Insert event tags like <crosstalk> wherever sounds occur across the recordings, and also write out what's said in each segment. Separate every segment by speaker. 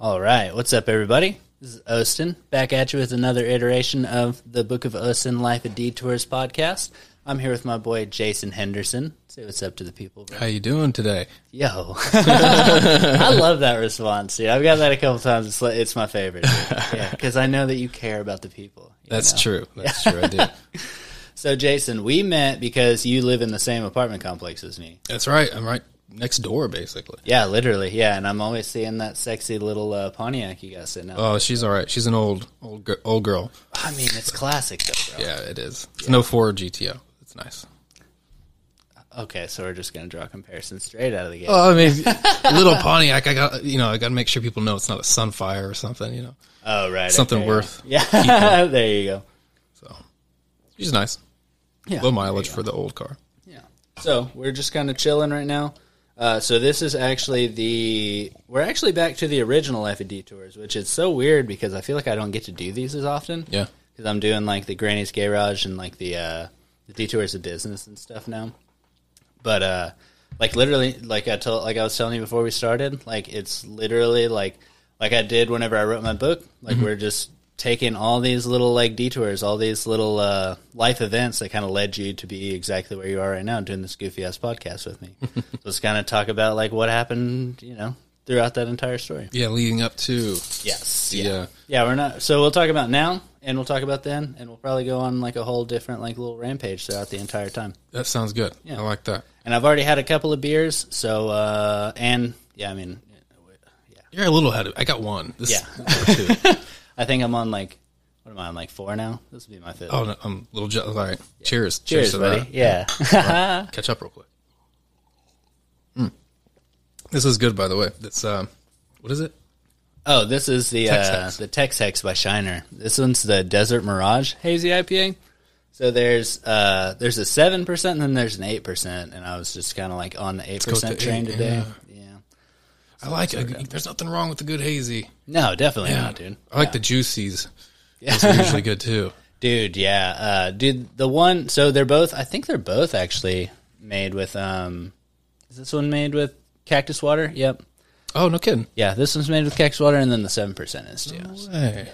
Speaker 1: right, what's up, everybody? This is Austin back at you with another iteration of the Book of Austin Life of Detours podcast. I'm here with my boy Jason Henderson. Say what's up to the people. Bro.
Speaker 2: How you doing today?
Speaker 1: Yo, <laughs> I love that response. Dude. I've got that a couple times. It's like, it's my favorite.
Speaker 2: <laughs>
Speaker 1: because I know that you care about the people. you
Speaker 2: That's
Speaker 1: know?
Speaker 2: true. That's true. I
Speaker 1: <laughs>
Speaker 2: do.
Speaker 1: So, Jason, we met because you live in the same apartment complex as me.
Speaker 2: That's right. I'm right next door, basically.
Speaker 1: Yeah, literally. Yeah, and I'm always seeing that sexy little uh, Pontiac you got sitting out.
Speaker 2: Oh, she's all right. She's an old, old, gir- old girl.
Speaker 1: I mean, it's classic though, bro.
Speaker 2: Yeah, it is. It's no four GTO. It's nice.
Speaker 1: Okay, so we're just gonna draw comparisons straight out of the gate.
Speaker 2: Oh,
Speaker 1: <laughs>
Speaker 2: I mean, little Pontiac. I got you know. I got to make sure people know it's not a Sunfire or something. You know,
Speaker 1: oh, right,
Speaker 2: something
Speaker 1: okay.
Speaker 2: worth.
Speaker 1: Yeah, <laughs> there you go.
Speaker 2: So she's nice.
Speaker 1: Yeah,
Speaker 2: Low mileage for the old car.
Speaker 1: yeah. So we're just kind of chilling right now. Uh, so this is actually the we're actually back to the original Life of Detours, which is so weird because I feel like I don't get to do these as often.
Speaker 2: Yeah.
Speaker 1: because I'm doing like the Granny's Garage and like the uh, the detours of business and stuff now. But uh, like literally, like I told, like I was telling you before we started, like it's literally like like I did whenever I wrote my book. Like we're just taking all these little like detours, all these little uh, life events that kind of led you to be exactly where you are right now, doing this goofy ass podcast with me. so let's kind of talk about like what happened, you know, throughout that entire story.
Speaker 2: Yeah, leading up to.
Speaker 1: Yes.
Speaker 2: Yeah.
Speaker 1: Yeah. Yeah, we're not. So we'll talk about now, and we'll talk about then, and we'll probably go on like a whole different like little rampage throughout the entire time.
Speaker 2: That sounds good. I like that.
Speaker 1: And I've already had a couple of beers, so uh, and yeah, I mean,
Speaker 2: You're a little ahead of. I got one. This
Speaker 1: Yeah.
Speaker 2: Is number two.
Speaker 1: I think I'm on like what am I on like four now? This would be my fifth.
Speaker 2: oh, no, I'm a little. Je- all
Speaker 1: <laughs>
Speaker 2: right. Cheers.
Speaker 1: Cheers,
Speaker 2: to
Speaker 1: buddy.
Speaker 2: that.
Speaker 1: Yeah.
Speaker 2: catch up real quick. Mm. This is good, by the way. That's um, what is it?
Speaker 1: <laughs> oh, this is the uh,
Speaker 2: Tex-Hex.
Speaker 1: the Tex Hex by Shiner. This one's the Desert Mirage Hazy IPA. So there's uh there's a seven percent and then there's an eight percent, and I was just kind of like on the eight
Speaker 2: go with
Speaker 1: percent
Speaker 2: the
Speaker 1: train
Speaker 2: eight,
Speaker 1: today. Yeah.
Speaker 2: I like. it. there's nothing wrong with the good hazy.
Speaker 1: No, definitely not, dude.
Speaker 2: I like the juicies. Those are usually
Speaker 1: <laughs>
Speaker 2: good too.
Speaker 1: Dude, yeah. Uh dude the one so they're both I think they're both actually made with um is this one made with cactus water? Yep.
Speaker 2: Oh no, kidding.
Speaker 1: Yeah, this one's made with cactus water and then the seven percent is too.
Speaker 2: Hey,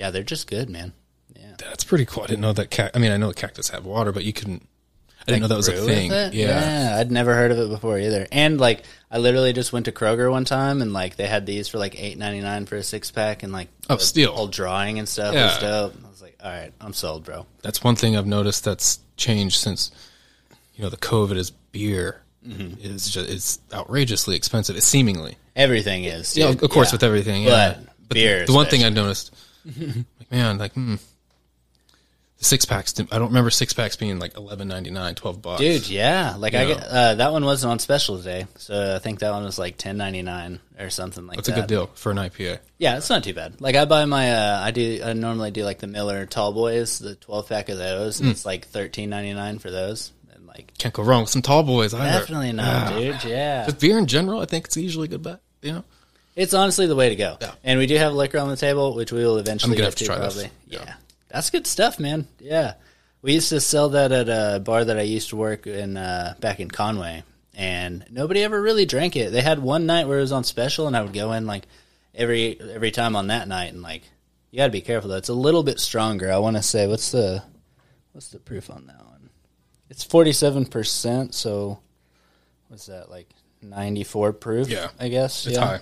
Speaker 1: Yeah, they're just good, man. Yeah.
Speaker 2: that's pretty cool. I didn't know that. Cac- I mean, I know cactus have water, but you couldn't. I didn't know that was a
Speaker 1: Brew
Speaker 2: thing.
Speaker 1: with it?
Speaker 2: Yeah.
Speaker 1: I'd never heard of it before either. And like I literally just went to Kroger one time and like they had these for like eight ninety nine for a six pack and like
Speaker 2: Oh,
Speaker 1: the
Speaker 2: steel.
Speaker 1: whole drawing and stuff was
Speaker 2: Yeah.
Speaker 1: dope. I was like, All right, I'm sold, bro.
Speaker 2: that's one thing I've noticed that's changed since you know the COVID is beer.
Speaker 1: Mm-hmm.
Speaker 2: Is just it's outrageously expensive. It's seemingly.
Speaker 1: Everything is.
Speaker 2: Yeah,
Speaker 1: dude.
Speaker 2: of course,
Speaker 1: Yeah.
Speaker 2: with everything. Yeah.
Speaker 1: But beer
Speaker 2: The one thing I
Speaker 1: especially.
Speaker 2: noticed, like man, like hmm, the six packs. didn't- I don't remember six packs being like 11.99, 12 bucks.
Speaker 1: Dude, yeah, like I
Speaker 2: Yeah.
Speaker 1: get, uh, that one wasn't on special today, so I think that one was like ten ninety nine or something like
Speaker 2: that's
Speaker 1: that.
Speaker 2: a good deal for an IPA.
Speaker 1: Yeah, it's not too bad. Like I buy my, uh, I do, I normally do like the Miller Tall Boys, the twelve pack of those.
Speaker 2: Hmm.
Speaker 1: And It's like thirteen ninety nine for those, and like
Speaker 2: Can't go wrong with some tall boys either. Ah.
Speaker 1: definitely not, dude. Yeah,
Speaker 2: But beer in general, I think it's usually a good bet. You know,
Speaker 1: it's honestly the way to go.
Speaker 2: Yeah.
Speaker 1: And we do have liquor on the table, which we will eventually
Speaker 2: gonna
Speaker 1: get
Speaker 2: have to
Speaker 1: to,
Speaker 2: try this.
Speaker 1: probably. Yeah.
Speaker 2: Yeah.
Speaker 1: that's good stuff, man. Yeah, we used to sell that at a bar that I used to work in uh, back in Conway, and nobody ever really drank it. They had one night where it was on special, and I would go in like every every time on that night, and like you got to be careful though. It's a little bit stronger. I want to say what's the what's the proof on that one? It's forty seven percent. So what's that like? 94 proof
Speaker 2: Yeah.
Speaker 1: i guess
Speaker 2: it's
Speaker 1: yeah.
Speaker 2: high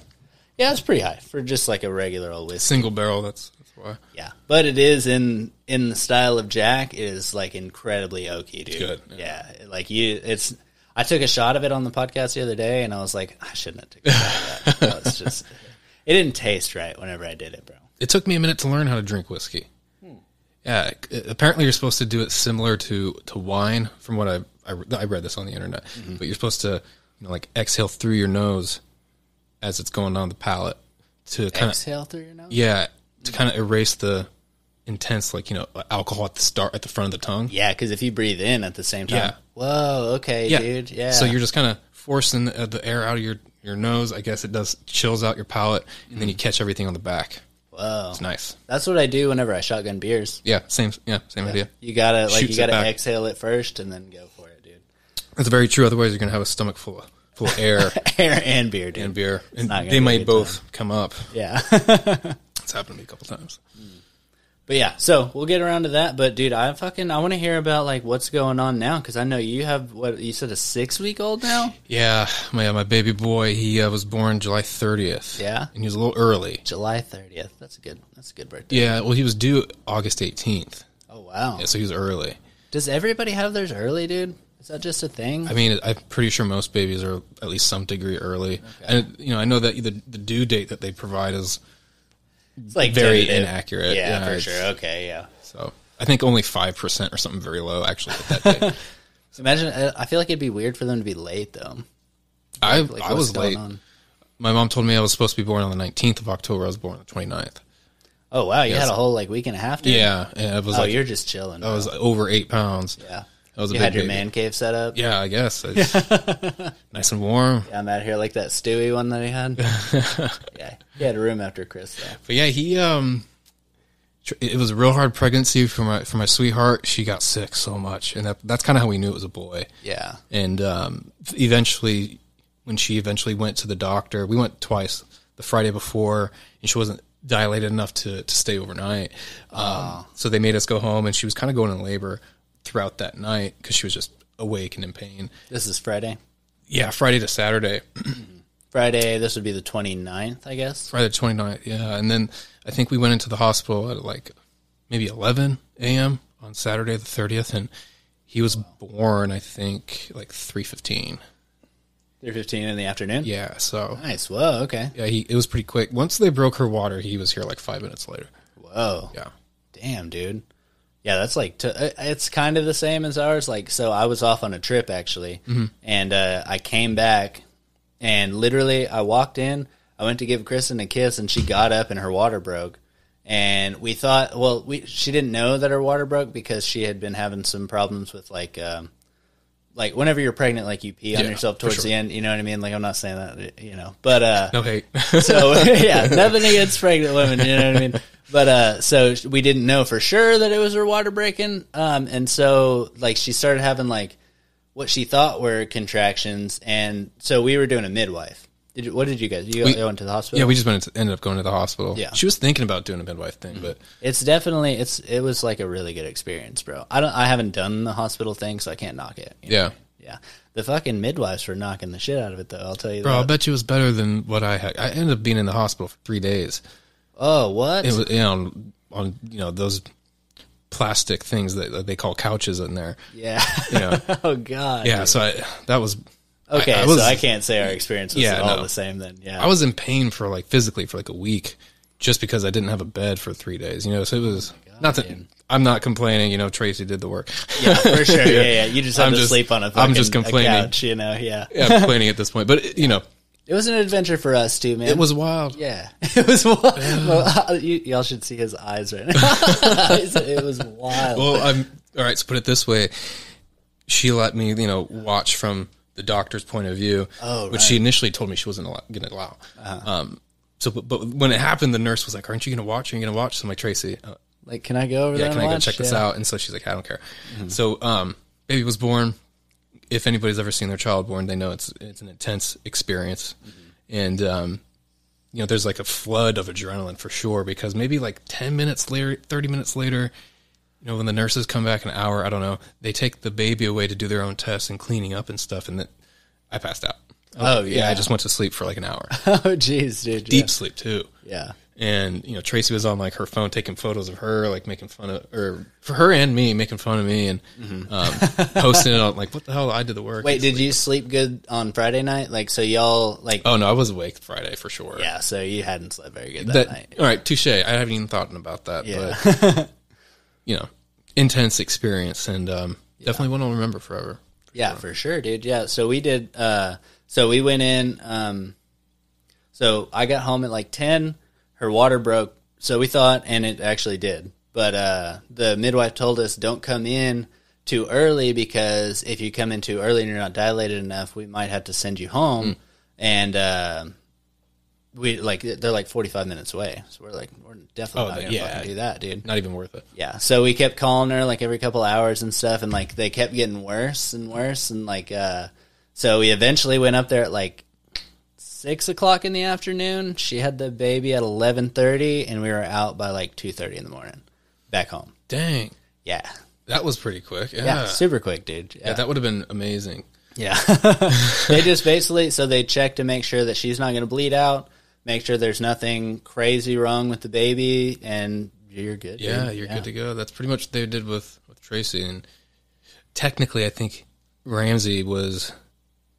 Speaker 1: Yeah, it's pretty high for just like a regular old whiskey.
Speaker 2: single barrel. That's that's why
Speaker 1: Yeah, but it is in in the style of Jack. It is like incredibly oaky, dude.
Speaker 2: good,
Speaker 1: Yeah. like you, it's. I took a shot of it on the podcast the other day, and I was like, I shouldn't have taken a shot of that. No, it's just, <laughs> it didn't taste right whenever I did it, bro.
Speaker 2: it took me a minute to learn how to drink whiskey.
Speaker 1: Hmm.
Speaker 2: Yeah, c- apparently you're supposed to do it similar to to wine. From what I I, re- I read this on the internet,
Speaker 1: Mm-hmm.
Speaker 2: but you're supposed to you know like exhale through your nose as it's going down the palate to kind of
Speaker 1: Exhale through your nose.
Speaker 2: yeah to
Speaker 1: mm-hmm.
Speaker 2: kind of erase the intense like you know alcohol at the start at the front of the tongue.
Speaker 1: Yeah, because if you breathe in at the same time,
Speaker 2: Yeah.
Speaker 1: whoa, okay, dude, yeah.
Speaker 2: So you're just kind of forcing the, uh, the air out of your your nose. I guess it does chills out your palate, and then you catch everything on the back.
Speaker 1: Hmm. whoa.
Speaker 2: It's nice.
Speaker 1: That's what I do whenever I shotgun beers.
Speaker 2: Yeah, same yeah same idea.
Speaker 1: You gotta like
Speaker 2: Shoots
Speaker 1: you
Speaker 2: it
Speaker 1: gotta
Speaker 2: back.
Speaker 1: exhale it first and then go for it, dude. <laughs>
Speaker 2: That's very true. Otherwise, you're gonna have a stomach full of Pull
Speaker 1: <laughs>
Speaker 2: air
Speaker 1: Hair and beer, dude.
Speaker 2: and beer, and
Speaker 1: not gonna be
Speaker 2: they
Speaker 1: a
Speaker 2: might
Speaker 1: good
Speaker 2: both come up.
Speaker 1: yeah. <laughs>
Speaker 2: It's happened to me a couple times.
Speaker 1: But yeah, so we'll get around to that. But dude, I fucking I want to hear about like what's going on now because I know you have what you said a six week old now.
Speaker 2: Yeah, my my baby boy, he uh, was born July 30th.
Speaker 1: Yeah.
Speaker 2: and he was a little early.
Speaker 1: July thirtieth. That's a good. That's a good birthday.
Speaker 2: Yeah, well, he was due August 18th,
Speaker 1: Oh wow.
Speaker 2: yeah, so he was early.
Speaker 1: Does everybody have theirs early, dude? Is that just a thing?
Speaker 2: I mean, I'm pretty sure most babies are at least some degree early. And you know, I know that the, the due date that they provide is
Speaker 1: It's like
Speaker 2: very
Speaker 1: tentative.
Speaker 2: inaccurate.
Speaker 1: Yeah, for
Speaker 2: it's-
Speaker 1: sure. Okay, yeah.
Speaker 2: So I think only five percent or something very low actually
Speaker 1: <laughs>
Speaker 2: at that date.
Speaker 1: Imagine. I I feel like it'd be weird for them to be late though.
Speaker 2: I
Speaker 1: Like
Speaker 2: I
Speaker 1: what's
Speaker 2: was
Speaker 1: going
Speaker 2: late.
Speaker 1: on?
Speaker 2: My mom told me I was supposed to be born on the 19th of October. I was born on the 29th.
Speaker 1: Oh wow, you had a whole like week and a half. Dude?
Speaker 2: Yeah, and I was
Speaker 1: Oh,
Speaker 2: like
Speaker 1: you're just chilling.
Speaker 2: I was over eight pounds.
Speaker 1: yeah.
Speaker 2: I was a
Speaker 1: You
Speaker 2: big
Speaker 1: had your
Speaker 2: baby.
Speaker 1: man cave set up.
Speaker 2: Yeah, I
Speaker 1: <laughs>
Speaker 2: guess. It's nice and warm.
Speaker 1: Yeah, I'm out here like that Stewie one that he
Speaker 2: <laughs>
Speaker 1: had. yeah, he had a room after Chris though.
Speaker 2: But yeah, he um, tr- it was a real hard pregnancy for my for my sweetheart. She got sick so much, and that, that's kind of how we knew it was a boy.
Speaker 1: Yeah,
Speaker 2: And um, eventually, when she eventually went to the doctor, we went twice. The Friday before, and she wasn't dilated enough to to stay overnight. Um, So they made us go home, and she was kind of going in labor throughout that night because she was just awake and in pain.
Speaker 1: this is Friday.
Speaker 2: Yeah, Friday to Saturday.
Speaker 1: Friday. This would be the 29th, I guess.
Speaker 2: Friday the 29th, yeah. And then I think we went into the hospital at like maybe 11 a.m. on Saturday the 30th, and he was born, I think, like 3.15.
Speaker 1: 3:15 in the afternoon.
Speaker 2: Yeah, so
Speaker 1: Nice. Whoa. Okay.
Speaker 2: yeah, he, it was pretty quick. Once they broke her water, he was here like five minutes later.
Speaker 1: Whoa.
Speaker 2: Yeah.
Speaker 1: Damn, dude. Yeah, that's like t- uh, it's kind of the same as ours. Like, so I was off on a trip actually,
Speaker 2: Mm-hmm.
Speaker 1: and uh, I came back, and literally I walked in. I went to give Kristen a kiss, and she got up, and her water broke. And we thought, well, we she didn't know that her water broke because she had been having some problems with like, um, like whenever you're pregnant, like you pee on
Speaker 2: Yeah,
Speaker 1: yourself
Speaker 2: for
Speaker 1: towards
Speaker 2: sure.
Speaker 1: the end. You know what I mean? Like I'm not saying that, you know, but uh,
Speaker 2: No hate. <laughs>
Speaker 1: so <laughs> yeah, nothing against pregnant women, you know what I mean? But uh, so sh- we didn't know for sure that it was her water breaking, um, and so like she started having like what she thought were contractions, and so we were doing a midwife. Did you, what did you guys? You
Speaker 2: We-
Speaker 1: go into the hospital?
Speaker 2: yeah, we just went into, ended up going to the hospital.
Speaker 1: Yeah. Mm-hmm.
Speaker 2: She was thinking about doing a midwife thing, but
Speaker 1: It's definitely it's it was like a really good experience, bro. I don't I haven't done the hospital thing, so I can't knock it. you know?
Speaker 2: yeah.
Speaker 1: yeah. The fucking midwives were knocking the shit out of it, though. I'll tell you.
Speaker 2: Bro, I'll
Speaker 1: that.
Speaker 2: bet you it was better than what I had. I ended up being in the hospital for three days.
Speaker 1: Oh, what?
Speaker 2: it was you know, on, on you know those plastic things that, that they call couches in there.
Speaker 1: yeah.
Speaker 2: You know,
Speaker 1: <laughs> oh God.
Speaker 2: yeah. So I that was I-
Speaker 1: Okay,
Speaker 2: I, was
Speaker 1: so I can't say our experience was
Speaker 2: Yeah,
Speaker 1: at all
Speaker 2: no.
Speaker 1: the same then. Yeah.
Speaker 2: I was in pain for like physically for like a week just because I didn't have a bed for three days. You know, so it was not that I'm not complaining. You know, Tracy did the work. <laughs>
Speaker 1: Yeah, for sure. Yeah, yeah. You just have
Speaker 2: I'm
Speaker 1: to
Speaker 2: just-
Speaker 1: sleep on a
Speaker 2: I'm
Speaker 1: fucking
Speaker 2: just
Speaker 1: a
Speaker 2: complaining.
Speaker 1: couch, you know, yeah.
Speaker 2: Yeah, I'm complaining at this point, but it, you know,
Speaker 1: It was an adventure for us too, man.
Speaker 2: it was wild.
Speaker 1: yeah. <laughs> It was wild. well, <laughs> uh, you, y'all should see his eyes right now. <laughs> it was wild.
Speaker 2: Well, I'm all right. So put it this way, she let me you know watch from the doctor's point of view,
Speaker 1: Oh,
Speaker 2: which she initially told me she wasn't allow, going to allow. Um, so, but, but when it happened, the nurse was like, "Aren't you going to watch? Are you going to watch?" So I'm like, "Tracy, uh,
Speaker 1: like, can I go over there?
Speaker 2: yeah, can I
Speaker 1: and
Speaker 2: go
Speaker 1: watch?
Speaker 2: check this
Speaker 1: Yeah. Mm-hmm.
Speaker 2: out?" And so she's like, "I don't care." So, um, baby was born. If anybody's ever seen their child born, they know it's it's an intense experience,
Speaker 1: Mm-hmm.
Speaker 2: and um, you know, there's like a flood of adrenaline for sure because maybe like 10 minutes later, 30 minutes later, you know, when the nurses come back an hour, I don't know, they take the baby away to do their own tests and cleaning up and stuff. And then I passed out.
Speaker 1: Oh,
Speaker 2: yeah.
Speaker 1: yeah.
Speaker 2: I just went to sleep for like
Speaker 1: <laughs>
Speaker 2: an hour,
Speaker 1: <laughs> Oh, jeez, dude.
Speaker 2: deep sleep too.
Speaker 1: Yeah.
Speaker 2: And, you know, Tracy was on like her phone taking photos of her, like making fun of, or for her and me, making fun of me and um, <laughs> posting it on like, what the hell? I did the work.
Speaker 1: Mm-hmm. Wait, did you sleep good on Friday night? Like, so y'all, like,
Speaker 2: Oh, no, I was awake Friday for sure.
Speaker 1: yeah, so you hadn't slept very good that,
Speaker 2: that,
Speaker 1: night.
Speaker 2: all right, touche. I haven't even thought about that,
Speaker 1: Yeah.
Speaker 2: but you know, intense experience and um, definitely one I'll remember forever.
Speaker 1: yeah for sure dude yeah so we did uh so we went in um so i got home at like 10 her water broke so we thought and it actually did but uh the midwife told us don't come in too early because if you come in too early and you're not dilated enough we might have to send you home and uh we like they're like 45 minutes away so we're like we're definitely not gonna
Speaker 2: yeah.
Speaker 1: fucking do that dude
Speaker 2: Not even worth it.
Speaker 1: yeah. So we kept calling her like every couple hours and stuff, and like they kept getting worse and worse, and like uh, So we eventually went up there at like six o'clock in the afternoon. She had the baby at eleven thirty, and we were out by like two thirty in the morning, back home.
Speaker 2: Dang,
Speaker 1: Yeah,
Speaker 2: that was pretty quick. Yeah,
Speaker 1: yeah, super quick, dude.
Speaker 2: Yeah,
Speaker 1: Yeah,
Speaker 2: that would have been amazing.
Speaker 1: yeah. <laughs> they just basically so they check to make sure that she's not going to bleed out, make sure there's nothing crazy wrong with the baby, and you're good. dude.
Speaker 2: Yeah, you're good to go. That's pretty much what they did with with Tracy, and technically, I think Ramsey was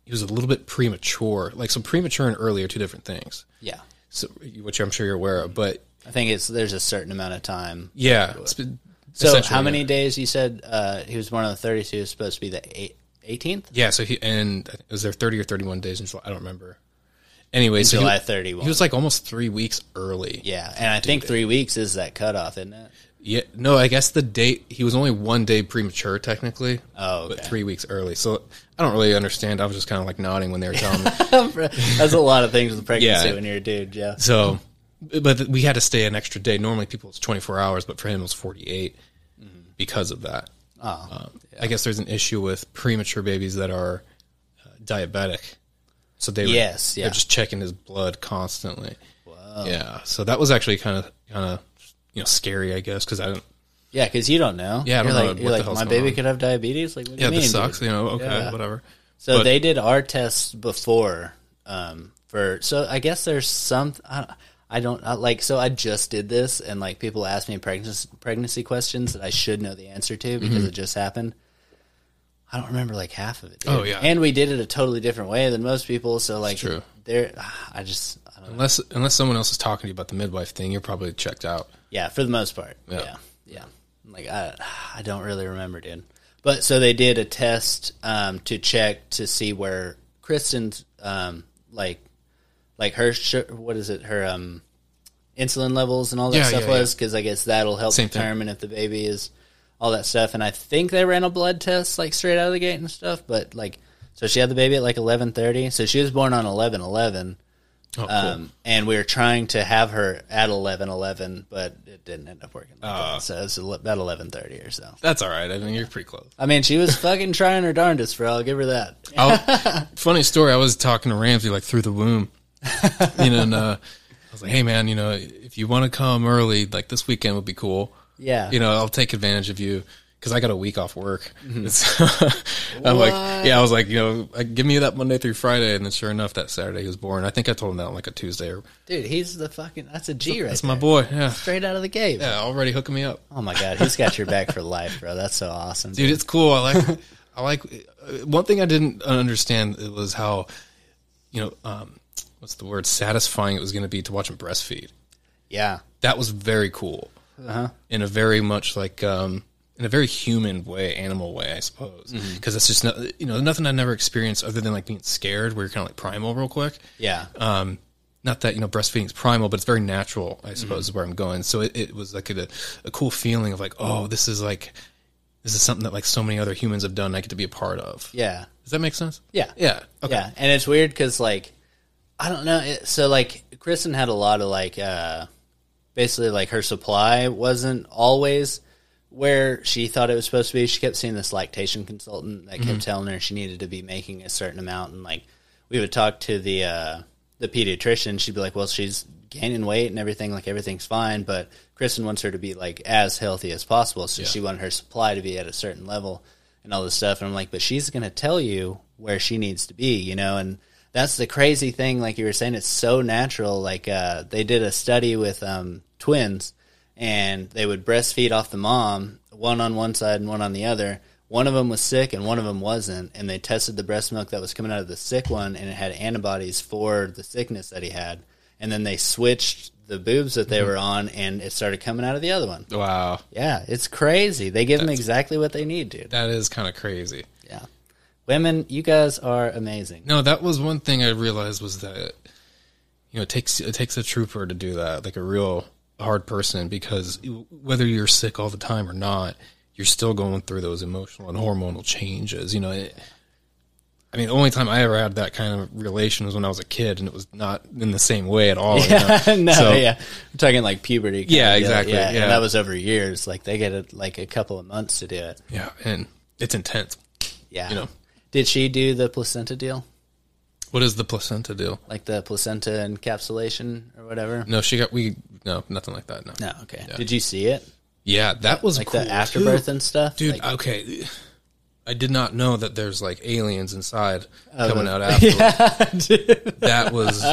Speaker 2: he was a little bit premature. Like so, premature and early are two different things.
Speaker 1: Yeah,
Speaker 2: So, which I'm sure you're aware of, but
Speaker 1: I think it's there's a certain amount of time.
Speaker 2: yeah. sp-
Speaker 1: So
Speaker 2: essentially,
Speaker 1: how many days you said uh, he was born on the 30th? He was supposed to be the eighteenth,
Speaker 2: Yeah, so he and it was there 30 or 31 days in July. I don't remember. Anyway, so he-
Speaker 1: July 31.
Speaker 2: He was like almost three weeks early.
Speaker 1: yeah, and I think three weeks is that cutoff, isn't it?
Speaker 2: Yeah, no, I guess the date he was only one day premature technically.
Speaker 1: Oh,
Speaker 2: but
Speaker 1: okay.
Speaker 2: three weeks early. So I don't really understand. I was just kind of like nodding when they were telling me.
Speaker 1: <laughs> That's a lot of things with pregnancy
Speaker 2: Yeah.
Speaker 1: when you're a dude. Yeah,
Speaker 2: So, but we had to stay an extra day. Normally, people it's twenty four hours, but for him it was forty because of that.
Speaker 1: Oh.
Speaker 2: Um, I guess there's an issue with premature babies that are uh, diabetic, so they would-
Speaker 1: Yes, yeah.
Speaker 2: they're just checking his blood constantly. Wow. Yeah, so that was actually kind of kind of you know scary, I guess, because I don't.
Speaker 1: yeah, because you don't know.
Speaker 2: Yeah, I
Speaker 1: you're
Speaker 2: don't know
Speaker 1: like,
Speaker 2: what
Speaker 1: you're
Speaker 2: the
Speaker 1: like
Speaker 2: hell's
Speaker 1: my
Speaker 2: going
Speaker 1: baby
Speaker 2: on."
Speaker 1: could have diabetes. Like, what do
Speaker 2: Yeah,
Speaker 1: you mean?
Speaker 2: this sucks.
Speaker 1: dude?
Speaker 2: You know, okay,
Speaker 1: Yeah.
Speaker 2: whatever.
Speaker 1: So
Speaker 2: But-
Speaker 1: they did our tests before um, for. So I guess there's some. I don't, I don't I, like. So I just did this, and like people ask me pregnancy pregnancy questions that I should know the answer to because
Speaker 2: Mm-hmm.
Speaker 1: it just happened. I don't remember like half of it. dude.
Speaker 2: Oh, yeah.
Speaker 1: and we did it a totally different way than most people. So like,
Speaker 2: true.
Speaker 1: There, I just I don't know.
Speaker 2: Unless unless someone else is talking to you about the midwife thing, you're probably checked out.
Speaker 1: Yeah, for the most part.
Speaker 2: Yeah.
Speaker 1: Yeah. Yeah. Like I I don't really remember, dude. But so they did a test um, to check to see where Kristen's um, like like her su- what is it her um, insulin levels and all that
Speaker 2: Yeah,
Speaker 1: stuff
Speaker 2: yeah, yeah.
Speaker 1: was because I guess that'll help
Speaker 2: Same thing.
Speaker 1: determine if the baby is all that stuff. And I think they ran a blood test like straight out of the gate and stuff. But like so she had the baby at like eleven thirty. So she was born on eleven eleven.
Speaker 2: Oh, cool.
Speaker 1: Um, and we were trying to have her at eleven eleven, but it didn't end up working. Like
Speaker 2: Uh.
Speaker 1: that. So it's ele- about eleven thirty or so.
Speaker 2: That's all right. I mean, you're pretty close.
Speaker 1: I mean, she was fucking trying her darndest, bro. I'll give her that.
Speaker 2: Uh, I, funny story. I was talking to Ramsey like through the womb, you know, and uh, I was like, "Hey, man, you know, if you want to come early, like this weekend would be cool.
Speaker 1: Yeah.
Speaker 2: you know, I'll take advantage of you because I got a week off work. <laughs> It's- I'm like, yeah, I was like, you know, like, give me that Monday through Friday, and then sure enough, that Saturday he was born. I think I told him that on like a Tuesday. Or,
Speaker 1: Dude, he's the fucking. That's a G right
Speaker 2: That's
Speaker 1: there.
Speaker 2: my boy. Yeah,
Speaker 1: Straight out of the gate.
Speaker 2: yeah, already hooking me up,
Speaker 1: Oh my god, he's got your back for life, bro. That's so awesome, dude.
Speaker 2: dude. It's cool. I like. <laughs> I like. uh, One thing I didn't understand was how, you know, um, what's the word? Satisfying it was going to be to watch him breastfeed.
Speaker 1: Yeah,
Speaker 2: that was very cool in a very much like um, in a very human way not way i suppose because that's just no, you know nothing i never experienced other than like being scared where you're kind of like primal real quick
Speaker 1: yeah.
Speaker 2: um, not that you know breastfeeding's primal but it's very natural
Speaker 1: Mm-hmm.
Speaker 2: i suppose is where i'm going so it, it was like a, a cool feeling of like oh this is like this is something that like so many other humans have done i get to be a part of
Speaker 1: yeah.
Speaker 2: does that make sense
Speaker 1: Yeah.
Speaker 2: yeah okay
Speaker 1: Yeah, and it's weird because like I don't know. It, so like Kristen had a lot of like uh basically like her supply wasn't always where she thought it was supposed to be. She kept seeing this lactation consultant that kept telling her she needed to be making a certain amount, and like we would talk to the uh the pediatrician. She'd be like, "Well, she's gaining weight and everything. Like everything's fine, but Kristen wants her to be like as healthy as possible, so she wanted her supply to be at a certain level." and all this stuff. And I'm like, but she's going to tell you where she needs to be, you know? And that's the crazy thing. Like you were saying, it's so natural. Like, uh, they did a study with, um, twins and they would breastfeed off the mom, one on one side and one on the other. One of them was sick and one of them wasn't. And they tested the breast milk that was coming out of the sick one and it had antibodies for the sickness that he had. And then they switched the boobs that they were on and it started coming out of the other one.
Speaker 2: wow
Speaker 1: Yeah, it's crazy. They give them exactly what they need, dude.
Speaker 2: that is kind of crazy
Speaker 1: Yeah. Women, you guys are
Speaker 2: <laughs>
Speaker 1: amazing.
Speaker 2: No, that was one thing I realized was that you know it takes it takes a trooper to do that, like a real hard person, because whether you're sick all the time or not, you're still going through those emotional and hormonal changes. You know, it, I mean, the only time I ever had that kind of relation was when I was a kid, and it was not in the same way at all. you know?
Speaker 1: no, <laughs>
Speaker 2: So-
Speaker 1: yeah. We're talking like puberty. kind
Speaker 2: Yeah,
Speaker 1: of deal.
Speaker 2: exactly,
Speaker 1: And
Speaker 2: yeah.
Speaker 1: that was over years. Like they get a, like a couple of months to do it.
Speaker 2: yeah, and it's intense.
Speaker 1: Yeah.
Speaker 2: You know.
Speaker 1: Did she do the placenta deal?
Speaker 2: What is the placenta deal?
Speaker 1: Like the placenta encapsulation or whatever?
Speaker 2: No, she got we no nothing like that. No.
Speaker 1: No, okay. Did you see it?
Speaker 2: Yeah, that was
Speaker 1: Like
Speaker 2: cool
Speaker 1: the afterbirth
Speaker 2: too.
Speaker 1: and stuff?
Speaker 2: dude.
Speaker 1: Like,
Speaker 2: okay, I did not know that there's like aliens inside coming
Speaker 1: <laughs>
Speaker 2: out after.
Speaker 1: Oh, yeah, dude.
Speaker 2: That
Speaker 1: <laughs>
Speaker 2: was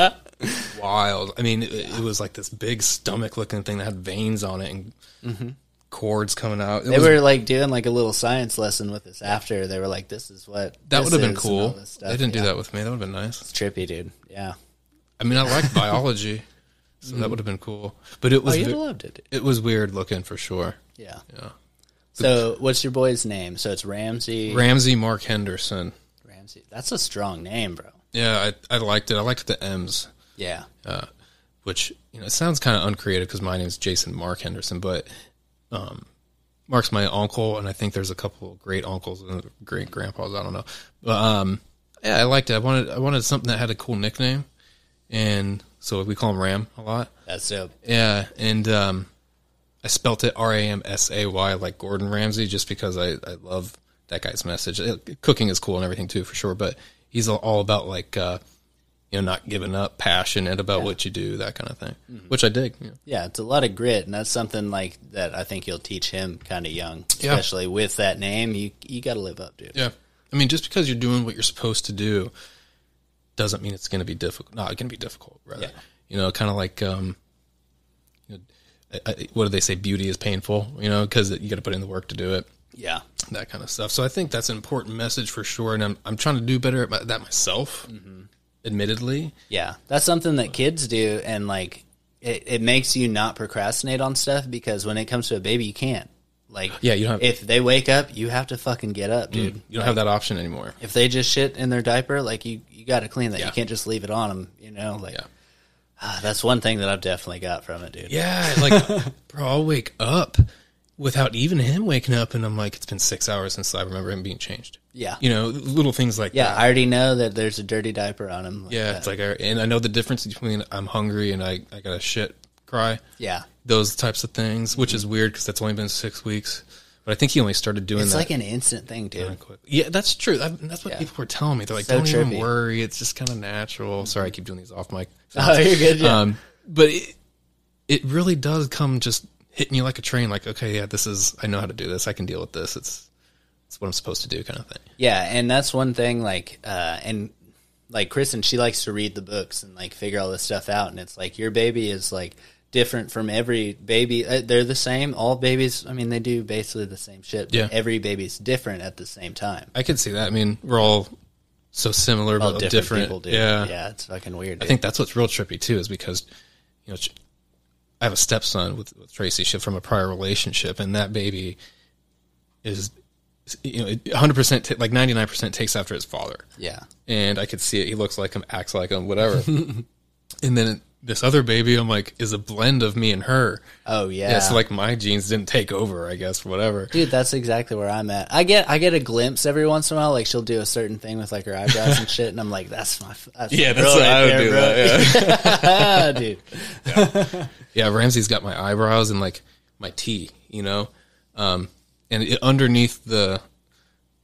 Speaker 2: wild. I mean, it, it was like this big stomach looking thing that had veins on it and cords coming out. It
Speaker 1: Mm-hmm. They
Speaker 2: was
Speaker 1: were like doing like a little science lesson with us after. They were like, this is what.
Speaker 2: That
Speaker 1: this
Speaker 2: would have been
Speaker 1: is and
Speaker 2: cool.
Speaker 1: all this stuff.
Speaker 2: They didn't
Speaker 1: Yeah.
Speaker 2: do that with me. That would have been nice.
Speaker 1: It's trippy, dude. Yeah.
Speaker 2: I mean,
Speaker 1: <laughs>
Speaker 2: I like biology, so that would have been cool. But it
Speaker 1: Mm-hmm. Oh,
Speaker 2: was
Speaker 1: you'd
Speaker 2: ve-
Speaker 1: have loved it. dude.
Speaker 2: it was weird looking for sure.
Speaker 1: Yeah.
Speaker 2: Yeah,
Speaker 1: So, what's your boy's name? So it's Ramsey.
Speaker 2: Ramsey Mark Henderson.
Speaker 1: Ramsey. That's a strong name, bro.
Speaker 2: Yeah, I I liked it. I liked the M's,
Speaker 1: Yeah.
Speaker 2: uh, which you know it sounds kind of uncreative because my name's Jason Mark Henderson, but um, Mark's my uncle, and I think there's a couple of great uncles and great grandpas. I don't know, but um, yeah, I liked it. I wanted I wanted something that had a cool nickname, and so we call him Ram a lot.
Speaker 1: That's dope.
Speaker 2: Yeah, and um, I spelt it R A M S A Y like Gordon Ramsay, just because I, I love that guy's message. Uh, Cooking is cool and everything too, for sure. But he's all- all about like uh, you know not giving up, passionate about what you do, that kind of thing, which I dig. you know.
Speaker 1: Yeah, it's a lot of grit, and that's something like that. I think you'll teach him kind of young,
Speaker 2: Yeah.
Speaker 1: especially with that name. You you got to live up, dude.
Speaker 2: Yeah, I mean, just because you're doing what you're supposed to do doesn't mean it's going to be difficult. Not going to be difficult, rather.
Speaker 1: Yeah.
Speaker 2: You know, kind of like um, you know, I, I, what do they say? Beauty is painful. You know, because you got to put in the work to do it.
Speaker 1: Yeah,
Speaker 2: that kind of stuff. So I think that's an important message for sure, and I'm I'm trying to do better at my, that myself.
Speaker 1: Mm-hmm.
Speaker 2: Admittedly,
Speaker 1: yeah. That's something that kids do, and like it, it makes you not procrastinate on stuff because when it comes to a baby, you can't. Like,
Speaker 2: Yeah, you don't have-
Speaker 1: if they wake up, you have to fucking get up, dude.
Speaker 2: you don't have that
Speaker 1: <laughs>
Speaker 2: option anymore.
Speaker 1: If they just shit in their diaper, like you you got to clean that.
Speaker 2: Yeah.
Speaker 1: You can't just leave it on them. You know, like
Speaker 2: Yeah.
Speaker 1: ah, that's one thing that I've definitely got from it, dude.
Speaker 2: Yeah, like <laughs> bro, I'll wake up without even him waking up, and I'm like, it's been six hours since I remember him being changed.
Speaker 1: Yeah.
Speaker 2: you know, little things like
Speaker 1: Yeah,
Speaker 2: that.
Speaker 1: I already know that there's a dirty diaper on him.
Speaker 2: yeah, it's like, I, and I know the difference between I'm hungry and I I got a shit cry.
Speaker 1: yeah.
Speaker 2: Those types of things,
Speaker 1: Mm-hmm.
Speaker 2: which is weird because that's only been six weeks. But I think he only started doing
Speaker 1: It's
Speaker 2: that.
Speaker 1: like an instant thing, dude.
Speaker 2: quick. Yeah, that's true. That- that's what
Speaker 1: Yeah.
Speaker 2: people were telling me. They're like,
Speaker 1: So
Speaker 2: don't even
Speaker 1: trippy.
Speaker 2: worry. It's just kind of natural. Sorry, I keep doing these off mic.
Speaker 1: <laughs> Oh, you're good. <laughs> Yeah.
Speaker 2: Um, but it, it really does come just hitting you like a train. Like, okay, yeah, this is, I know how to do this. I can deal with this. It's, it's what I'm supposed to do kind of thing.
Speaker 1: yeah, and that's one thing. Like, uh, and like Kristen, she likes to read the books and like figure all this stuff out. And it's like your baby is like different from every baby. Uh, they're the same. All babies. I mean, they do basically the same shit. but
Speaker 2: Yeah.
Speaker 1: Every baby's different at the same time.
Speaker 2: I can see that. I mean, we're all so similar,
Speaker 1: All
Speaker 2: but
Speaker 1: different,
Speaker 2: different.
Speaker 1: people do.
Speaker 2: Yeah.
Speaker 1: Yeah. It's fucking weird.
Speaker 2: I think that's what's real trippy too, is because, you know, I have a stepson with, with Tracy she- from a prior relationship, and that baby is, you know, 100%, ta- like 99% takes after his father.
Speaker 1: yeah.
Speaker 2: And I could see it. He looks like him, acts like him, whatever.
Speaker 1: <laughs>
Speaker 2: and then this other baby, I'm like, is a blend of me and her.
Speaker 1: Oh yeah.
Speaker 2: Yeah. So, like, my genes didn't take over, I guess, whatever.
Speaker 1: Dude, that's exactly where I'm at. I get I get a glimpse every once in a while. Like she'll do a certain thing with like her eyebrows and shit, and I'm like, "That's my f- that's
Speaker 2: Yeah,
Speaker 1: my
Speaker 2: that's
Speaker 1: girl
Speaker 2: what
Speaker 1: right
Speaker 2: I
Speaker 1: there,
Speaker 2: would do.
Speaker 1: bro." Ah,
Speaker 2: That, yeah.
Speaker 1: <laughs> dude.
Speaker 2: Yeah, Ramsey's got my eyebrows and like my T, you know, um, and it, underneath the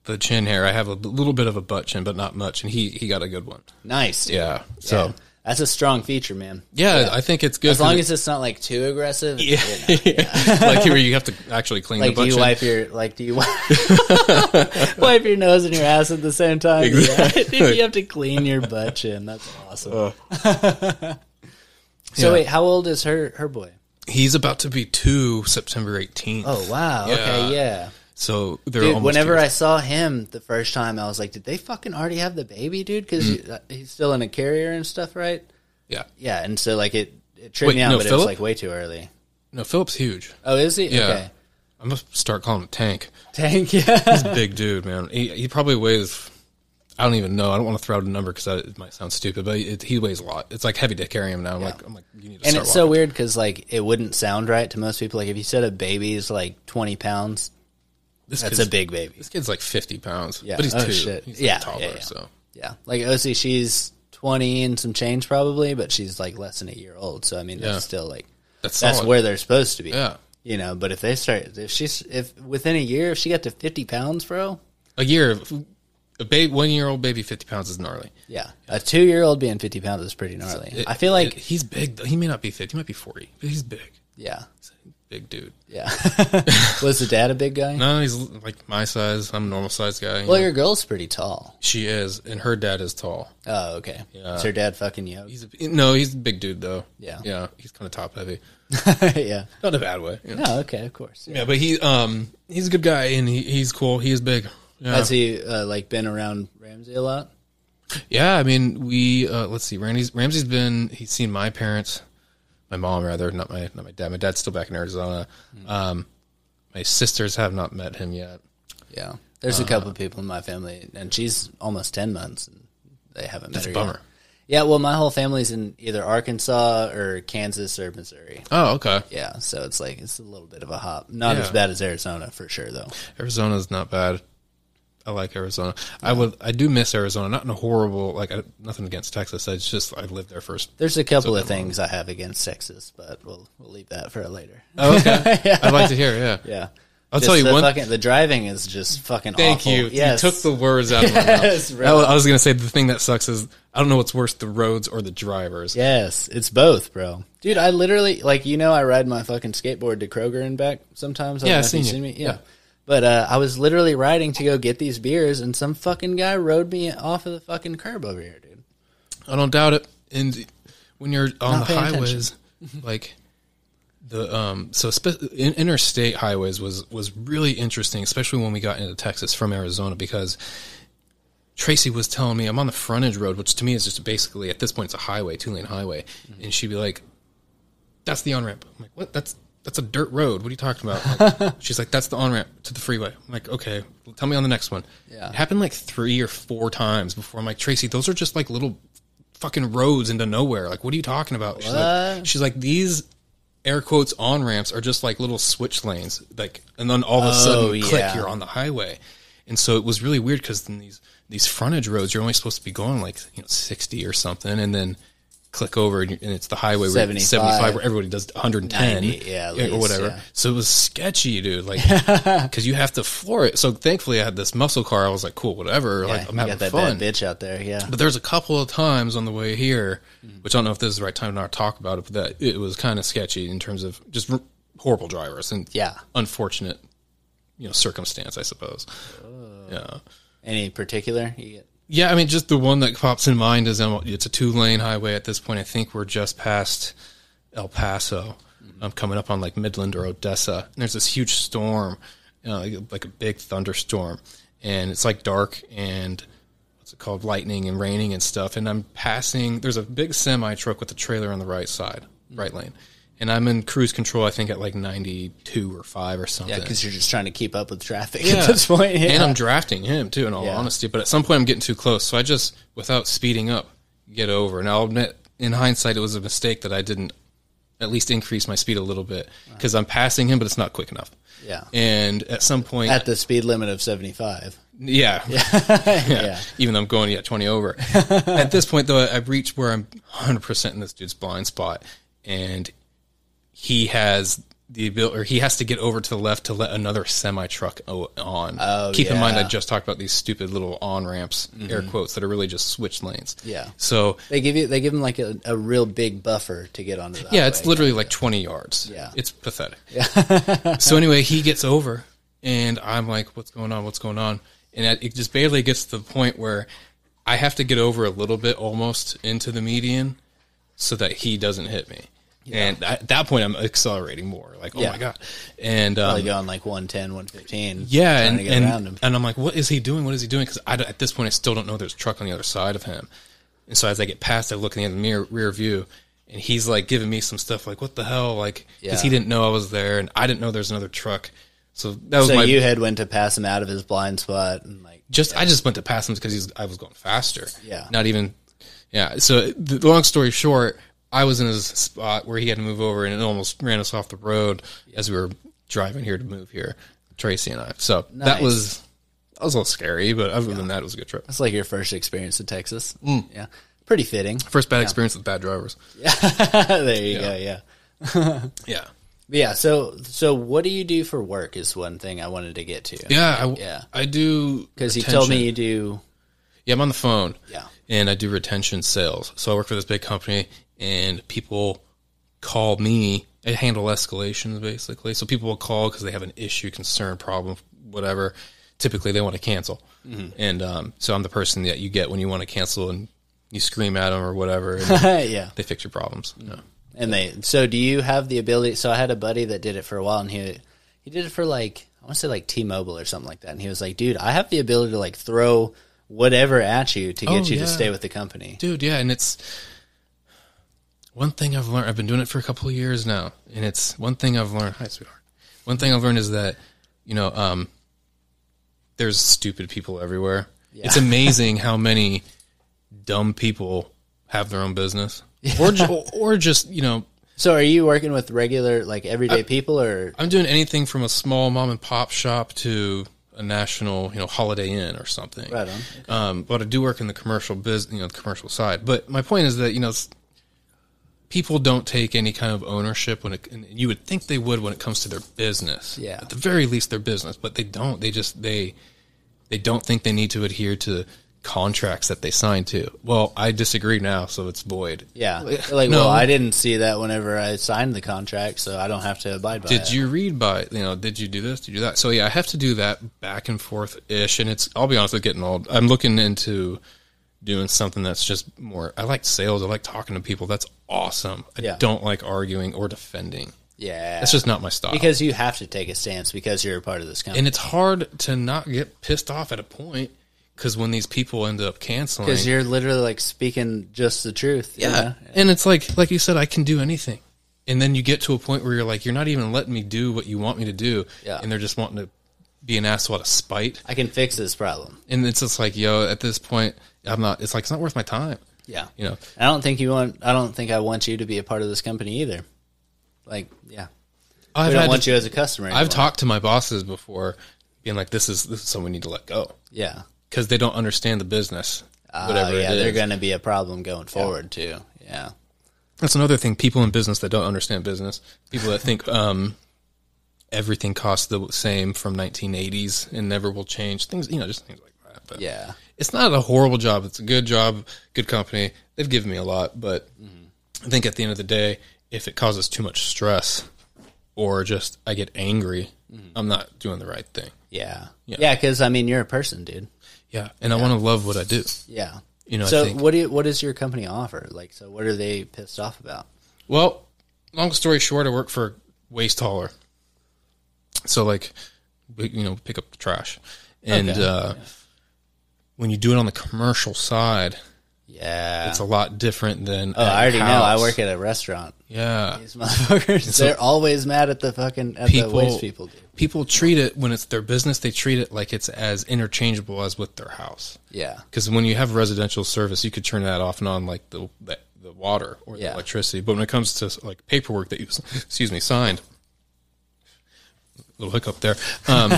Speaker 2: the chin hair, I have a b- little bit of a butt chin, but not much. And he he got a good one.
Speaker 1: Nice. dude.
Speaker 2: Yeah. So
Speaker 1: That's a strong feature, man.
Speaker 2: yeah, I think it's good
Speaker 1: As long
Speaker 2: for
Speaker 1: as it's not like too aggressive.
Speaker 2: the- yeah, <laughs>
Speaker 1: <laughs>
Speaker 2: like here you have to actually clean
Speaker 1: Like
Speaker 2: the
Speaker 1: do
Speaker 2: butt
Speaker 1: you
Speaker 2: chin.
Speaker 1: wipe your like do you wipe, <laughs>
Speaker 2: <laughs>
Speaker 1: wipe your nose and your ass at the same time? Yeah. <laughs> Dude, you have to clean
Speaker 2: <laughs>
Speaker 1: your butt chin. That's awesome. <laughs> so
Speaker 2: Yeah.
Speaker 1: wait, how old is her her boy?
Speaker 2: He's about to be two September eighteenth.
Speaker 1: Oh wow. Okay, yeah.
Speaker 2: so they're
Speaker 1: Dude,
Speaker 2: almost
Speaker 1: whenever
Speaker 2: years.
Speaker 1: I saw him the first time, I was like, did they fucking already have the baby, dude? Because
Speaker 2: Mm.
Speaker 1: he's still in a carrier and stuff, right?
Speaker 2: yeah
Speaker 1: Yeah, and so like it, it tripped
Speaker 2: Wait,
Speaker 1: me out,
Speaker 2: no,
Speaker 1: but it was
Speaker 2: Philip?
Speaker 1: like way too early.
Speaker 2: no Philip's huge.
Speaker 1: Oh, is he?
Speaker 2: Yeah.
Speaker 1: Okay. <laughs>
Speaker 2: I'm gonna start calling him Tank.
Speaker 1: Tank,
Speaker 2: <laughs>
Speaker 1: yeah.
Speaker 2: He's a big dude, man. He, he probably weighs. I don't even know. I don't want to throw out a number because it might sound stupid, but it, he weighs a lot. It's like heavy to carry him now. I'm like, I'm like, you need to
Speaker 1: and
Speaker 2: start
Speaker 1: it's so
Speaker 2: walking.
Speaker 1: weird because like it wouldn't sound right to most people. Like if you said a baby is like twenty pounds,
Speaker 2: this
Speaker 1: that's
Speaker 2: kid's,
Speaker 1: a big baby.
Speaker 2: This kid's like 50 pounds,
Speaker 1: Yeah.
Speaker 2: but he's
Speaker 1: Oh,
Speaker 2: two.
Speaker 1: shit.
Speaker 2: He's
Speaker 1: Yeah,
Speaker 2: like taller,
Speaker 1: yeah, yeah.
Speaker 2: so
Speaker 1: Yeah, like OC, she's twenty and some change probably, but she's like less than a year old. So I mean, that's
Speaker 2: Yeah.
Speaker 1: still like
Speaker 2: that's
Speaker 1: that's
Speaker 2: solid.
Speaker 1: where they're supposed to be.
Speaker 2: Yeah.
Speaker 1: You know, but if they start, if she's if within a year, if she got to fifty pounds, bro,
Speaker 2: a year. of- a baby, one year old baby, fifty pounds is gnarly.
Speaker 1: Yeah, a two-year-old being fifty pounds is pretty gnarly.
Speaker 2: It-
Speaker 1: I feel like,
Speaker 2: it- he's big. though. He may not be fifty. He might be forty, but he's big.
Speaker 1: yeah,
Speaker 2: He's a big dude.
Speaker 1: yeah. <laughs> Was the dad a big guy?
Speaker 2: No, he's l- like my size. I'm a normal size guy. you
Speaker 1: Well,
Speaker 2: know.
Speaker 1: your girl's pretty tall.
Speaker 2: she is, and her dad is tall.
Speaker 1: Oh, okay. Is her dad fucking yoked?
Speaker 2: He's a, no, he's a big dude though.
Speaker 1: Yeah.
Speaker 2: yeah, he's kind of top heavy,
Speaker 1: <laughs> yeah.
Speaker 2: not in a bad way. you know.
Speaker 1: No, okay, of course.
Speaker 2: Yeah, but he um he's a good guy and he, he's cool. He is big. Yeah.
Speaker 1: Has he uh, like been around Ramsey a lot?
Speaker 2: Yeah, I mean, we uh, let's see. Randy's Ramsey's been he's seen my parents, my mom rather, not my not my dad. My dad's still back in Arizona. Um, my sisters have not met him yet.
Speaker 1: Yeah. There's
Speaker 2: Uh-huh.
Speaker 1: a couple of people in my family, and she's almost ten months, and they haven't met her. yet.
Speaker 2: Bummer.
Speaker 1: Yeah. Well, my whole family's in either Arkansas or Kansas or Missouri.
Speaker 2: Oh, okay.
Speaker 1: Yeah, so it's like it's a little bit of a hop. Not
Speaker 2: Yeah.
Speaker 1: as bad as Arizona for sure, though.
Speaker 2: Arizona's not bad. I like Arizona. I would I do miss Arizona. Not in a horrible like I, nothing against Texas. I just I lived there <laughs> first.
Speaker 1: There's a couple of things I have against Texas, but we'll we'll leave that for later.
Speaker 2: Oh, okay. I'd like to hear. Yeah.
Speaker 1: <laughs> Yeah,
Speaker 2: I'll
Speaker 1: Just
Speaker 2: tell you
Speaker 1: the
Speaker 2: one-
Speaker 1: Fucking, the driving is just fucking.
Speaker 2: Thank
Speaker 1: awful.
Speaker 2: you.
Speaker 1: Yes.
Speaker 2: You took the words out of my mouth.
Speaker 1: yes,
Speaker 2: I
Speaker 1: bro.
Speaker 2: was, I was gonna say the thing that sucks is I don't know what's worse, the roads or the drivers.
Speaker 1: yes, it's both, bro. Dude, I literally like you know I ride my fucking skateboard to Kroger and back sometimes. I don't
Speaker 2: Yeah,
Speaker 1: know
Speaker 2: I've
Speaker 1: if you've
Speaker 2: seen you.
Speaker 1: me. Yeah.
Speaker 2: Yeah.
Speaker 1: But uh, I was literally riding to go get these beers, and some fucking guy rode me off of the fucking curb over here, dude.
Speaker 2: I don't doubt it. And when you're on
Speaker 1: Not
Speaker 2: the
Speaker 1: paying
Speaker 2: highways, <laughs> like the um, so spe- in, interstate highways was was really interesting, especially when we got into Texas from Arizona because. Tracy was telling me I'm on the frontage road, which to me is just basically at this point it's a highway, two lane highway,
Speaker 1: Mm-hmm.
Speaker 2: and she'd be like, "That's the on ramp." I'm like, "What? That's that's a dirt road. What are you talking
Speaker 1: <laughs>
Speaker 2: about?" Like, she's like, "That's the on ramp to the freeway." I'm like, "Okay, well, tell me on the next one."
Speaker 1: Yeah.
Speaker 2: It happened like three or four times before. I'm like, "Tracy, those are just like little fucking roads into nowhere. Like, what are you talking about?" She's like,
Speaker 1: What?
Speaker 2: she's like "These." Air quotes on ramps are just like little switch lanes, like, and then all of a sudden,
Speaker 1: Oh,
Speaker 2: click,
Speaker 1: yeah.
Speaker 2: you're on the highway. And so it was really weird because then these these frontage roads, you're only supposed to be going like you know sixty or something, and then click over and, you- and it's the highway where
Speaker 1: 75.
Speaker 2: seventy five where everybody does one hundred and ten,
Speaker 1: 90, yeah, at
Speaker 2: or
Speaker 1: least,
Speaker 2: whatever.
Speaker 1: yeah.
Speaker 2: So it was sketchy,
Speaker 1: <laughs>
Speaker 2: dude. Like because you have to floor it. So thankfully, I had this muscle car. I was like, cool, whatever.
Speaker 1: Yeah,
Speaker 2: like I'm
Speaker 1: you
Speaker 2: having
Speaker 1: got that
Speaker 2: fun.
Speaker 1: bad bitch out there, yeah.
Speaker 2: But there's a couple of times on the way here,
Speaker 1: Mm-hmm.
Speaker 2: which I don't know if this is the right time to not talk about it, but that it was kind of sketchy in terms of just r- horrible drivers and
Speaker 1: Yeah.
Speaker 2: unfortunate, you know, circumstance, I suppose. Yeah.
Speaker 1: Any particular? You get,
Speaker 2: Yeah, I mean, just the one that pops in mind is um, it's a two lane highway at this point. I think we're just past El Paso. I'm coming up on like Midland or Odessa. And there's this huge storm, uh, like a big thunderstorm. And it's like dark and what's it called? Lightning and raining and stuff. And I'm passing, there's a big semi truck with a trailer on the right side, right lane. And I'm in cruise control, I think at like 92 or 5 or something.
Speaker 1: yeah, because you're just trying to keep up with traffic <laughs>
Speaker 2: Yeah.
Speaker 1: at this point. Yeah.
Speaker 2: And I'm drafting him too, in all
Speaker 1: Yeah.
Speaker 2: honesty. But at some point, I'm getting too close, so I just, without speeding up, get over. And I'll admit, in hindsight, it was a mistake that I didn't at least increase my speed a little bit because I'm passing him, but it's not quick enough.
Speaker 1: Yeah.
Speaker 2: And at some point,
Speaker 1: at the speed limit of 75.
Speaker 2: yeah, yeah. Even though I'm going yeah,
Speaker 1: <laughs>
Speaker 2: 20 over. At this point, though, I've reached where I'm 100% in this dude's blind spot, and he has the ability, or he has to get over to the left to let another semi truck on.
Speaker 1: Oh,
Speaker 2: Keep in mind, I
Speaker 1: yeah. Mm-hmm.
Speaker 2: just talked about these stupid little on ramps, air quotes, that are really just switch lanes.
Speaker 1: Yeah.
Speaker 2: So.
Speaker 1: They give you they give them like a, a real big buffer to get onto the
Speaker 2: Yeah,
Speaker 1: highway.
Speaker 2: it's literally like 20 yards.
Speaker 1: Yeah.
Speaker 2: It's pathetic. <laughs> so, anyway, he gets over, and I'm like, what's going on? What's going on? And I- it just barely gets to the point where I have to get over a little bit almost into the median so that he doesn't hit me. And at that point, I'm accelerating more. Like, oh
Speaker 1: Yeah.
Speaker 2: my God. And, um,
Speaker 1: Probably going like 110, 115.
Speaker 2: yeah,
Speaker 1: trying
Speaker 2: and
Speaker 1: to get around
Speaker 2: and,
Speaker 1: him.
Speaker 2: and I'm like, what is he doing? What is he doing? Because at this point, I still don't know there's a truck on the other side of him. And so as I get past, I look in the other mirror, rear view, and he's like giving me some stuff like, what the hell? Like, because he
Speaker 1: Yeah.
Speaker 2: didn't know I was there, and I didn't know there's another truck. So that was
Speaker 1: So
Speaker 2: my
Speaker 1: you had went to pass him out of his blind spot and like
Speaker 2: just I just went to pass him because he's I was going faster.
Speaker 1: Yeah.
Speaker 2: not even. Yeah. So the the long story short, I was in his spot where he had to move over, and it almost ran us off the road as we were driving here to move here, Tracy and I. So that
Speaker 1: Nice.
Speaker 2: was that was a little scary, but other than that, it was a good trip.
Speaker 1: it's like your first experience in Texas.
Speaker 2: Mm.
Speaker 1: Yeah. Pretty fitting. <laughs>
Speaker 2: First bad experience with bad drivers.
Speaker 1: there you go, yeah.
Speaker 2: Yeah.
Speaker 1: But yeah, so so what do you do for work is one thing I wanted to get to.
Speaker 2: Yeah. I,
Speaker 1: Yeah.
Speaker 2: I do
Speaker 1: Cuz you told me
Speaker 2: retention.
Speaker 1: you do
Speaker 2: Yeah, I'm on the phone.
Speaker 1: Yeah. <laughs>
Speaker 2: And I do retention sales. So I work for this big company and people call me. I handle escalations basically. So people will call because they have an issue, concern, problem, whatever. Typically they want to cancel. And um, so I'm the person that you get when you want to cancel and you scream at them or
Speaker 1: <laughs>
Speaker 2: whatever. And
Speaker 1: yeah.
Speaker 2: they fix your problems. Yeah.
Speaker 1: And they so do you have the ability? So I had a buddy that did it for a while, and he he did it for like I want to say like T-Mobile or something like that. And he was like, "Dude, I have the ability to like throw whatever at you to get
Speaker 2: Oh,
Speaker 1: you
Speaker 2: yeah.
Speaker 1: to stay with the company."
Speaker 2: dude yeah and it's one thing i've learned i've been doing it for a couple of years now and it's one thing i've learned hi sweetheart one thing i've learned is that you know um there's stupid people everywhere it's amazing how many dumb people have their own business or, ju- or just you know
Speaker 1: So are you working with regular like
Speaker 2: Uh,
Speaker 1: everyday people or
Speaker 2: i'm doing anything from a small mom and pop shop to a national you know holiday inn or something
Speaker 1: right on?
Speaker 2: Um, but I do work in the commercial business, you know, the commercial side. But my point is that you know, s- people don't take any kind of ownership when it. And you would think they would when it comes to their business.
Speaker 1: Yeah.
Speaker 2: At the very least, their business, but they don't. They just they they don't think they need to adhere to contracts that they signed to. Well, I disagree now, so it's void. <laughs>
Speaker 1: Yeah, They're like
Speaker 2: No.
Speaker 1: well, I didn't see that whenever I signed the contract, so I don't have to abide by it.
Speaker 2: Did you read by you know? Did you do this? Did you do that? So yeah, I have to do that back and forth ish, and it's. I'll be honest, with getting old. I'm looking into doing something that's just more. I like sales. I like talking to people. That's awesome. I
Speaker 1: Yeah.
Speaker 2: don't like arguing or defending.
Speaker 1: Yeah,
Speaker 2: That's just not my style.
Speaker 1: because you have to take a stance because you're a part of this company.
Speaker 2: and it's hard to not get pissed off at a point because when these people end up canceling,
Speaker 1: Because you're literally like speaking just the truth. you
Speaker 2: Yeah.
Speaker 1: know?
Speaker 2: And it's like, like you said, I can do anything. And then you get to a point where you're like, you're not even letting me do what you want me to do.
Speaker 1: Yeah.
Speaker 2: And they're just wanting to be an asshole out of spite.
Speaker 1: I can fix this problem.
Speaker 2: And it's just like, yo, at this point, I'm not, it's like, it's not worth my time.
Speaker 1: Yeah.
Speaker 2: You know,
Speaker 1: I don't think you want. I don't think I want you to be a part of this company either. Like, yeah,
Speaker 2: I've,
Speaker 1: I don't
Speaker 2: had-
Speaker 1: want you as a customer.
Speaker 2: I've
Speaker 1: anymore.
Speaker 2: talked to my bosses before being like, this is, this is someone we need to let go
Speaker 1: Yeah.
Speaker 2: because they don't understand the business.
Speaker 1: Whatever. Ah,
Speaker 2: it
Speaker 1: yeah,
Speaker 2: is.
Speaker 1: they're going to be a problem going forward too. Yeah.
Speaker 2: That's another thing. People in business that don't understand business. People that think um, everything costs the same from 1980s and never will change. Things, you know, just things like that. But
Speaker 1: Yeah.
Speaker 2: it's not a horrible job. It's a good job, good company. They've given me a lot, but I think at the end of the day, if it causes too much stress or just I get angry, I'm not doing the right thing.
Speaker 1: Yeah.
Speaker 2: Yeah.
Speaker 1: Yeah. Because I mean, you're a person, dude.
Speaker 2: Yeah, and I want to love what I do.
Speaker 1: Yeah.
Speaker 2: You know, I
Speaker 1: So
Speaker 2: think-
Speaker 1: what do you, what does your company offer? Like, so what are they pissed off about?
Speaker 2: Well, long story short, I work for Waste Hauler. So, like, we- you know, pick up the trash. And
Speaker 1: Okay.
Speaker 2: uh, when you do it on the commercial side,
Speaker 1: Yeah.
Speaker 2: it's a lot different than.
Speaker 1: oh, I already know. I work at a restaurant. <laughs>
Speaker 2: Yeah.
Speaker 1: These motherfuckers, they're always mad at the fucking at the waste people. Dude.
Speaker 2: people treat it when it's their business, they treat it like it's as interchangeable as with their house.
Speaker 1: Yeah.
Speaker 2: Because when you have residential service, you could turn that off and on, like the the, the water or the
Speaker 1: Yeah.
Speaker 2: electricity. But when it comes to like paperwork that you excuse me signed, little hiccup there.
Speaker 1: <laughs>
Speaker 2: Um,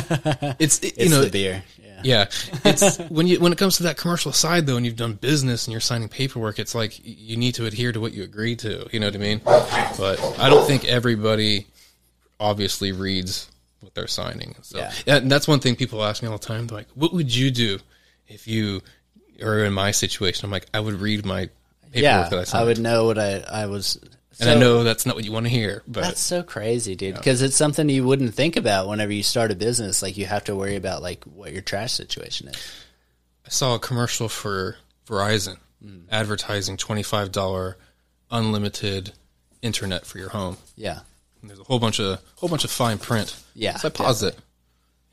Speaker 2: it's it- you
Speaker 1: It's
Speaker 2: know
Speaker 1: the beer. Yeah.
Speaker 2: yeah it's when you when it comes to that commercial side though, and you've done business and you're signing paperwork, it's like y- you need to adhere to what you agree to. You know what I mean? But I don't think everybody obviously reads what they're signing. So
Speaker 1: Yeah.
Speaker 2: and that's one thing people ask me all the time. They're like, "What would you do if you are in my situation?" I'm like, "I would read my paperwork
Speaker 1: Yeah.
Speaker 2: that I signed."
Speaker 1: I would know what I I was.
Speaker 2: and I
Speaker 1: So-
Speaker 2: know that's not what you want to hear, but
Speaker 1: That's so crazy, dude. Because it's something you wouldn't think about whenever you start a business. Like you have to worry about like what your trash situation is.
Speaker 2: I saw a commercial for Verizon advertising $25 unlimited internet for your home.
Speaker 1: Yeah,
Speaker 2: And there's a whole bunch of whole bunch of fine print.
Speaker 1: Yeah,
Speaker 2: So I pause it.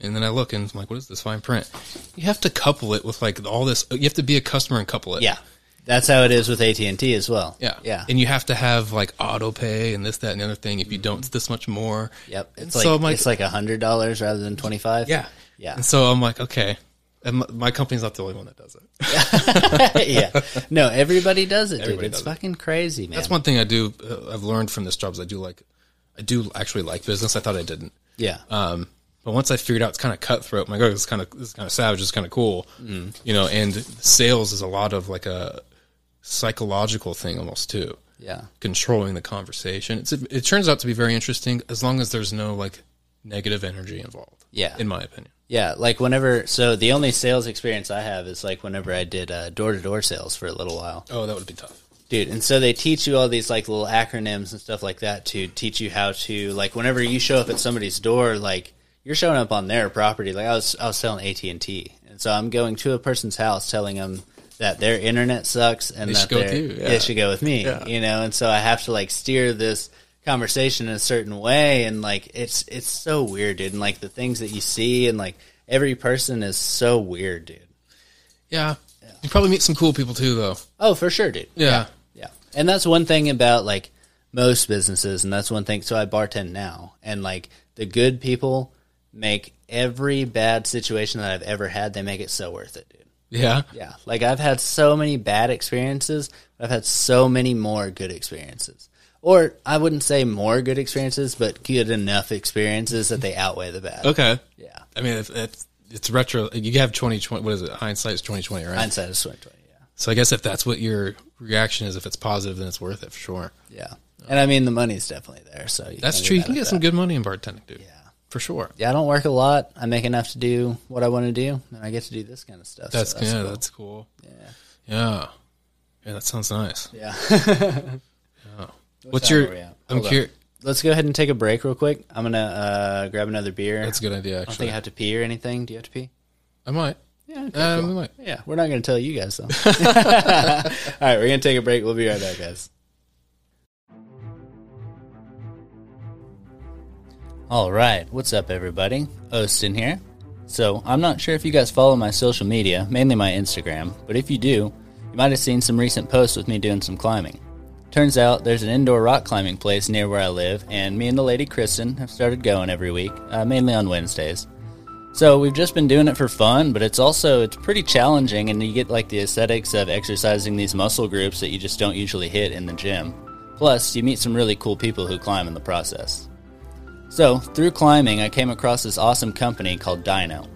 Speaker 2: And then I look and I'm like, what is this fine print? You have to couple it with like all this you have to be a customer and couple it.
Speaker 1: yeah. That's how it is with AT and T as well.
Speaker 2: Yeah.
Speaker 1: yeah.
Speaker 2: And you have to have like auto pay and this, that, and the other thing. If you don't, it's this much more.
Speaker 1: Yep. It's
Speaker 2: And
Speaker 1: like,
Speaker 2: so I'm
Speaker 1: it's like a hundred dollars rather than twenty five.
Speaker 2: Yeah.
Speaker 1: Yeah.
Speaker 2: And so I'm like, okay. And my, my company's not the only one that does
Speaker 1: <laughs>
Speaker 2: it.
Speaker 1: yeah. No, everybody does it, dude.
Speaker 2: Everybody
Speaker 1: it's
Speaker 2: does it.
Speaker 1: fucking crazy, man.
Speaker 2: That's one thing I do. Uh, I've learned from this job is I do like, I do actually like business. I thought I didn't.
Speaker 1: yeah.
Speaker 2: Um, but once I figured out it's kind of cutthroat, I'm like, oh, this is kind of this is kind of savage. This is kind of cool, you know. And sales is a lot of like a psychological thing almost too,
Speaker 1: yeah.
Speaker 2: controlling the conversation. It's it turns out to be very interesting as long as there's no like negative energy involved.
Speaker 1: Yeah.
Speaker 2: in my opinion.
Speaker 1: Yeah, like whenever. So the only sales experience I have is like whenever I did door to door sales for a little while,
Speaker 2: Oh, that would be tough.
Speaker 1: dude. And so they teach you all these like little acronyms and stuff like that to teach you how to like whenever you show up at somebody's door, like you're showing up on their property. Like I was, I was selling AT and T, and so I'm going to a person's house telling them that their internet sucks and
Speaker 2: They
Speaker 1: that
Speaker 2: should go with
Speaker 1: they're-
Speaker 2: you, yeah.
Speaker 1: they should go with me,
Speaker 2: Yeah.
Speaker 1: you know. And so I have to like steer this conversation in a certain way, and like it's it's so weird, dude. And like the things that you see, and like every person is so weird, dude.
Speaker 2: Yeah. You probably meet some cool people too, though.
Speaker 1: Oh, for sure, dude.
Speaker 2: Yeah.
Speaker 1: Yeah. And that's one thing about like most businesses and that's one thing so I bartend now and like the good people make every bad situation that I've ever had they make it so worth it, dude.
Speaker 2: Yeah.
Speaker 1: Yeah. Like I've had so many bad experiences, but I've had so many more good experiences. Or I wouldn't say more good experiences, but good enough experiences that they outweigh the bad.
Speaker 2: Okay.
Speaker 1: Yeah.
Speaker 2: I mean, if, if it's retro, you have 2020, what is it? Hindsight's 2020, right?
Speaker 1: Hindsight is twenty twenty, yeah.
Speaker 2: so I guess if that's what your reaction is, if it's positive, then it's worth it for sure.
Speaker 1: Yeah. And I mean the money's definitely there, so you
Speaker 2: That's
Speaker 1: can't be
Speaker 2: true. You
Speaker 1: mad
Speaker 2: can
Speaker 1: at
Speaker 2: get
Speaker 1: that.
Speaker 2: some good money in bartending, dude.
Speaker 1: Yeah.
Speaker 2: For sure.
Speaker 1: yeah, I don't work a lot. I make enough to do what I want to do, and I get to do this kind of stuff.
Speaker 2: That's,
Speaker 1: so
Speaker 2: yeah, that's cool.
Speaker 1: cool.
Speaker 2: Yeah. Yeah, that sounds nice.
Speaker 1: yeah. yeah. <laughs>
Speaker 2: What's
Speaker 1: time
Speaker 2: your,
Speaker 1: are we at?
Speaker 2: I'm
Speaker 1: Hold up.
Speaker 2: curious.
Speaker 1: Let's go ahead and take a break real quick. I'm gonna uh, grab another beer.
Speaker 2: That's a good idea,
Speaker 1: I don't think
Speaker 2: actually.
Speaker 1: I have to pee or anything. Do you have to pee?
Speaker 2: I might.
Speaker 1: Yeah. okay,
Speaker 2: Um,
Speaker 1: cool.
Speaker 2: I
Speaker 1: <laughs>
Speaker 2: might.
Speaker 1: Yeah, we're not going to tell you guys though. <laughs> All right, we're going to take a break. We'll be right back, guys. All right, what's up, everybody? Austin here. So, I'm not sure if you guys follow my social media, mainly my Instagram, but if you do, you might have seen some recent posts with me doing some climbing. Turns out there's an indoor rock climbing place near where I live, and me and the lady Kristen have started going every week, uh, mainly on Wednesdays. So we've just been doing it for fun, but it's also it's pretty challenging, and you get like the aesthetics of exercising these muscle groups that you just don't usually hit in the gym. Plus, you meet some really cool people who climb in the process. So through climbing, I came across this awesome company called Dino.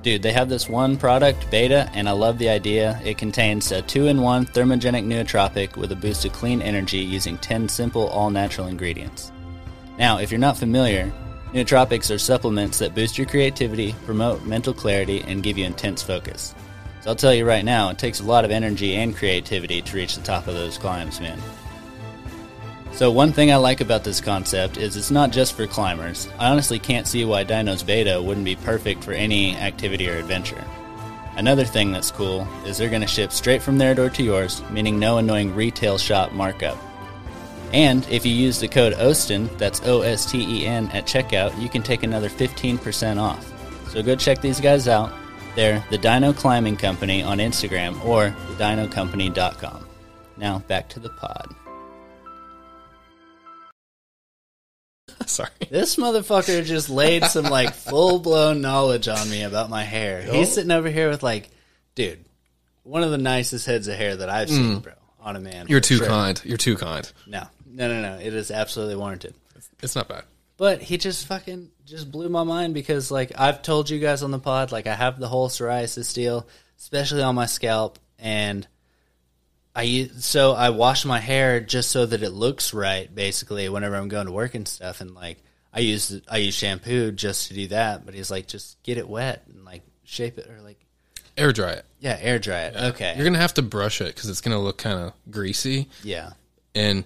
Speaker 1: Dude, they have this one product, Beta, and I love the idea. It contains a two-in-one thermogenic nootropic with a boost of clean energy using 10 simple all-natural ingredients. Now, if you're not familiar, nootropics are supplements that boost your creativity, promote mental clarity, and give you intense focus. So I'll tell you right now, it takes a lot of energy and creativity to reach the top of those climbs, man. So one thing I like about this concept is it's not just for climbers. I honestly can't see why Dino's Beta wouldn't be perfect for any activity or adventure. Another thing that's cool is they're going to ship straight from their door to yours, meaning no annoying retail shop markup. And if you use the code OSTEN, that's O S T E N, at checkout, you can take another 15% off. So go check these guys out. They're the Dino Climbing Company on Instagram or thedinocompany.com. Now back to the pod.
Speaker 2: Sorry.
Speaker 1: This motherfucker just laid some
Speaker 2: <laughs>
Speaker 1: like full blown knowledge on me about my hair. He's sitting over here with like, dude, one of the nicest heads of hair that I've seen, bro, on a man.
Speaker 2: Mm. You're
Speaker 1: for
Speaker 2: too
Speaker 1: sure.
Speaker 2: kind. You're too kind.
Speaker 1: No, no, no, no. It is absolutely warranted.
Speaker 2: It's not bad.
Speaker 1: But he just fucking just blew my mind because like I've told you guys on the pod, like I have the whole psoriasis deal, especially on my scalp, and I use, so I wash my hair just so that it looks right, basically. Whenever I'm going to work and stuff, and like I use I use shampoo just to do that. But he's like, just get it wet and like shape it or like
Speaker 2: Air dry it.
Speaker 1: yeah, air dry it. Okay,
Speaker 2: You're gonna have to brush it because it's gonna look kind of greasy,
Speaker 1: yeah.
Speaker 2: and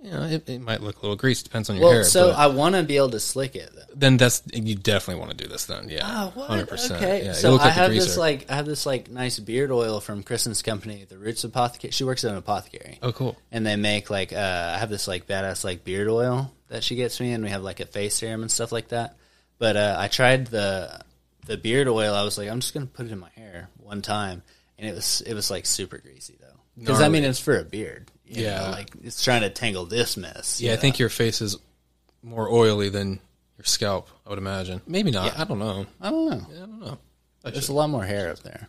Speaker 2: you know it, it might look a little greasy. Depends on your
Speaker 1: Well,
Speaker 2: hair.
Speaker 1: so
Speaker 2: but
Speaker 1: I want to be able to slick it though.
Speaker 2: then that's you definitely want to do this then. Yeah,
Speaker 1: Oh, what?
Speaker 2: 100%.
Speaker 1: Okay.
Speaker 2: Yeah, you
Speaker 1: so
Speaker 2: look
Speaker 1: I
Speaker 2: like a
Speaker 1: have this
Speaker 2: greaser.
Speaker 1: like I have this like nice beard oil from Kristen's company, the Roots Apothecary. She works at an apothecary,
Speaker 2: Oh, cool.
Speaker 1: and they make like uh, I have this like badass like beard oil that she gets me, and we have like a face serum and stuff like that. But uh, I tried the the beard oil. I was like, I'm just gonna put it in my hair one time, and it was it was like super greasy though, because I mean
Speaker 2: Gnarly.
Speaker 1: it's for a beard. you
Speaker 2: Yeah.
Speaker 1: know, like it's trying to tangle this mess.
Speaker 2: Yeah, I think your face is more oily than your scalp. I would imagine. Maybe not. I don't know.
Speaker 1: I don't know.
Speaker 2: I don't know.
Speaker 1: There's a lot more hair up there,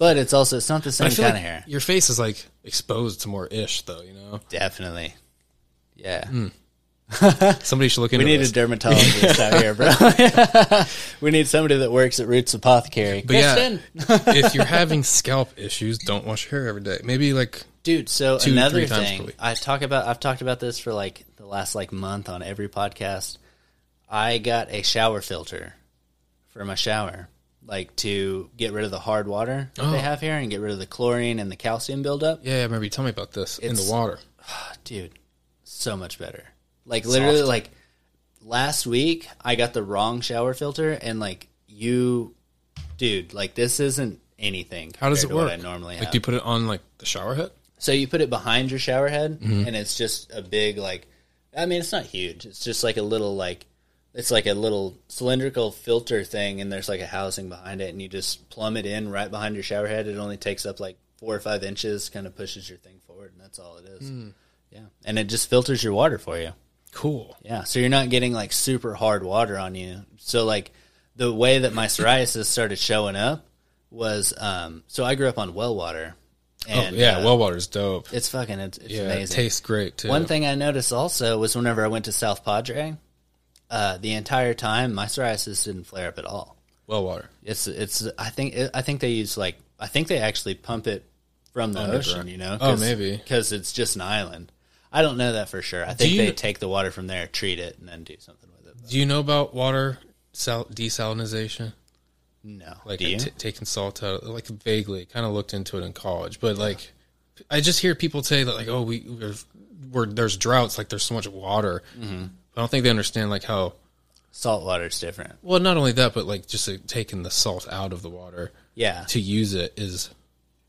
Speaker 1: but it's also it's not the
Speaker 2: I
Speaker 1: same kind
Speaker 2: feel like
Speaker 1: of hair.
Speaker 2: your face is like exposed to more ish though. You know,
Speaker 1: Definitely. Yeah.
Speaker 2: Hmm. somebody should look into
Speaker 1: We need
Speaker 2: this.
Speaker 1: a dermatologist out here, bro. <laughs> we need somebody that works at Roots Apothecary.
Speaker 2: but yeah, if you're having scalp issues, don't wash your hair every day. Maybe like
Speaker 1: dude, so
Speaker 2: Two,
Speaker 1: another
Speaker 2: three times per
Speaker 1: thing
Speaker 2: week.
Speaker 1: I talk about I've talked about this for like the last like month on every podcast. I got a shower filter for my shower. like to get rid of the hard water that
Speaker 2: Oh.
Speaker 1: they have here and get rid of the chlorine and the calcium buildup.
Speaker 2: Yeah, I remember you telling me about this in
Speaker 1: It's-
Speaker 2: the water.
Speaker 1: Dude, so much better. Like literally like last week I got the wrong shower filter and like you dude, like this isn't anything
Speaker 2: How does
Speaker 1: compared
Speaker 2: it
Speaker 1: to what
Speaker 2: work?
Speaker 1: I normally have.
Speaker 2: like, do you put it on like the shower head?
Speaker 1: So you put it behind your shower head,
Speaker 2: Mm-hmm.
Speaker 1: and it's just a big like. I mean, it's not huge. It's just like a little like. It's like a little cylindrical filter thing, and there's like a housing behind it, and you just plumb it in right behind your shower head. It only takes up like four or five inches, kind of pushes your thing forward, and that's all it is.
Speaker 2: Hmm.
Speaker 1: Yeah, and it just filters your water for you.
Speaker 2: Cool.
Speaker 1: Yeah, so you're not getting like super hard water on you. So like the way that my psoriasis started showing up was um so I grew up on well water. And,
Speaker 2: oh yeah,
Speaker 1: uh,
Speaker 2: well water's dope.
Speaker 1: it's fucking it's, it's
Speaker 2: yeah, it
Speaker 1: amazing.
Speaker 2: tastes great too.
Speaker 1: One thing I noticed also was whenever I went to South Padre, uh, the entire time my psoriasis didn't flare up at all.
Speaker 2: well water.
Speaker 1: It's it's I think I think they use like I think they actually pump it from the ocean,
Speaker 2: Underground.
Speaker 1: you know?
Speaker 2: Oh, maybe.
Speaker 1: because it's just an island. I don't know that for sure. I think
Speaker 2: you-
Speaker 1: they take the water from there, treat it, and then do something with it. But
Speaker 2: Do you know about water sal- desalinization?
Speaker 1: no,
Speaker 2: Like
Speaker 1: do you?
Speaker 2: t- taking salt out, like vaguely, kind of looked into it in college, but like I just hear people say that like, oh, we we're, we're there's droughts, like there's so much water.
Speaker 1: Mm-hmm.
Speaker 2: I don't think they understand like how
Speaker 1: Salt water's different.
Speaker 2: well not only that, but like just like, taking the salt out of the water
Speaker 1: Yeah.
Speaker 2: to use it is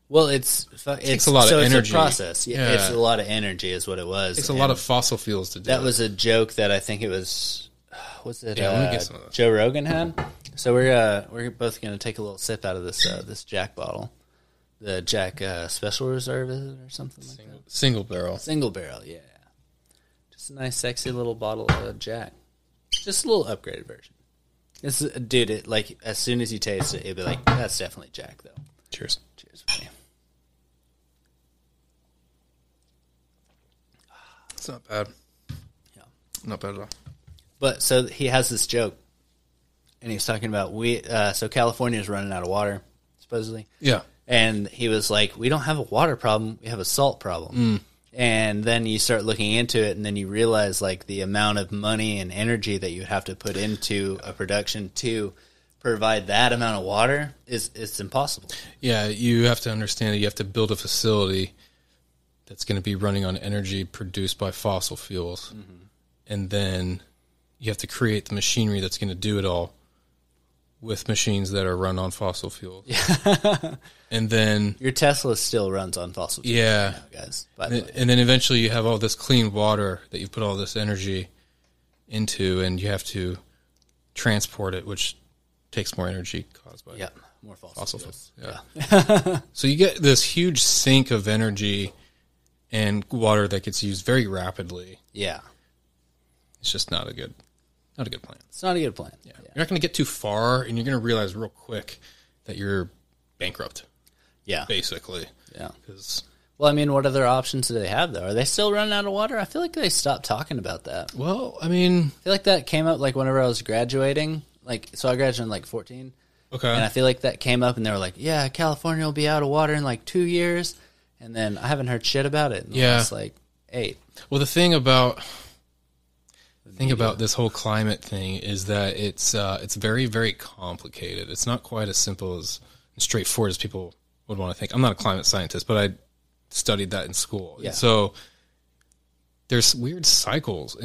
Speaker 1: Well, it's fu- it's
Speaker 2: a lot of
Speaker 1: so It's
Speaker 2: energy.
Speaker 1: a process. Yeah,
Speaker 2: Yeah.
Speaker 1: it's a lot of energy, is what it was.
Speaker 2: it's a lot of fossil fuels to do.
Speaker 1: That was a joke that I think it was. <sighs> Was it
Speaker 2: Yeah, let me
Speaker 1: uh,
Speaker 2: get some of that.
Speaker 1: Joe Rogan had? So we're uh, we're both going to take a little sip out of this uh, this Jack bottle, the Jack uh, Special Reserve is it, or something like that.
Speaker 2: single barrel.
Speaker 1: Single barrel, yeah. Just a nice, sexy little bottle of Jack. Just a little upgraded version. It's dude, it like as soon as you taste it, it'd be like that's definitely Jack though.
Speaker 2: Cheers.
Speaker 1: Cheers, buddy.
Speaker 2: It's not bad.
Speaker 1: Yeah.
Speaker 2: Not bad at all.
Speaker 1: But so he has this joke, and he's talking about we. Uh, so California's running out of water, supposedly,
Speaker 2: Yeah.
Speaker 1: and he was like, "We don't have a water problem; we have a salt
Speaker 2: Mm.
Speaker 1: problem." And then you start looking into it, and then you realize like the amount of money and energy that you have to put into a production to provide that amount of water is it's impossible.
Speaker 2: Yeah, you have to understand that you have to build a facility that's going to be running on energy produced by fossil fuels. And then you have to create the machinery that's going to do it all with machines that are run on fossil fuels. <laughs> and then,
Speaker 1: Your Tesla still runs on fossil fuels,
Speaker 2: yeah.
Speaker 1: guys. By the
Speaker 2: And
Speaker 1: way,
Speaker 2: and then eventually you have all this clean water that you put all this energy into, and you have to transport it, which takes more energy caused by
Speaker 1: yeah, more fossil,
Speaker 2: fossil
Speaker 1: fuels.
Speaker 2: fuels. Yeah. so you get this huge sink of energy and water that gets used very rapidly.
Speaker 1: Yeah,
Speaker 2: It's just not a good, not a good plan.
Speaker 1: it's not a good plan. yeah.
Speaker 2: You're not going to get too far, and you're going to realize real quick that you're bankrupt,
Speaker 1: yeah.
Speaker 2: basically.
Speaker 1: Yeah.
Speaker 2: 'Cause-
Speaker 1: Well, I mean, what other options do they have though? Are they still running out of water? I feel like they stopped talking about that. I
Speaker 2: well, I mean,
Speaker 1: feel like that came up like whenever I was graduating. Like, so I graduated in like 14,
Speaker 2: okay,
Speaker 1: and I feel like that came up, and they were like, "Yeah, California will be out of water in like two years," and then I haven't heard shit about it. In the
Speaker 2: Yeah.
Speaker 1: last, like eight.
Speaker 2: Well, the thing about the thing about this whole climate thing is that it's uh, it's very very complicated. It's not quite as simple as and straightforward as people would want to think. I'm not a climate scientist, but I studied that in school.
Speaker 1: Yeah.
Speaker 2: So there's weird cycles.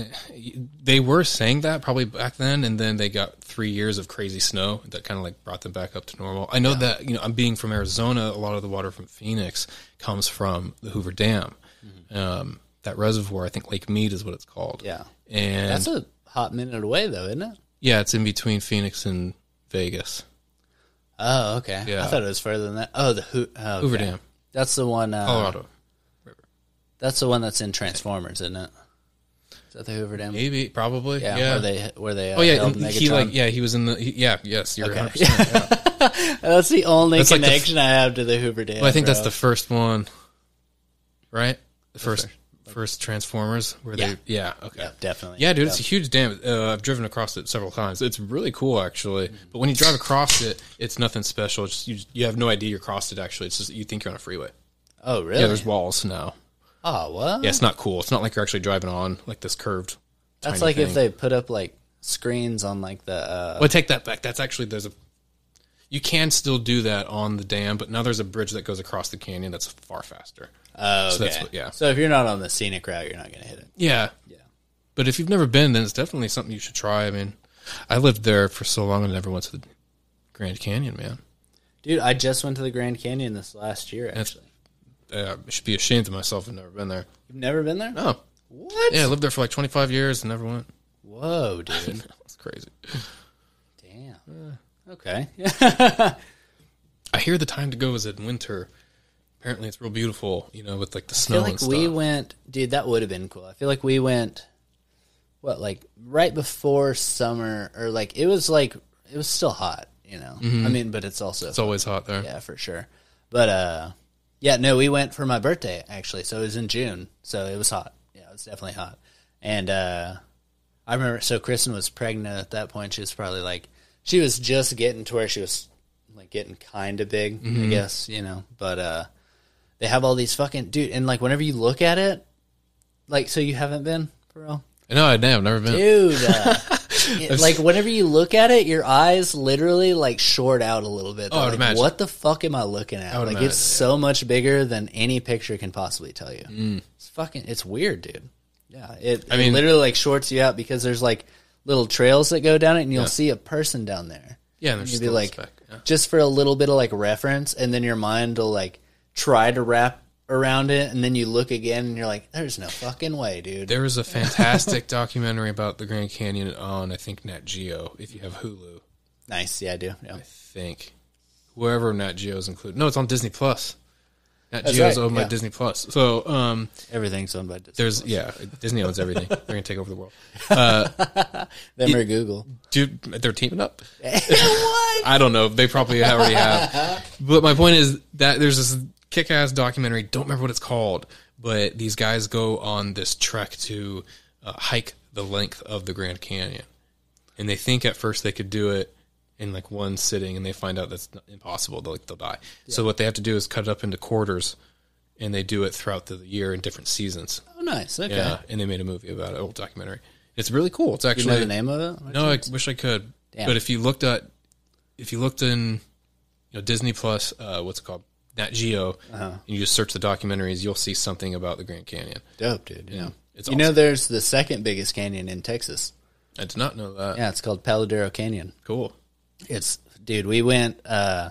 Speaker 2: They were saying that probably back then, and then they got three years of crazy snow that kind of like brought them back up to normal. I know that you know I'm being from Arizona. A lot of the water from Phoenix comes from the Hoover Dam, um, that reservoir. I think Lake Mead is what it's called.
Speaker 1: Mm-hmm. Yeah.
Speaker 2: and
Speaker 1: That's a hot minute away though, isn't it?
Speaker 2: yeah, it's in between Phoenix and Vegas.
Speaker 1: Oh, okay. I
Speaker 2: Yeah.
Speaker 1: thought it was further than that. Oh, the Ho- oh, okay.
Speaker 2: Hoover Dam, Oh,
Speaker 1: That's the one. Uh,
Speaker 2: Colorado.
Speaker 1: That's the one that's in Transformers, isn't it? Is that the Hoover Dam?
Speaker 2: Maybe, probably.
Speaker 1: Yeah.
Speaker 2: Yeah.
Speaker 1: Where they where they? Uh,
Speaker 2: oh yeah,
Speaker 1: held
Speaker 2: and he
Speaker 1: Megatron.
Speaker 2: like yeah, he was in the he- yeah, yes, you're
Speaker 1: <laughs>
Speaker 2: 100%.
Speaker 1: That's the only
Speaker 2: That's like the
Speaker 1: connection I have to the Hoover Dam.
Speaker 2: Well, I think that's
Speaker 1: bro.
Speaker 2: the first one, right? The first first Transformers where
Speaker 1: Yeah.
Speaker 2: they yeah okay
Speaker 1: Yeah, definitely.
Speaker 2: yeah dude it's a huge dam. Uh, I've driven across it several times. It's really cool actually. But when you drive across it, it's nothing special. It's just, you you have no idea you crossed it actually. It's just you think you're on a freeway.
Speaker 1: Oh, really?
Speaker 2: Yeah, there's walls now.
Speaker 1: oh, what?
Speaker 2: Yeah, it's not cool. It's not like you're actually driving on like this curved.
Speaker 1: that's
Speaker 2: tiny
Speaker 1: like
Speaker 2: thing.
Speaker 1: if they put up like screens on like the. Uh,
Speaker 2: Well, I take that back. That's actually there's a. you can still do that on the dam, but now there's a bridge that goes across the canyon that's far faster.
Speaker 1: Oh, okay.
Speaker 2: So that's what- yeah.
Speaker 1: So if you're not on the scenic route, you're not going to hit it.
Speaker 2: Yeah.
Speaker 1: Yeah.
Speaker 2: But if you've never been, then it's definitely something you should try. I mean, I lived there for so long and never went to the Grand Canyon, man.
Speaker 1: Dude, I just went to the Grand Canyon this last year, actually.
Speaker 2: Uh, I should be ashamed of myself if I've never been there.
Speaker 1: You've never been there?
Speaker 2: Oh,
Speaker 1: What?
Speaker 2: yeah, I lived there for like 25 years and never went. <laughs>
Speaker 1: Whoa, dude.
Speaker 2: That's crazy.
Speaker 1: Damn. Okay. <laughs>
Speaker 2: I hear the time to go is in winter. Apparently, it's real beautiful, you know, with like the
Speaker 1: I
Speaker 2: snow
Speaker 1: feel like
Speaker 2: and stuff.
Speaker 1: we went, dude. That would have been cool. I feel like we went, what, like right before summer, or like it was like it was still hot, you know.
Speaker 2: Mm-hmm.
Speaker 1: I mean, but it's also
Speaker 2: it's always hot there.
Speaker 1: yeah, for sure. But uh, yeah, no, we went for my birthday actually. So it was in June, so it was hot. Yeah, it was definitely hot. And uh, I remember, so Kristen was pregnant at that point. She was probably like, she was just getting to where she was like getting kind of big, I guess, you know. But uh, they have all these fucking dude, and like whenever you look at it, like, so you haven't been for real
Speaker 2: No, I damn, never been.
Speaker 1: dude. uh, it- <laughs> like whenever you look at it, your eyes literally like short out a little bit. They're
Speaker 2: Oh, I would
Speaker 1: like,
Speaker 2: imagine.
Speaker 1: What the fuck am I looking at?
Speaker 2: would
Speaker 1: Like
Speaker 2: imagine,
Speaker 1: it's so much bigger than any picture can possibly tell you. It's fucking. It's weird, dude. Yeah, it. I mean,
Speaker 2: mean-
Speaker 1: literally like shorts you out because there's like little trails that go down it, and you'll see a person down there.
Speaker 2: Yeah, and there's
Speaker 1: You'd
Speaker 2: just
Speaker 1: be
Speaker 2: a little
Speaker 1: like,
Speaker 2: speck. Yeah.
Speaker 1: just for a little bit of like reference, and then your mind will like try to wrap around it, and then you look again, and you're like, "There's no fucking way, dude." <laughs>
Speaker 2: There was a fantastic documentary about the Grand Canyon on, I think, Nat Geo, if you have Hulu.
Speaker 1: nice, yeah, I do. Yeah.
Speaker 2: I think wherever Nat Geo's included. No, it's on Disney Plus. Nat
Speaker 1: That's
Speaker 2: Geo's
Speaker 1: right,
Speaker 2: owned by
Speaker 1: yeah.
Speaker 2: Disney Plus. So um,
Speaker 1: Everything's owned by Disney.
Speaker 2: there's yeah, Disney owns everything. They're gonna take over the world.
Speaker 1: them or Google.
Speaker 2: Dude, they're teaming up.
Speaker 1: <laughs> what?
Speaker 2: I don't know. They probably already have.
Speaker 1: <laughs>
Speaker 2: But my point is that there's this kick-ass documentary. Don't remember what it's called, but these guys go on this trek to uh, hike the length of the Grand Canyon, and they think at first they could do it in like one sitting, and they find out that's not- impossible. They'll, like they'll die. So what they have to do is cut it up into quarters, and they do it throughout the year in different seasons.
Speaker 1: Oh, nice. Okay.
Speaker 2: Yeah, and they made a movie about it, a whole documentary. It's really cool. It's
Speaker 1: Do
Speaker 2: actually
Speaker 1: you know the name of it?
Speaker 2: no, I wish I could.
Speaker 1: Damn.
Speaker 2: But if you looked at, if you looked in, you know, Disney Plus, uh, what's it called, Nat Geo,
Speaker 1: Uh-huh.
Speaker 2: and you just search the documentaries, you'll see something about the Grand Canyon.
Speaker 1: Dope, dude. Yeah.
Speaker 2: It's
Speaker 1: you know, there's the second biggest canyon in Texas.
Speaker 2: I did not know that.
Speaker 1: Yeah, it's called Paladero Canyon.
Speaker 2: Cool.
Speaker 1: It's dude. We went. uh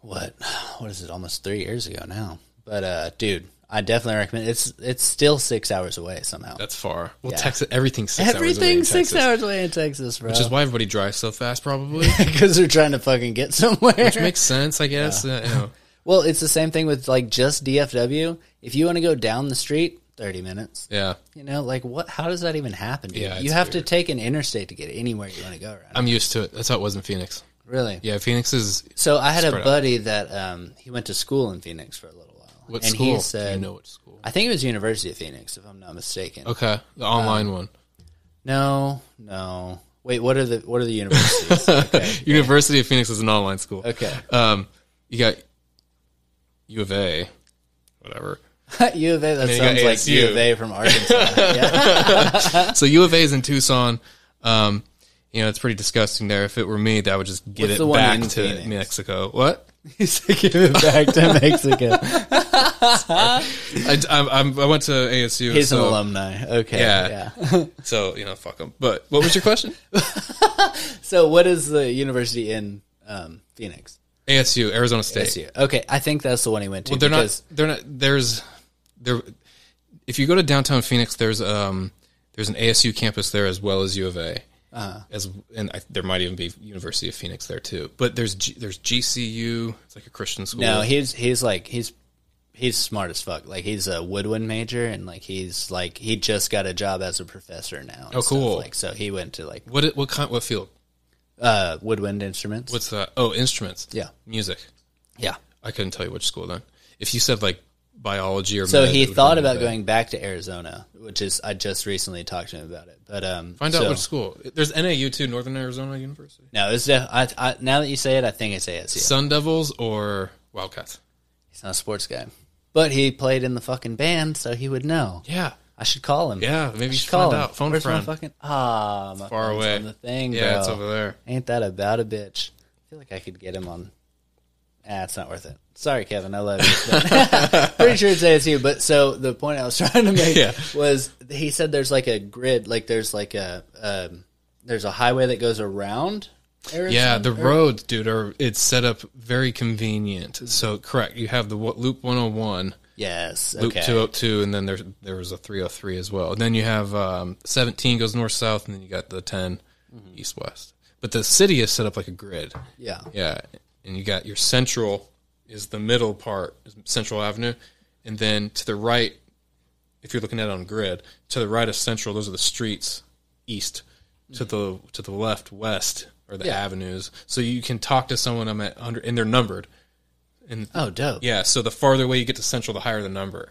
Speaker 1: What? <sighs> What is it? Almost three years ago now. But uh dude, I definitely recommend. It's it's still six hours away somehow.
Speaker 2: That's far. Well,
Speaker 1: Yeah.
Speaker 2: Texas, everything's six
Speaker 1: Everything
Speaker 2: hours away in
Speaker 1: six
Speaker 2: Texas,
Speaker 1: hours away in Texas, bro. <laughs>
Speaker 2: which is why everybody drives so fast, probably.
Speaker 1: because they're trying to fucking get somewhere.
Speaker 2: which makes sense, I guess. Uh, you know.
Speaker 1: Well, it's the same thing with like just DFW. If you want to go down the street, thirty minutes.
Speaker 2: Yeah,
Speaker 1: You know, like what? How does that even happen? Dude?
Speaker 2: Yeah,
Speaker 1: you
Speaker 2: it's
Speaker 1: have to
Speaker 2: weird.
Speaker 1: take an interstate to get anywhere you want to go. Right?
Speaker 2: I'm used to it. That's how it was in Phoenix.
Speaker 1: Really?
Speaker 2: Yeah, Phoenix is
Speaker 1: So I had a
Speaker 2: Spread out.
Speaker 1: buddy that um, he went to school in Phoenix for a little while,
Speaker 2: what
Speaker 1: and
Speaker 2: school?
Speaker 1: he
Speaker 2: Do
Speaker 1: said,
Speaker 2: you know what school?
Speaker 1: I think it was University of Phoenix, if I'm not mistaken.
Speaker 2: Okay, the
Speaker 1: Uh,
Speaker 2: online one.
Speaker 1: No, no. Wait, what are the what are the
Speaker 2: <laughs>
Speaker 1: universities? okay.
Speaker 2: University of Phoenix is an online school.
Speaker 1: Okay.
Speaker 2: Um, you got U of A, whatever.
Speaker 1: <laughs> U of A. That
Speaker 2: you got
Speaker 1: sounds like
Speaker 2: ASU.
Speaker 1: U of A from Arkansas. <laughs>
Speaker 2: So U of A is in Tucson. Um, you know, it's pretty disgusting there. If it were me, that would just get
Speaker 1: What's the
Speaker 2: it
Speaker 1: one
Speaker 2: back
Speaker 1: in
Speaker 2: to
Speaker 1: Phoenix?
Speaker 2: Mexico. What?
Speaker 1: He's taking it back
Speaker 2: <laughs>
Speaker 1: to Mexico.
Speaker 2: I, I'm- I'm- I went to ASU.
Speaker 1: He's an
Speaker 2: so,
Speaker 1: alumni. Okay.
Speaker 2: Yeah.
Speaker 1: yeah.
Speaker 2: so you know, fuck them. But what was
Speaker 1: <laughs>
Speaker 2: your question?
Speaker 1: So, what is the university in um, Phoenix?
Speaker 2: ASU, Arizona State.
Speaker 1: That's you. Okay, I think that's the one he went to.
Speaker 2: They're not.
Speaker 1: because-
Speaker 2: They're not. There's there. If you go to downtown Phoenix, there's um there's an ASU campus there as well as U of A.
Speaker 1: Uh-huh.
Speaker 2: As and I, there might even be University of Phoenix there too. But there's G, there's GCU. It's like a Christian school.
Speaker 1: No, he's he's like he's he's smart as fuck. Like he's a woodwind major, and like he's like he just got a job as a professor now. and
Speaker 2: Oh,
Speaker 1: stuff.
Speaker 2: cool.
Speaker 1: Like so, he went to like
Speaker 2: what what kind what field?
Speaker 1: uh, woodwind instruments.
Speaker 2: What's that? Oh, instruments.
Speaker 1: Yeah.
Speaker 2: music.
Speaker 1: yeah.
Speaker 2: I couldn't tell you which school then. If you said like biology or
Speaker 1: So
Speaker 2: med,
Speaker 1: he
Speaker 2: it would
Speaker 1: thought
Speaker 2: be
Speaker 1: about
Speaker 2: med.
Speaker 1: going back to Arizona, which is I just recently talked to him about it. But um,
Speaker 2: Find out
Speaker 1: so-
Speaker 2: which school. There's NAU too, Northern Arizona University.
Speaker 1: No, it's def- I, I, now that you say it, I think it's ASU.
Speaker 2: Sun Devils or Wildcats.
Speaker 1: He's not a sports guy, but he played in the fucking band, so he would know.
Speaker 2: Yeah,
Speaker 1: I should call him.
Speaker 2: yeah. Maybe you
Speaker 1: Just
Speaker 2: should
Speaker 1: call
Speaker 2: find
Speaker 1: him.
Speaker 2: out. Phone
Speaker 1: Where's
Speaker 2: friend.
Speaker 1: my fucking ah? my
Speaker 2: far
Speaker 1: phone's
Speaker 2: away.
Speaker 1: On the thing,
Speaker 2: Yeah,
Speaker 1: bro.
Speaker 2: it's over there.
Speaker 1: Ain't that about a bitch? feel like I could get him on. Ah, it's not worth it. Sorry, Kevin. I love
Speaker 2: <laughs>
Speaker 1: you. but- <laughs> Pretty sure it's ASU. But so the point I was <laughs> trying to make
Speaker 2: Yeah.
Speaker 1: was he said there's like a grid, like there's like a um, there's a highway that goes around. Arizona.
Speaker 2: Yeah, the roads, dude, are it's set up very convenient. So correct, you have the wa- loop 101,
Speaker 1: Yes.
Speaker 2: loop
Speaker 1: Okay.
Speaker 2: 202, and then there's there was a 303 as well. Then you have um, 17 goes north south, and then you got the 10 east west. But the city is set up like a grid.
Speaker 1: Yeah.
Speaker 2: Yeah, and you got your central is the middle part, is Central Avenue, and then to the right, if you're looking at it on a grid, to the right of Central, those are the streets east. To the to the left, west are the
Speaker 1: Yeah.
Speaker 2: avenues. So you can talk to someone. I'm at under, and they're numbered. And
Speaker 1: Oh, dope.
Speaker 2: yeah, so the farther away you get to Central, the higher the number.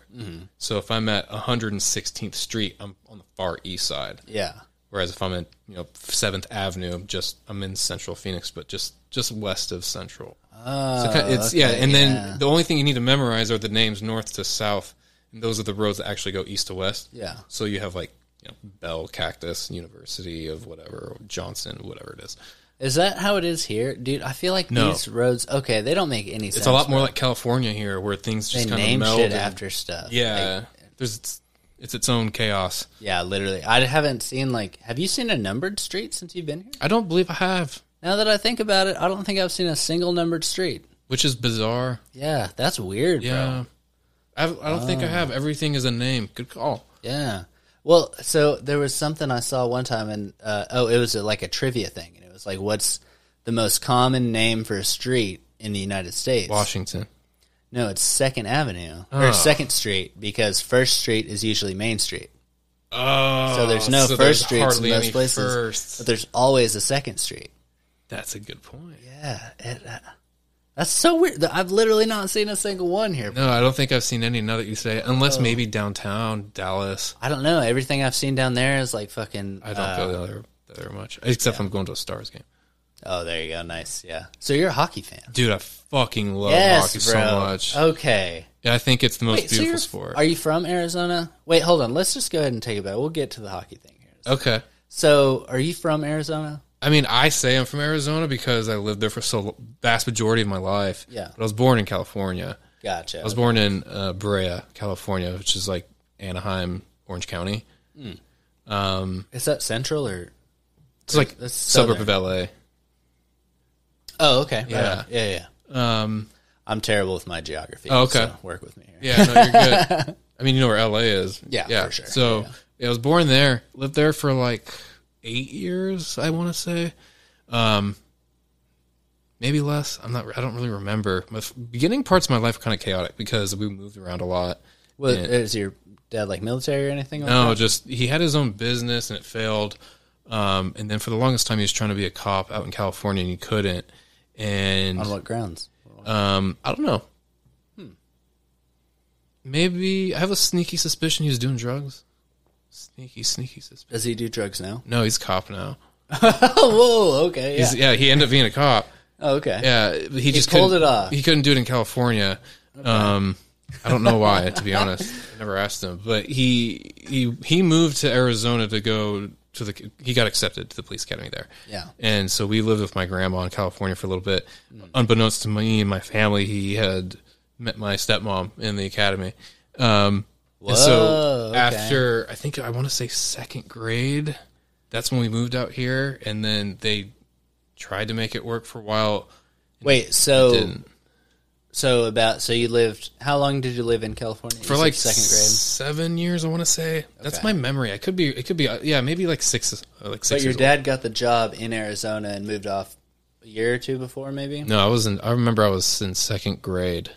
Speaker 2: So if I'm at 116th Street, I'm on the far east side.
Speaker 1: Yeah.
Speaker 2: Whereas if I'm in you know Seventh Avenue, I'm just I'm in Central Phoenix, but just just west of Central. Oh, so kind of- it's yeah. And then the only thing you need to memorize are the names north to south, and those are the roads that actually go east to west.
Speaker 1: Yeah.
Speaker 2: So you have like you know Bell Cactus University of whatever or Johnson whatever it is.
Speaker 1: Is that how it is here, dude? I feel like
Speaker 2: No.
Speaker 1: these roads. Okay, they don't make any sense.
Speaker 2: It's a lot more like California here, where things
Speaker 1: They
Speaker 2: just kind of
Speaker 1: name
Speaker 2: meld.
Speaker 1: shit
Speaker 2: and-
Speaker 1: after stuff. Like,
Speaker 2: yeah, there's it's, it's its own chaos.
Speaker 1: yeah, literally. I haven't seen like. Have you seen a numbered street since you've been here?
Speaker 2: I don't believe I have,
Speaker 1: Now that I think about it, I don't think I've seen a single numbered street.
Speaker 2: which is bizarre.
Speaker 1: Yeah, that's weird, bro.
Speaker 2: Yeah. I've, I don't think I have. Everything is a name. Good call.
Speaker 1: Yeah. Well, so there was something I saw one time, and uh, oh, it was a, like a trivia thing, and it was like, what's the most common name for a street in the United States?
Speaker 2: Washington.
Speaker 1: No, it's Second Avenue or Second Street because First Street is usually Main Street.
Speaker 2: Oh.
Speaker 1: So there's no first streets in
Speaker 2: hardly
Speaker 1: those
Speaker 2: any
Speaker 1: places,
Speaker 2: firsts.
Speaker 1: but there's always a second street.
Speaker 2: That's a good point.
Speaker 1: Yeah, it, uh, that's so weird. that I've literally not seen a single one here.
Speaker 2: No, I don't think I've seen any now that you say it, unless
Speaker 1: Oh.
Speaker 2: maybe downtown Dallas.
Speaker 1: I don't know. Everything I've seen down there is like fucking.
Speaker 2: I don't
Speaker 1: uh,
Speaker 2: go there, there much, except if I'm going to a Stars game.
Speaker 1: oh, there you go. Nice. Yeah. So you're a hockey fan.
Speaker 2: Dude, I fucking love
Speaker 1: Yes,
Speaker 2: hockey
Speaker 1: bro.
Speaker 2: so much.
Speaker 1: Okay.
Speaker 2: Yeah, I think it's the most
Speaker 1: Wait, so
Speaker 2: beautiful
Speaker 1: you're,
Speaker 2: sport.
Speaker 1: Are you from Arizona? Wait, hold on. Let's just go ahead and take it back. We'll get to the hockey thing here.
Speaker 2: okay.
Speaker 1: So, are you from Arizona?
Speaker 2: I mean, I say I'm from Arizona because I lived there for so vast majority of my life.
Speaker 1: Yeah.
Speaker 2: But I was born in California.
Speaker 1: Gotcha.
Speaker 2: I was born in uh, Brea, California, which is like Anaheim, Orange County.
Speaker 1: is that central or?
Speaker 2: It's like
Speaker 1: That's
Speaker 2: suburb of LA.
Speaker 1: Oh, okay. Right
Speaker 2: Yeah.
Speaker 1: on. yeah, yeah.
Speaker 2: Um,
Speaker 1: I'm terrible with my geography.
Speaker 2: Oh, okay.
Speaker 1: so work with me here.
Speaker 2: yeah, no, you're good. <laughs> I mean, you know where LA is.
Speaker 1: Yeah, for sure.
Speaker 2: So yeah, I was born there, lived there for like eight years, I want to say, um, maybe less. I'm not. I don't really remember. My f- beginning parts of my life were kind of chaotic because we moved around a lot.
Speaker 1: Well, is your dad like military or anything? Like
Speaker 2: No,
Speaker 1: that?
Speaker 2: Oh, just he had his own business and it failed. Um, and then for the longest time, he was trying to be a cop out in California and he couldn't. And
Speaker 1: On what grounds?
Speaker 2: um, I don't know. Hmm. Maybe I have a sneaky suspicion he was doing drugs. Sneaky, sneaky suspicion.
Speaker 1: Does he do drugs now?
Speaker 2: No, he's a cop now.
Speaker 1: <laughs> oh, whoa, okay, yeah,
Speaker 2: He's, yeah, he ended up being a cop.
Speaker 1: oh, okay.
Speaker 2: Yeah, but Uh, he just
Speaker 1: pulled
Speaker 2: couldn't-
Speaker 1: it off.
Speaker 2: He couldn't do it in California. Um, I don't know why, to
Speaker 1: <laughs>
Speaker 2: be honest. I never asked him, but he he he moved to Arizona to go to the. He got accepted to the police academy there.
Speaker 1: Yeah.
Speaker 2: and so we lived with my grandma in California for a little bit.
Speaker 1: Mm.
Speaker 2: Unbeknownst to me and my family, he had met my stepmom in the academy. Um, and so
Speaker 1: Whoa, okay.
Speaker 2: after I think I want to say second grade, that's when we moved out here, and then they tried to make it work for a while.
Speaker 1: Wait, so
Speaker 2: Didn't.
Speaker 1: so about so you lived? How long did you live in California? You
Speaker 2: for
Speaker 1: said
Speaker 2: like
Speaker 1: second grade.
Speaker 2: seven years. I want to say that's
Speaker 1: Okay.
Speaker 2: my memory. I could be. It could be. uh, Yeah, maybe like six. uh, Like six.
Speaker 1: But your
Speaker 2: years
Speaker 1: dad got the job in Arizona and moved off a year or two before, maybe
Speaker 2: old. No, I wasn't. I remember I was in second grade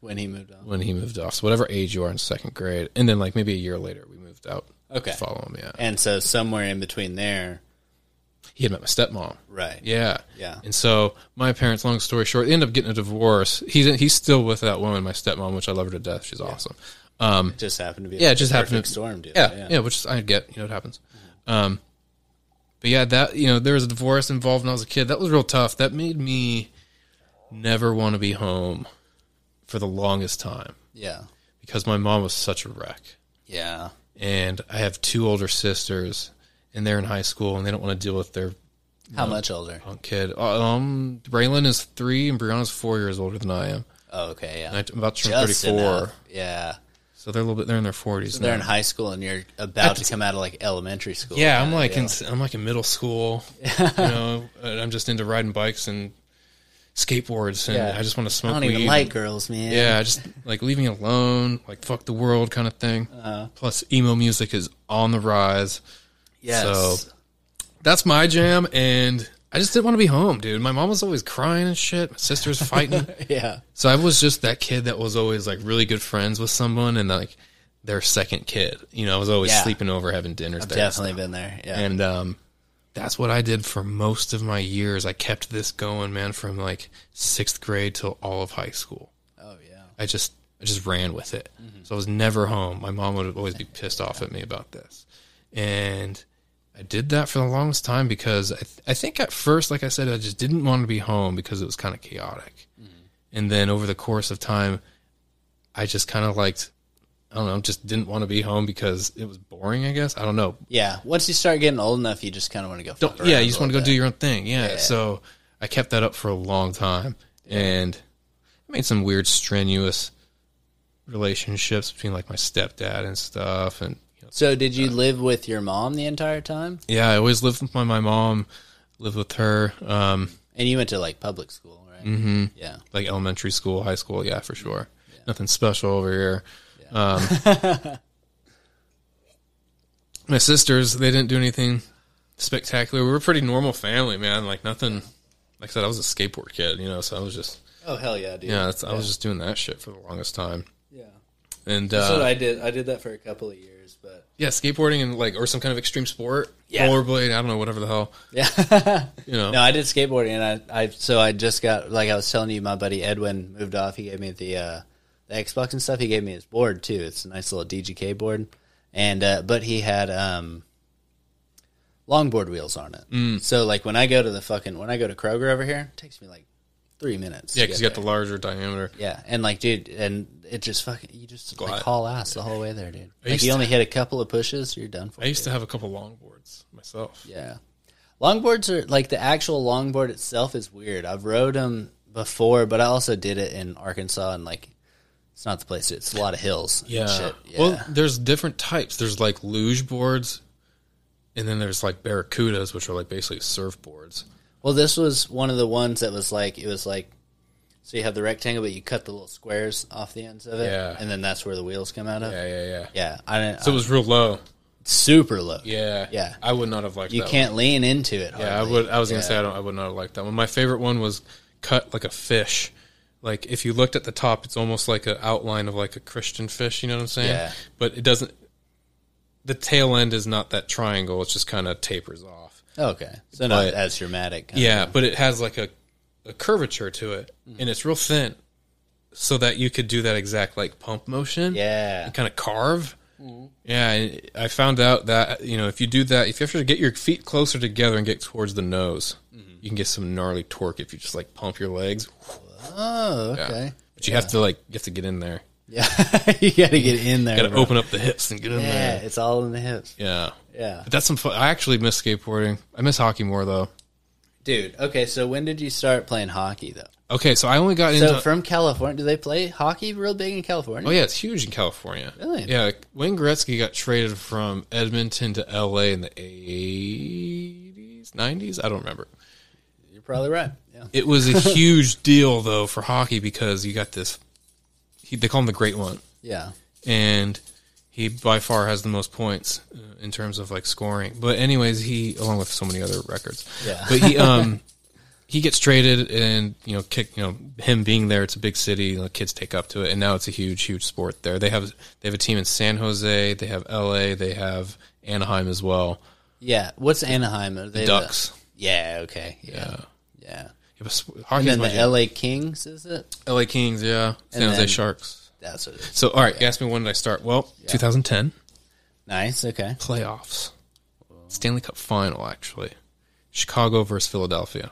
Speaker 1: when he moved off.
Speaker 2: when he moved off. So whatever age you are in second grade, and then like maybe a year later we moved out.
Speaker 1: Okay.
Speaker 2: to follow him. Yeah,
Speaker 1: And so somewhere in between there,
Speaker 2: he had met my stepmom.
Speaker 1: right?
Speaker 2: Yeah,
Speaker 1: Yeah.
Speaker 2: And so my parents, long story short, they ended up getting a divorce. He didn't, he's still with that woman, my stepmom, which I love her to death. She's awesome. Um,
Speaker 1: Just happened to be
Speaker 2: yeah,
Speaker 1: like
Speaker 2: it just
Speaker 1: the
Speaker 2: happened.
Speaker 1: perfect
Speaker 2: to-
Speaker 1: storm, dude.
Speaker 2: Yeah, yeah, which is, I get. You know, it happens. Um, but yeah, that you know, there was a divorce involved when I was a kid. That was real tough. That made me never want to be home for the longest time
Speaker 1: yeah,
Speaker 2: because my mom was such a wreck,
Speaker 1: yeah.
Speaker 2: and I have two older sisters, and they're in high school, and they don't want to deal with their
Speaker 1: How much older?
Speaker 2: Punk kid. Uh, Um, Braylon is three and Brianna's four years older than I am.
Speaker 1: Oh, okay, yeah.
Speaker 2: I- I'm about to turn
Speaker 1: Just
Speaker 2: 34.
Speaker 1: enough. Yeah.
Speaker 2: So they're a little bit, they're in their 40s now.
Speaker 1: They're in high school and you're about to come out of like elementary school.
Speaker 2: yeah, I'm
Speaker 1: kinda
Speaker 2: like
Speaker 1: deal.
Speaker 2: in, I'm like in middle school,
Speaker 1: <laughs>
Speaker 2: you know, and I'm just into riding bikes and skateboards, and
Speaker 1: Yeah.
Speaker 2: I just want to
Speaker 1: I
Speaker 2: smoke
Speaker 1: don't
Speaker 2: weed.
Speaker 1: even like girls, man.
Speaker 2: yeah, I just like leaving me alone, like fuck the world kind of thing.
Speaker 1: Uh-huh.
Speaker 2: Plus, emo music is on the rise.
Speaker 1: Yes.
Speaker 2: So- That's my jam, and I just didn't want to be home, dude. My mom was always crying and shit. My sister's
Speaker 1: <laughs>
Speaker 2: fighting.
Speaker 1: yeah.
Speaker 2: So I was just that kid that was always like really good friends with someone and like their second kid. You know, I was always
Speaker 1: Yeah.
Speaker 2: sleeping over, having dinners there. and
Speaker 1: Definitely been there. Yeah.
Speaker 2: and um, that's what I did for most of my years. I kept this going, man, from like sixth grade till all of high school.
Speaker 1: oh yeah.
Speaker 2: I just I just ran with it. So I was never home. My mom would always be pissed off at me about this, and I did that for the longest time because I th- I think at first, like I said, I just didn't want to be home because it was kind of chaotic, and then over the course of time, I just kind of liked. I don't know, just didn't want to be home because it was boring, I guess. I don't know.
Speaker 1: Yeah. Once you start getting old enough, you just kind of want to go.
Speaker 2: Don't-
Speaker 1: fuck around
Speaker 2: yeah,
Speaker 1: a
Speaker 2: you just want to go
Speaker 1: little
Speaker 2: do your own thing. Yeah. So I kept that up for a long time and I made some weird strenuous relationships between like my stepdad and stuff and you know,
Speaker 1: bit. So, did you live with your mom the entire time?
Speaker 2: yeah, I always lived with my, my mom, lived with her um
Speaker 1: And you went to like public school, right? Mm-hmm. Yeah.
Speaker 2: like elementary school, high school, yeah, for sure. Nothing special over here. <laughs> Um, my sisters, they didn't do anything spectacular. We were a pretty normal family, man. Like nothing. Like I said, I was a skateboard kid, you know, so I was just
Speaker 1: Oh hell yeah, dude.
Speaker 2: yeah, that's, I was just doing that shit for the longest time.
Speaker 1: Yeah.
Speaker 2: And
Speaker 1: So
Speaker 2: uh,
Speaker 1: I did. I did that for a couple of years, but
Speaker 2: yeah, skateboarding and like or some kind of extreme sport,
Speaker 1: Yeah.
Speaker 2: rollerblade, I don't know, whatever the hell,
Speaker 1: yeah. <laughs>
Speaker 2: you know.
Speaker 1: No, I did skateboarding, and I, I so I just got like I was telling you, my buddy Edwin moved off. He gave me the uh, the Xbox and stuff. He gave me his board too. It's a nice little DGK board, and uh, but he had um, longboard wheels on it.
Speaker 2: Mm.
Speaker 1: So like when I go to the fucking when I go to Kroger over here, it takes me like three minutes.
Speaker 2: Yeah,
Speaker 1: to
Speaker 2: because
Speaker 1: get
Speaker 2: you got
Speaker 1: there.
Speaker 2: the larger diameter.
Speaker 1: yeah, and like dude, and it just fucking you just like
Speaker 2: Glide.
Speaker 1: haul ass the whole way there, dude. Like
Speaker 2: used
Speaker 1: you
Speaker 2: to-
Speaker 1: only hit a couple of pushes, you're done for.
Speaker 2: I used to have a couple longboards myself.
Speaker 1: Yeah. Longboards are like the actual longboard itself is weird. I've rode them before, but I also did it in Arkansas and like it's not the place. to- It's a lot of hills. and
Speaker 2: Yeah.
Speaker 1: shit. Yeah.
Speaker 2: Well, there's different types. There's like luge boards, and then there's like barracudas, which are like basically surfboards.
Speaker 1: Well, this was one of the ones that was like it was like so you have the rectangle, but you cut the little squares off the ends of it,
Speaker 2: Yeah.
Speaker 1: and then that's where the wheels come out of. Yeah.
Speaker 2: Yeah, yeah, yeah.
Speaker 1: I didn't.
Speaker 2: So it was real low.
Speaker 1: super low.
Speaker 2: Yeah,
Speaker 1: Yeah.
Speaker 2: I would not have liked.
Speaker 1: You
Speaker 2: that
Speaker 1: can't lean into it.
Speaker 2: Yeah, I
Speaker 1: hardly.
Speaker 2: would. I was gonna
Speaker 1: Yeah.
Speaker 2: say I don't. I would not have liked that one. My favorite one was cut like a fish. Like if you looked at the top, it's almost like an outline of like a Christian fish. You know what I'm saying?
Speaker 1: Yeah.
Speaker 2: But it doesn't. The tail end is not that triangle. It's just kind of tapers off.
Speaker 1: Oh, Okay, so not
Speaker 2: But-
Speaker 1: as dramatic. kind of-
Speaker 2: Yeah, but it has like a, a curvature to it,
Speaker 1: Mm-hmm.
Speaker 2: and it's real thin, so that you could do that exact like pump motion.
Speaker 1: yeah,
Speaker 2: And kind of carve. Mm-hmm. Yeah, and I found out that you know if you do that, if you have to get your feet closer together and get towards the nose, you can get some gnarly torque if you just like pump your legs.
Speaker 1: Oh,
Speaker 2: Yeah.
Speaker 1: okay.
Speaker 2: But you have to like you have to get in there.
Speaker 1: Yeah, <laughs> you got to get in there.
Speaker 2: Got to
Speaker 1: bro.
Speaker 2: open up the hips and get in
Speaker 1: Yeah,
Speaker 2: there.
Speaker 1: it's all in the hips.
Speaker 2: Yeah.
Speaker 1: Yeah.
Speaker 2: But that's some fun. I actually miss skateboarding. I miss hockey more though.
Speaker 1: Dude, okay, so when did you start playing hockey though?
Speaker 2: Okay, so I only got into.
Speaker 1: So from California, do they play hockey real big in California?
Speaker 2: oh yeah, it's huge in California.
Speaker 1: Really?
Speaker 2: Yeah. like, Wayne Gretzky got traded from Edmonton to L.A. in the eighties, nineties. I don't remember.
Speaker 1: You're probably right. Yeah.
Speaker 2: It was a
Speaker 1: <laughs>
Speaker 2: huge deal though for hockey because you got this. He, they call him the Great One,
Speaker 1: Yeah.
Speaker 2: and he by far has the most points uh, in terms of like scoring. But anyways, he along with so many other records.
Speaker 1: Yeah.
Speaker 2: But
Speaker 1: <laughs>
Speaker 2: he um he gets traded, and you know, kick you know him being there. It's a big city. You know, kids take up to it, and now it's a huge, huge sport there. They have they have a team in San Jose. They have L.A. They have Anaheim as well.
Speaker 1: Yeah. What's Anaheim? Are they the-
Speaker 2: Ducks.
Speaker 1: yeah, okay. Yeah.
Speaker 2: Yeah.
Speaker 1: Yeah.
Speaker 2: Yeah, but sp- hockey's
Speaker 1: And then
Speaker 2: my
Speaker 1: the
Speaker 2: jam.
Speaker 1: LA Kings, is it?
Speaker 2: L.A. Kings. Yeah. San Jose
Speaker 1: then-
Speaker 2: Sharks.
Speaker 1: That's what it is.
Speaker 2: So, all right, you asked me when did I start? Well, 2010
Speaker 1: Nice, okay.
Speaker 2: playoffs, Stanley Cup final, actually, Chicago versus Philadelphia,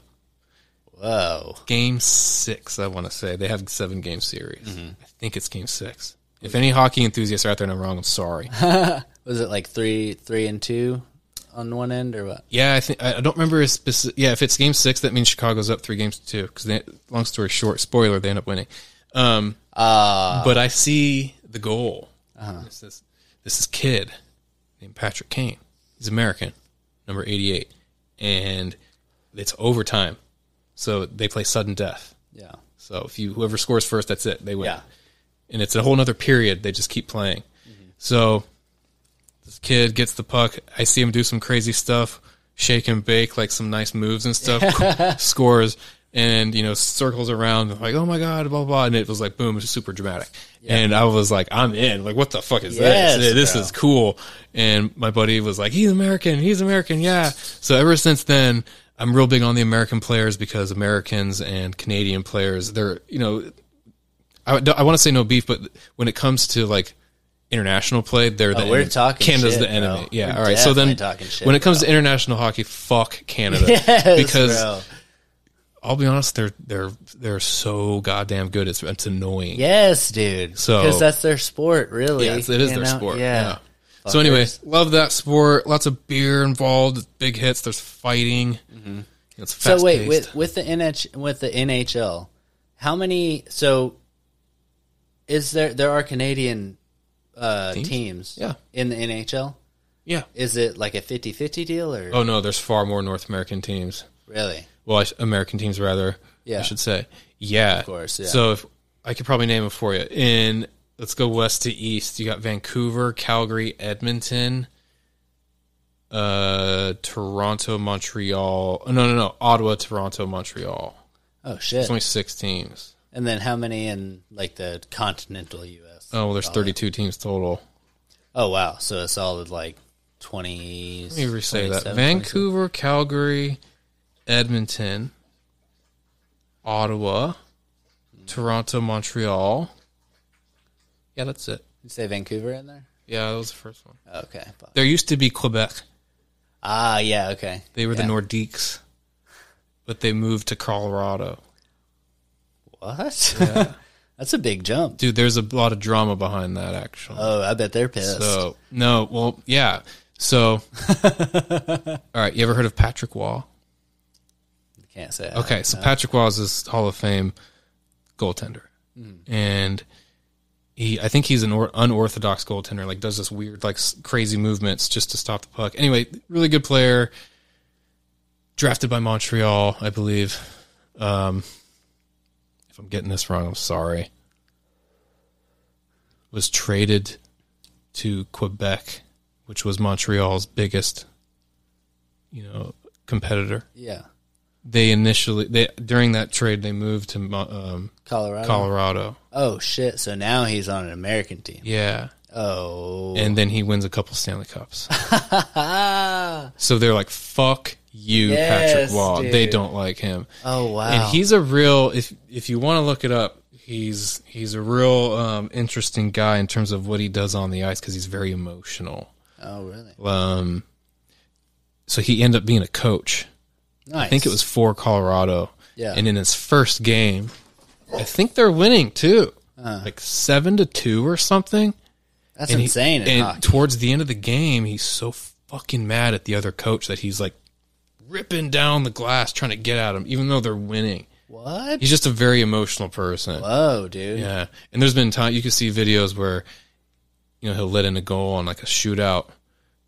Speaker 1: Whoa.
Speaker 2: game six. I want to say they have seven game series. I think it's game six. If any hockey enthusiasts are out there and I'm wrong, I'm sorry.
Speaker 1: Was it like three three and two? on one end or what?
Speaker 2: Yeah, I think I I don't remember a specific. Yeah, if it's game six, that means Chicago's up three games to two. Because long story short, spoiler, they end up winning. Um,
Speaker 1: Uh
Speaker 2: but I see the goal. It's this this is kid named Patrick Kane. He's American, number eighty eight, and it's overtime. So they play sudden death.
Speaker 1: yeah.
Speaker 2: So if you whoever scores first, that's it. They win.
Speaker 1: Yeah.
Speaker 2: And it's a whole nother period. They just keep playing. So this kid gets the puck. I see him do some crazy stuff, shake and bake like some nice moves and
Speaker 1: <laughs>
Speaker 2: stuff. scores and you know circles around like oh my god blah blah. And it was like boom, it was super dramatic. And I was like I'm in. Like what the fuck is
Speaker 1: Yes,
Speaker 2: this? This
Speaker 1: bro.
Speaker 2: is cool. And my buddy was like he's American. He's American. Yeah. So ever since then. I'm real big on the American players because Americans and Canadian players, they're, you know, I, want to say no beef, but when it comes to like international play, they're the
Speaker 1: Oh, we're
Speaker 2: enemy.
Speaker 1: talking
Speaker 2: Canada's
Speaker 1: shit,
Speaker 2: the enemy.
Speaker 1: bro.
Speaker 2: Yeah,
Speaker 1: We're
Speaker 2: all right. So then,
Speaker 1: definitely talking shit,
Speaker 2: when it comes to international hockey, fuck Canada
Speaker 1: <laughs> Yes,
Speaker 2: because
Speaker 1: bro.
Speaker 2: I'll be honest, they're they're they're so goddamn good. It's it's annoying.
Speaker 1: yes, dude.
Speaker 2: So-
Speaker 1: because that's their sport, really.
Speaker 2: Yes, it is
Speaker 1: you
Speaker 2: their
Speaker 1: know?
Speaker 2: sport.
Speaker 1: Yeah.
Speaker 2: Yeah. So, anyways, love that sport. Lots of beer involved. Big hits. There's fighting. It's
Speaker 1: Mm-hmm. So
Speaker 2: fast
Speaker 1: wait, with with the NH with the NHL, how many? So is there there are Canadian uh, teams?
Speaker 2: Yeah.
Speaker 1: in the NHL.
Speaker 2: yeah.
Speaker 1: Is it like a 50-50 deal or
Speaker 2: Oh no, there's far more North American teams.
Speaker 1: really?
Speaker 2: well, I sh- American teams rather.
Speaker 1: Yeah.
Speaker 2: I should say. Yeah, of
Speaker 1: course, yeah.
Speaker 2: So if I could probably name them for you. In let's go west to east. You got Vancouver, Calgary, Edmonton, uh, Toronto, Montreal. oh, No, no, no. Ottawa, Toronto, Montreal.
Speaker 1: Oh shit!
Speaker 2: There's only six teams.
Speaker 1: And then how many in like the continental U.S.?
Speaker 2: Oh, well, there's 32 teams total.
Speaker 1: Oh wow! So a solid like twenty.
Speaker 2: Let me re say that.
Speaker 1: 27,
Speaker 2: Vancouver, Calgary, Edmonton, Ottawa, Toronto, Montreal. Yeah, that's it.
Speaker 1: 27. You say Vancouver in there?
Speaker 2: Yeah, that was the first one.
Speaker 1: Okay. fuck.
Speaker 2: There used to be Quebec.
Speaker 1: Ah, yeah. Okay.
Speaker 2: They were
Speaker 1: Yeah.
Speaker 2: the Nordiques, but they moved to Colorado.
Speaker 1: What? <laughs> That's a big jump.
Speaker 2: Dude, there's a lot of drama behind that, actually.
Speaker 1: Oh, I bet they're pissed.
Speaker 2: so, no, well, yeah.
Speaker 1: <laughs>
Speaker 2: So, all right, you ever heard of Patrick Wall?
Speaker 1: Can't say. that.
Speaker 2: Okay, so Patrick Wall is this Hall of Fame goaltender, and he I think he's an or, unorthodox goaltender. Like does this weird, like s- crazy movements just to stop the puck. Anyway, really good player. Drafted by Montreal, I believe. Um, if I'm getting this wrong, I'm sorry. Was traded to Quebec, which was Montreal's biggest, you know, competitor
Speaker 1: Yeah.
Speaker 2: they initially they during that trade they moved to Mo- um,
Speaker 1: Colorado.
Speaker 2: Colorado.
Speaker 1: Oh shit! So now he's on an American team.
Speaker 2: Yeah,
Speaker 1: Oh.
Speaker 2: and then he wins a couple
Speaker 1: <laughs>
Speaker 2: Stanley Cups.
Speaker 1: Ah.
Speaker 2: so they're like, "Fuck you,
Speaker 1: Yes,
Speaker 2: Patrick Wall." They
Speaker 1: dude.
Speaker 2: don't like him,
Speaker 1: Oh wow.
Speaker 2: and he's a real. If if you want to look it up, he's he's a real um, interesting guy in terms of what he does on the ice because he's very emotional.
Speaker 1: oh really?
Speaker 2: Um, so he ended up being a coach.
Speaker 1: Nice.
Speaker 2: I think it was for Colorado.
Speaker 1: Yeah.
Speaker 2: And in his first game, I think they're winning too,
Speaker 1: Uh-huh.
Speaker 2: like seven to two or something.
Speaker 1: That's
Speaker 2: And he-
Speaker 1: insane. in
Speaker 2: and
Speaker 1: hockey.
Speaker 2: towards the end of the game, he's so fucking mad at the other coach that he's like ripping down the glass trying to get at him, even though they're winning.
Speaker 1: what?
Speaker 2: He's just a very emotional person.
Speaker 1: Whoa, dude.
Speaker 2: Yeah. And there's been time you can see videos where, you know, he'll let in a goal on like a shootout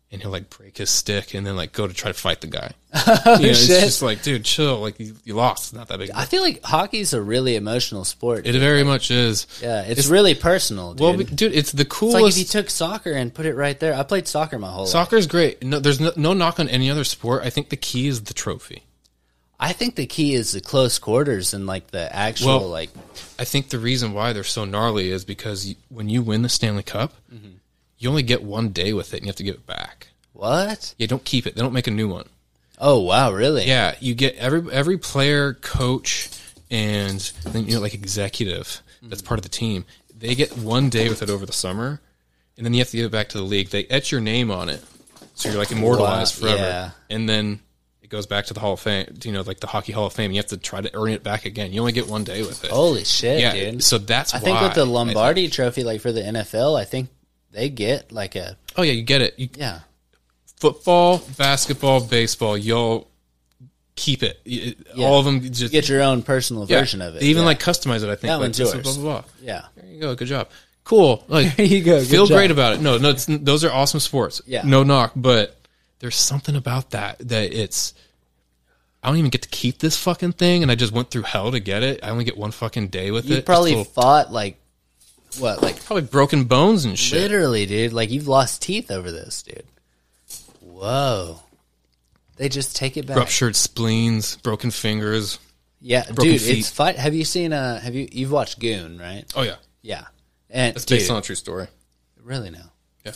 Speaker 2: and he'll like break his stick and then like go to try to fight
Speaker 1: <laughs>
Speaker 2: the guy. You know, It's
Speaker 1: Oh, shit.
Speaker 2: just like, dude, chill. Like you, you lost. It's not that big.
Speaker 1: I feel like hockey's a really emotional sport.
Speaker 2: It very much is.
Speaker 1: yeah, it's, really personal, dude.
Speaker 2: Well, we- dude, it's the
Speaker 1: it's
Speaker 2: coolest.
Speaker 1: like
Speaker 2: <laughs>
Speaker 1: if you took soccer and put it right there. I played soccer my whole life.
Speaker 2: Soccer is great. No, there's no, no knock on any other sport. I think the key is the trophy.
Speaker 1: I think the key is the close quarters and like the actual
Speaker 2: Well-
Speaker 1: like
Speaker 2: I think the reason why they're so gnarly is because you, when you win the Stanley Cup,
Speaker 1: Mm-hmm.
Speaker 2: you only get one day with it and you have to give it back.
Speaker 1: what?
Speaker 2: Yeah, don't keep it. They don't make a new one.
Speaker 1: Oh wow, really?
Speaker 2: Yeah, you get every every player, coach, and then you know like executive that's part of the team. They get one day with it over the summer, and then you have to give it back to the league. They etch your name on it, so you're like immortalized
Speaker 1: Wow,
Speaker 2: forever.
Speaker 1: yeah.
Speaker 2: And then it goes back to the Hall of Fame. You know, like the Hockey Hall of Fame. You have to try to earn it back again. You only get one day with it.
Speaker 1: Holy shit,
Speaker 2: yeah.
Speaker 1: Oh, dude.
Speaker 2: So that's
Speaker 1: I think
Speaker 2: why
Speaker 1: with the Lombardi trophy like for the NFL, I think they get like a
Speaker 2: oh yeah, you get it. You,
Speaker 1: yeah.
Speaker 2: football, basketball, baseball, y'all keep it. Y- All of them just
Speaker 1: Get your own personal
Speaker 2: yeah.
Speaker 1: version of it.
Speaker 2: They even
Speaker 1: yeah.
Speaker 2: like customize it. I think
Speaker 1: That
Speaker 2: like,
Speaker 1: one's
Speaker 2: this-
Speaker 1: yours.
Speaker 2: Blah, blah, blah.
Speaker 1: yeah,
Speaker 2: There you go. Good job. Cool.
Speaker 1: <laughs>
Speaker 2: Like
Speaker 3: There you go. Good
Speaker 2: feel
Speaker 3: job.
Speaker 2: great about it. No, no, it's, those are awesome sports.
Speaker 1: Yeah.
Speaker 2: No knock, but there's something about that that it's. I don't even get to keep this fucking thing, and I just went through hell to get it. I only get one fucking day with it.
Speaker 1: you
Speaker 2: It's
Speaker 1: probably
Speaker 2: little-
Speaker 1: fought like what like
Speaker 2: probably broken bones and shit.
Speaker 1: literally, dude. Like you've lost teeth over this, dude. Whoa, they just take it back.
Speaker 2: Ruptured spleens, broken fingers.
Speaker 1: Yeah,
Speaker 2: Broken
Speaker 1: dude,
Speaker 2: feet.
Speaker 1: it's fun. Have you seen? Uh, have you you've watched Goon, right?
Speaker 2: Oh yeah,
Speaker 1: Yeah, and
Speaker 2: it's
Speaker 1: dude,
Speaker 2: based on a true story.
Speaker 1: really no.
Speaker 2: Yeah,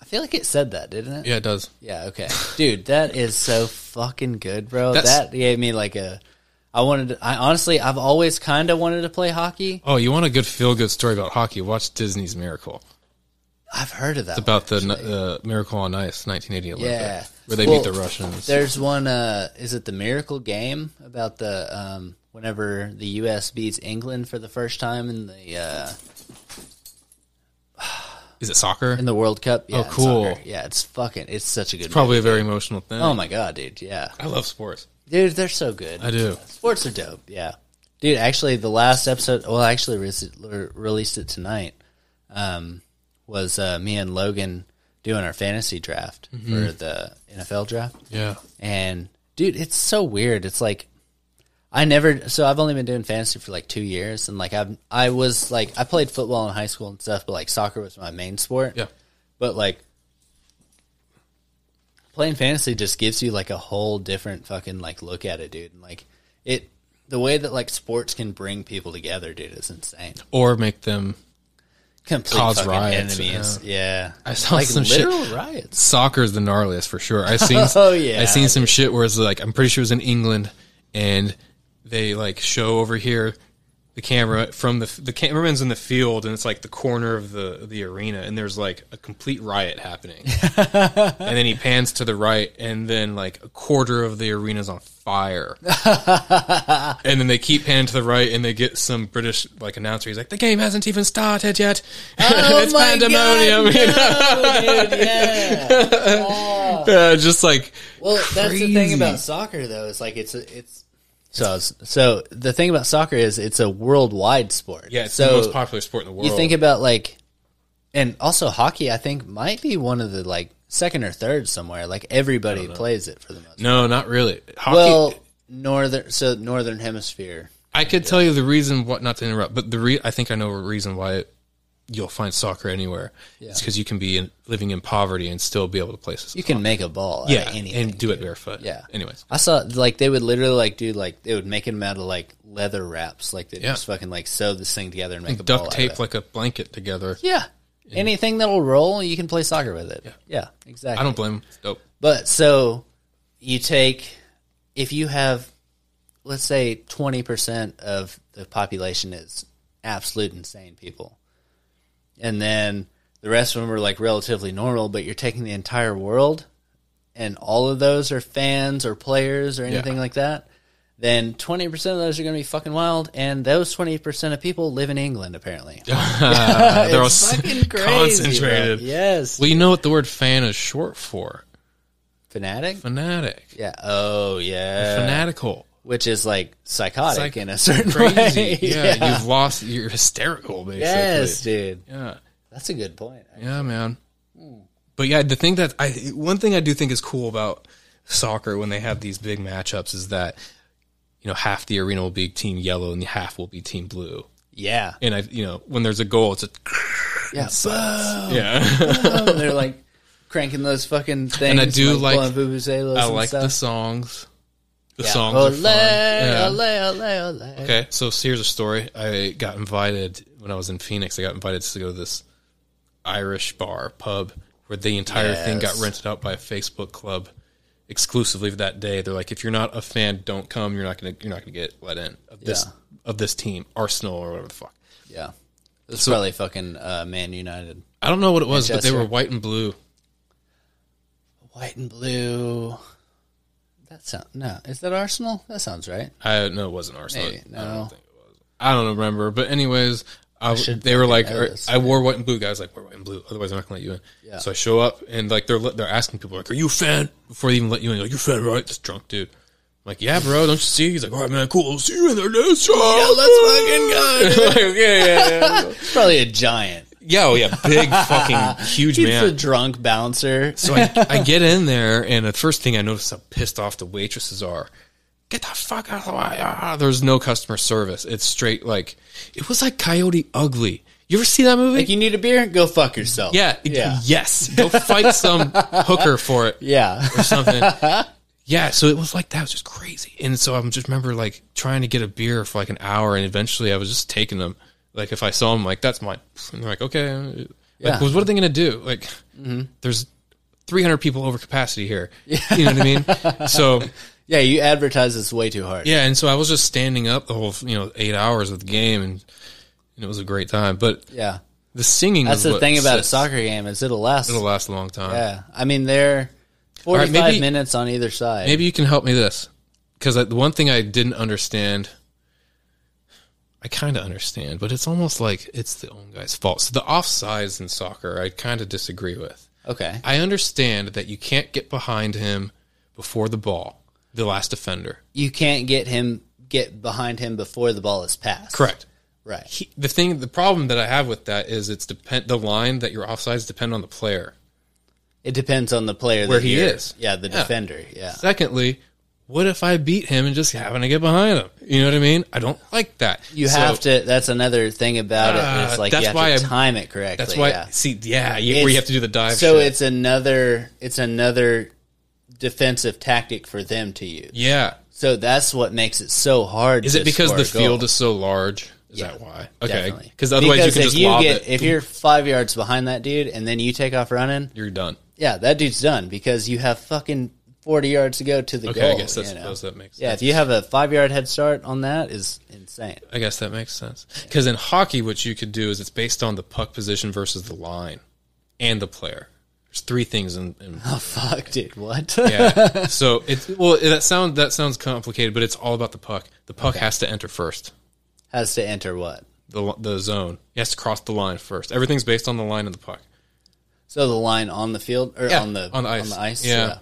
Speaker 1: I feel like it said that, didn't it?
Speaker 2: yeah, it does.
Speaker 1: Yeah, okay. Dude, that is so fucking good, bro.
Speaker 2: That's-
Speaker 1: that gave me like a I wanted to, I honestly I've always kind of wanted to play hockey.
Speaker 2: Oh, you want a good feel good story about hockey? Watch Disney's Miracle
Speaker 1: I've heard of that. one.
Speaker 2: about the uh, Miracle on Ice, 1980 Olympic,
Speaker 1: Yeah.
Speaker 2: where they
Speaker 1: Well,
Speaker 2: beat the Russians.
Speaker 1: There's one uh is it the Miracle Game about the um whenever the US beats England for the first time in the uh
Speaker 2: Is it soccer?
Speaker 1: in the World Cup? Yeah, in
Speaker 2: Oh, cool.
Speaker 1: soccer. Yeah, it's fucking it's such a good
Speaker 2: Probably a very emotional thing.
Speaker 1: movie. Oh my god, dude. Yeah.
Speaker 2: I love sports.
Speaker 1: Dude, they're so good.
Speaker 2: I do.
Speaker 1: Sports are dope. Yeah, dude. Actually, the last episode, well, I actually re- released it tonight. Um, was uh, me and Logan doing our fantasy draft
Speaker 2: Mm-hmm.
Speaker 1: for the NFL draft,
Speaker 2: Yeah.
Speaker 1: and dude, it's so weird. It's like I never. So I've only been doing fantasy for like two years, and like I've I was like I played football in high school and stuff, but like soccer was my main sport.
Speaker 2: Yeah.
Speaker 1: But like playing fantasy just gives you like a whole different fucking like look at it, dude. And like it the way that like sports can bring people together, dude, is insane.
Speaker 2: Or make them
Speaker 1: Complete
Speaker 2: Cause
Speaker 1: fucking
Speaker 2: riots,
Speaker 1: enemies. Yeah.
Speaker 2: I saw
Speaker 1: like
Speaker 2: some shit.
Speaker 1: literal riots.
Speaker 2: soccer is the gnarliest for sure.
Speaker 1: <laughs>
Speaker 2: I seen
Speaker 1: Oh, yeah.
Speaker 2: I seen some shit where it's like I'm pretty sure it was in England and they like show over here the camera from the the cameraman's in the field and it's like the corner of the the arena and there's like a complete
Speaker 1: <laughs>
Speaker 2: riot happening. and then he pans to the right and then like a quarter of the arena's on
Speaker 1: <laughs>
Speaker 2: fire. and then they keep panning to the right and they get some British like announcer he's like the game hasn't even started yet. <laughs> <laughs> it's
Speaker 1: Oh my God,
Speaker 2: pandemonium. <laughs> you know? <laughs> Uh, just like
Speaker 1: Well, that's the thing
Speaker 2: Crazy.
Speaker 1: about soccer though, is like it's a, it's so so the thing about soccer is it's a worldwide sport.
Speaker 2: yeah, it's
Speaker 1: so
Speaker 2: the most popular sport in the world.
Speaker 1: You think about like, and also hockey. I think might be one of the like second or third somewhere. Like everybody plays it for the most.
Speaker 2: no, not really. Hockey.
Speaker 1: Well, northern so northern hemisphere.
Speaker 2: I could tell you the reason what not to interrupt, but the re- I think I know a reason why it, you'll find soccer anywhere. It's because you can be in, living in poverty and still be able to play this.
Speaker 1: You can make a ball.
Speaker 2: Yeah,
Speaker 1: out of anything.
Speaker 2: and do it barefoot.
Speaker 1: Yeah.
Speaker 2: Anyways,
Speaker 1: I saw like they would literally like do like they would make them out of like leather wraps. Like they would
Speaker 2: Yeah.
Speaker 1: just fucking like sew this thing together and make a ball
Speaker 2: duct
Speaker 1: out of it.
Speaker 2: tape like a blanket together.
Speaker 1: Yeah. Anything that'll roll, you can play soccer with it. Yeah, exactly.
Speaker 2: I don't blame. 'em.
Speaker 1: <laughs>
Speaker 2: Dope.
Speaker 1: But so you take if you have let's say 20% of the population is absolute insane people. And then the rest of them are like relatively normal, but you're taking the entire world and all of those are fans or players or anything like that. Then 20% of those are going to be fucking wild and those 20% of people live in England apparently.
Speaker 2: Uh, They're all
Speaker 1: It's
Speaker 2: s- <laughs>
Speaker 1: fucking crazy. bro.
Speaker 2: concentrated.
Speaker 1: Yes.
Speaker 2: Well, you know what the word fan is short for?
Speaker 1: Fanatic?
Speaker 2: Fanatic.
Speaker 1: Yeah. Oh, yeah.
Speaker 2: Fanatical.
Speaker 1: Which is like psychotic
Speaker 2: Psych-
Speaker 1: in a certain <laughs>
Speaker 2: Crazy.
Speaker 1: way.
Speaker 2: Yeah, You've lost. You're hysterical, basically.
Speaker 1: Yes, dude.
Speaker 2: Yeah.
Speaker 1: That's a good point.
Speaker 2: Yeah, man. But yeah, the thing that I one thing I do think is cool about soccer when they have these big matchups is that you know half the arena will be team yellow and half will be team blue.
Speaker 1: Yeah.
Speaker 2: And I, you know, when there's a goal, it's a
Speaker 1: Yeah. Boom. <laughs>
Speaker 2: yeah.
Speaker 1: And they're like cranking those fucking things.
Speaker 2: I do like-
Speaker 1: blowing vuvuzelas
Speaker 2: I
Speaker 1: and
Speaker 2: like
Speaker 1: stuff.
Speaker 2: the songs. The
Speaker 1: Yeah.
Speaker 2: songs are
Speaker 1: Ole,
Speaker 2: fun. Yeah.
Speaker 1: ole, ole, ole.
Speaker 2: Okay, so here's a story. I got invited when I was in Phoenix. I got invited to go to this Irish bar pub where the entire thing got
Speaker 1: Yes.
Speaker 2: rented out by a Facebook club exclusively for that day. They're like, if you're not a fan, don't come. You're not gonna you're not gonna get let in of this of this team, Arsenal or whatever the fuck.
Speaker 1: Yeah. It's probably fucking uh, Man United.
Speaker 2: I don't know what it was, but they
Speaker 1: Manchester.
Speaker 2: were white and blue.
Speaker 1: White and blue. That sound no. Is that Arsenal? That sounds right.
Speaker 2: Uh, I no, it wasn't Arsenal.
Speaker 1: Maybe,
Speaker 2: I
Speaker 1: no.
Speaker 2: don't think it was. I don't remember. But anyways, I,
Speaker 1: should
Speaker 2: they were like,
Speaker 1: know
Speaker 2: "Are-
Speaker 1: this.
Speaker 2: I wore white and blue. Guys, like wear white and blue, otherwise I'm not gonna let you in.
Speaker 1: Yeah.
Speaker 2: So I show up and like they're they're asking people like, "Are you a fan?" Before they even let you in, They're like you're a fan, right? This drunk dude. I'm like, yeah, bro. Don't you see? He's like, all right, man, cool. See you in there next time. <laughs>
Speaker 1: Yeah, let's
Speaker 2: like, yeah, yeah, yeah.
Speaker 1: It's probably a giant.
Speaker 2: yeah, oh yeah,
Speaker 1: <laughs>
Speaker 2: big fucking huge
Speaker 1: Dude's
Speaker 2: man.
Speaker 1: a drunk bouncer.
Speaker 2: So I, I get in there, and the first thing I notice how pissed off the waitresses are. Get the fuck out of the way. Ah, there's no customer service. It's straight like, it was like Coyote Ugly. You ever see that movie?
Speaker 1: Like you need a beer, go fuck yourself.
Speaker 2: yeah, it-
Speaker 1: yeah,
Speaker 2: Yes. Go fight some hooker for it
Speaker 1: yeah. <laughs>
Speaker 2: or something. <laughs> yeah, so it was like that. It was just crazy. And so I am just remember like trying to get a beer for like an hour, and eventually I was just taking them. Like if I saw them, like that's mine. And they're like, okay. Like,
Speaker 1: Yeah. Mm-hmm.
Speaker 2: 'cause what are they gonna do? Like, there's 300 people over
Speaker 1: <laughs>
Speaker 2: capacity here. You know what I mean? So
Speaker 1: Yeah, you advertise this way too hard.
Speaker 2: yeah, and so I was just standing up the whole you know eight hours of the game, and, and it was a great time. But
Speaker 1: Yeah.
Speaker 2: the singing
Speaker 1: That's
Speaker 2: is
Speaker 1: the
Speaker 2: what
Speaker 1: thing about a
Speaker 2: sets-
Speaker 1: soccer game is it'll last.
Speaker 2: It'll last a long time.
Speaker 1: yeah, I mean they're
Speaker 2: right,
Speaker 1: forty-five
Speaker 2: maybe-
Speaker 1: minutes on either side.
Speaker 2: Maybe you can help me this because the one thing I didn't understand, I kind of understand, but it's almost like it's the own guy's fault. So the offsides in soccer, I kind of disagree with.
Speaker 1: Okay,
Speaker 2: I understand that you can't get behind him before the ball, the last defender.
Speaker 1: you can't get him get behind him before the ball is passed.
Speaker 2: Correct.
Speaker 1: Right.
Speaker 2: He, the thing, the problem that I have with that is it's depend the line that your offsides depend on the player.
Speaker 1: It depends on the player
Speaker 2: Where
Speaker 1: that
Speaker 2: he
Speaker 1: you're-
Speaker 2: is.
Speaker 1: Yeah, the
Speaker 2: Yeah.
Speaker 1: defender. Yeah.
Speaker 2: Secondly. What if I beat him and just happen to get behind him? You know what I mean? I don't like that.
Speaker 1: You
Speaker 2: So-
Speaker 1: have to. That's another thing about it. It's
Speaker 2: Ah,
Speaker 1: like
Speaker 2: that's
Speaker 1: you have
Speaker 2: why
Speaker 1: to
Speaker 2: I-
Speaker 1: time it correctly.
Speaker 2: That's why.
Speaker 1: yeah.
Speaker 2: See, yeah, Uh, you, where you
Speaker 1: It's-
Speaker 2: have to do the dive.
Speaker 1: So
Speaker 2: shit.
Speaker 1: it's another. It's another defensive tactic for them to use.
Speaker 2: yeah.
Speaker 1: So that's what makes it so hard.
Speaker 2: Is
Speaker 1: to
Speaker 2: it because
Speaker 1: score
Speaker 2: the
Speaker 1: a goal.
Speaker 2: field is so large? Is that why? Okay,
Speaker 1: Definitely.
Speaker 2: because otherwise you can
Speaker 1: if
Speaker 2: just lob it.
Speaker 1: If you're five yards behind that dude and then you take off running,
Speaker 2: You're done.
Speaker 1: yeah, that dude's done because you have fucking forty yards to go to the
Speaker 2: Okay,
Speaker 1: goal.
Speaker 2: I guess that's,
Speaker 1: you know?
Speaker 2: that's- that makes.
Speaker 1: yeah.
Speaker 2: sense.
Speaker 1: If you have a five yard head start on that, is insane. <laughs>
Speaker 2: I guess that makes sense. Because in hockey, what you could do is it's based on the puck position versus the line and the player. There's three things in. in
Speaker 1: <laughs> Oh fuck, dude, what?
Speaker 2: yeah. So it's well that sound that sounds complicated, but it's all about the puck. The puck has to enter first.
Speaker 1: <laughs> Has to enter what?
Speaker 2: The the zone. It has to cross the line first. Everything's based on the line and the puck.
Speaker 1: So the line on the field or
Speaker 2: Yeah,
Speaker 1: on the
Speaker 2: on the ice. Yeah.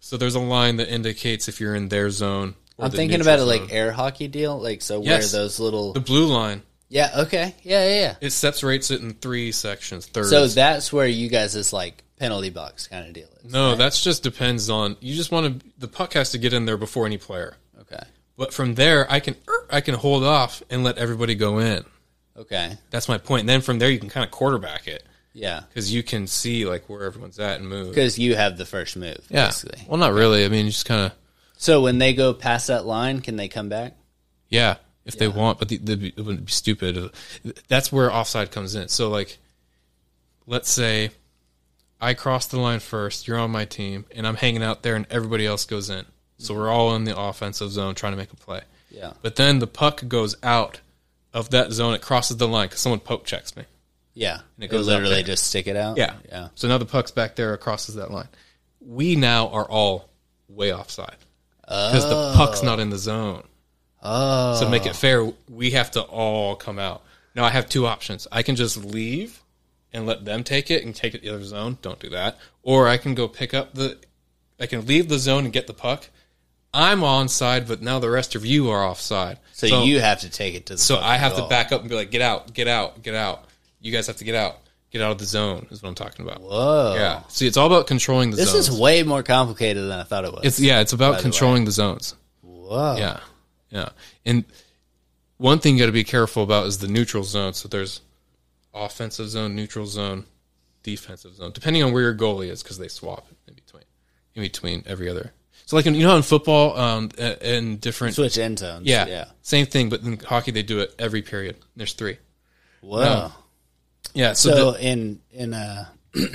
Speaker 2: So there's a line that indicates if you're in their zone. or
Speaker 1: I'm
Speaker 2: the
Speaker 1: thinking
Speaker 2: neutral
Speaker 1: about it like
Speaker 2: zone.
Speaker 1: air hockey deal, like so
Speaker 2: Yes.
Speaker 1: where those little
Speaker 2: the blue line.
Speaker 1: yeah okay yeah yeah yeah.
Speaker 2: It separates it in three sections. Thirds.
Speaker 1: So that's where you guys is like penalty box kind of deal. Is.
Speaker 2: no, that's just depends on you. Just want to the puck has to get in there before any player.
Speaker 1: Okay,
Speaker 2: But from there, I can er, I can hold off and let everybody go in.
Speaker 1: okay,
Speaker 2: That's my point. And then from there, you can kind of quarterback it
Speaker 1: yeah.
Speaker 2: because you can see like where everyone's at and move.
Speaker 1: because you have the first move.
Speaker 2: Yeah.
Speaker 1: Basically.
Speaker 2: Well, not really. I mean, you just kind of
Speaker 1: So when they go past that line, can they come back?
Speaker 2: Yeah, if they want, but the, the, it wouldn't be stupid. That's where offside comes in. So, like, let's say I cross the line first, you're on my team, and I'm hanging out there, and everybody else goes in. So we're all in the offensive zone trying to make a play.
Speaker 1: Yeah.
Speaker 2: But then the puck goes out of that zone, it crosses the line because someone poke checks me.
Speaker 1: Yeah.
Speaker 2: it
Speaker 1: They
Speaker 2: goes up
Speaker 1: literally
Speaker 2: there.
Speaker 1: just stick it out.
Speaker 2: Yeah.
Speaker 1: Yeah.
Speaker 2: So now the puck's back there, it crosses that line. We now are all way offside because the puck's not in the zone.
Speaker 1: Oh.
Speaker 2: So to make it fair, we have to all come out. Now I have two options. I can just leave and let them take it and take it the other zone. Don't do that. Or I can go pick up the I can leave the zone and get the puck. I'm onside, but now the rest of you are offside.
Speaker 1: So, you have to take it to the.
Speaker 2: so I have to
Speaker 1: goal.
Speaker 2: back up and be like, get out, get out, get out. You guys have to get out. Get out of the zone is what I'm talking about.
Speaker 1: Whoa.
Speaker 2: Yeah. See, it's all about controlling the
Speaker 1: This
Speaker 2: zones.
Speaker 1: is way more complicated than I thought it was.
Speaker 2: it's yeah, it's about controlling the zones.
Speaker 1: Whoa.
Speaker 2: Yeah. Yeah. And one thing you got to be careful about is the neutral zone. So there's offensive zone, neutral zone, defensive zone, depending on where your goalie is, because they swap in between, in between every other. So like in, you know how in football, um, uh, in different
Speaker 1: Switch end zones.
Speaker 2: yeah,
Speaker 1: Yeah.
Speaker 2: same thing, but in hockey they do it every period. There's three.
Speaker 1: Whoa.
Speaker 2: Yeah. So,
Speaker 1: So,
Speaker 2: the-
Speaker 1: in in uh <clears throat>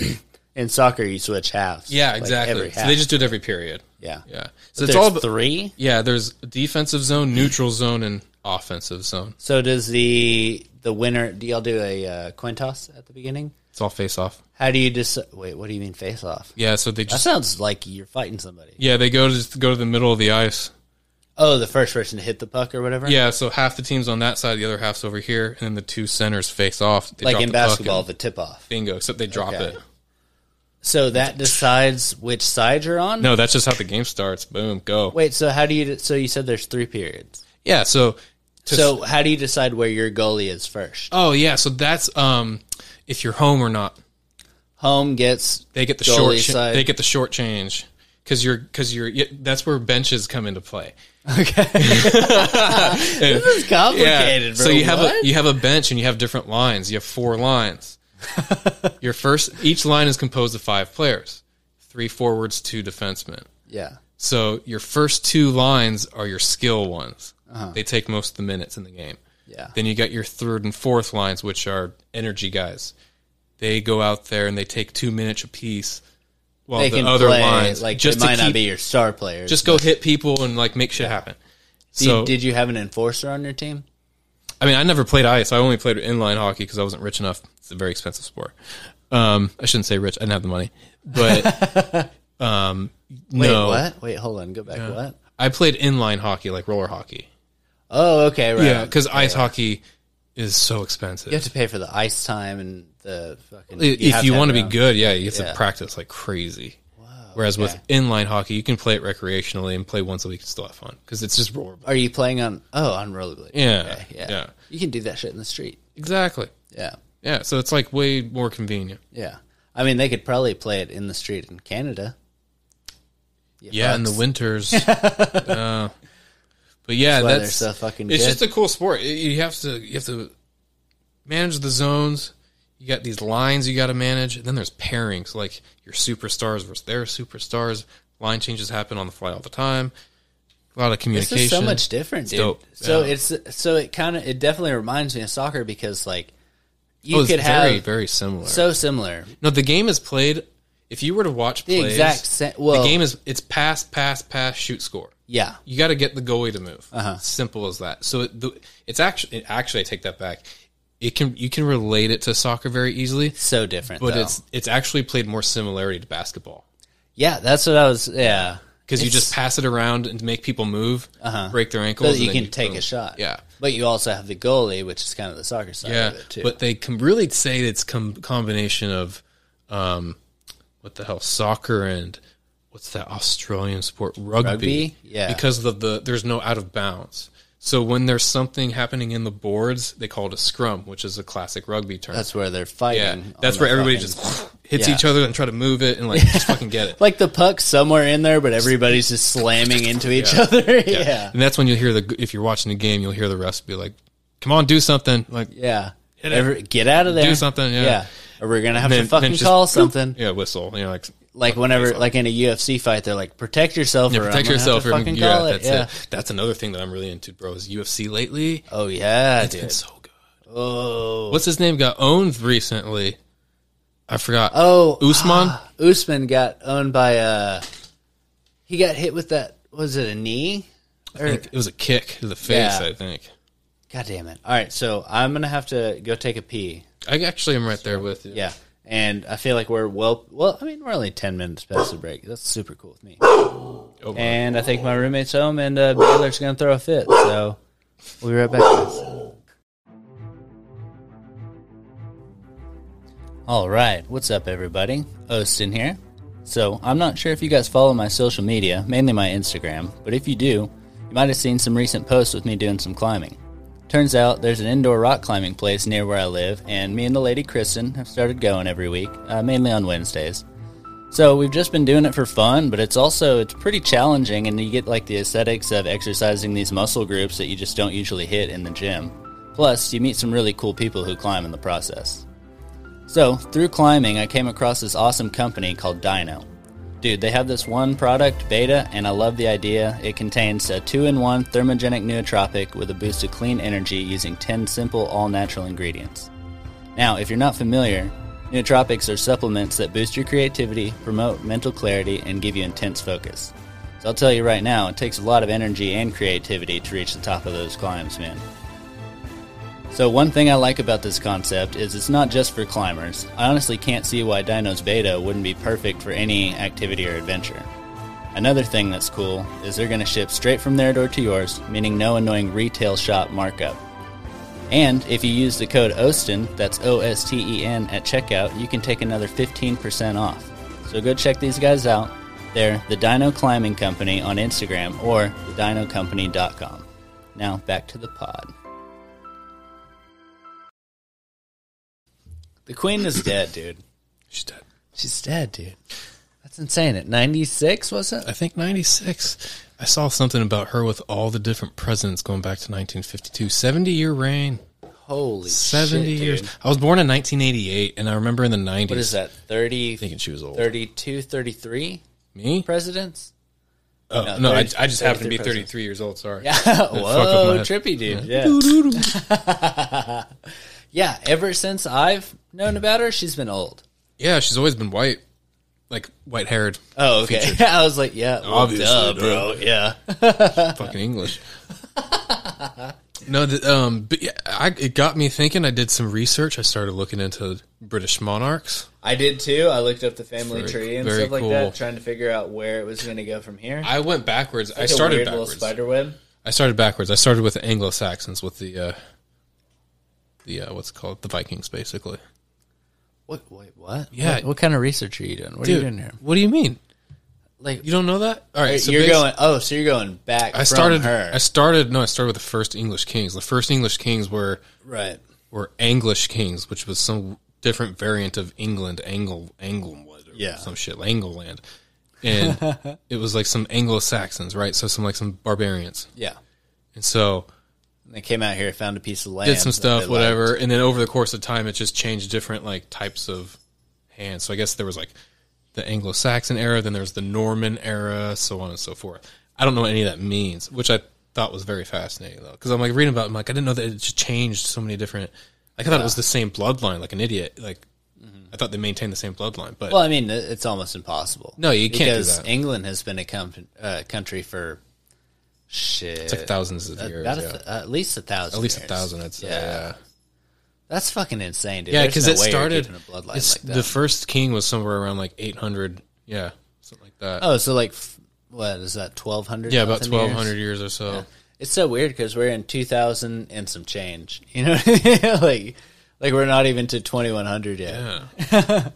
Speaker 1: in soccer you switch halves.
Speaker 2: yeah,
Speaker 1: Like,
Speaker 2: exactly.
Speaker 1: every
Speaker 2: so
Speaker 1: half.
Speaker 2: they just do it every period.
Speaker 1: yeah.
Speaker 2: Yeah. So
Speaker 1: So
Speaker 2: it's
Speaker 1: there's
Speaker 2: all about,
Speaker 1: three.
Speaker 2: yeah. There's defensive zone, neutral zone, and offensive zone.
Speaker 1: So does the the winner? Do y'all do a uh, coin toss at the beginning?
Speaker 2: It's all face off.
Speaker 1: How do you just wait? What do you mean face off?
Speaker 2: Yeah. So they
Speaker 1: That
Speaker 2: just
Speaker 1: sounds like you're fighting somebody.
Speaker 2: Yeah, they go to go to the middle of the ice,
Speaker 1: Oh, the first person to hit the puck or whatever.
Speaker 2: Yeah, so half the team's on that side, the other half's over here, and then the two centers face off. They
Speaker 1: like
Speaker 2: drop
Speaker 1: in
Speaker 2: the puck
Speaker 1: basketball,
Speaker 2: and-
Speaker 1: the tip off.
Speaker 2: bingo, except they drop
Speaker 1: Okay.
Speaker 2: it.
Speaker 1: So that decides which side you're on.
Speaker 2: No, that's just how the game starts. Boom, go.
Speaker 1: Wait, so how do you? So you said there's three periods.
Speaker 2: Yeah, so to
Speaker 1: so how do you decide where your goalie is first?
Speaker 2: Oh yeah, so that's um if you're home or not.
Speaker 1: Home gets <laughs>
Speaker 2: They get the
Speaker 1: Goalie
Speaker 2: short. Cha-
Speaker 1: side.
Speaker 2: they get the short change because you're because you're. Yeah, that's where benches come into play. <laughs>
Speaker 1: It's complicated, bro.
Speaker 2: So you have
Speaker 1: What?
Speaker 2: a you have a bench and you have different lines. You have
Speaker 1: <laughs>
Speaker 2: four lines. Your first each line is composed of five players, three forwards, two defensemen.
Speaker 1: yeah.
Speaker 2: So your first two lines are your skill ones.
Speaker 1: Uh-huh.
Speaker 2: They take most of the minutes in the game.
Speaker 1: Yeah.
Speaker 2: Then you got your third and fourth lines, which are energy guys. They go out there and they take two minutes apiece. While
Speaker 1: They
Speaker 2: the
Speaker 1: can
Speaker 2: other
Speaker 1: play
Speaker 2: lines,
Speaker 1: like
Speaker 2: just
Speaker 1: it might
Speaker 2: to
Speaker 1: not
Speaker 2: keep,
Speaker 1: be your star players.
Speaker 2: just go hit people and like make shit happen.
Speaker 1: Did-
Speaker 2: So
Speaker 1: did you have an enforcer on your team?
Speaker 2: I mean, I never played ice. I only played inline hockey because I wasn't rich enough. It's a very expensive sport. Um, I shouldn't say rich. I didn't have the money, but
Speaker 1: <laughs>
Speaker 2: um,
Speaker 1: Wait,
Speaker 2: no,
Speaker 1: what? Wait, hold on. Go back. What?
Speaker 2: I played inline hockey, like roller hockey.
Speaker 1: Oh, okay, right.
Speaker 2: Yeah, because ice hockey is so expensive.
Speaker 1: You have to pay for the ice time and the fucking.
Speaker 2: I- if
Speaker 1: have
Speaker 2: you
Speaker 1: have
Speaker 2: want to
Speaker 1: your
Speaker 2: be
Speaker 1: own-
Speaker 2: good, yeah, you have
Speaker 1: Yeah.
Speaker 2: to practice like crazy. Whereas with inline hockey, you can play it recreationally and play once a week and still have fun because it's just roller.
Speaker 1: Are you playing on? Oh, on rollerblades.
Speaker 2: Yeah,
Speaker 1: Okay,
Speaker 2: yeah,
Speaker 1: yeah, You can do that shit in the street.
Speaker 2: exactly.
Speaker 1: Yeah,
Speaker 2: Yeah, so it's like way more convenient.
Speaker 1: yeah. I mean, they could probably play it in the street in Canada.
Speaker 2: Yeah, in
Speaker 1: <laughs>
Speaker 2: the winters. Uh, but yeah,
Speaker 1: why they're
Speaker 2: that's
Speaker 1: so fucking
Speaker 2: It's
Speaker 1: good.
Speaker 2: just a cool sport. It- You have to you have to manage the zones. You got these lines you got to manage. And then there's pairings, like your superstars versus their superstars. Line changes happen on the fly all the time. A lot of
Speaker 1: This
Speaker 2: communication.
Speaker 1: is so much different, dude.
Speaker 2: dope.
Speaker 1: So
Speaker 2: Yeah.
Speaker 1: it's so it kind of it definitely reminds me of soccer because like you
Speaker 2: Oh, it's
Speaker 1: could
Speaker 2: very
Speaker 1: have
Speaker 2: very similar.
Speaker 1: so similar
Speaker 2: no, the game is played. If you were to watch
Speaker 1: the
Speaker 2: plays,
Speaker 1: exact same. Well,
Speaker 2: the game is it's pass, pass, pass, shoot, score.
Speaker 1: yeah,
Speaker 2: you got to get the goalie to move.
Speaker 1: Uh-huh.
Speaker 2: Simple as that. So it, the, it's actually it- actually I take that back. It can you can relate it to soccer very easily,
Speaker 1: so different.
Speaker 2: but
Speaker 1: though.
Speaker 2: it's it's actually played more similarity to basketball
Speaker 1: yeah, that's what I was. Yeah,
Speaker 2: because you
Speaker 1: It's- Uh-huh.
Speaker 2: just pass it around and make people move, break their ankles,
Speaker 1: so
Speaker 2: and
Speaker 1: you
Speaker 2: then
Speaker 1: can take
Speaker 2: boom.
Speaker 1: a shot.
Speaker 2: Yeah,
Speaker 1: but you also have the goalie, which is kind of the soccer side
Speaker 2: yeah.
Speaker 1: of it too.
Speaker 2: But they can really say it's com- combination of um, what the hell soccer and what's that Australian sport rugby?
Speaker 1: Rugby? Yeah.
Speaker 2: because of the there's no out of bounds. So when there's something happening in the boards, they call it a scrum, which is a classic rugby term.
Speaker 1: that's where they're
Speaker 2: yeah,
Speaker 1: fighting. on
Speaker 2: that's
Speaker 1: the
Speaker 2: where everybody
Speaker 1: fucking-
Speaker 2: just <laughs> hits
Speaker 1: Yeah.
Speaker 2: each other and try to move it and like just fucking get
Speaker 1: <laughs>
Speaker 2: it.
Speaker 1: like the puck's somewhere in there, but everybody's just slamming into
Speaker 2: <laughs>
Speaker 1: each other. <laughs> <laughs> yeah,
Speaker 2: And that's when you'll hear the if you're watching the game, you'll hear the refs be like, "Come on, do something!" Like
Speaker 1: yeah.
Speaker 2: Hit it.
Speaker 1: Every, get out of there.
Speaker 2: something, yeah.
Speaker 1: Or we're gonna have
Speaker 2: then-
Speaker 1: to
Speaker 2: then
Speaker 1: fucking
Speaker 2: just
Speaker 1: call
Speaker 2: bloop.
Speaker 1: something.
Speaker 2: yeah, whistle. You know, like
Speaker 1: like whenever like in a UFC fight, they're like protect yourself.
Speaker 2: Yeah,
Speaker 1: or
Speaker 2: protect
Speaker 1: I'm gonna have
Speaker 2: yourself
Speaker 1: to
Speaker 2: from
Speaker 1: fucking
Speaker 2: yeah,
Speaker 1: call it.
Speaker 2: that's
Speaker 1: yeah.
Speaker 2: it. That's another thing that I'm really into, bro, is UFC lately.
Speaker 1: Oh yeah, dude.
Speaker 2: It's so good.
Speaker 1: Oh,
Speaker 2: What's his name got owned recently? I forgot.
Speaker 1: oh,
Speaker 2: Usman?
Speaker 1: ah, Usman got owned by uh, he got hit with that. Was it a knee?
Speaker 2: I think it was a kick to the face,
Speaker 1: Yeah.
Speaker 2: I think.
Speaker 1: God damn it! All right, so I'm gonna have to go take a pee.
Speaker 2: I actually am right there with you.
Speaker 1: Yeah, and I feel like we're well. Well, I mean, we're only ten minutes past the break. That's super cool with me.
Speaker 2: Oh, my.
Speaker 1: And I think my roommate's home, and uh, Baylor's gonna throw a fit. So we'll be right back. Guys. All right, what's up, everybody? Austin here. So I'm not sure if you guys follow my social media, mainly my Instagram, but if you do, you might have seen some recent posts with me doing some climbing. Turns out there's an indoor rock climbing place near where I live, and me and the lady Kristen have started going every week, uh, mainly on Wednesdays. So we've just been doing it for fun, but it's also it's pretty challenging, and you get like the aesthetics of exercising these muscle groups that you just don't usually hit in the gym. Plus, you meet some really cool people who climb in the process. So through climbing, I came across this awesome company called Dino. Dude, they have this one product, Beta, and I love the idea. It contains a two-in-one thermogenic nootropic with a boost of clean energy using 10 simple all-natural ingredients. Now, if you're not familiar, nootropics are supplements that boost your creativity, promote mental clarity, and give you intense focus. So I'll tell you right now, it takes a lot of energy and creativity to reach the top of those climbs, man. So one thing I like about this concept is it's not just for climbers. I honestly can't see why Dino's Beta wouldn't be perfect for any activity or adventure. Another thing that's cool is they're going to ship straight from their door to yours, meaning no annoying retail shop markup. And if you use the code OSTEN, that's O S T E N, at checkout, you can take another 15% off. So go check these guys out. They're the Dino Climbing Company on Instagram or thedinocompany.com. Now back to the pod. The queen is dead, dude.
Speaker 2: She's dead.
Speaker 1: She's dead, dude. That's insane. At 96, was it?
Speaker 2: I think 96. I saw something about her with all the different presidents going back to 1952. 70 year reign.
Speaker 1: Holy
Speaker 2: 70
Speaker 1: shit,
Speaker 2: years.
Speaker 1: dude.
Speaker 2: I was born in 1988, and I remember in the 90s.
Speaker 1: What is that? 30,
Speaker 2: Thinking she was old.
Speaker 1: 32, 33
Speaker 2: Me?
Speaker 1: presidents?
Speaker 2: Oh,
Speaker 1: no,
Speaker 2: no, I,
Speaker 1: 30
Speaker 2: I just happened to be
Speaker 1: 33
Speaker 2: 33 years old. Sorry.
Speaker 1: Whoa,
Speaker 2: up my head.
Speaker 1: trippy dude. Yeah. <laughs> Yeah, ever since I've known about her, she's been old.
Speaker 2: Yeah, she's always been white, like white
Speaker 1: <laughs>
Speaker 2: haired.
Speaker 1: Oh, okay. I was like, yeah, well,
Speaker 2: Obviously,
Speaker 1: duh,
Speaker 2: duh.
Speaker 1: bro. Yeah.
Speaker 2: fucking English. no, the, um, but yeah, I, it got me thinking. I did some research. I started looking into British monarchs.
Speaker 1: <laughs> I did too. I looked up the family
Speaker 2: Very-
Speaker 1: tree and
Speaker 2: very
Speaker 1: stuff like
Speaker 2: cool.
Speaker 1: that, trying to figure out where it was going to go from here.
Speaker 2: I went backwards. I
Speaker 1: Like a
Speaker 2: started
Speaker 1: weird little
Speaker 2: backwards.
Speaker 1: spider web.
Speaker 2: I started backwards. I started with the Anglo Saxons, with the uh, the uh, what's it called the Vikings, basically.
Speaker 1: What? Wait, what?
Speaker 2: Yeah.
Speaker 1: What, what kind of research are you doing? What are you doing here?
Speaker 2: what do you mean?
Speaker 1: Like,
Speaker 2: You don't know that? All right, so
Speaker 1: you're
Speaker 2: basi-
Speaker 1: going. Oh, so you're going back.
Speaker 2: I started.
Speaker 1: From her.
Speaker 2: I started. No, I started with the first English kings. The first English kings were
Speaker 1: right.
Speaker 2: were English kings, which was some different variant of England, Angle, Anglewood, or
Speaker 1: Yeah.
Speaker 2: some shit, Angleland, and it was like some Anglo Saxons, right? So some like some barbarians,
Speaker 1: Yeah.
Speaker 2: and so
Speaker 1: And they came out here, found a piece of land,
Speaker 2: did some
Speaker 1: that they
Speaker 2: stuff,
Speaker 1: liked.
Speaker 2: whatever, and then over the course of time, it just changed different like types of hands. So I guess there was like the Anglo-Saxon era, then there's the Norman era, so on and so forth. I don't know what any of that means, which I thought was very fascinating though, because I'm like reading about, it, I'm like, I didn't know that it just changed so many different. Like I thought it was the same bloodline, like an idiot. Like I thought they maintained the same bloodline, but
Speaker 1: Mm-hmm. Well, I mean, it- it's almost impossible.
Speaker 2: No, you can't do
Speaker 1: because
Speaker 2: that.
Speaker 1: England has been a com- uh, country for shit,
Speaker 2: it's like thousands of years,
Speaker 1: about a
Speaker 2: yeah.
Speaker 1: th- uh, at least a thousand,
Speaker 2: at least a
Speaker 1: years.
Speaker 2: thousand. I'd say,
Speaker 1: Yeah.
Speaker 2: yeah.
Speaker 1: That's fucking insane, dude.
Speaker 2: Yeah,
Speaker 1: There's
Speaker 2: because
Speaker 1: no
Speaker 2: it
Speaker 1: way you're
Speaker 2: started.
Speaker 1: keeping a bloodline
Speaker 2: it's-
Speaker 1: like that.
Speaker 2: The first king was somewhere around like 800. Yeah, something like that.
Speaker 1: oh, so like, f- what is that? Twelve hundred?
Speaker 2: yeah, about 1200 years, or so.
Speaker 1: It's so weird because we're in two thousand and some change. <laughs> You know, what I mean? like, like we're not even to twenty one hundred yet.
Speaker 2: Yeah.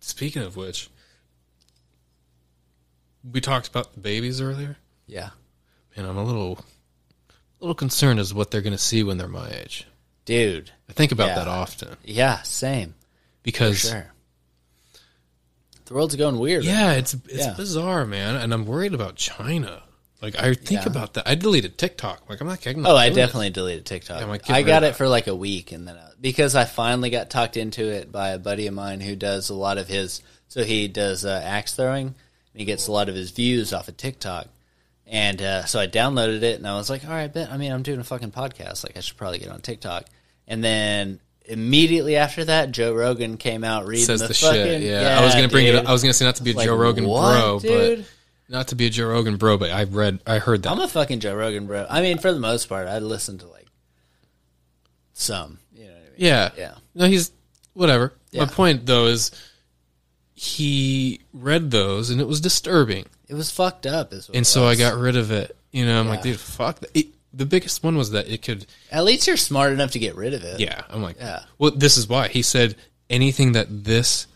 Speaker 2: Speaking of which, we talked about the babies earlier,
Speaker 1: yeah.
Speaker 2: and I'm a little, a little concerned as what they're going to see when they're my age.
Speaker 1: dude.
Speaker 2: I think about
Speaker 1: Yeah.
Speaker 2: that often
Speaker 1: Yeah, same.
Speaker 2: because
Speaker 1: Sure. The world's going weird.
Speaker 2: yeah, it's it's
Speaker 1: Yeah.
Speaker 2: bizarre, man, and I'm worried about China. Like I think
Speaker 1: Yeah.
Speaker 2: about that. I deleted TikTok. Like I'm not kidding.
Speaker 1: Oh, I definitely deleted TikTok.
Speaker 2: I'm like, get
Speaker 1: I
Speaker 2: rid of
Speaker 1: got
Speaker 2: that.
Speaker 1: it for like a week, and then I, because I finally got talked into it by a buddy of mine who does a lot of his. So he does uh, axe throwing, and he gets a lot of his views off of TikTok. And uh, so I downloaded it, and I was like, all right, bet. I mean, I'm doing a fucking podcast. Like, I should probably get on TikTok. And then immediately after that, Joe Rogan came out reading
Speaker 2: says
Speaker 1: the,
Speaker 2: the,
Speaker 1: fucking.
Speaker 2: shit. Yeah. I was gonna bring it. up. I was gonna say not to be a
Speaker 1: Like,
Speaker 2: Joe Rogan
Speaker 1: what,
Speaker 2: bro,
Speaker 1: dude?
Speaker 2: but not to be a Joe Rogan bro. But I read, I heard that.
Speaker 1: I'm a fucking Joe Rogan, bro. I mean, for the most part, I listen to like some. You know what I mean?
Speaker 2: yeah,
Speaker 1: Yeah.
Speaker 2: No, he's whatever.
Speaker 1: Yeah.
Speaker 2: My point though is, he read those and it was disturbing,
Speaker 1: It was fucked up. Is what
Speaker 2: and
Speaker 1: it
Speaker 2: so I
Speaker 1: was.
Speaker 2: got rid of it. You know, I'm like,
Speaker 1: Yeah.
Speaker 2: dude, fuck. That. It, the biggest one was that it could.
Speaker 1: At least you're smart enough to get rid of it.
Speaker 2: Yeah, I'm like,
Speaker 1: Yeah.
Speaker 2: Well, this is why he said anything that this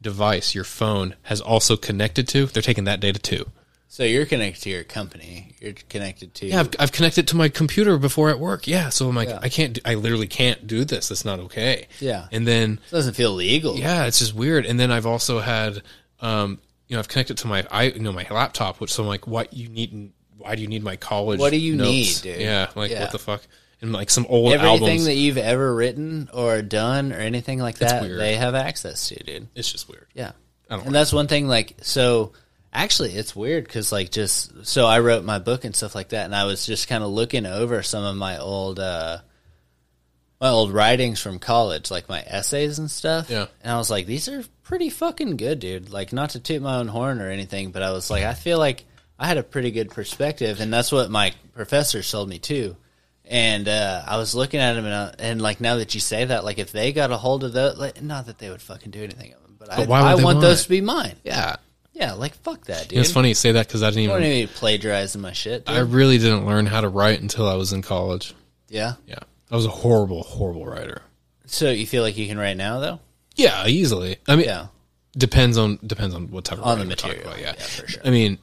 Speaker 2: device, your phone, has also connected to, they're taking that data too.
Speaker 1: So you're connected to your company. You're connected to.
Speaker 2: Yeah, I've, I've connected to my computer before at work. Yeah, so I'm like, I can't, do, I literally can't do this. That's not okay.
Speaker 1: Yeah.
Speaker 2: and then
Speaker 1: It doesn't feel legal.
Speaker 2: yeah, it's just weird. And then I've also had, um, you know, I've connected to my, I, you know, my laptop, which so I'm like, what you need, why do you need my college?
Speaker 1: What do you
Speaker 2: notes?
Speaker 1: need, dude?
Speaker 2: Yeah, like
Speaker 1: Yeah.
Speaker 2: what the fuck? And like some old
Speaker 1: Everything
Speaker 2: albums.
Speaker 1: that you've ever written or done or anything like that,
Speaker 2: weird.
Speaker 1: they have access to, dude.
Speaker 2: it's just weird.
Speaker 1: Yeah.
Speaker 2: I don't
Speaker 1: and that's one thing, like, so actually, it's weird because, like, just so I wrote my book and stuff like that, and I was just kind of looking over some of my old, uh, my old writings from college, like my essays and stuff.
Speaker 2: Yeah.
Speaker 1: And I was like, these are pretty fucking good, dude. Like, not to toot my own horn or anything, but I was like, I feel like I had a pretty good perspective, and that's what my professor sold me too. And uh, I was looking at him, and, I, and like now that you say that, like if they got a hold of those, like, not that they would fucking do anything, of them, but, I,
Speaker 2: why would
Speaker 1: I want
Speaker 2: they want
Speaker 1: those
Speaker 2: it?
Speaker 1: to be mine.
Speaker 2: Yeah,
Speaker 1: Yeah, like fuck that, dude.
Speaker 2: And it's funny you say that because I didn't
Speaker 1: I don't
Speaker 2: even.
Speaker 1: need to plagiarize my shit. dude.
Speaker 2: I really didn't learn how to write until I was in college.
Speaker 1: yeah.
Speaker 2: Yeah, I was a horrible, horrible writer.
Speaker 1: So you feel like you can write now though?
Speaker 2: Yeah, easily. I mean,
Speaker 1: Yeah.
Speaker 2: depends on depends on what type of
Speaker 1: On the
Speaker 2: writing we're talking
Speaker 1: material.
Speaker 2: about,
Speaker 1: Yeah, for sure.
Speaker 2: I mean,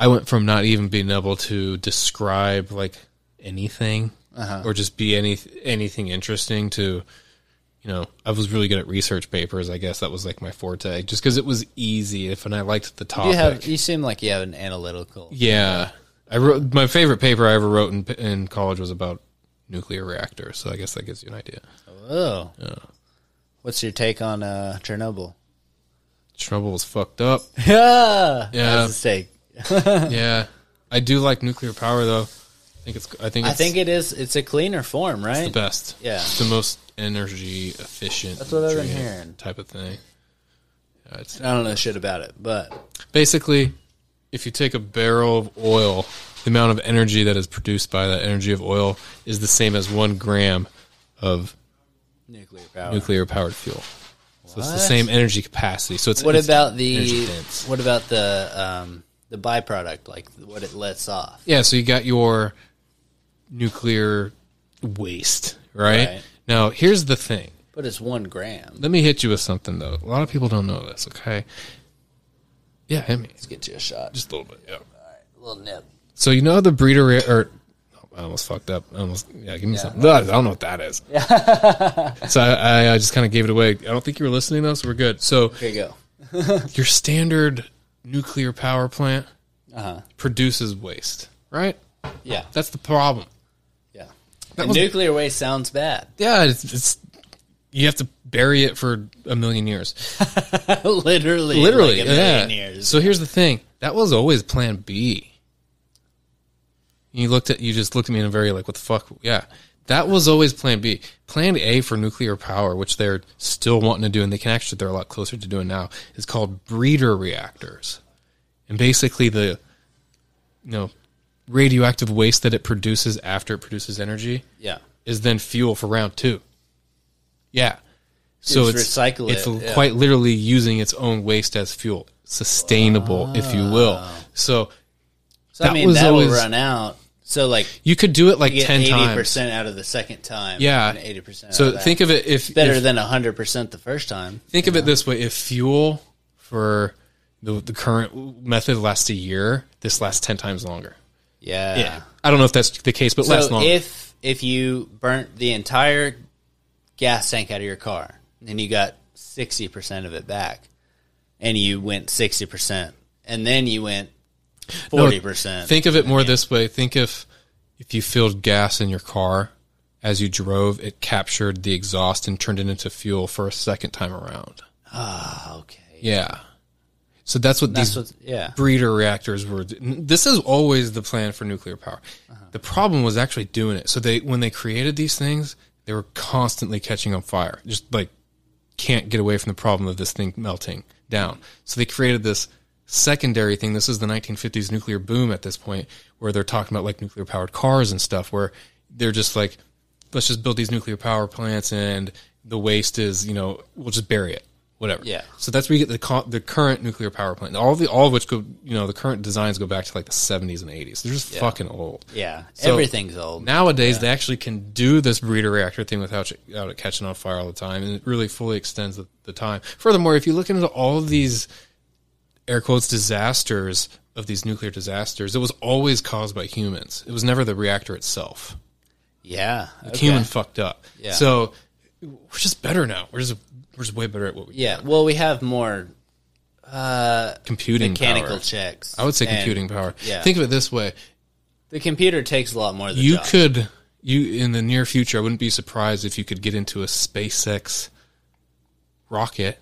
Speaker 2: I went from not even being able to describe like anything
Speaker 1: Uh-huh.
Speaker 2: or just be any anything interesting to, you know, I was really good at research papers. I guess that was like my forte, just because it was easy. If and I liked the topic.
Speaker 1: You have. e-, You seem like you have an analytical.
Speaker 2: yeah, I wrote my favorite paper I ever wrote in in college was about nuclear reactors. So I guess that gives you an idea.
Speaker 1: Oh. What's your take on uh, Chernobyl?
Speaker 2: Chernobyl was
Speaker 1: <laughs>
Speaker 2: fucked up.
Speaker 1: Yeah.
Speaker 2: <laughs> Yeah.
Speaker 1: That's a take.
Speaker 2: yeah, I do like nuclear power though. I think it's. I think.
Speaker 1: I
Speaker 2: It's,
Speaker 1: think it is. It's a cleaner form,
Speaker 2: the
Speaker 1: right?
Speaker 2: best.
Speaker 1: Yeah.
Speaker 2: It's the most energy efficient. That's
Speaker 1: what I've been hearing.
Speaker 2: Type of thing. Yeah, it's
Speaker 1: I don't know shit about it, but
Speaker 2: basically if you take a barrel of oil, the amount of energy that is produced by that energy of oil is the same as one gram of
Speaker 1: nuclear power.
Speaker 2: nuclear powered fuel. So it's the
Speaker 1: What?
Speaker 2: same energy capacity. So it's
Speaker 1: What
Speaker 2: it's
Speaker 1: about the?
Speaker 2: energy dense.
Speaker 1: What about the? Um, the byproduct, like what it lets off.
Speaker 2: Yeah, so you got your nuclear waste, right?
Speaker 1: Right.
Speaker 2: Now here's the thing.
Speaker 1: But it's one gram.
Speaker 2: Let me hit you with something though. A lot of people don't know this, okay? Yeah, hit me.
Speaker 1: Let's get you a shot. Just
Speaker 2: Just a little bit, yeah.
Speaker 1: a little nip.
Speaker 2: So you know how the breeder ra- or oh, I almost fucked up. I almost yeah, give me something. No, I don't know what that is. <laughs> so I, I, I just kind of gave it away. I don't think you were listening though, so we're good. So
Speaker 1: Here you go.
Speaker 2: your standard nuclear power plant
Speaker 1: Uh-huh.
Speaker 2: produces waste, right?
Speaker 1: Yeah,
Speaker 2: That's the problem.
Speaker 1: yeah.
Speaker 2: That
Speaker 1: And
Speaker 2: was-
Speaker 1: nuclear waste sounds bad. <laughs>
Speaker 2: Yeah, it's, it's you have to bury it for a million years.
Speaker 1: literally,
Speaker 2: Literally,
Speaker 1: like a
Speaker 2: yeah.
Speaker 1: million years.
Speaker 2: So here's the thing. That was always Plan B. You looked at you just looked at me in a very like what the fuck yeah. That was always Plan B. Plan A for nuclear power, which they're still wanting to do, and they can actually they're a lot closer to doing now, is called breeder reactors, and basically the you know radioactive waste that it produces after it produces energy
Speaker 1: Yeah,
Speaker 2: is then fuel for round two. Yeah. So
Speaker 1: Just
Speaker 2: it's
Speaker 1: recycle
Speaker 2: It's
Speaker 1: it, yeah.
Speaker 2: quite literally using its own waste as fuel, sustainable, if you will. So
Speaker 1: so I
Speaker 2: That
Speaker 1: mean
Speaker 2: was
Speaker 1: that
Speaker 2: always-
Speaker 1: will run out. So like
Speaker 2: you could do it like
Speaker 1: you get
Speaker 2: ten
Speaker 1: eighty
Speaker 2: times.
Speaker 1: percent out of the second time.
Speaker 2: Yeah.
Speaker 1: and eighty percent.
Speaker 2: So think of it if,
Speaker 1: better
Speaker 2: if-
Speaker 1: than hundred percent the first time.
Speaker 2: think of it this way: if fuel for the the current method lasts a year, this lasts ten times longer.
Speaker 1: Yeah.
Speaker 2: I don't know if that's the case, but lasts
Speaker 1: So
Speaker 2: longer.
Speaker 1: if if you burnt the entire gas tank out of your car and you got sixty percent of it back, and you went sixty percent, and then you went forty percent.
Speaker 2: Think of it more this way. Think if if you filled gas in your car as you drove, it captured the exhaust and turned it into fuel for a second time around.
Speaker 1: okay.
Speaker 2: Yeah. So that's what
Speaker 1: That's what.
Speaker 2: these
Speaker 1: Yeah.
Speaker 2: breeder reactors were. This is always the plan for nuclear power.
Speaker 1: Uh-huh.
Speaker 2: The problem was actually doing it. So they when they created these things, they were constantly catching on fire. Just like can't get away from the problem of this thing melting down. So they created this secondary thing. This is the 1950s nuclear boom at this point, where they're talking about like nuclear powered cars and stuff, where they're just like, let's just build these nuclear power plants and the waste is, you know, we'll just bury it, whatever.
Speaker 1: Yeah.
Speaker 2: So that's where you get the co- the current nuclear power plant. All the all of which go, you know, the current designs go back to like the 70s and 80s. They're just fucking old.
Speaker 1: Yeah.
Speaker 2: So-
Speaker 1: Everything's old.
Speaker 2: Nowadays, they actually can do this breeder reactor thing without, it- without it catching on fire all the time, and it really fully extends the, the time. Furthermore, if you look into all of these air quotes disasters of these nuclear disasters, it was always caused by humans. It was never the reactor itself.
Speaker 1: yeah. okay.
Speaker 2: Human fucked up.
Speaker 1: Yeah.
Speaker 2: So we're just better now. We're just we're just way better at what we
Speaker 1: Yeah. Well, we have more
Speaker 2: computing
Speaker 1: mechanical
Speaker 2: power.
Speaker 1: checks.
Speaker 2: I would say
Speaker 1: and
Speaker 2: computing power.
Speaker 1: yeah.
Speaker 2: Think of it this way:
Speaker 1: The computer takes a lot more. Of the
Speaker 2: you
Speaker 1: job.
Speaker 2: could you in the near future i wouldn't be surprised if you could get into a spacex rocket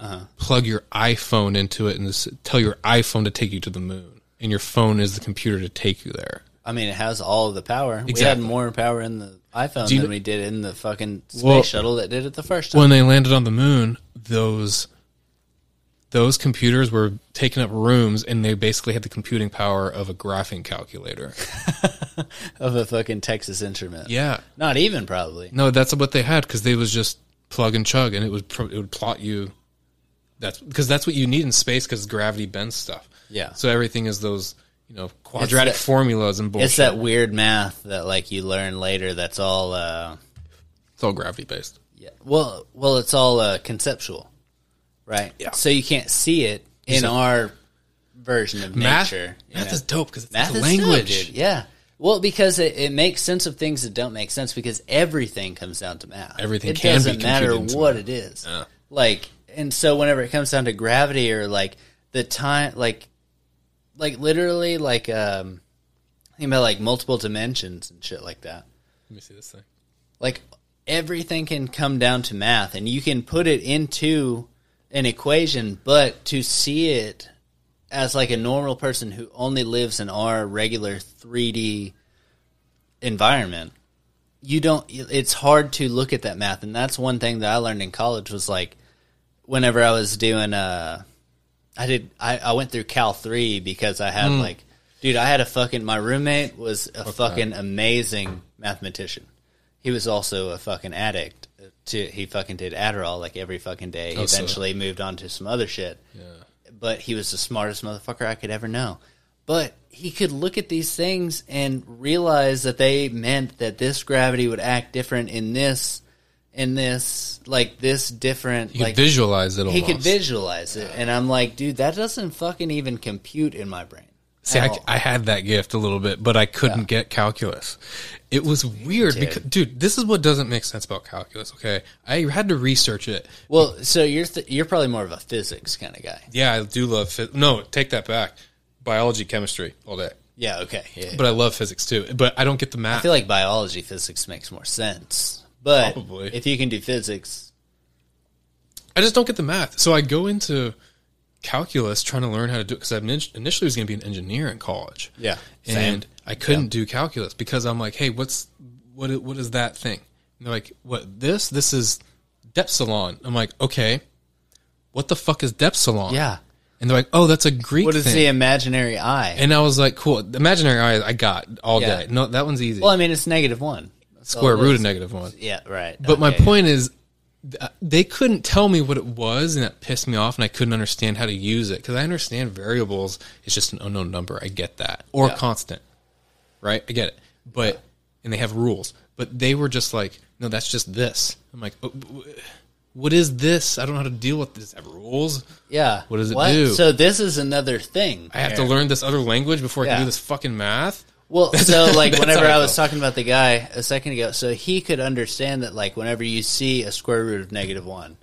Speaker 1: Uh-huh.
Speaker 2: plug your iphone into it and s tell your iphone to take you to the moon and your phone is the computer to take you there
Speaker 1: I mean, it has all of the power. We had
Speaker 2: Exactly.
Speaker 1: more power in the iPhone
Speaker 2: you
Speaker 1: than
Speaker 2: kn-
Speaker 1: we did in the fucking space
Speaker 2: Well-
Speaker 1: shuttle that did it the first time.
Speaker 2: when they landed on the moon those those computers were taking up rooms and they basically had the computing power of a graphing calculator
Speaker 1: of a fucking Texas Instrument.
Speaker 2: yeah
Speaker 1: Not even probably.
Speaker 2: No, that's what they had because they was just plug and chug, and it was pro- it would plot you. That's because that's what you need in space because gravity bends stuff.
Speaker 1: Yeah.
Speaker 2: So everything is those you know quadratic
Speaker 1: that-
Speaker 2: formulas and bullshit.
Speaker 1: It's that weird math that like you learn later. That's all. Uh,
Speaker 2: It's all gravity based.
Speaker 1: yeah. Well, well, it's all uh, conceptual, right?
Speaker 2: Yeah.
Speaker 1: So you can't see it in
Speaker 2: So-
Speaker 1: our version of
Speaker 2: Math,
Speaker 1: nature. you
Speaker 2: math
Speaker 1: know?
Speaker 2: is dope because it's
Speaker 1: Math
Speaker 2: a
Speaker 1: is
Speaker 2: language.
Speaker 1: language. Yeah. Well, because it, it makes sense of things that don't make sense because everything comes down to math.
Speaker 2: Everything
Speaker 1: it
Speaker 2: can be
Speaker 1: doesn't matter
Speaker 2: computed into
Speaker 1: what it
Speaker 2: math.
Speaker 1: is.
Speaker 2: Yeah.
Speaker 1: Like, and so whenever it comes down to gravity or like the time, like, like literally, like, um, think about like multiple dimensions and shit like that.
Speaker 2: Let me see this thing.
Speaker 1: Like everything can come down to math, and you can put it into an equation, but to see it as like a normal person who only lives in our regular 3D environment, you don't. It's hard to look at that math, and that's one thing that I learned in college was like, whenever I was doing uh, I did I, I went through Cal three because I had like, dude, I had a fucking my roommate was a fucking amazing mathematician. He was also a fucking addict. To he fucking did Adderall like every fucking day. He
Speaker 2: Oh, so-
Speaker 1: eventually moved on to some other shit
Speaker 2: Yeah.
Speaker 1: but he was the smartest motherfucker I could ever know. But he could look at these things and realize that they meant that this gravity would act different in this, in this, like this different.
Speaker 2: You
Speaker 1: like
Speaker 2: could visualize it. Almost.
Speaker 1: he could visualize it, and I'm like, dude, that doesn't fucking even compute in my brain.
Speaker 2: See,
Speaker 1: at
Speaker 2: I,
Speaker 1: all.
Speaker 2: I had that gift a little bit, but I couldn't get calculus. It was weird because, dude, this is what doesn't make sense about calculus. Okay, I had to research it.
Speaker 1: well, so you're th- you're probably more of a physics kind of guy.
Speaker 2: Yeah, I do love. Phys- no, take that back. Biology, chemistry, all day.
Speaker 1: Yeah, okay. Yeah.
Speaker 2: But I love physics too. But I don't get the math.
Speaker 1: I feel like biology physics makes more sense, but
Speaker 2: Probably.
Speaker 1: if you can do physics,
Speaker 2: I just don't get the math. So I go into calculus trying to learn how to do it because I initially was going to be an engineer in college.
Speaker 1: Yeah, same.
Speaker 2: and I couldn't do calculus because I'm like, hey, what's what? i- What is that thing? And they're like, what? This? This is depsilon. I'm like, okay, what the fuck is depsilon?
Speaker 1: Yeah.
Speaker 2: and they're like, oh, that's a Greek
Speaker 1: what is
Speaker 2: thing.
Speaker 1: the imaginary eye?
Speaker 2: and I was like, cool. The imaginary eye, I got all
Speaker 1: Yeah.
Speaker 2: day. No, that one's easy.
Speaker 1: Well, I mean, it's negative one. That's all
Speaker 2: Square
Speaker 1: it
Speaker 2: root
Speaker 1: is.
Speaker 2: of negative one.
Speaker 1: Yeah, right.
Speaker 2: But my
Speaker 1: Okay.
Speaker 2: point is, th- they couldn't tell me what it was, and that pissed me off, and I couldn't understand how to use it because I understand variables is just an unknown number. I get that, or
Speaker 1: Yeah.
Speaker 2: constant, right? I get it. But and they have rules, but they were just like, no, that's just this. I'm like, "Oh, w- w- what is this? I don't know how to deal with this. I have rules.
Speaker 1: yeah.
Speaker 2: What does it do?
Speaker 1: So this is another thing.
Speaker 2: I have to
Speaker 1: here.
Speaker 2: learn this other language before I
Speaker 1: Yeah.
Speaker 2: can do this fucking math.
Speaker 1: Well, so like
Speaker 2: <laughs> That's
Speaker 1: whenever
Speaker 2: how I
Speaker 1: I was
Speaker 2: felt.
Speaker 1: talking about the guy a second ago, so he could understand that like whenever you see a square root of negative one,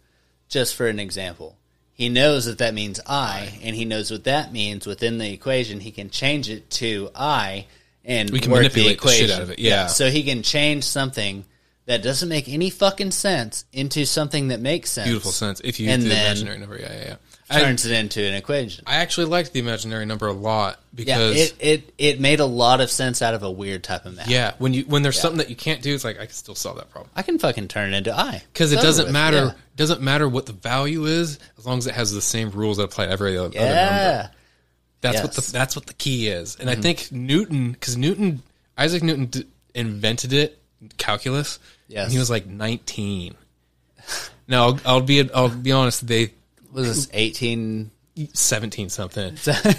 Speaker 1: just for an example, he knows that that means i, and he knows what that means within the equation. He can change it to i, and
Speaker 2: We can
Speaker 1: work
Speaker 2: manipulate
Speaker 1: the
Speaker 2: the shit
Speaker 1: equation
Speaker 2: out of it, yeah.
Speaker 1: So he can change something that doesn't make any fucking sense into something that makes sense.
Speaker 2: Beautiful sense. If you
Speaker 1: And
Speaker 2: use the
Speaker 1: then-
Speaker 2: imaginary number, yeah, yeah, yeah. I,
Speaker 1: Turns it into an equation.
Speaker 2: I actually liked the imaginary number a lot
Speaker 1: Yeah,
Speaker 2: because
Speaker 1: it, it it made a lot of sense out of a weird type of math.
Speaker 2: Yeah, when you when there's something that you can't do, it's like I can still solve that problem
Speaker 1: I can fucking turn it into I
Speaker 2: because it
Speaker 1: It's over
Speaker 2: doesn't
Speaker 1: with.
Speaker 2: matter. Doesn't matter what the value is as long as it has the same rules that apply to every other
Speaker 1: Yeah,
Speaker 2: other number.
Speaker 1: yeah.
Speaker 2: That's what
Speaker 1: yes. Mm-hmm.
Speaker 2: the that's what the key is. And I think Newton, because Newton, Isaac Newton d- invented it, calculus.
Speaker 1: Yes.
Speaker 2: and he was like 19. now I'll, I'll be I'll be honest. They
Speaker 1: was this eighteen?
Speaker 2: 17
Speaker 1: <laughs>
Speaker 2: something.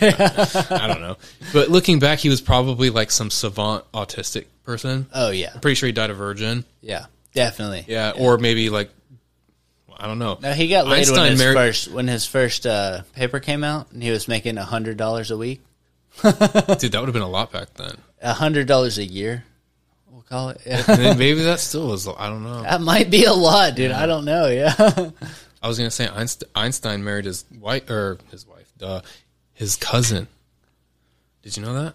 Speaker 2: I don't know. But looking back, he was probably like some savant autistic person.
Speaker 1: Oh yeah,
Speaker 2: Pretty sure he died a virgin.
Speaker 1: yeah, definitely.
Speaker 2: Yeah, or maybe like I don't know.
Speaker 1: No, he got laid
Speaker 2: Einstein
Speaker 1: when his
Speaker 2: married-
Speaker 1: first when his first uh, paper came out, and he was making hundred dollars a week,
Speaker 2: Dude, that would have been a lot back then.
Speaker 1: hundred dollars a year. We'll call it. <laughs> Yeah.
Speaker 2: And then maybe that still is. I don't know.
Speaker 1: that might be a lot, dude. I don't know. Yeah, <laughs>
Speaker 2: I was gonna say Einst- Einstein married his wife or his wife, duh, his cousin. Did you know that?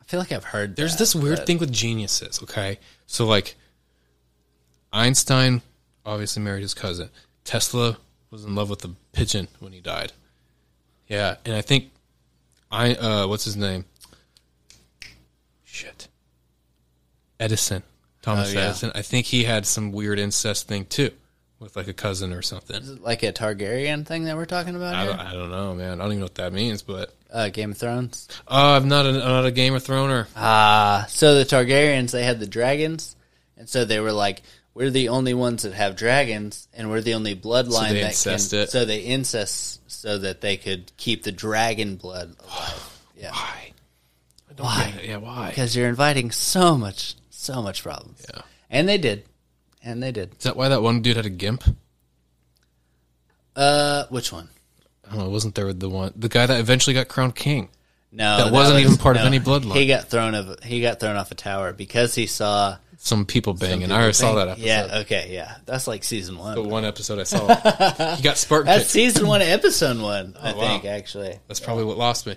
Speaker 1: I feel like I've heard.
Speaker 2: There's
Speaker 1: that.
Speaker 2: this weird thing with geniuses. Okay, so like Einstein obviously married his cousin. Tesla was in love with the pigeon when he died. Yeah, and I think I uh, what's his name? Shit, Edison, Thomas
Speaker 1: Oh, yeah.
Speaker 2: Edison. I think he had some weird incest thing too, with like a cousin or something.
Speaker 1: like a Targaryen thing that we're talking about.
Speaker 2: I
Speaker 1: Here?
Speaker 2: don't, I don't know, man. I don't even know what that means, but
Speaker 1: Uh, Game of Thrones.
Speaker 2: uh, I'm not a, I'm not a Game of Throner.
Speaker 1: Ah, so the Targaryens they had the dragons, and so they were like, we're the only ones that have dragons, and we're the only bloodline
Speaker 2: they
Speaker 1: that
Speaker 2: incest
Speaker 1: can.
Speaker 2: it.
Speaker 1: So they incest so that they could keep the dragon blood alive. Yeah,
Speaker 2: Why? I don't
Speaker 1: Why?
Speaker 2: get it. Yeah, why?
Speaker 1: because you're inviting so much, so much problems.
Speaker 2: Yeah.
Speaker 1: and they did, and they did.
Speaker 2: Is that why that one dude had a gimp?
Speaker 1: Uh, which one?
Speaker 2: I don't know. Wasn't there the one, the guy that eventually got crowned king?
Speaker 1: No,
Speaker 2: That wasn't even part of any bloodline.
Speaker 1: He got thrown of he got thrown off a tower because he saw.
Speaker 2: Some people banging. I already saw that episode.
Speaker 1: Yeah, okay, yeah, that's like season one.
Speaker 2: The one episode I
Speaker 1: <laughs>
Speaker 2: saw. he got spark
Speaker 1: That's
Speaker 2: kicked.
Speaker 1: season one, episode one. I
Speaker 2: Oh, wow.
Speaker 1: think actually,
Speaker 2: That's probably what lost me.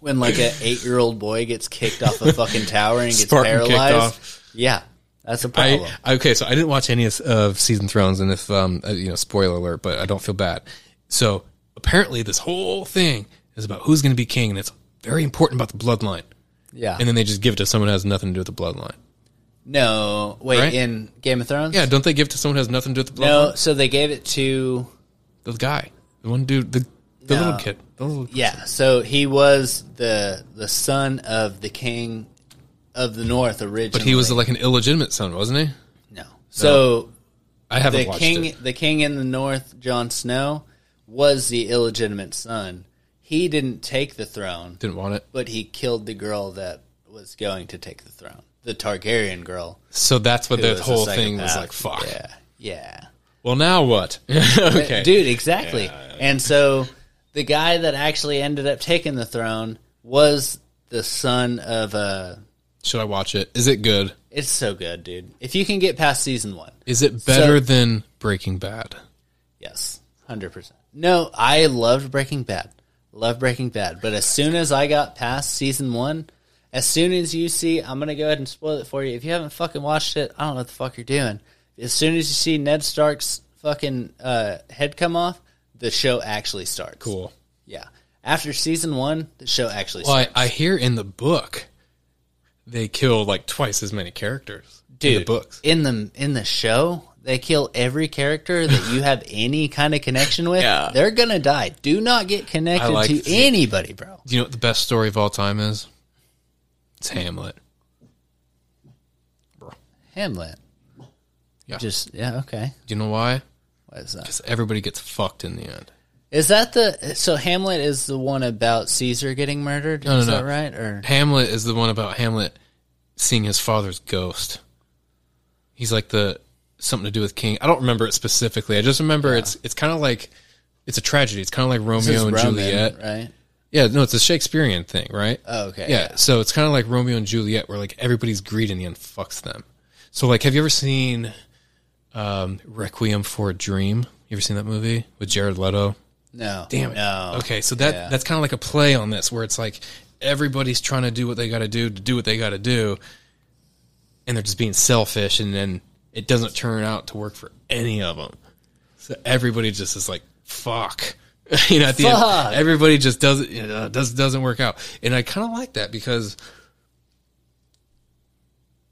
Speaker 1: when like
Speaker 2: <laughs>
Speaker 1: an eight-year-old boy gets kicked off a fucking tower and gets
Speaker 2: Spartan kicked
Speaker 1: paralyzed.
Speaker 2: off.
Speaker 1: Yeah, that's a problem.
Speaker 2: I, I- okay, so I didn't watch any of, of season Thrones, and if um, uh, you know, spoiler alert, but I don't feel bad. So apparently, this whole thing is about who's going to be king, and it's very important about the bloodline.
Speaker 1: yeah.
Speaker 2: And then they just give it to someone who has nothing to do with the bloodline.
Speaker 1: no, wait.
Speaker 2: Right?
Speaker 1: In Game of Thrones,
Speaker 2: Yeah, don't they give it to someone who has nothing to do with the bloodline?
Speaker 1: No, so they gave it to
Speaker 2: The guy, the one dude, the, the
Speaker 1: No.
Speaker 2: little kid, the little
Speaker 1: yeah. So he was the the son of the king of the North originally.
Speaker 2: But he was like an illegitimate son, wasn't he?
Speaker 1: no. So
Speaker 2: I haven't
Speaker 1: the
Speaker 2: watched
Speaker 1: king
Speaker 2: it.
Speaker 1: the king in the North, Jon Snow, was the illegitimate son. He didn't take the throne.
Speaker 2: Didn't want it.
Speaker 1: but he killed the girl that was going to take the throne, the Targaryen girl.
Speaker 2: So that's what
Speaker 1: who
Speaker 2: the
Speaker 1: was a
Speaker 2: whole thing was
Speaker 1: psychopath.
Speaker 2: like. Fuck.
Speaker 1: Yeah, yeah,
Speaker 2: Well, now
Speaker 1: <laughs>
Speaker 2: what? <laughs> okay,
Speaker 1: dude, exactly. And so the guy that actually ended up taking the throne was the son of a.
Speaker 2: Should I watch it? Is it good?
Speaker 1: It's so good, dude. If you can get past season one,
Speaker 2: Is it better than Breaking Bad?
Speaker 1: yes, hundred percent. No, I loved Breaking Bad. Love Breaking Bad, but as soon as I got past season one, as soon as you see, I'm gonna go ahead and spoil it for you. If you haven't fucking watched it, I don't know what the fuck you're doing. As soon as you see Ned Stark's fucking uh, head come off, the show actually starts.
Speaker 2: Cool.
Speaker 1: Yeah. After season one, the show actually
Speaker 2: Well,
Speaker 1: starts.
Speaker 2: I, I hear in the book they kill like twice as many characters in the books.
Speaker 1: in the in the show, they kill every character that you
Speaker 2: <laughs>
Speaker 1: have any kind of connection with.
Speaker 2: Yeah.
Speaker 1: They're gonna die. Do not get connected
Speaker 2: like
Speaker 1: to
Speaker 2: the-
Speaker 1: anybody, bro.
Speaker 2: Do you know what the best story of all time is? It's Hamlet.
Speaker 1: Hamlet.
Speaker 2: Yeah.
Speaker 1: Just yeah, okay.
Speaker 2: Do you know why?
Speaker 1: What is that?
Speaker 2: Because everybody gets fucked in the end.
Speaker 1: Is that the so Hamlet is the one about Caesar getting murdered?
Speaker 2: no,
Speaker 1: is
Speaker 2: no.
Speaker 1: that right? Or
Speaker 2: Hamlet is the one about Hamlet seeing his father's ghost. He's like the something to do with King. I don't remember it specifically. I just remember it's it's kind of like it's a tragedy. It's kind of like Romeo and
Speaker 1: Roman,
Speaker 2: Juliet.
Speaker 1: right?
Speaker 2: Yeah, no, it's a Shakespearean thing, right?
Speaker 1: Oh, okay.
Speaker 2: Yeah, so it's kind of like Romeo and Juliet, where like everybody's greed in the end fucks them. So like, have you ever seen um, Requiem for a Dream? You ever seen that movie with Jared Leto?
Speaker 1: No.
Speaker 2: Damn it.
Speaker 1: No.
Speaker 2: Okay, so that
Speaker 1: Yeah.
Speaker 2: that's kind of like a play on this, where it's like everybody's trying to do what they got to do to do what they got to do, and they're just being selfish, and then it doesn't turn out to work for any of them. So everybody just is like, "Fuck," <laughs> you know. At the
Speaker 1: Fuck.
Speaker 2: end, everybody just doesn't you know, does doesn't work out, and I kind of like that because,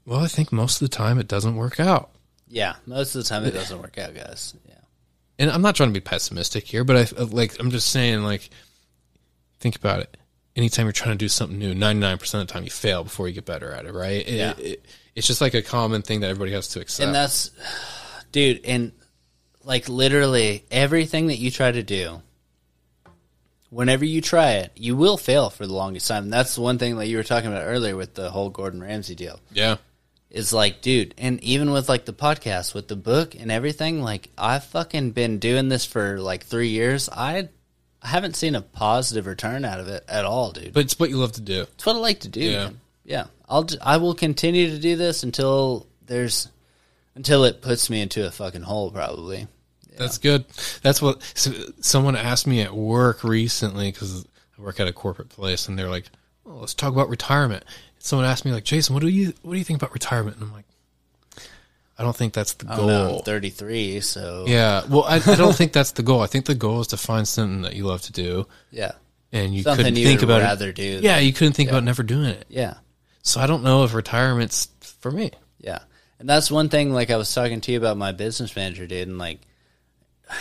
Speaker 2: well, I think most of the time it doesn't work out.
Speaker 1: Yeah. Most of the time it doesn't work out, guys. Yeah.
Speaker 2: and I'm not trying to be pessimistic here, but I uh, like I'm just saying like think about it. Anytime you're trying to do something new, 99% of the time you fail before you get better at it, right? It-
Speaker 1: Yeah.
Speaker 2: it- it's just like a common thing that everybody has to accept.
Speaker 1: And that's, dude, and like literally everything that you try to do, whenever you try it, you will fail for the longest time. That's the one thing that you were talking about earlier with the whole Gordon Ramsay deal.
Speaker 2: yeah.
Speaker 1: It's like, dude, and even with like the podcast, with the book and everything, like I've fucking been doing this for like three years. I, I haven't seen a positive return out of it at all, dude.
Speaker 2: But it's what you love to do.
Speaker 1: It's what I like to do.
Speaker 2: Yeah.
Speaker 1: Yeah. Yeah. I'll ju- I will continue to do this until there's until it puts me into a fucking hole probably.
Speaker 2: That's good. That's what so, someone asked me at work recently because I work at a corporate place, and they're like, "Well, let's talk about retirement." Someone asked me like, "Jason, what do you what do you think about retirement?" And I'm like, "I don't think that's the
Speaker 1: I
Speaker 2: goal."
Speaker 1: don't know, I'm 33, so yeah.
Speaker 2: Yeah. Well, I, I don't think that's the goal. I think the goal is to find something that you love to do, and you
Speaker 1: Something
Speaker 2: couldn't
Speaker 1: you
Speaker 2: think
Speaker 1: would
Speaker 2: about
Speaker 1: rather
Speaker 2: it.
Speaker 1: do.
Speaker 2: Yeah, you couldn't think about never doing it.
Speaker 1: Yeah.
Speaker 2: So I don't know if retirement's for me.
Speaker 1: Yeah. And that's one thing like I was talking to you about my business manager dude and like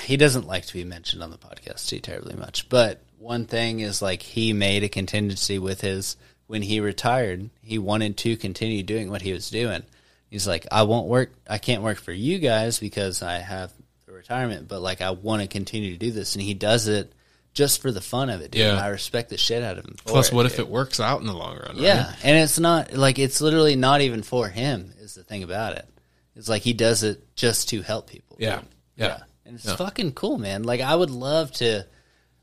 Speaker 1: he doesn't like to be mentioned on the podcast too terribly much. But one thing is like he made a contingency with his when he retired, he wanted to continue doing what he was doing. He's like, I won't work. I can't work for you guys because I have the retirement, but like I want to continue to do this. And he does it just for the fun of it, dude.
Speaker 2: Yeah.
Speaker 1: I respect the shit out of him. for
Speaker 2: Plus,
Speaker 1: it,
Speaker 2: what
Speaker 1: dude.
Speaker 2: if it works out in the long run?
Speaker 1: Yeah,
Speaker 2: right?
Speaker 1: and it's not like it's literally not even for him. Is the thing about it? It's like he does it just to help people.
Speaker 2: Yeah. Yeah.
Speaker 1: and it's
Speaker 2: Yeah.
Speaker 1: fucking cool, man. Like I would love to,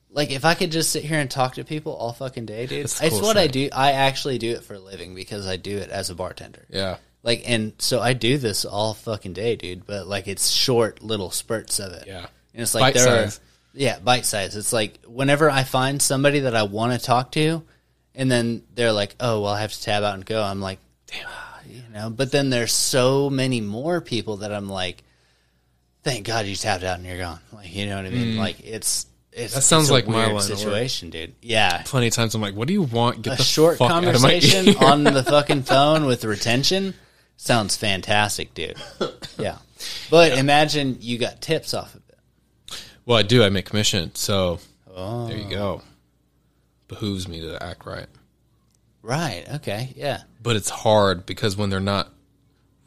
Speaker 1: like if I could just sit here and talk to people all fucking day, dude.
Speaker 2: That's
Speaker 1: It's
Speaker 2: the coolest
Speaker 1: what I do. I actually do it for a living because I do it as a bartender.
Speaker 2: yeah,
Speaker 1: Like and so I do this all fucking day, dude. But like it's short little spurts of it.
Speaker 2: Yeah.
Speaker 1: and it's like
Speaker 2: Bite
Speaker 1: there
Speaker 2: size.
Speaker 1: are yeah bite size. It's like whenever I find somebody that I want to talk to, and then they're like, oh well, I have to tab out and go. I'm like, damn, ah, you know. But then there's so many more people that I'm like, thank God you tapped out and you're gone. Like you know what I mean? Like it's. It's,
Speaker 2: Mm. That sounds
Speaker 1: it's a
Speaker 2: like my
Speaker 1: weird
Speaker 2: line of work.
Speaker 1: situation, dude. Yeah,
Speaker 2: Plenty of times I'm like, "What do you want? Get
Speaker 1: a
Speaker 2: the
Speaker 1: short
Speaker 2: fuck out of my
Speaker 1: conversation
Speaker 2: ear."
Speaker 1: on the fucking phone with retention sounds fantastic, dude. Yeah. But imagine you got tips off of it.
Speaker 2: <laughs> Well, I do. I make commission, so there
Speaker 1: Oh.
Speaker 2: you go. Behooves me to act right,
Speaker 1: Right. Okay. Yeah.
Speaker 2: but it's hard because when they're not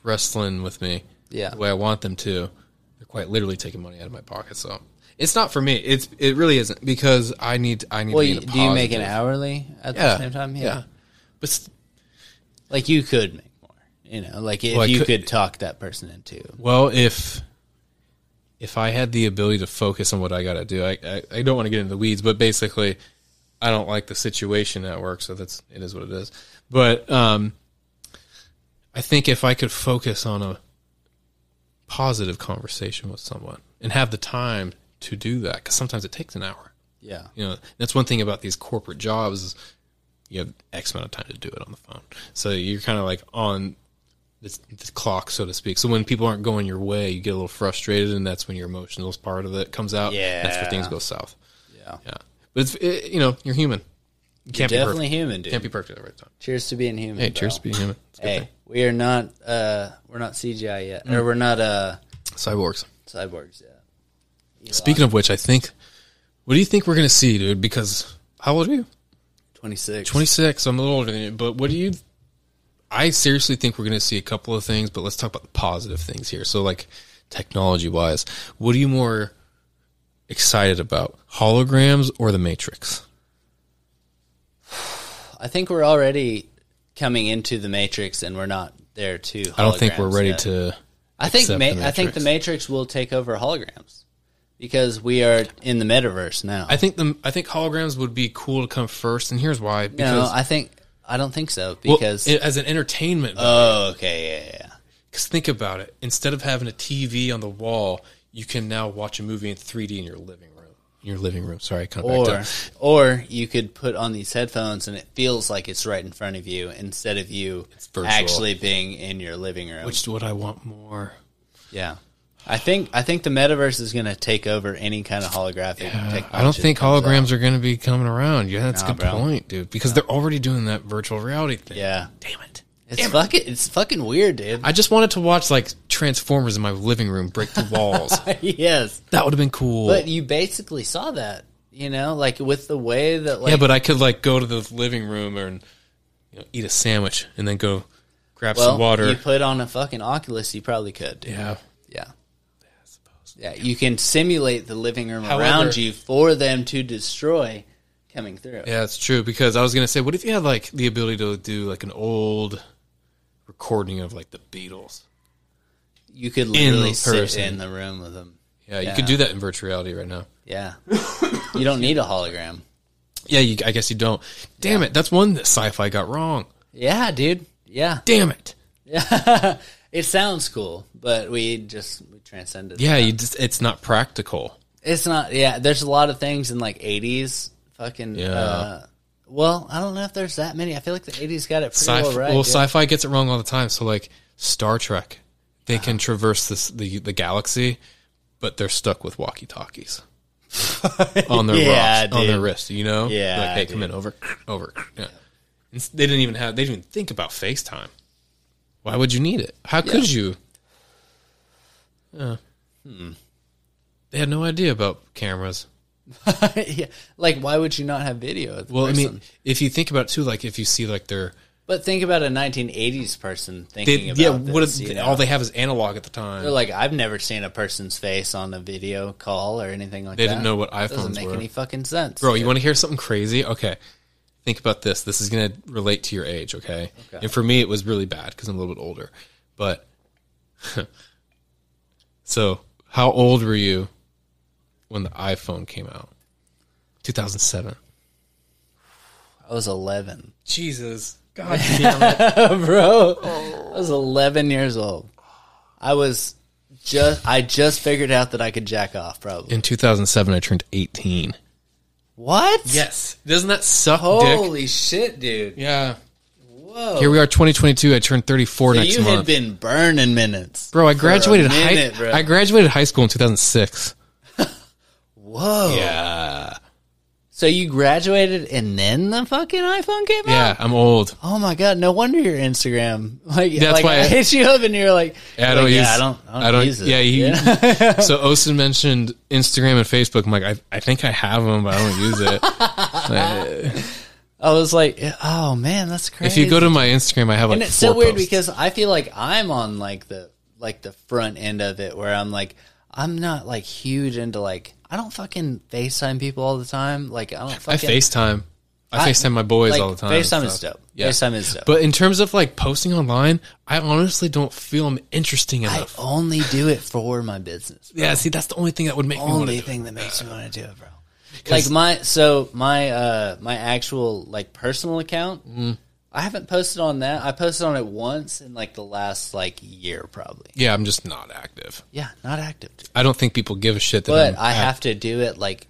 Speaker 2: wrestling with me,
Speaker 1: Yeah.
Speaker 2: the way I want them to, they're quite literally taking money out of my pocket. So it's not for me. It's it really isn't because I need I need.
Speaker 1: Well,
Speaker 2: to be
Speaker 1: you,
Speaker 2: in a
Speaker 1: do you make an
Speaker 2: positive-
Speaker 1: hourly at
Speaker 2: Yeah,
Speaker 1: the same time?
Speaker 2: yeah.
Speaker 1: Yeah.
Speaker 2: But s-
Speaker 1: Like you could make more. You know, like if
Speaker 2: Well, I
Speaker 1: you
Speaker 2: could-
Speaker 1: could, talk that person into.
Speaker 2: Well, if if I had the ability to focus on what I got to do, I, I I don't want to get into the weeds, but basically, I don't like the situation at work, so that's it is what it is. But um, I think if I could focus on a positive conversation with someone and have the time to do that, because sometimes it takes an hour.
Speaker 1: Yeah.
Speaker 2: You know, that's one thing about these corporate jobs is you have X amount of time to do it on the phone. So you're kind of like on the, the clock, so to speak. So when people aren't going your way, you get a little frustrated, and that's when your emotional part of it comes out. that's where things
Speaker 1: Yeah.
Speaker 2: go south.
Speaker 1: Yeah.
Speaker 2: Yeah, but it's it, you know you're human. You can't be
Speaker 1: Definitely
Speaker 2: perfect.
Speaker 1: human, dude.
Speaker 2: Can't be perfect every time.
Speaker 1: cheers to being human.
Speaker 2: Hey, cheers to
Speaker 1: bro.
Speaker 2: being human. Mm. It's a good
Speaker 1: Hey, we are not uh we're not CGI yet. Or we're not uh
Speaker 2: thing. Cyborgs.
Speaker 1: cyborgs yet.
Speaker 2: Speaking of which, I think. What do you think we're gonna see, dude? Because how old are you?
Speaker 1: Twenty six.
Speaker 2: 26. I'm a little older than you, but what do you? I seriously think we're going to see a couple of things, but let's talk about the positive things here. So, like technology wise, what are you more excited about, holograms or the Matrix?
Speaker 1: I think we're already coming into the Matrix, and we're not there too.
Speaker 2: I don't think we're
Speaker 1: holograms
Speaker 2: ready
Speaker 1: yet.
Speaker 2: to.
Speaker 1: I think
Speaker 2: accept
Speaker 1: ma-
Speaker 2: the
Speaker 1: I think the Matrix will take over holograms because we are in the metaverse now.
Speaker 2: I think the I think holograms would be cool to come first, and here's why.
Speaker 1: no,
Speaker 2: Because
Speaker 1: I think I don't think so
Speaker 2: well,
Speaker 1: because
Speaker 2: it- as an entertainment,
Speaker 1: oh okay yeah, yeah yeah
Speaker 2: because think about it. Instead of having a TV on the wall, you can now watch a movie in 3D in your living room. Your living room. Sorry, kind of back
Speaker 1: or
Speaker 2: to
Speaker 1: or you could put on these headphones and it feels like it's right in front of you instead of you
Speaker 2: virtual.
Speaker 1: actually being in your living room.
Speaker 2: which is what I want more.
Speaker 1: yeah. I think I think the metaverse is going to take over any kind of holographic. technology
Speaker 2: I don't think
Speaker 1: that comes out.
Speaker 2: holograms are going to be coming around. Yeah, that's a
Speaker 1: Nah,
Speaker 2: good
Speaker 1: bro.
Speaker 2: point, dude. Because they're already doing that virtual reality thing.
Speaker 1: Yeah.
Speaker 2: Damn it.
Speaker 1: It's fucking it's fucking weird, dude.
Speaker 2: I just wanted to watch like Transformers in my living room break the
Speaker 1: <laughs>
Speaker 2: walls.
Speaker 1: <laughs> yes.
Speaker 2: that would have been cool.
Speaker 1: But you basically saw that, you know, like with the way that like
Speaker 2: yeah, but I could like go to the living room and you know, eat a sandwich and then go grab
Speaker 1: well,
Speaker 2: some water.
Speaker 1: you put on a fucking Oculus, you probably could. Dude.
Speaker 2: yeah.
Speaker 1: Yeah. Yeah, you can simulate the living room
Speaker 2: However-
Speaker 1: around you for them to destroy coming through.
Speaker 2: Yeah, that's true. Because I was going to say, what if you had like the ability to do like an old recording of like the Beatles?
Speaker 1: You could literally
Speaker 2: In
Speaker 1: sit
Speaker 2: person.
Speaker 1: in the room with them.
Speaker 2: Yeah, you could
Speaker 1: Yeah.
Speaker 2: do that in virtual reality right now. <laughs>
Speaker 1: Yeah. you don't need a hologram.
Speaker 2: Yeah, you, I guess you don't. Damn it. That's one that sci fi got wrong.
Speaker 1: Yeah, dude. Yeah. <laughs>
Speaker 2: Damn it.
Speaker 1: Yeah. it sounds cool, but we just we transcended
Speaker 2: Yeah, you just it's not practical.
Speaker 1: It's not. Yeah, there's a lot of things in like '80s fucking.
Speaker 2: Yeah.
Speaker 1: Uh, well, I don't know if there's that many. I feel like the '80s got it pretty
Speaker 2: Sci-
Speaker 1: well
Speaker 2: well,
Speaker 1: right. dude.
Speaker 2: sci-fi gets it wrong all the time. So like Star Trek, they can
Speaker 1: Uh-huh.
Speaker 2: traverse this the the galaxy, but they're stuck
Speaker 1: <laughs>
Speaker 2: with walkie-talkies on their
Speaker 1: Yeah,
Speaker 2: rocks, on their
Speaker 1: dude.
Speaker 2: wrist. You know,
Speaker 1: Yeah,
Speaker 2: like hey, come in over, over. Yeah, And s- they didn't even have they didn't even think about FaceTime. Why would you need it? How could you? Yeah.
Speaker 1: Hmm.
Speaker 2: They had no idea about cameras.
Speaker 1: <laughs> yeah. Like, why would you not have video? Of the
Speaker 2: Well, I
Speaker 1: person?
Speaker 2: mean, if you think about it too, like if you see like their
Speaker 1: But think about a 1980s person thinking
Speaker 2: They,
Speaker 1: about
Speaker 2: yeah,
Speaker 1: this,
Speaker 2: what if-
Speaker 1: you know?
Speaker 2: all they have is analog at the time.
Speaker 1: They're like I've never seen a person's face on a video call or anything like
Speaker 2: They
Speaker 1: that.
Speaker 2: didn't know what
Speaker 1: Doesn't
Speaker 2: iPhones
Speaker 1: make
Speaker 2: were.
Speaker 1: any fucking sense,
Speaker 2: Bro, you want to hear something crazy? Okay. Think about this. This is going to relate to your age, okay? And for me, it was really bad because I'm a little bit older. But <laughs> so, how old were you when the iPhone came out? 2007.
Speaker 1: I was 11,
Speaker 2: Jesus. God damn
Speaker 1: <laughs>
Speaker 2: it.
Speaker 1: bro. I was 11 years old. I was just I just figured out that I could jack off. Probably
Speaker 2: In 2007, I turned 18.
Speaker 1: what?
Speaker 2: Yes. Doesn't that suck, dick?
Speaker 1: Holy shit, dude!
Speaker 2: Yeah.
Speaker 1: Whoa.
Speaker 2: Here we are, 2022. I turned 34
Speaker 1: So
Speaker 2: next
Speaker 1: you
Speaker 2: month.
Speaker 1: had been burning minutes,
Speaker 2: Bro, I
Speaker 1: for a
Speaker 2: graduated
Speaker 1: minute,
Speaker 2: high.
Speaker 1: bro.
Speaker 2: I graduated high school in 2006.
Speaker 1: Whoa.
Speaker 2: Yeah.
Speaker 1: So you graduated and then the fucking iPhone came out?
Speaker 2: Yeah,
Speaker 1: <laughs>
Speaker 2: I'm old.
Speaker 1: Oh my god, no wonder your Instagram. Like
Speaker 2: That's
Speaker 1: like,
Speaker 2: why
Speaker 1: I
Speaker 2: I-
Speaker 1: hit you up and you're like,
Speaker 2: Yeah, I
Speaker 1: like,
Speaker 2: don't use.
Speaker 1: yeah, I don't I don't, use it.
Speaker 2: Yeah, he,
Speaker 1: Yeah.
Speaker 2: so Osen mentioned Instagram and Facebook. I'm like, I, I think I have them, but I don't
Speaker 1: <laughs>
Speaker 2: use it. Like,
Speaker 1: I was like, oh man, that's
Speaker 2: if
Speaker 1: crazy.
Speaker 2: you go to my Instagram, I have like
Speaker 1: and it's
Speaker 2: four
Speaker 1: so weird
Speaker 2: posts.
Speaker 1: because I feel like I'm on like the like the front end of it where I'm like I'm not like huge into like I don't fucking FaceTime people all the time. Like I don't fucking
Speaker 2: I FaceTime. I, FaceTime my boys
Speaker 1: like,
Speaker 2: all the time. and
Speaker 1: FaceTime is
Speaker 2: stuff.
Speaker 1: dope. FaceTime is dope.
Speaker 2: But in terms of like posting online, I honestly don't feel I'm interesting
Speaker 1: I
Speaker 2: enough.
Speaker 1: only do it for my
Speaker 2: <laughs>
Speaker 1: business.
Speaker 2: yeah, see, that's the only thing that would make me want
Speaker 1: only
Speaker 2: to.
Speaker 1: thing that makes me want to do it, bro. Like my so my uh my actual like personal account,
Speaker 2: Mm-hmm.
Speaker 1: I haven't posted on that. I posted on it once in like the last like year probably.
Speaker 2: Yeah, I'm just not active.
Speaker 1: Yeah, not active. dude.
Speaker 2: I don't think people give a shit that
Speaker 1: But
Speaker 2: I'm
Speaker 1: I have to do it like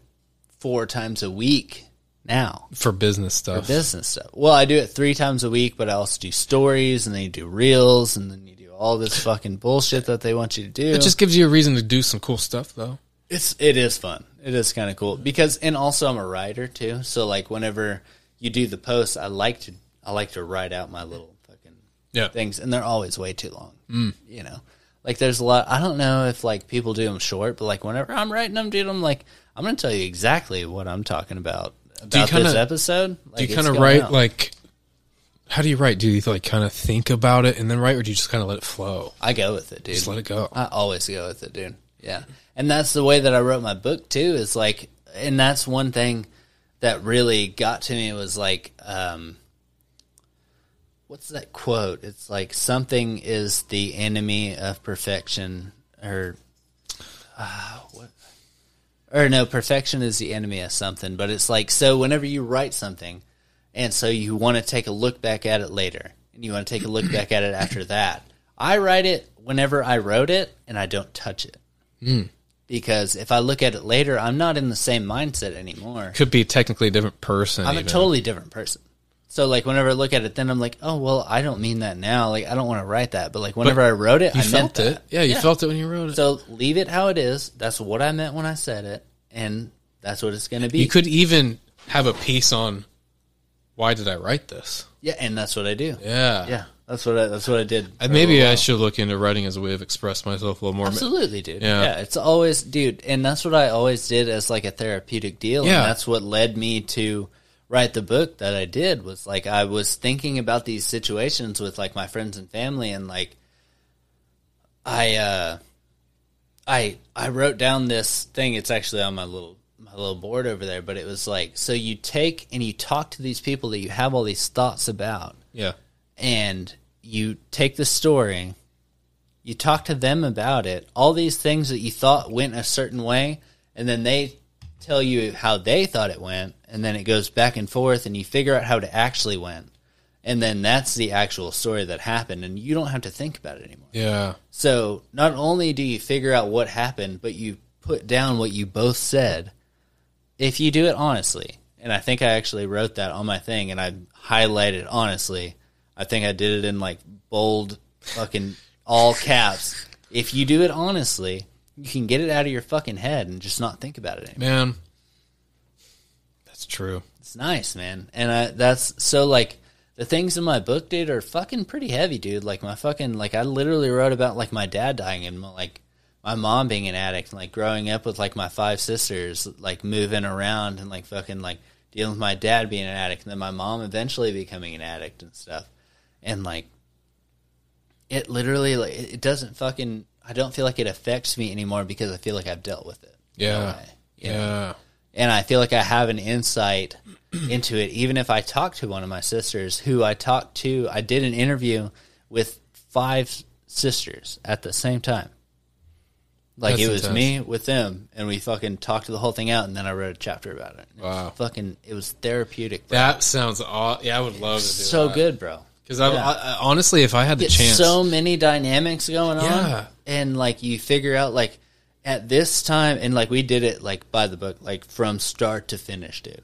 Speaker 1: four times a week now.
Speaker 2: for business stuff.
Speaker 1: Business stuff. Well, I do it three times a week, but I also do stories and then you do reels and then you do all this fucking bullshit that they want you to do.
Speaker 2: It just gives you a reason to do some cool stuff, though.
Speaker 1: It's it is fun. It is kind of cool because and also I'm a writer too. So like whenever you do the posts, I like to I like to write out my little fucking
Speaker 2: Yeah.
Speaker 1: things, and they're always way too long. Mm. You know, like there's a lot. I don't know if like people do them short, but like whenever I'm writing them, dude, I'm like I'm gonna tell you exactly what I'm talking about about this
Speaker 2: kinda-
Speaker 1: episode. Like,
Speaker 2: do you
Speaker 1: it's
Speaker 2: kind of
Speaker 1: going
Speaker 2: write
Speaker 1: out.
Speaker 2: like how do you write do you like kind of think about it and then write or do you just kind of let it flow
Speaker 1: I go with it, dude.
Speaker 2: just let it go
Speaker 1: I always go with it, dude. Yeah. And that's the way that I wrote my book too, is like and that's one thing that really got to me was like, um what's that quote? It's like something is the enemy of perfection or ah, or no, perfection is the enemy of something, but it's like so whenever you write something and so you want to take a look back at it later and you want to take a look <clears throat> back at it after that. I write it whenever I wrote it and I don't touch it.
Speaker 2: Hmm.
Speaker 1: Because if I look at it later, I'm not in the same mindset anymore.
Speaker 2: could be technically a different person
Speaker 1: I'm
Speaker 2: even.
Speaker 1: a totally different person. So like whenever I look at it then I'm like, "Oh, well, I don't mean that now. Like I don't want to write that." But like whenever I wrote it,
Speaker 2: you
Speaker 1: I meant
Speaker 2: felt
Speaker 1: that.
Speaker 2: it yeah you felt it when you wrote it
Speaker 1: So leave it how it is. That's what I meant when I said it, and that's what it's going to be.
Speaker 2: you could even have a piece on why did i write this
Speaker 1: yeah, and that's what I do.
Speaker 2: yeah
Speaker 1: Yeah, Oh, that's what I, that's what I did.
Speaker 2: And maybe i should look into writing as a way of express myself a little more
Speaker 1: Absolutely, dude. Yeah.
Speaker 2: Yeah.
Speaker 1: it's always, dude, and that's what I always did as like a therapeutic deal,
Speaker 2: Yeah.
Speaker 1: and that's what led me to write the book that I did. Was like I was thinking about these situations with like my friends and family, and like I, uh I, I wrote down this thing. It's actually on my little my little board over there, but it was like so you take and you talk to these people that you have all these thoughts about,
Speaker 2: yeah
Speaker 1: and you take the story, you talk to them about it, all these things that you thought went a certain way, and then they tell you how they thought it went, and then it goes back and forth, and you figure out how it actually went. And then that's the actual story that happened, and you don't have to think about it anymore.
Speaker 2: yeah
Speaker 1: So not only do you figure out what happened, but you put down what you both said. If you do it honestly, and I think I actually wrote that on my thing and I highlighted honestly. I think I did it in like bold fucking all caps. If you do it honestly, you can get it out of your fucking head and just not think about it anymore.
Speaker 2: man that's true
Speaker 1: It's nice, man. And I that's so like the things in my book, dude, are fucking pretty heavy, dude. Like my fucking like I literally wrote about like my dad dying and my, like my mom being an addict and like growing up with like my five sisters like moving around and like fucking like dealing with my dad being an addict and then my mom eventually becoming an addict and stuff. and like it literally like it it doesn't fucking. I don't feel like it affects me anymore because I feel like I've dealt with it. in a
Speaker 2: Yeah.
Speaker 1: way, you
Speaker 2: Yeah.
Speaker 1: know? and I feel like I have an insight into it. Even if I talk to one of my sisters, who I talked to, I did an interview with five sisters at the same time. Like
Speaker 2: That's
Speaker 1: it was me with them, and we fucking talked the whole thing out, and then I wrote a chapter about it. It was
Speaker 2: Wow.
Speaker 1: fucking, it was therapeutic. Bro.
Speaker 2: That sounds aw- yeah, I would love to do
Speaker 1: so good, bro.
Speaker 2: Because I, I, I- honestly, if I had the
Speaker 1: It's
Speaker 2: chance,
Speaker 1: so many dynamics going on,
Speaker 2: Yeah.
Speaker 1: and like you figure out like at this time, and like we did it like by the book, like from start to finish, dude.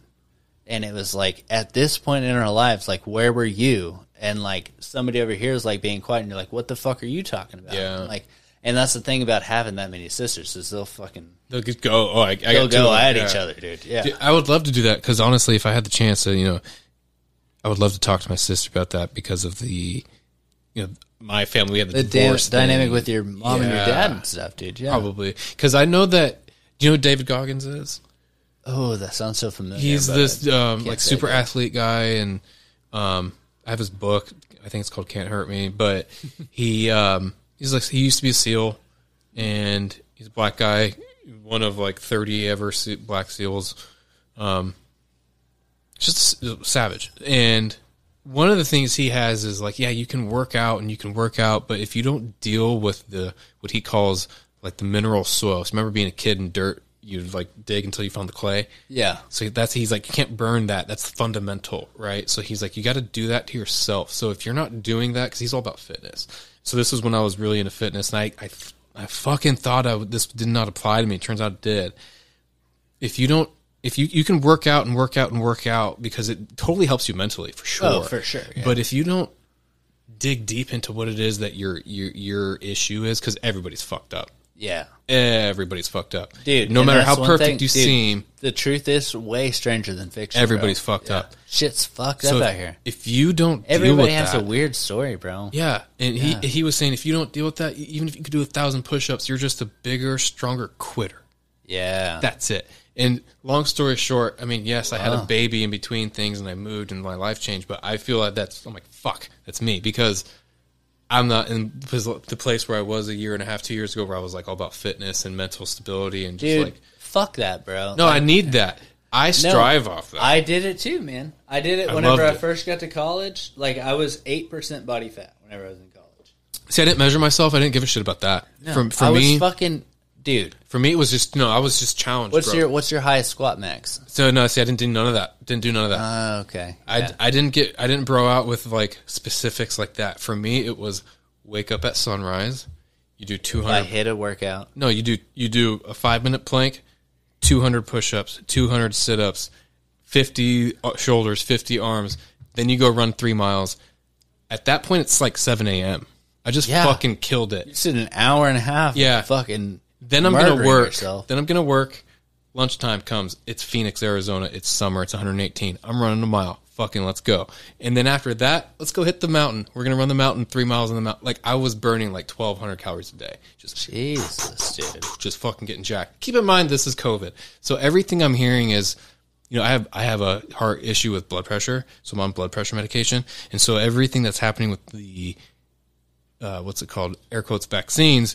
Speaker 1: and it was like at this point in our lives like where were you and like somebody over here is like being quiet and you're like what the fuck are you talking about
Speaker 2: Yeah.
Speaker 1: like and that's the thing about having that many sisters is they'll fucking
Speaker 2: they'll just go. Oh, I, I
Speaker 1: they'll
Speaker 2: got two
Speaker 1: go
Speaker 2: of
Speaker 1: at
Speaker 2: them,
Speaker 1: each
Speaker 2: yeah.
Speaker 1: other dude yeah
Speaker 2: Dude, I would love to do that because honestly, if I had the chance to, you know, I would love to talk to my sister about that because of the, you know, my family we had
Speaker 1: the
Speaker 2: the,
Speaker 1: da-
Speaker 2: divorce
Speaker 1: dynamic
Speaker 2: thing,
Speaker 1: with your mom and your
Speaker 2: Yeah.
Speaker 1: dad and stuff dude yeah
Speaker 2: probably because I know that. Do you know who David Goggins is?
Speaker 1: oh that sounds so familiar
Speaker 2: He's
Speaker 1: but
Speaker 2: this um,
Speaker 1: can't
Speaker 2: like
Speaker 1: say
Speaker 2: super
Speaker 1: that.
Speaker 2: athlete guy, and um, I have his book. I think it's called "Can't Hurt
Speaker 1: <laughs>
Speaker 2: Me," but he um, he's like he used to be a SEAL, and he's a black guy, one of like thirty ever se- black SEALs. Um, just s- savage. And one of the things he has is like, yeah, you can work out and you can work out, but if you don't deal with the what he calls like the mineral soil. So remember being a kid in dirt, you'd like dig until you found the clay.
Speaker 1: yeah
Speaker 2: So that's he's like you can't burn that. That's fundamental, right? So he's like you got to do that to yourself. So if you're not doing that, because he's all about fitness. So this was when I was really into fitness, and I I, I fucking thought I would, this did not apply to me. Turns out it did. If you don't, if you you can work out and work out and work out because it totally helps you mentally for sure.
Speaker 1: Oh, for sure, yeah.
Speaker 2: But if you don't dig deep into what it is that your your your issue is, because everybody's fucked up.
Speaker 1: yeah
Speaker 2: Everybody's fucked up,
Speaker 1: dude
Speaker 2: No
Speaker 1: and
Speaker 2: matter
Speaker 1: that's
Speaker 2: how
Speaker 1: one
Speaker 2: perfect
Speaker 1: thing-
Speaker 2: you
Speaker 1: dude,
Speaker 2: seem,
Speaker 1: the truth is way stranger than fiction bro.
Speaker 2: everybody's fucked up.
Speaker 1: shit's fucked up
Speaker 2: So if,
Speaker 1: out here
Speaker 2: if you don't deal with
Speaker 1: everybody has
Speaker 2: that,
Speaker 1: a weird story bro
Speaker 2: yeah, and he he was saying if you don't deal with that, e-, even if you could do a thousand push-ups, you're just a bigger, stronger quitter.
Speaker 1: yeah
Speaker 2: That's it. And long story short, I mean, yes, I had a baby in between things, and I moved, and my life changed. But I feel like that's I'm like fuck, that's me because I'm not in the place where I was a year and a half, two years ago, where I was like all about fitness and mental stability and just
Speaker 1: dude.
Speaker 2: like
Speaker 1: fuck that, bro.
Speaker 2: no, I need that. I
Speaker 1: No.
Speaker 2: strive off that.
Speaker 1: I did it too, man. I did it
Speaker 2: I
Speaker 1: whenever I,
Speaker 2: loved it.
Speaker 1: first got to college. Like I was eight percent body fat whenever I was in college.
Speaker 2: See, I didn't measure myself. I didn't give a shit about that. From for
Speaker 1: I
Speaker 2: me,
Speaker 1: was fucking dude.
Speaker 2: For me, it was just no. I was just challenged.
Speaker 1: What's
Speaker 2: bro.
Speaker 1: your what's your highest squat max?
Speaker 2: so no? See, I didn't do none of that. Didn't do none of that.
Speaker 1: Uh, okay,
Speaker 2: I,
Speaker 1: Yeah.
Speaker 2: I didn't get. I didn't bro out with like specifics like that. For me, it was wake up at sunrise. You do two
Speaker 1: I
Speaker 2: hundred.
Speaker 1: hit a workout.
Speaker 2: No, you do you do a five minute plank, two hundred push ups, two hundred sit ups, fifty uh, shoulders, fifty arms. Then you go run three miles. At that point, it's like seven a.m. I just
Speaker 1: Yeah.
Speaker 2: fucking killed it.
Speaker 1: It's an hour and a half. of
Speaker 2: Yeah.
Speaker 1: fucking.
Speaker 2: Then I'm
Speaker 1: murdering
Speaker 2: gonna work.
Speaker 1: yourself.
Speaker 2: Then I'm gonna work. Lunchtime comes. It's Phoenix, Arizona. It's summer. It's 118. I'm running a mile. Fucking let's go. And then after that, let's go hit the mountain. We're gonna run the mountain three miles on the mountain. Like I was burning like 1,200 calories a day. Just
Speaker 1: Jesus, dude.
Speaker 2: just fucking getting jacked. Keep in mind this is COVID. So everything I'm hearing is, you know, I have I have a heart issue with blood pressure, so I'm on blood pressure medication, and so everything that's happening with the uh, what's it called air quotes vaccines.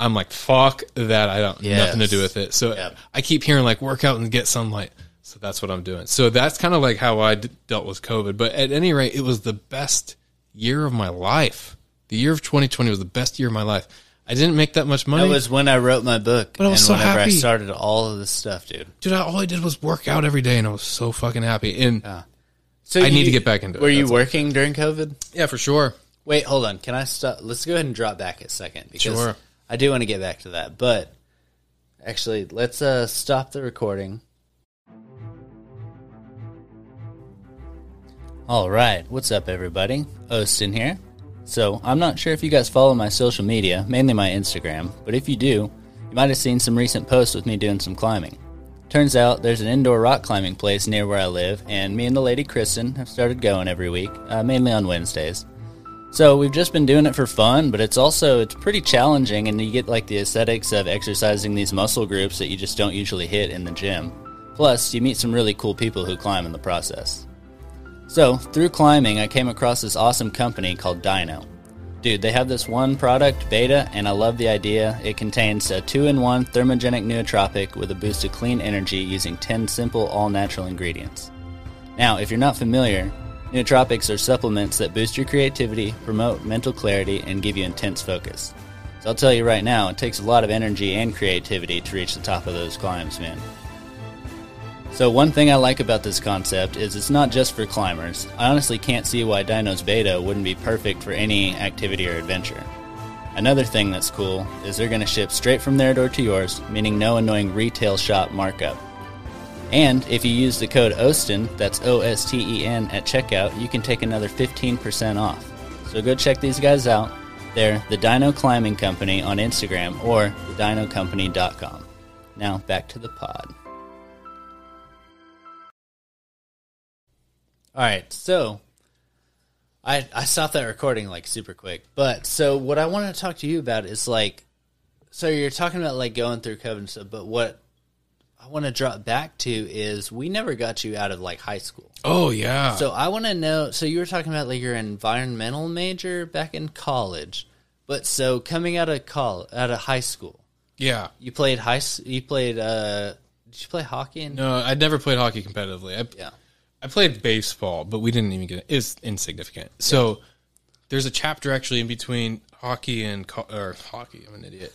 Speaker 2: I'm like fuck that. I don't
Speaker 1: Yes.
Speaker 2: nothing to do with it. So
Speaker 1: Yep.
Speaker 2: I keep hearing like work out and get sunlight. So that's what I'm doing. So that's kind of like how I d- dealt with COVID. But at any rate, it was the best year of my life. The year of 2020 was the best year of my life. I didn't make that much money.
Speaker 1: That was when I wrote my book,
Speaker 2: I
Speaker 1: and
Speaker 2: was so
Speaker 1: whenever I
Speaker 2: happy.
Speaker 1: started all of this stuff, dude.
Speaker 2: dude, I, all I did was work out every day, and I was so fucking happy. And yeah,
Speaker 1: So
Speaker 2: I need to get back into it,
Speaker 1: Were you
Speaker 2: that's all.
Speaker 1: working during COVID?
Speaker 2: for sure.
Speaker 1: Wait, hold on. Can I stop? Let's go ahead and drop back a second because
Speaker 2: Sure.
Speaker 1: I do want to get back to that. But actually, let's uh, stop the recording. All right, what's up, everybody? Austin here. So I'm not sure if you guys follow my social media, mainly my Instagram, but if you do, you might have seen some recent posts with me doing some climbing. Turns out there's an indoor rock climbing place near where I live, and me and the lady Kristen have started going every week, uh, mainly on Wednesdays. So we've just been doing it for fun, but it's also it's pretty challenging, and you get like the aesthetics of exercising these muscle groups that you just don't usually hit in the gym. Plus, you meet some really cool people who climb in the process. So, through climbing, I came across this awesome company called Dino. Dude, they have this one product, Beta, and I love the idea. It contains a two in one thermogenic nootropic with a boost of clean energy using 10 simple, all natural ingredients. Now, if you're not familiar, nootropics are supplements that boost your creativity, promote mental clarity, and give you intense focus. So, I'll tell you right now, it takes a lot of energy and creativity to reach the top of those climbs, man. So one thing I like about this concept is it's not just for climbers. I honestly can't see why Dino's Beta wouldn't be perfect for any activity or adventure. Another thing that's cool is they're going to ship straight from their door to yours, meaning no annoying retail shop markup. And if you use the code OSTEN, that's O S T E N, at checkout, you can take another 15% off. So go check these guys out. They're the Dino Climbing Company on Instagram or thedinocompany.com. Now back to the pod. All right, so I I stopped that recording like super quick, but so what I wanted to talk to you about is like, so you're talking about like going through COVID and stuff, but what I want to drop back to is we never got you out of like high school,
Speaker 2: Oh yeah.
Speaker 1: so I want to know. So you were talking about like your environmental major back in college, but so coming out of call out of high school,
Speaker 2: yeah.
Speaker 1: you played high s- you played uh did you play hockey and
Speaker 2: No, I never played hockey competitively. I,
Speaker 1: yeah
Speaker 2: I played baseball, but we didn't even get it. It's insignificant. So there's a chapter actually in between hockey and co- or hockey. I'm an idiot.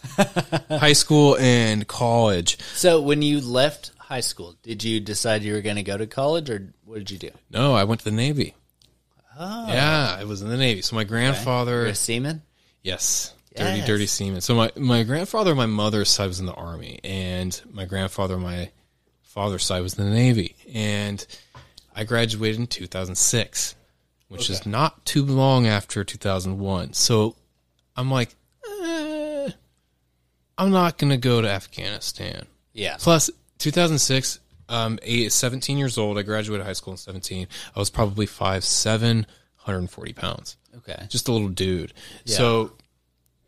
Speaker 2: High school and college.
Speaker 1: So when you left high school, did you decide you were going to go to college, or what did you do?
Speaker 2: No, I went to the Navy. Oh. Yeah, I was in the Navy. So my grandfather,
Speaker 1: You're a seaman.
Speaker 2: yes, dirty,
Speaker 1: Yes.
Speaker 2: dirty seaman. So my, my grandfather on my mother's side was in the Army, and my grandfather on my father's side was in the Navy. And I graduated in 2006, which is not too long after 2001. So I'm like, eh, I'm not going to go to Afghanistan.
Speaker 1: Yeah.
Speaker 2: Plus, 2006, um, eight, 17 years old. I graduated high school in 17. I was probably five seven, 140 pounds.
Speaker 1: Okay.
Speaker 2: Just a little dude. So,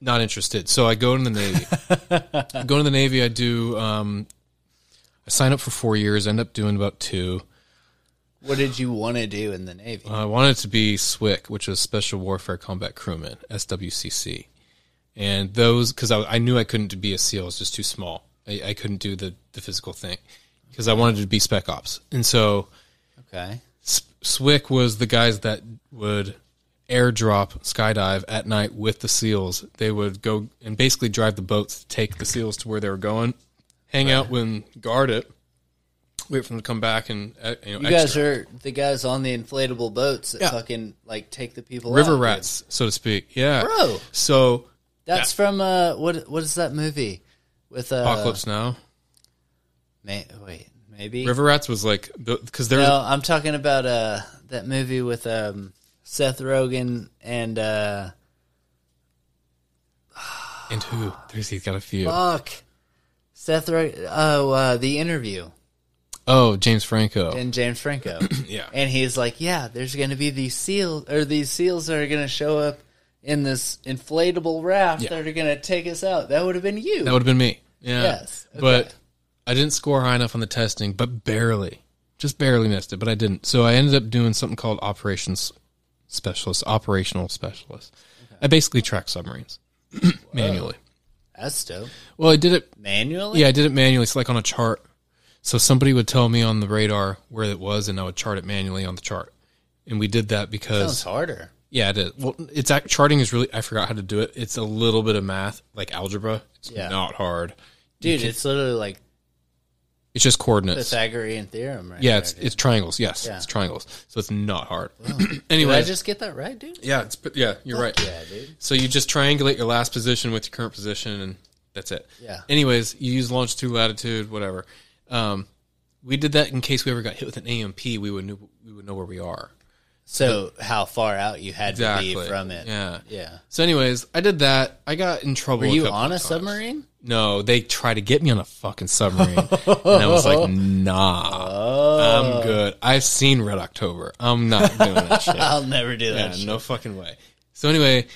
Speaker 2: not interested. So, I go in the Navy. I go in the Navy. I do, um, I sign up for four years, end up doing about two. Uh,
Speaker 1: What did you want to do in the Navy?
Speaker 2: I wanted to be SWIC, which was Special Warfare Combat Crewman, SWCC. And those, because I, I knew I couldn't be a SEAL, I was just too small. I, I couldn't do the, the physical thing because I wanted to be Spec Ops. And so
Speaker 1: Okay.
Speaker 2: S- SWIC was the guys that would airdrop skydive at night with the SEALs. They would go and basically drive the boats, take the SEALs to where they were going, hang out when guard it, wait for them to come back and uh, you know
Speaker 1: You guys are the guys on the inflatable boats that
Speaker 2: Yeah.
Speaker 1: fucking like take the people
Speaker 2: river
Speaker 1: out, dude.
Speaker 2: rats, so to speak. Yeah,
Speaker 1: Bro.
Speaker 2: So
Speaker 1: That's from uh, what? What is that movie with uh?
Speaker 2: Apocalypse Now,
Speaker 1: May, wait, maybe.
Speaker 2: River Rats was like because there's
Speaker 1: No, I'm talking about uh that movie with um Seth Rogen and uh
Speaker 2: and who there's he's got a few.
Speaker 1: fuck Seth Rogen. Oh, uh, the interview.
Speaker 2: Oh, James Franco.
Speaker 1: and James Franco.
Speaker 2: <coughs> Yeah.
Speaker 1: And he's like, "Yeah, there's going to be these seal or these seals that are going to show up in this inflatable raft
Speaker 2: Yeah.
Speaker 1: that are going to take us out." That would have been you.
Speaker 2: That would have been me. Yeah.
Speaker 1: Yes, okay.
Speaker 2: But I didn't score high enough on the testing, but barely, just barely missed it. But I didn't. So I ended up doing something called operations specialist, operational specialist. I basically
Speaker 1: <clears throat>
Speaker 2: track submarines manually.
Speaker 1: That's dope.
Speaker 2: Well, I did it.
Speaker 1: Manually?
Speaker 2: Yeah, I did it manually. It's like on a chart. So somebody would tell me on the radar where it was, and I would chart it manually on the chart. And we did that because
Speaker 1: Sounds harder.
Speaker 2: yeah, it is. Well, it's act, charting is really. I forgot how to do it. It's a little bit of math, like algebra. It's
Speaker 1: Yeah.
Speaker 2: not hard.
Speaker 1: Dude, it's literally like
Speaker 2: It's just coordinates.
Speaker 1: Pythagorean theorem, right?
Speaker 2: Yeah,
Speaker 1: there,
Speaker 2: it's
Speaker 1: dude.
Speaker 2: it's triangles. Yes,
Speaker 1: Yeah.
Speaker 2: it's triangles. So it's not hard. <clears throat>
Speaker 1: Did I
Speaker 2: anyway,
Speaker 1: just get that right, dude?
Speaker 2: yeah, it's yeah, you're right.
Speaker 1: Yeah, dude.
Speaker 2: So you just triangulate your last position with your current position, and that's it.
Speaker 1: Yeah.
Speaker 2: Anyways, you use longitude, latitude, whatever. Um, we did that in case we ever got hit with an AMP. We would know, we would know where we are.
Speaker 1: So, how far out you had to
Speaker 2: Exactly
Speaker 1: be from it.
Speaker 2: Yeah.
Speaker 1: Yeah.
Speaker 2: So, anyways, I did that. I got in trouble.
Speaker 1: Were
Speaker 2: a
Speaker 1: you
Speaker 2: couple
Speaker 1: on a
Speaker 2: times.
Speaker 1: submarine?
Speaker 2: No, they tried to get me on a fucking submarine, and I was
Speaker 1: <laughs>
Speaker 2: like, "Nah,
Speaker 1: Oh.
Speaker 2: I'm good. I've seen Red October. I'm not
Speaker 1: <laughs>
Speaker 2: doing that shit."
Speaker 1: I'll never do that.
Speaker 2: Yeah,
Speaker 1: shit.
Speaker 2: no fucking way. So anyway,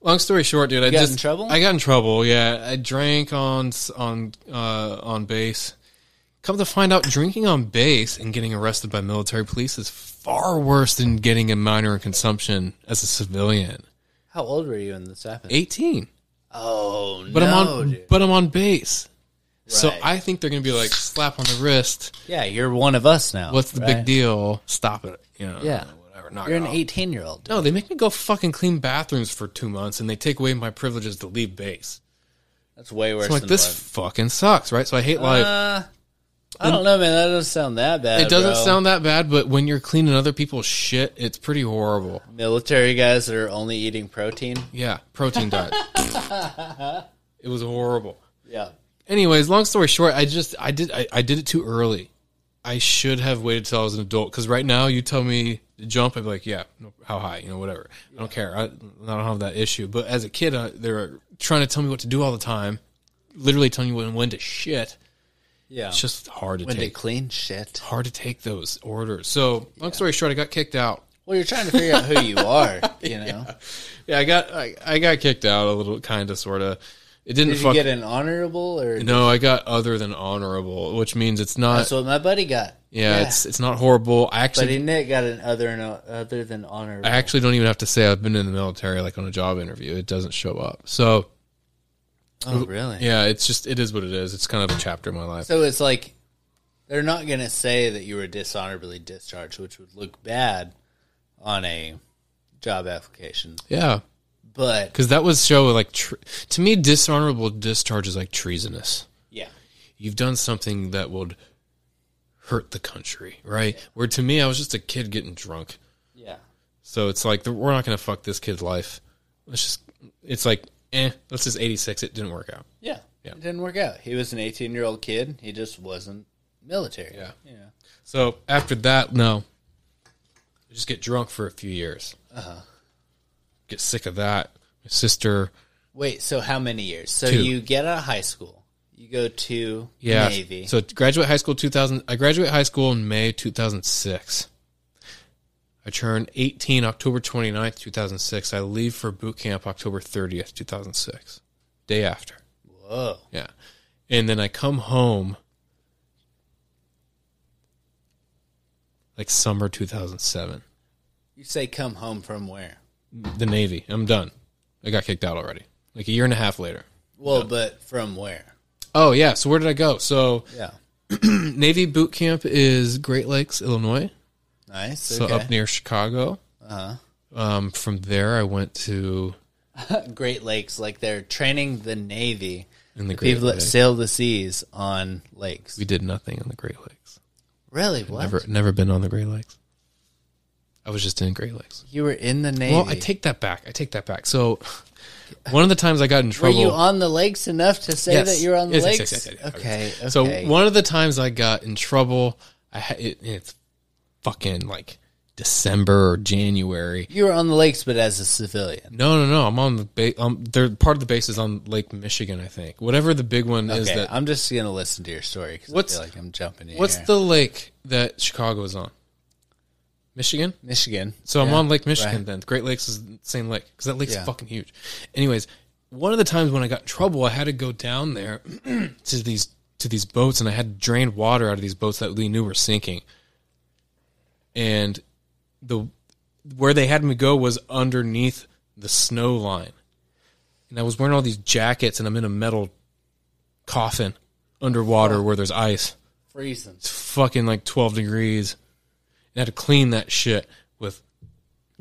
Speaker 2: long story short, dude, I
Speaker 1: got
Speaker 2: just
Speaker 1: in trouble?
Speaker 2: I got in trouble. Yeah, I drank on s- on uh, on base. Come to find out, drinking on base and getting arrested by military police is far worse than getting a minor in consumption as a civilian.
Speaker 1: How old were you when this happened?
Speaker 2: Eighteen,
Speaker 1: Oh no,
Speaker 2: but I'm on,
Speaker 1: dude.
Speaker 2: but I'm on base. So
Speaker 1: Right.
Speaker 2: I think they're gonna be like slap on the wrist.
Speaker 1: Yeah, you're one of us now.
Speaker 2: What's the
Speaker 1: right?
Speaker 2: big deal? Stop it. You know,
Speaker 1: Yeah.
Speaker 2: whatever. Knock
Speaker 1: You're
Speaker 2: it
Speaker 1: an
Speaker 2: off.
Speaker 1: 18 year old.
Speaker 2: No, they make me go fucking clean bathrooms for two months, and they take away my privileges to leave base.
Speaker 1: That's way worse.
Speaker 2: I'm like,
Speaker 1: than
Speaker 2: this
Speaker 1: what-
Speaker 2: fucking sucks, right? So I hate life.
Speaker 1: Uh, I don't know, man. That doesn't sound that bad.
Speaker 2: It doesn't
Speaker 1: bro.
Speaker 2: sound that bad, but when you're cleaning other people's shit, it's pretty horrible.
Speaker 1: military guys that are only eating protein.
Speaker 2: Yeah, protein diet. it was horrible.
Speaker 1: Yeah,
Speaker 2: Anyways, long story short, I just I did I, I did it too early. I should have waited till I was an adult because right now you tell me to jump, I'd be like, yeah, no, how high, you know, whatever. I don't care. I, I don't have that issue. But as a kid, uh, they're trying to tell me what to do all the time, literally telling you when when to shit.
Speaker 1: yeah.
Speaker 2: It's just hard to
Speaker 1: when they
Speaker 2: take.
Speaker 1: clean shit.
Speaker 2: hard to take those orders. So long story short, I got kicked out.
Speaker 1: Well, you're trying to figure out who you <laughs> are. You know,
Speaker 2: Yeah, I got I, I got kicked out a little, kind of, sort of. It didn't
Speaker 1: did you
Speaker 2: fuck.
Speaker 1: get an honorable or?
Speaker 2: no, I got other than honorable, which means it's not.
Speaker 1: That's what my buddy got.
Speaker 2: yeah, it's it's not horrible. I actually
Speaker 1: buddy Nick got an other and other than honorable.
Speaker 2: I actually don't even have to say I've been in the military, like on a job interview. It doesn't show up. So
Speaker 1: oh, really?
Speaker 2: yeah, it's just it is what it is. It's kind of a chapter in my life.
Speaker 1: So it's like they're not going to say that you were dishonorably discharged, which would look bad on a job application.
Speaker 2: yeah,
Speaker 1: But
Speaker 2: because that was show like tr- to me dishonorable discharge is like treasonous.
Speaker 1: yeah,
Speaker 2: you've done something that would hurt the country, right? Where to me, I was just a kid getting drunk.
Speaker 1: yeah,
Speaker 2: So it's like, we're not going to fuck this kid's life. Let's just, it's like, eh, let's just 86. It didn't work out.
Speaker 1: yeah,
Speaker 2: Yeah.
Speaker 1: It didn't work out. He was an 18 year old kid. He just wasn't military.
Speaker 2: Yeah.
Speaker 1: You know?
Speaker 2: So after that, no. I just get drunk for a few years. Uh-huh. Get sick of that. My sister,
Speaker 1: Wait, so how many years? So
Speaker 2: Two.
Speaker 1: you get out of high school, you go to
Speaker 2: yeah.
Speaker 1: Navy.
Speaker 2: So graduate high school 2000. I graduate high school in May 2006. I turn 18 October 29th, 2006. I leave for boot camp October 30th, 2006. Day after.
Speaker 1: Whoa.
Speaker 2: Yeah. And then I come home like summer 2007.
Speaker 1: You say come home from where?
Speaker 2: The Navy. I'm done. I got kicked out already. Like a year and a half later.
Speaker 1: Well, but from where?
Speaker 2: Oh, yeah. So where did I go? So
Speaker 1: Yeah. Hmm.
Speaker 2: Navy boot camp is Great Lakes, Illinois.
Speaker 1: Nice.
Speaker 2: So
Speaker 1: okay. Uh-huh.
Speaker 2: up near Chicago. Um, from there, I went to
Speaker 1: Great Lakes, like they're training the Navy,
Speaker 2: in the Great
Speaker 1: people that
Speaker 2: Lakes.
Speaker 1: sail the seas on lakes.
Speaker 2: We did nothing on the Great Lakes.
Speaker 1: Really? What?
Speaker 2: Never, never been on the Great Lakes. I was just in Great Lakes.
Speaker 1: You were in the Navy.
Speaker 2: Well, I take that back. I take that back. So, one of the times I got in
Speaker 1: were
Speaker 2: trouble.
Speaker 1: you on the lakes enough to say
Speaker 2: Yes.
Speaker 1: that you were on the
Speaker 2: Yes, yes,
Speaker 1: lakes?
Speaker 2: yes, yes, yes, yes.
Speaker 1: Okay. Okay.
Speaker 2: So one of the times I got in trouble, I ha- it, it's fucking like December or January.
Speaker 1: you were on the lakes, but as a civilian.
Speaker 2: No, no, no. I'm on the base. Um, they're part of the base is on Lake Michigan, I think. Whatever the big one is
Speaker 1: Okay,
Speaker 2: that
Speaker 1: I'm just gonna listen to your story because I
Speaker 2: What's-
Speaker 1: feel like I'm jumping in.
Speaker 2: What's
Speaker 1: here.
Speaker 2: the lake that Chicago is on? Michigan.
Speaker 1: Michigan?
Speaker 2: So I'm
Speaker 1: Yeah.
Speaker 2: on Lake Michigan
Speaker 1: right.
Speaker 2: then. Great Lakes is the same lake because that lake's
Speaker 1: Yeah.
Speaker 2: fucking huge. Anyways, one of the times when I got in trouble, I had to go down there <clears throat> to these to these boats, and I had to drain water out of these boats that we knew were sinking. And the where they had me go was underneath the snow line, and I was wearing all these jackets, and I'm in a metal coffin underwater where there's ice
Speaker 1: freezing.
Speaker 2: fucking like 12 degrees and I had to clean that shit with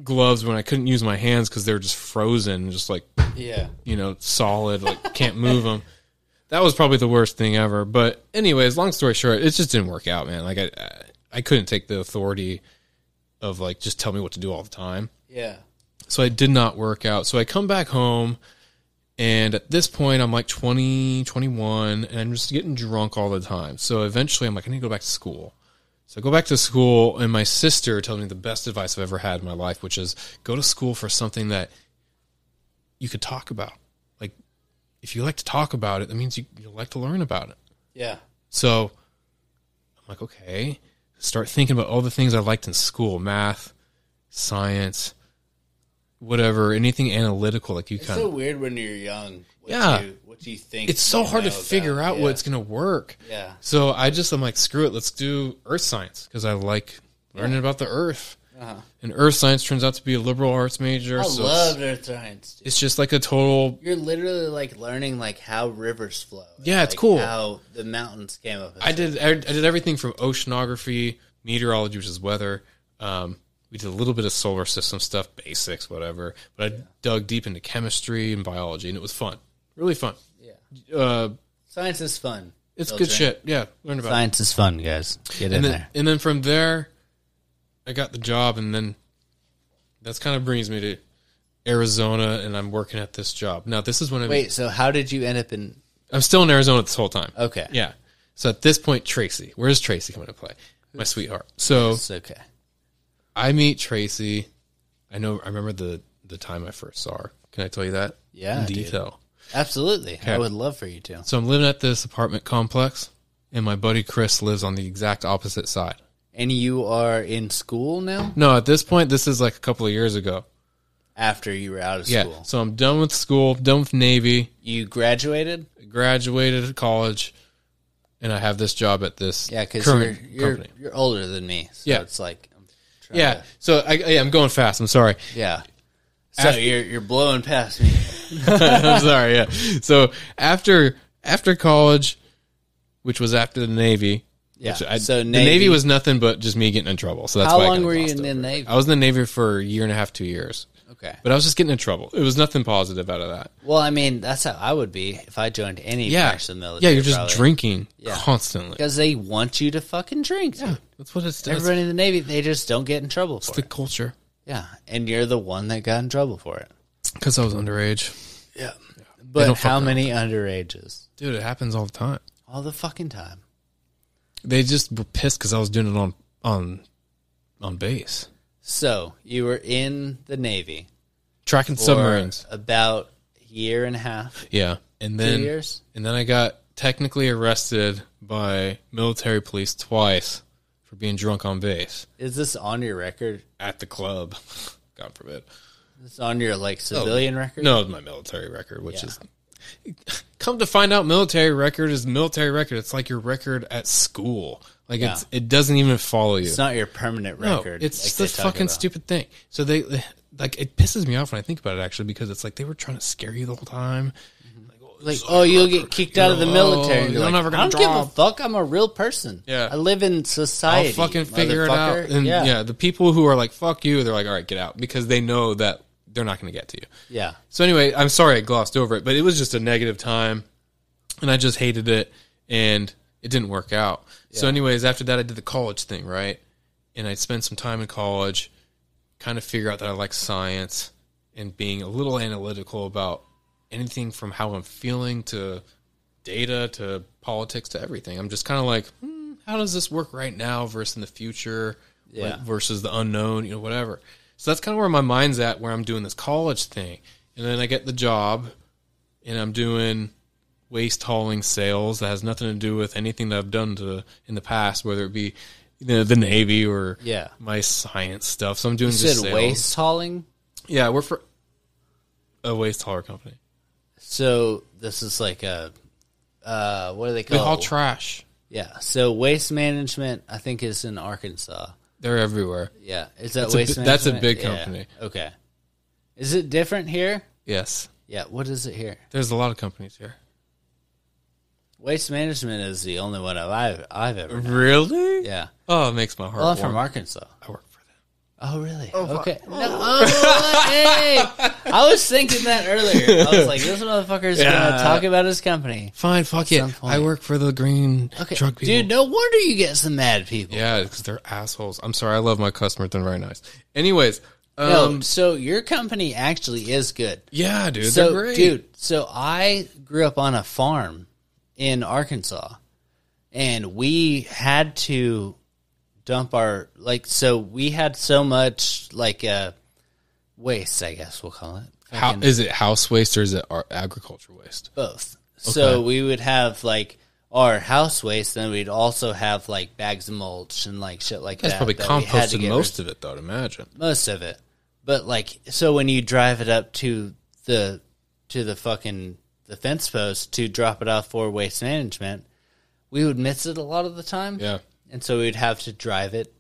Speaker 2: gloves when I couldn't use my hands because they were just frozen, just like,
Speaker 1: Yeah.
Speaker 2: you know, solid, like <laughs> can't move them. That was probably the worst thing ever. But, anyways, long story short, it just didn't work out, man. Like, I, I- I couldn't take the authority of like just tell me what to do all the time.
Speaker 1: Yeah.
Speaker 2: So I did not work out. So I come back home and at this point I'm like 20, 21 and I'm just getting drunk all the time. So eventually I'm like I need to go back to school. So I go back to school and my sister tells me the best advice I've ever had in my life which is go to school for something that you could talk about. Like if you like to talk about it that means you, you like to learn about it.
Speaker 1: Yeah.
Speaker 2: So I'm like, okay, start thinking about all the things I liked in school math, science, whatever, anything analytical, like you
Speaker 1: It's
Speaker 2: kind
Speaker 1: so
Speaker 2: of.
Speaker 1: weird when you're young. What
Speaker 2: Yeah.
Speaker 1: You, what you think?
Speaker 2: It's so
Speaker 1: you
Speaker 2: hard to
Speaker 1: know
Speaker 2: figure
Speaker 1: about-
Speaker 2: out
Speaker 1: yeah.
Speaker 2: what's going to work.
Speaker 1: Yeah.
Speaker 2: So I just I'm like screw it, let's do earth science because I like learning about the earth.
Speaker 1: Uh-huh.
Speaker 2: And earth science turns out to be a liberal arts major,
Speaker 1: I
Speaker 2: so
Speaker 1: love
Speaker 2: it's,
Speaker 1: earth science. dude.
Speaker 2: it's just like a total
Speaker 1: You're literally like learning like how rivers flow.
Speaker 2: Yeah, it's
Speaker 1: Like,
Speaker 2: cool.
Speaker 1: How the mountains came up.
Speaker 2: I did I, I did everything from oceanography, meteorology, which is weather. Um, we did a little bit of solar system stuff, basics, whatever. But I dug deep into chemistry and biology, and it was fun, really fun.
Speaker 1: yeah.
Speaker 2: Uh,
Speaker 1: Science is fun.
Speaker 2: it's
Speaker 1: They'll
Speaker 2: good
Speaker 1: drink.
Speaker 2: shit. Yeah, learn about. it.
Speaker 1: Science is fun, guys. Get in
Speaker 2: And then,
Speaker 1: there.
Speaker 2: and then from there, I got the job, and then that's kind of brings me to Arizona, and I'm working at this job. Now, this is when I'm,
Speaker 1: Wait, so how did you end up in?
Speaker 2: I'm still in Arizona this whole time.
Speaker 1: Okay,
Speaker 2: Yeah. So at this point, Tracy, where's Tracy coming to play? My sweetheart. So
Speaker 1: it's okay.
Speaker 2: I meet Tracy. I know. I remember the the time I first saw her. Can I tell you that?
Speaker 1: Yeah,
Speaker 2: in
Speaker 1: dude.
Speaker 2: detail.
Speaker 1: Absolutely, I would love for you to.
Speaker 2: So I'm living at this apartment complex, and my buddy Chris lives on the exact opposite side.
Speaker 1: And you are in school now
Speaker 2: No, at this point, this is like a couple of years ago.
Speaker 1: after you were out of
Speaker 2: Yeah.
Speaker 1: school.
Speaker 2: So I'm done with school, done with Navy,
Speaker 1: You graduated.
Speaker 2: graduated college, and I have this job at this
Speaker 1: Yeah, because you're
Speaker 2: current
Speaker 1: you're,
Speaker 2: company.
Speaker 1: you're older than me. So
Speaker 2: Yeah.
Speaker 1: it's like I'm trying
Speaker 2: Yeah.
Speaker 1: to-
Speaker 2: So I, yeah, I'm going fast. I'm sorry.
Speaker 1: yeah. So
Speaker 2: After-
Speaker 1: you're you're blowing past me.
Speaker 2: <laughs> I'm sorry. Yeah. So after after college, which was after the Navy.
Speaker 1: Yeah.
Speaker 2: which I,
Speaker 1: so
Speaker 2: the
Speaker 1: Navy,
Speaker 2: Navy, was nothing but just me getting in trouble. So that's
Speaker 1: How
Speaker 2: why I
Speaker 1: long
Speaker 2: kinda
Speaker 1: were you
Speaker 2: glossed
Speaker 1: in the
Speaker 2: over it. Oh.
Speaker 1: Navy?
Speaker 2: I was in the Navy for a year and a half, two years.
Speaker 1: okay.
Speaker 2: But I was just getting in trouble. It was nothing positive out of that.
Speaker 1: Well, I mean, that's how I would be if I joined any
Speaker 2: Yeah,
Speaker 1: person military.
Speaker 2: yeah. You're just drinking
Speaker 1: Yeah.
Speaker 2: constantly.
Speaker 1: because they want you to fucking drink. dude.
Speaker 2: That's what it's. That's,
Speaker 1: Everybody in the Navy, they just don't get in trouble for
Speaker 2: the
Speaker 1: it.
Speaker 2: culture.
Speaker 1: Yeah, and you're the one that got in trouble for it.
Speaker 2: Because I was underage,
Speaker 1: Yeah,
Speaker 2: They
Speaker 1: but
Speaker 2: don't fuck
Speaker 1: how
Speaker 2: around
Speaker 1: many underages?
Speaker 2: dude. It happens all the time.
Speaker 1: All the fucking time.
Speaker 2: They just were pissed because I was doing it on on on base,
Speaker 1: So you were in the Navy
Speaker 2: tracking
Speaker 1: for
Speaker 2: submarines.
Speaker 1: about a year and a half,
Speaker 2: Yeah, and
Speaker 1: two
Speaker 2: then
Speaker 1: years.
Speaker 2: And then I got technically arrested by military police twice for being drunk on base
Speaker 1: Is this on your record?
Speaker 2: at the club. <laughs> God forbid.
Speaker 1: Is this on your like civilian record?
Speaker 2: No, it's my military record, which is. Come to find out, military record is military record. It's like your record at school. Like it's it doesn't even follow you.
Speaker 1: It's not your permanent
Speaker 2: No,
Speaker 1: record.
Speaker 2: it's
Speaker 1: like
Speaker 2: just
Speaker 1: they
Speaker 2: a
Speaker 1: talk
Speaker 2: fucking
Speaker 1: about.
Speaker 2: stupid thing. So they like it pisses me off when I think about it actually because it's like they were trying to scare you the whole time.
Speaker 1: Like, oh, you'll get kicked out of the
Speaker 2: Oh,
Speaker 1: military. And you're
Speaker 2: you're
Speaker 1: like,
Speaker 2: never gonna
Speaker 1: I don't give a
Speaker 2: draw.
Speaker 1: fuck. I'm a real person.
Speaker 2: Yeah.
Speaker 1: I live in society.
Speaker 2: I'll fucking figure it out.
Speaker 1: motherfucker.
Speaker 2: And
Speaker 1: yeah.
Speaker 2: yeah.
Speaker 1: yeah,
Speaker 2: the people who are like, fuck you, they're like, all right, get out because they know that they're not going to get to you. So, anyway, I'm sorry I glossed over it, but it was just a negative time and I just hated it and it didn't work out. So, anyways, after that, I did the college thing, right? And I spent some time in college, kind of figure out that I like science and being a little analytical about anything from how I'm feeling to data to politics to everything. I'm just kind of like, hmm, how does this work right now versus in the future like,
Speaker 1: Yeah.
Speaker 2: versus the unknown, you know, whatever. So that's kind of where my mind's at where I'm doing this college thing. And then I get the job and I'm doing waste hauling sales that has nothing to do with anything that I've done to in the past, whether it be you know, the Navy or
Speaker 1: Yeah.
Speaker 2: my science stuff. So I'm doing
Speaker 1: You
Speaker 2: just
Speaker 1: said
Speaker 2: sales.
Speaker 1: waste hauling.
Speaker 2: Yeah, we're for a waste hauler company.
Speaker 1: So this is like a uh, what do they
Speaker 2: We
Speaker 1: call?
Speaker 2: haul
Speaker 1: it?
Speaker 2: trash.
Speaker 1: yeah. So waste management, I think, is in Arkansas.
Speaker 2: They're everywhere.
Speaker 1: Yeah, is that
Speaker 2: That's a
Speaker 1: waste?
Speaker 2: bi-
Speaker 1: management?
Speaker 2: that's a big
Speaker 1: Yeah.
Speaker 2: company.
Speaker 1: Okay, is it different here?
Speaker 2: Yes.
Speaker 1: Yeah. What is it here?
Speaker 2: There's a lot of companies here.
Speaker 1: Waste management is the only one I've I've ever. Known.
Speaker 2: Really?
Speaker 1: Yeah.
Speaker 2: Oh, it makes my heart
Speaker 1: Well, I'm
Speaker 2: Mm-hmm. warm.
Speaker 1: from Arkansas.
Speaker 2: I work for them.
Speaker 1: Oh, really? okay. No, oh, hey! I was thinking that earlier. I was like, this motherfucker is going
Speaker 2: Yeah.
Speaker 1: to talk about his company.
Speaker 2: Fine, fuck
Speaker 1: some
Speaker 2: it.
Speaker 1: point.
Speaker 2: I work for the green
Speaker 1: Okay.
Speaker 2: drug people.
Speaker 1: Dude, no wonder you get some mad people.
Speaker 2: Yeah, because they're assholes. I'm sorry. I love my customers. They're very nice. Anyways,
Speaker 1: No,
Speaker 2: um,
Speaker 1: so your company actually is good.
Speaker 2: yeah, dude,
Speaker 1: So,
Speaker 2: they're great.
Speaker 1: dude, so I grew up on a farm in Arkansas, and we had to dump our like. So we had so much like uh, waste, I guess we'll call it.
Speaker 2: How is it house waste or is it ar- agriculture waste?
Speaker 1: both. So we would have like our house waste, then we'd also have like bags of mulch and like shit like
Speaker 2: That's
Speaker 1: that.
Speaker 2: probably
Speaker 1: that we had to
Speaker 2: composted
Speaker 1: get
Speaker 2: most of it, though. I'd imagine.
Speaker 1: rid- most of it. But like, so when you drive it up to the to the fucking the fence post to drop it off for waste management, we would miss it a lot of the time.
Speaker 2: Yeah.
Speaker 1: and so we'd have to drive it.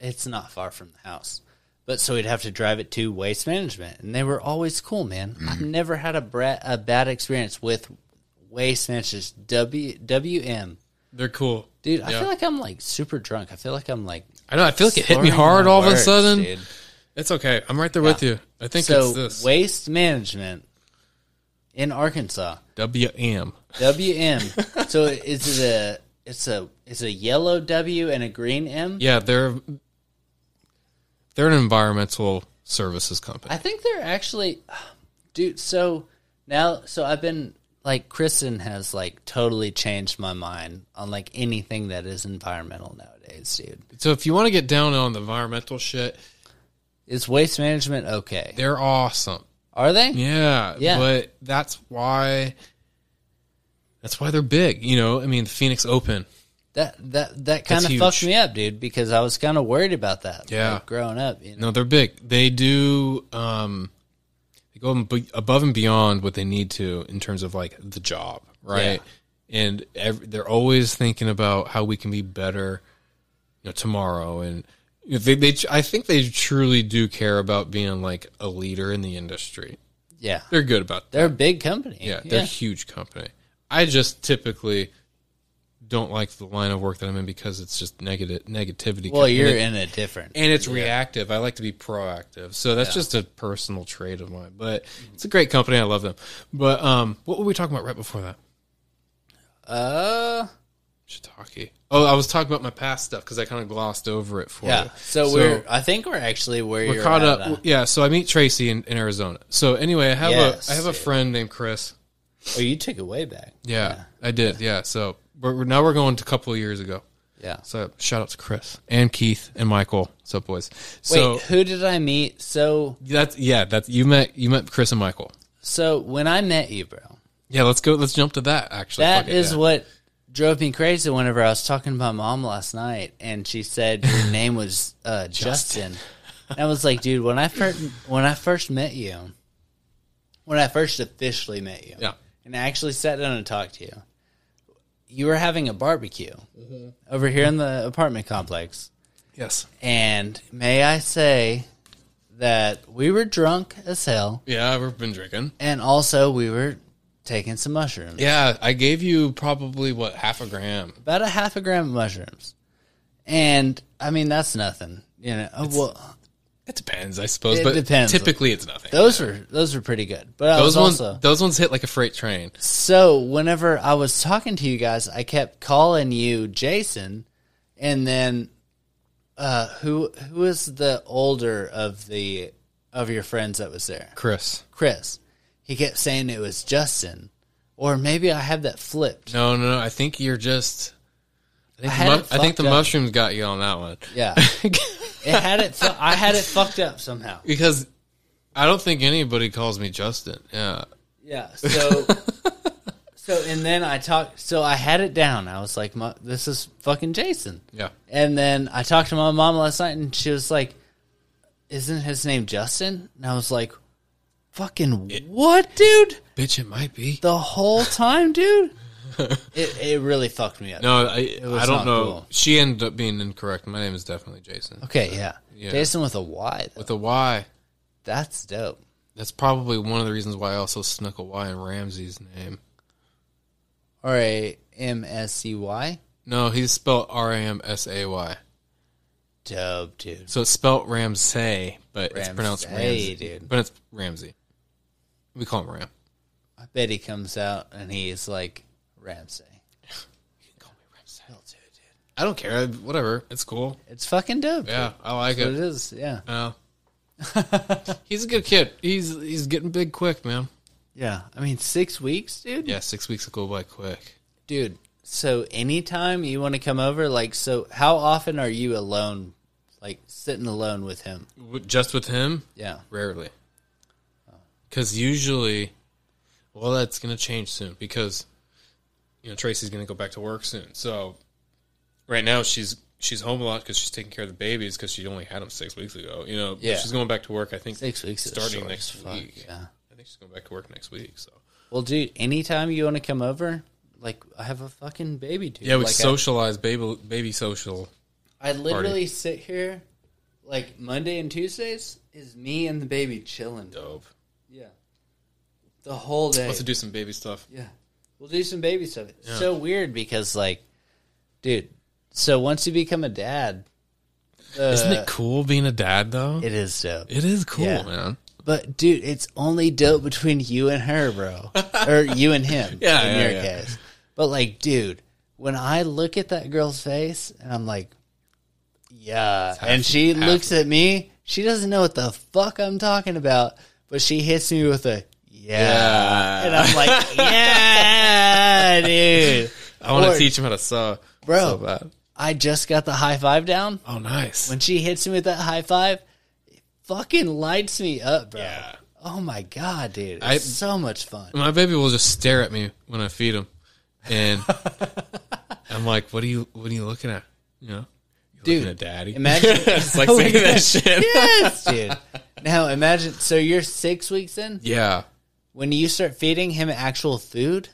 Speaker 1: It's not far from the house, but so we'd have to drive it to waste management, and they were always cool, man. I've
Speaker 2: Mm-hmm.
Speaker 1: never had a bra- a bad experience with waste managers. W WM.
Speaker 2: They're cool.
Speaker 1: Dude, I
Speaker 2: Yeah.
Speaker 1: feel like I'm like super drunk. I feel like I'm like
Speaker 2: I know. I feel like it hit me
Speaker 1: slurring
Speaker 2: hard
Speaker 1: my
Speaker 2: all of a
Speaker 1: words,
Speaker 2: sudden.
Speaker 1: dude.
Speaker 2: It's okay. I'm right there with you. I think
Speaker 1: So
Speaker 2: it's this.
Speaker 1: waste management in Arkansas.
Speaker 2: WM. <laughs>
Speaker 1: WM. so it's a it's a it's a yellow W and a green M.
Speaker 2: Yeah, they're they're an environmental services company.
Speaker 1: I think they're actually, <sighs> dude. So now, so I've been like, Kristen has like totally changed my mind on like anything that is environmental nowadays, dude.
Speaker 2: so if you want to get down on the environmental shit,
Speaker 1: Is waste management okay?
Speaker 2: they're awesome.
Speaker 1: Are they?
Speaker 2: Yeah,
Speaker 1: Yeah.
Speaker 2: But that's why that's why they're big. You know, I mean, the Phoenix Open.
Speaker 1: That that that kind of
Speaker 2: huge.
Speaker 1: fucked me up, dude, because I was kind of worried about that.
Speaker 2: Yeah.
Speaker 1: like, growing up, you know.
Speaker 2: No, they're big. They do. um They go ab- above and beyond what they need to in terms of like the job, right? And ev they're always thinking about how we can be better, you know, tomorrow. And you know, they, they, tr- I think they truly do care about being like a leader in the industry.
Speaker 1: Yeah,
Speaker 2: They're good about that.
Speaker 1: they're a big company.
Speaker 2: Yeah, they're a huge company. I just typically don't like the line of work that I'm in because it's just negative negativity.
Speaker 1: Well,
Speaker 2: And
Speaker 1: you're
Speaker 2: it-
Speaker 1: in a different.
Speaker 2: and it's reactive. I like to be proactive. So that's just a personal trait of mine. But it's a great company. I love them. But um, what were we talking about right before that?
Speaker 1: Uh,
Speaker 2: Shiitake. Oh, I was talking about my past stuff because I kind of glossed over it for
Speaker 1: yeah.
Speaker 2: you.
Speaker 1: So, we're. I think we're actually where
Speaker 2: we're
Speaker 1: you're
Speaker 2: caught
Speaker 1: at,
Speaker 2: up.
Speaker 1: uh,
Speaker 2: yeah. So I meet Tracy in, in Arizona. So anyway, I have
Speaker 1: Yes,
Speaker 2: a I have a friend named Chris.
Speaker 1: oh, you took it way back.
Speaker 2: Yeah, I did. Yeah. So we're, we're- now we're going to a couple of years ago.
Speaker 1: Yeah.
Speaker 2: So shout out to Chris and Keith and Michael. What's up, boys?
Speaker 1: Wait,
Speaker 2: So
Speaker 1: who did I meet? So,
Speaker 2: that's yeah. That's you met you met Chris and Michael.
Speaker 1: so when I met you, bro,
Speaker 2: Yeah, let's go. Let's jump to that. Actually,
Speaker 1: that
Speaker 2: Fuck it,
Speaker 1: is
Speaker 2: yeah.
Speaker 1: what drove me crazy. Whenever I was talking to my mom last night, and she said your name was uh, Justin, and I was like, dude, when I first when I first met you, when I first officially met you,
Speaker 2: Yeah.
Speaker 1: and I actually sat down and talked to you, you were having a barbecue over here in the apartment complex.
Speaker 2: Yes.
Speaker 1: And may I say that we were drunk as hell,
Speaker 2: Yeah, we've been drinking.
Speaker 1: and also we were taking some mushrooms.
Speaker 2: Yeah, I gave you probably what half a gram.
Speaker 1: About a half a gram of mushrooms. And I mean that's nothing. You know, Uh, well
Speaker 2: It depends, I suppose.
Speaker 1: It
Speaker 2: but
Speaker 1: depends.
Speaker 2: Typically, it's nothing.
Speaker 1: those were those were pretty good. But I was
Speaker 2: Those ones,
Speaker 1: also
Speaker 2: those ones hit like a freight train.
Speaker 1: so whenever I was talking to you guys, I kept calling you Jason and then uh who who is the older of the of your friends that was there?
Speaker 2: Chris,
Speaker 1: Chris. He kept saying it was Justin. Or maybe I have that flipped.
Speaker 2: no, no, no. I think you're just. I think,
Speaker 1: I
Speaker 2: the
Speaker 1: had
Speaker 2: mu-
Speaker 1: it
Speaker 2: I think the
Speaker 1: fucked up.
Speaker 2: mushrooms got you on that one.
Speaker 1: Yeah. <laughs> it had it fu- I had it fucked up somehow.
Speaker 2: because I don't think anybody calls me Justin. Yeah,
Speaker 1: Yeah.
Speaker 2: <laughs>
Speaker 1: So, so and then I talked. So I had it down. I was like, my, "This is fucking Jason."
Speaker 2: yeah.
Speaker 1: And then I talked to my mom last night, and she was like, "Isn't his name Justin?" And I was like, "Fucking what, dude?
Speaker 2: Bitch, it might be.
Speaker 1: The whole time,
Speaker 2: <laughs>
Speaker 1: dude." it it really fucked me up.
Speaker 2: No, I
Speaker 1: was
Speaker 2: I don't
Speaker 1: not
Speaker 2: know.
Speaker 1: cool.
Speaker 2: She ended up being incorrect. My name is definitely Jason
Speaker 1: Okay, yeah.
Speaker 2: Yeah.
Speaker 1: Jason with a Y. Though.
Speaker 2: with a Y.
Speaker 1: That's dope.
Speaker 2: That's probably one of the reasons why I also snuck a Y in Ramsey's name.
Speaker 1: Or a M S C Y.
Speaker 2: No, he's spelled R A M S A Y.
Speaker 1: Dope, dude.
Speaker 2: So it's spelled Ramsay, but it's pronounced
Speaker 1: Ramsay,
Speaker 2: Ramsey.
Speaker 1: dude.
Speaker 2: But it's Ramsey. We call him Ram.
Speaker 1: I bet he comes out and he's like Ramsey.
Speaker 2: I don't care. Whatever. It's cool.
Speaker 1: It's fucking dope. dude.
Speaker 2: Yeah, I like
Speaker 1: But it
Speaker 2: it.
Speaker 1: is, yeah.
Speaker 2: Yeah.
Speaker 1: <laughs>
Speaker 2: he's a good kid. He's he's getting big quick, man.
Speaker 1: Yeah. I mean, six weeks, dude?
Speaker 2: Yeah, six weeks go by quick.
Speaker 1: Dude, so anytime you want to come over, like, so how often are you alone, like, sitting alone with him?
Speaker 2: W- Just with him,
Speaker 1: Yeah.
Speaker 2: Rarely. Because usually, well, that's going to change soon because, you know, Tracy's going to go back to work soon. So right now she's she's home a lot because she's taking care of the babies because she only had them six weeks ago. You know, but
Speaker 1: Yeah.
Speaker 2: she's going back to work. I think
Speaker 1: Six weeks is
Speaker 2: starting
Speaker 1: short
Speaker 2: next
Speaker 1: as fuck,
Speaker 2: week.
Speaker 1: yeah.
Speaker 2: I think she's going back to work next week. So
Speaker 1: Well, dude, anytime you want to come over, like I have a fucking baby, dude.
Speaker 2: yeah, we
Speaker 1: like,
Speaker 2: socialize baby baby social.
Speaker 1: I, I literally sit here, like Monday and Tuesdays is me and the baby chilling.
Speaker 2: Dope.
Speaker 1: Yeah, the whole day.
Speaker 2: Let's do some baby stuff.
Speaker 1: Yeah. We'll do some baby stuff. It's so weird because like dude, so once you become a dad,
Speaker 2: Isn't
Speaker 1: uh,
Speaker 2: it cool being a dad though?
Speaker 1: it is dope.
Speaker 2: it is cool,
Speaker 1: Yeah.
Speaker 2: man.
Speaker 1: but dude, it's only dope between you and her,
Speaker 2: <laughs>
Speaker 1: bro. or you and him
Speaker 2: Yeah,
Speaker 1: in
Speaker 2: yeah,
Speaker 1: your
Speaker 2: yeah.
Speaker 1: case. But like, dude, when I look at that girl's face and I'm like, yeah, and she
Speaker 2: half-
Speaker 1: looks at me, she doesn't know what the fuck I'm talking about, but she hits me with a yeah. And I'm
Speaker 2: <laughs>
Speaker 1: like, yeah, dude.
Speaker 2: I want
Speaker 1: Or-
Speaker 2: to teach him how to sew,
Speaker 1: Bro.
Speaker 2: So bad.
Speaker 1: I just got the high five down.
Speaker 2: Oh, nice.
Speaker 1: When she hits me with that high five, it fucking lights me up, bro.
Speaker 2: Yeah.
Speaker 1: Oh my god, dude. It's
Speaker 2: I-
Speaker 1: so much fun. <laughs>
Speaker 2: my baby will just stare at me when I feed him,
Speaker 1: <laughs>
Speaker 2: and I'm like, "What are you? What are you looking at? You know, you
Speaker 1: Dude,
Speaker 2: looking at daddy?
Speaker 1: Imagine
Speaker 2: <laughs> it's
Speaker 1: <laughs>
Speaker 2: like saying that shit.
Speaker 1: Yes, dude. Now imagine so you're six weeks in
Speaker 2: Yeah,
Speaker 1: when you start feeding him actual food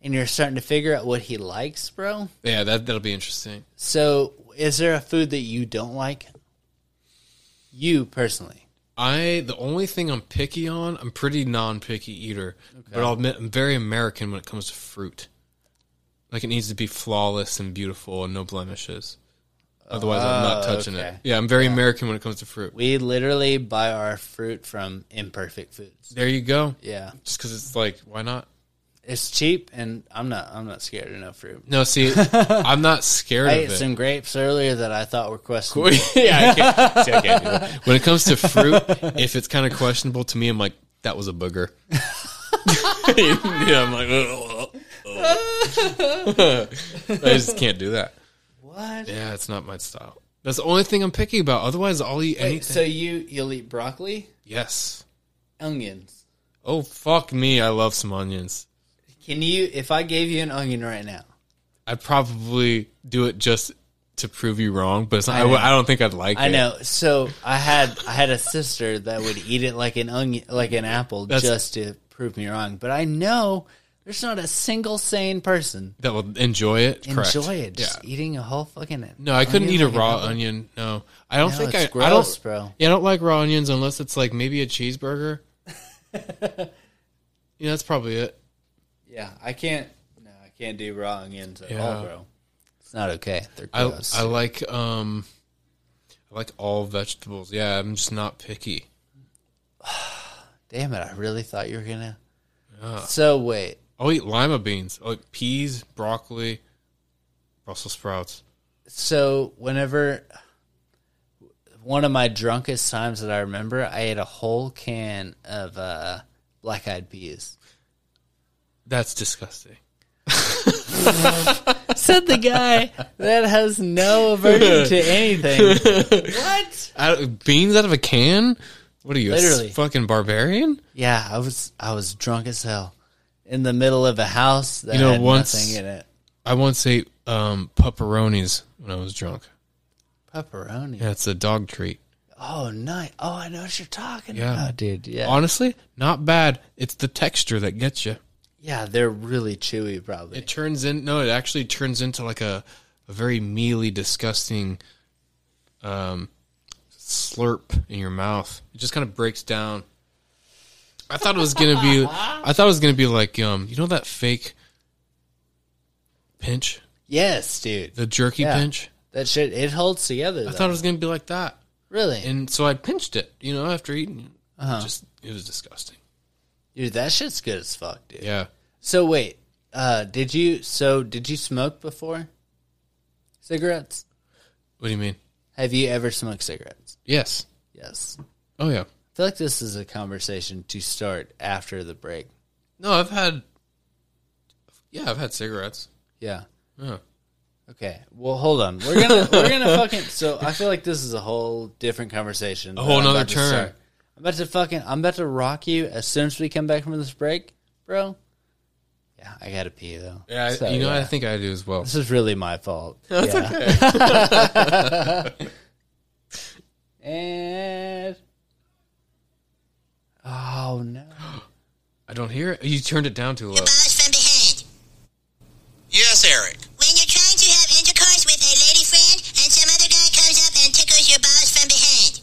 Speaker 1: and you're starting to figure out what he likes, bro.
Speaker 2: yeah, that that'll be interesting.
Speaker 1: So is there a food that you don't like? You personally.
Speaker 2: I the only thing I'm picky on, I'm pretty non-picky eater, but I'll admit I'm very American when it comes to fruit. Like it needs to be flawless and beautiful and no blemishes. Otherwise, I'm not
Speaker 1: Oh,
Speaker 2: touching
Speaker 1: okay.
Speaker 2: it. Yeah, I'm very American when it comes to fruit.
Speaker 1: We literally buy our fruit from imperfect foods.
Speaker 2: There you go.
Speaker 1: Yeah.
Speaker 2: Just because it's like, why not?
Speaker 1: It's cheap, and I'm not. I'm not scared of no fruit. <laughs>
Speaker 2: No, see, I'm not scared
Speaker 1: I
Speaker 2: of
Speaker 1: ate
Speaker 2: it.
Speaker 1: some grapes earlier that I thought were questionable.
Speaker 2: <laughs> yeah, I
Speaker 1: <laughs>
Speaker 2: can't, see, I can't do that. When it comes to fruit, if it's kind of questionable to me, I'm like, that was a booger. <laughs> yeah, I'm like, "Ugh, <laughs> ugh, ugh." I just can't do that.
Speaker 1: What?
Speaker 2: Yeah, it's not my style. That's the only thing I'm picky about. Otherwise, I'll eat anything.
Speaker 1: So you you'll eat broccoli,
Speaker 2: yes.
Speaker 1: onions.
Speaker 2: Oh fuck me! I love some onions.
Speaker 1: Can you? If I gave you an onion right now,
Speaker 2: I'd probably do it just to prove you wrong, but it's not, I,
Speaker 1: know.
Speaker 2: w- I don't think I'd like it.
Speaker 1: I know. So I had I had a sister that would eat it like an onion, like an apple, just to prove me wrong. But I know there's not a single sane person
Speaker 2: that will enjoy it. Correct.
Speaker 1: enjoy it. Just
Speaker 2: Yeah.
Speaker 1: eating a whole fucking.
Speaker 2: No, I couldn't eat a
Speaker 1: like an
Speaker 2: raw
Speaker 1: apple.
Speaker 2: onion. No, I don't
Speaker 1: No,
Speaker 2: think
Speaker 1: it's
Speaker 2: I. I
Speaker 1: gross,
Speaker 2: don't,
Speaker 1: bro.
Speaker 2: Yeah, I don't like raw onions unless it's like maybe a
Speaker 1: <laughs>
Speaker 2: cheeseburger. yeah, that's probably it.
Speaker 1: Yeah, I can't. No, I can't do raw onions at
Speaker 2: Yeah.
Speaker 1: all, bro. It's not okay. They're
Speaker 2: I
Speaker 1: gross.
Speaker 2: I like um, I like all vegetables. Yeah, I'm just not picky.
Speaker 1: Damn it! I really thought you were gonna. So wait,
Speaker 2: I'll eat lima beans. I like peas, broccoli, Brussels sprouts.
Speaker 1: so whenever one of my drunkest times that I remember, I ate a whole can of uh, black eyed peas.
Speaker 2: That's disgusting.
Speaker 1: <laughs> Said the guy that has no aversion to
Speaker 2: <laughs>
Speaker 1: anything. what?
Speaker 2: Out, beans out of a can? What are you, Literally.
Speaker 1: Literally.
Speaker 2: a s- fucking barbarian?
Speaker 1: Yeah, I was I was drunk as hell in the middle of a house that
Speaker 2: You know,
Speaker 1: had
Speaker 2: once-
Speaker 1: nothing in it.
Speaker 2: I once ate um, pepperonis when I was drunk.
Speaker 1: Pepperoni.
Speaker 2: Yeah, it's a dog treat.
Speaker 1: Oh, nice. Oh, I know what you're talking
Speaker 2: Yeah.
Speaker 1: about, dude. Yeah.
Speaker 2: Honestly, not bad. It's the texture that gets you.
Speaker 1: yeah, they're really chewy, probably.
Speaker 2: It turns in no, it actually turns into like a, a very mealy, disgusting um, slurp in your mouth. It just kind of breaks down. I thought it was gonna be. I thought it was gonna be like um, you know that fake pinch,
Speaker 1: yes, dude.
Speaker 2: the jerky
Speaker 1: Yeah.
Speaker 2: pinch.
Speaker 1: That shit, it holds together, though.
Speaker 2: I thought it was gonna be like that,
Speaker 1: really?
Speaker 2: and so I pinched it. You know, after eating, it. just it was disgusting.
Speaker 1: Dude, that shit's good as fuck, dude.
Speaker 2: Yeah.
Speaker 1: So wait, uh, did you so did you smoke before? Cigarettes?
Speaker 2: What do you mean?
Speaker 1: Have you ever smoked cigarettes?
Speaker 2: Yes.
Speaker 1: Yes. I
Speaker 2: Oh yeah.
Speaker 1: feel like this is a conversation to start after the break.
Speaker 2: No, I've had. Yeah, I've had cigarettes.
Speaker 1: Yeah.
Speaker 2: Yeah.
Speaker 1: Okay. Well, hold on. We're gonna we're
Speaker 2: <laughs>
Speaker 1: gonna fucking. So I feel like this is a whole different conversation. A
Speaker 2: whole nother turn.
Speaker 1: I'm about to fucking. I'm about to rock you as soon as we come back from this break, bro. Yeah, I gotta pee though.
Speaker 2: Yeah, I-
Speaker 1: So,
Speaker 2: you know,
Speaker 1: yeah.
Speaker 2: I think I do as well.
Speaker 1: this is really my fault. That's okay. <laughs> and oh no,
Speaker 2: I don't hear it. You turned it down too low.
Speaker 3: Balls from behind.
Speaker 4: Yes, Eric.
Speaker 3: When you're trying to have intercourse with a lady friend and some other guy comes up and tickles your balls from behind.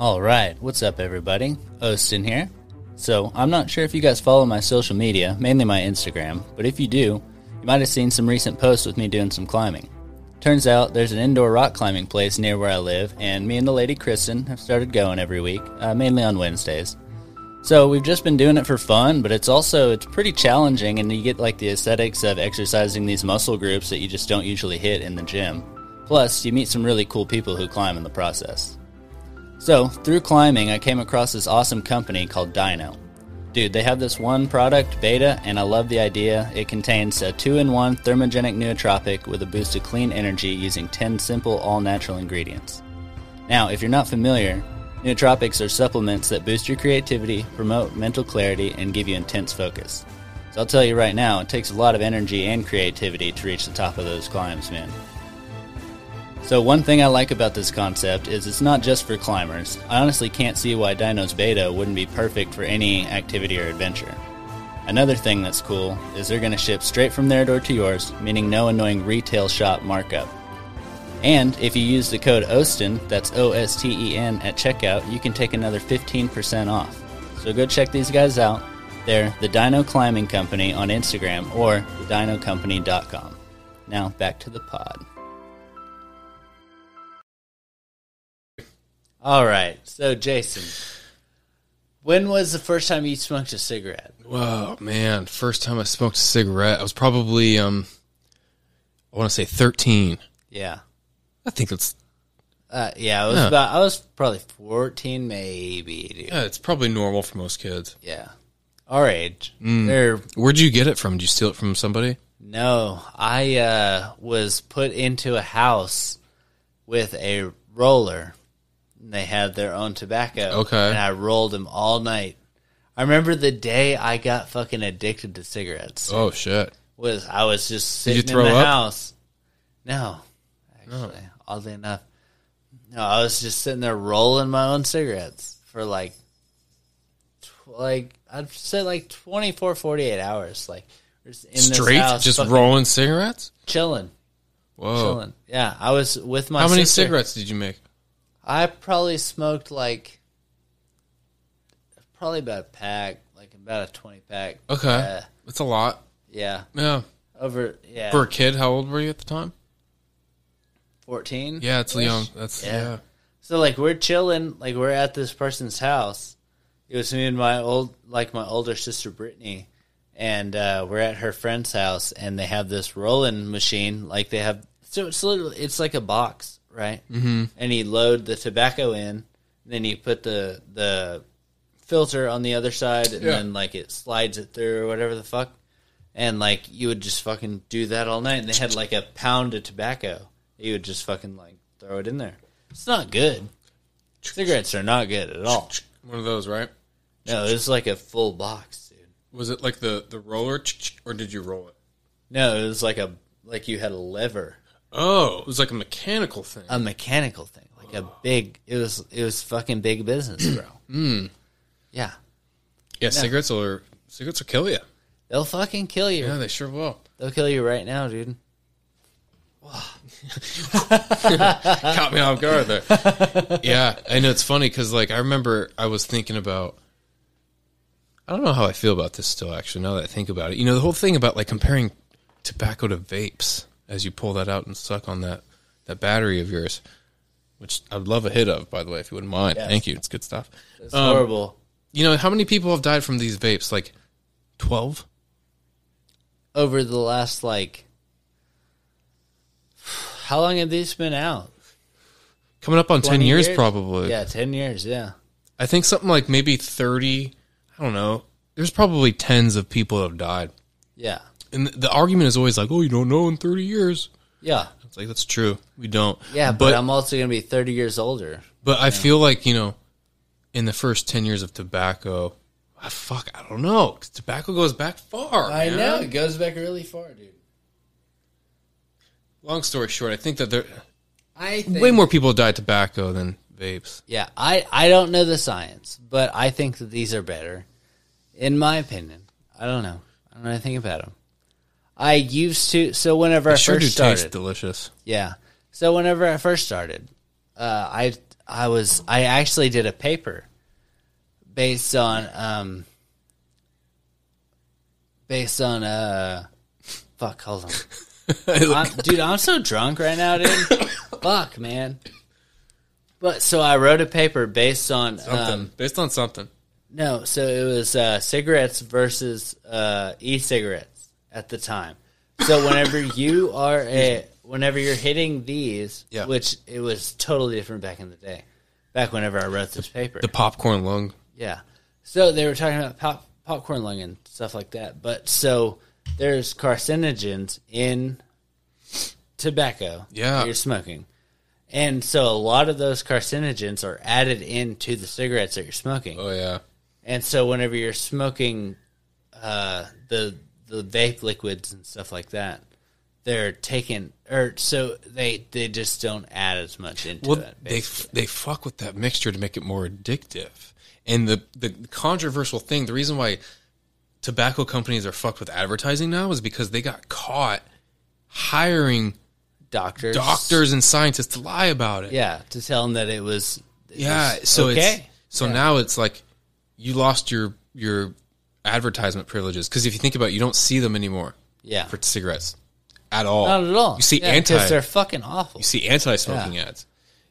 Speaker 1: All right, what's up, everybody? Austin here. So, I'm not sure if you guys follow my social media, mainly my Instagram, but if you do, you might have seen some recent posts with me doing some climbing. Turns out there's an indoor rock climbing place near where I live, and me and the lady Kristen have started going every week, uh, mainly on Wednesdays. So we've just been doing it for fun, but it's also it's pretty challenging, and you get like the aesthetics of exercising these muscle groups that you just don't usually hit in the gym. Plus, you meet some really cool people who climb in the process. So, through climbing, I came across this awesome company called Dino. Dude, they have this one product, Beta, and I love the idea. It contains a 2 in 1 thermogenic nootropic with a boost of clean energy using 10 simple, all natural ingredients. Now, if you're not familiar, nootropics are supplements that boost your creativity, promote mental clarity, and give you intense focus. So, I'll tell you right now, it takes a lot of energy and creativity to reach the top of those climbs, man. So one thing I like about this concept is it's not just for climbers. I honestly can't see why Dino's Beta wouldn't be perfect for any activity or adventure. Another thing that's cool is they're going to ship straight from their door to yours, meaning no annoying retail shop markup. And if you use the code OSTEN, that's O S T E N, at checkout, you can take another 15% off. So go check these guys out. They're the Dino Climbing Company on Instagram or thedinocompany.com. Now back to the pod. All right. So, Jason, when was the first time you smoked a cigarette?
Speaker 2: Wow, man! First time I smoked a cigarette, I was probably um, I want to say thirteen.
Speaker 1: Yeah.
Speaker 2: I think it's
Speaker 1: Uh, yeah, I was
Speaker 2: Huh.
Speaker 1: about I was probably 14 maybe, dude.
Speaker 2: yeah, it's probably normal for most kids.
Speaker 1: Yeah. Our age.
Speaker 2: Mm.
Speaker 1: They're
Speaker 2: Where'd you get it from? Did you steal it from somebody?
Speaker 1: No, I uh, was put into a house with a roller. And they had their own tobacco.
Speaker 2: Okay.
Speaker 1: And I rolled them all night. I remember the day I got fucking addicted to cigarettes.
Speaker 2: Oh shit!
Speaker 1: Was I was just
Speaker 2: you
Speaker 1: sitting
Speaker 2: throw
Speaker 1: in the
Speaker 2: up?
Speaker 1: house. No, actually, oddly enough, no. I was just sitting there rolling my own cigarettes for like, tw- like I'd say like 24, 48 hours. Like just in this
Speaker 2: Straight,
Speaker 1: house,
Speaker 2: just
Speaker 1: fucking
Speaker 2: rolling cigarettes.
Speaker 1: chilling
Speaker 2: Whoa!
Speaker 1: chilling. Yeah, I was with my.
Speaker 2: How many
Speaker 1: sister.
Speaker 2: cigarettes did you make?
Speaker 1: I probably smoked like probably about a pack, like about a twenty pack.
Speaker 2: Okay,
Speaker 1: Uh,
Speaker 2: that's a lot.
Speaker 1: yeah.
Speaker 2: Yeah,
Speaker 1: Over. Yeah.
Speaker 2: for a kid, how old were you at the time?
Speaker 1: Fourteen.
Speaker 2: Yeah, it's young. That's
Speaker 1: Yeah.
Speaker 2: yeah.
Speaker 1: So like we're chilling, like we're at this person's house. It was me and my old, like my older sister Brittany, and uh, we're at her friend's house, and they have this rolling machine. Like they have, so it's literally it's like a box, right? Mm-hmm. And you load the tobacco in, then you put the the filter on the other side, and
Speaker 2: Yeah.
Speaker 1: then like it slides it through or whatever the fuck. And like you would just fucking do that all night, and they had like a pound of tobacco. You would just fucking like throw it in there. It's not good. Cigarettes are not good at all.
Speaker 2: One of those, right?
Speaker 1: No, it was like a full box, dude.
Speaker 2: Was it like the the roller, or did you roll it?
Speaker 1: No, it was like a like you had a lever,
Speaker 2: Oh, it was like a mechanical thing.
Speaker 1: a mechanical thing, like a big. It was it was fucking big business,
Speaker 2: <clears throat>
Speaker 1: bro. mm.
Speaker 2: Hmm.
Speaker 1: Yeah,
Speaker 2: yeah, cigarettes will cigarettes will kill you.
Speaker 1: they'll fucking kill you.
Speaker 2: Yeah, they sure will.
Speaker 1: They'll kill you right now, dude. Uh.
Speaker 2: Caught me off
Speaker 1: <laughs>
Speaker 2: guard there. yeah, and it's funny because like I remember I was thinking about. I don't know how I feel about this still. Actually, now that I think about it, you know the whole thing about like comparing tobacco to vapes as you pull that out and suck on that that battery of yours, which I'd love a hit of, by the way, if you wouldn't mind.
Speaker 1: Yes.
Speaker 2: Thank you. It's good stuff.
Speaker 1: It's horrible.
Speaker 2: You know how many people have died from these vapes? Like twelve.
Speaker 1: Over the last like, how long have these been out?
Speaker 2: coming up on 10
Speaker 1: 20
Speaker 2: years,
Speaker 1: years?
Speaker 2: probably
Speaker 1: Yeah, ten years. Yeah,
Speaker 2: i think something like maybe 30 i don't know there's probably tens of people that have died.
Speaker 1: Yeah.
Speaker 2: And the, the argument is always like, oh, you don't know in 30 years.
Speaker 1: Yeah.
Speaker 2: It's like, that's true. We don't.
Speaker 1: Yeah, but, I'm also going to be 30 years older.
Speaker 2: But I feel like, you know, in the first 10 years of tobacco, ah, fuck, I don't know. 'cause tobacco goes back far. man.
Speaker 1: It goes back really far, dude.
Speaker 2: Long story short, I think that there
Speaker 1: I think,
Speaker 2: way more people die of tobacco than vapes.
Speaker 1: Yeah, I, I don't know the science, but I think that these are better, in my opinion. I don't know. I don't know anything about them. I used to, so whenever I
Speaker 2: It sure do
Speaker 1: first started.
Speaker 2: taste delicious.
Speaker 1: Yeah. So whenever I first started, uh, I I was I actually did a paper based on um based on uh fuck hold on I'm, dude I'm so drunk right now dude fuck man but so I wrote a paper based on
Speaker 2: Something.
Speaker 1: um
Speaker 2: Based on something.
Speaker 1: no so it was uh, cigarettes versus uh, e-cigarettes at the time so whenever you are a whenever you're hitting these
Speaker 2: Yeah.
Speaker 1: which it was totally different back in the day back whenever i wrote this paper
Speaker 2: The popcorn lung.
Speaker 1: yeah. So they were talking about pop, popcorn lung and stuff like that. But so there's carcinogens in tobacco.
Speaker 2: Yeah.
Speaker 1: that you're smoking. And so a lot of those carcinogens are added into the cigarettes that you're smoking.
Speaker 2: Oh, yeah.
Speaker 1: And so whenever you're smoking uh, the the vape liquids and stuff like that, they're taken or so they they just don't add as much into
Speaker 2: Well,
Speaker 1: it.
Speaker 2: they f- they fuck with that mixture to make it more addictive. And the the controversial thing, the reason why tobacco companies are fucked with advertising now is because they got caught hiring
Speaker 1: doctors
Speaker 2: doctors and scientists to lie about it.
Speaker 1: Yeah, to tell them that it was it
Speaker 2: Yeah,
Speaker 1: was
Speaker 2: so it's
Speaker 1: okay.
Speaker 2: so now it's like you lost your your advertisement privileges because if you think about it, you don't see them anymore
Speaker 1: yeah,
Speaker 2: for cigarettes at all.
Speaker 1: not at all.
Speaker 2: You see
Speaker 1: Yeah, 'cause
Speaker 2: anti
Speaker 1: they're fucking awful.
Speaker 2: you see anti smoking ads.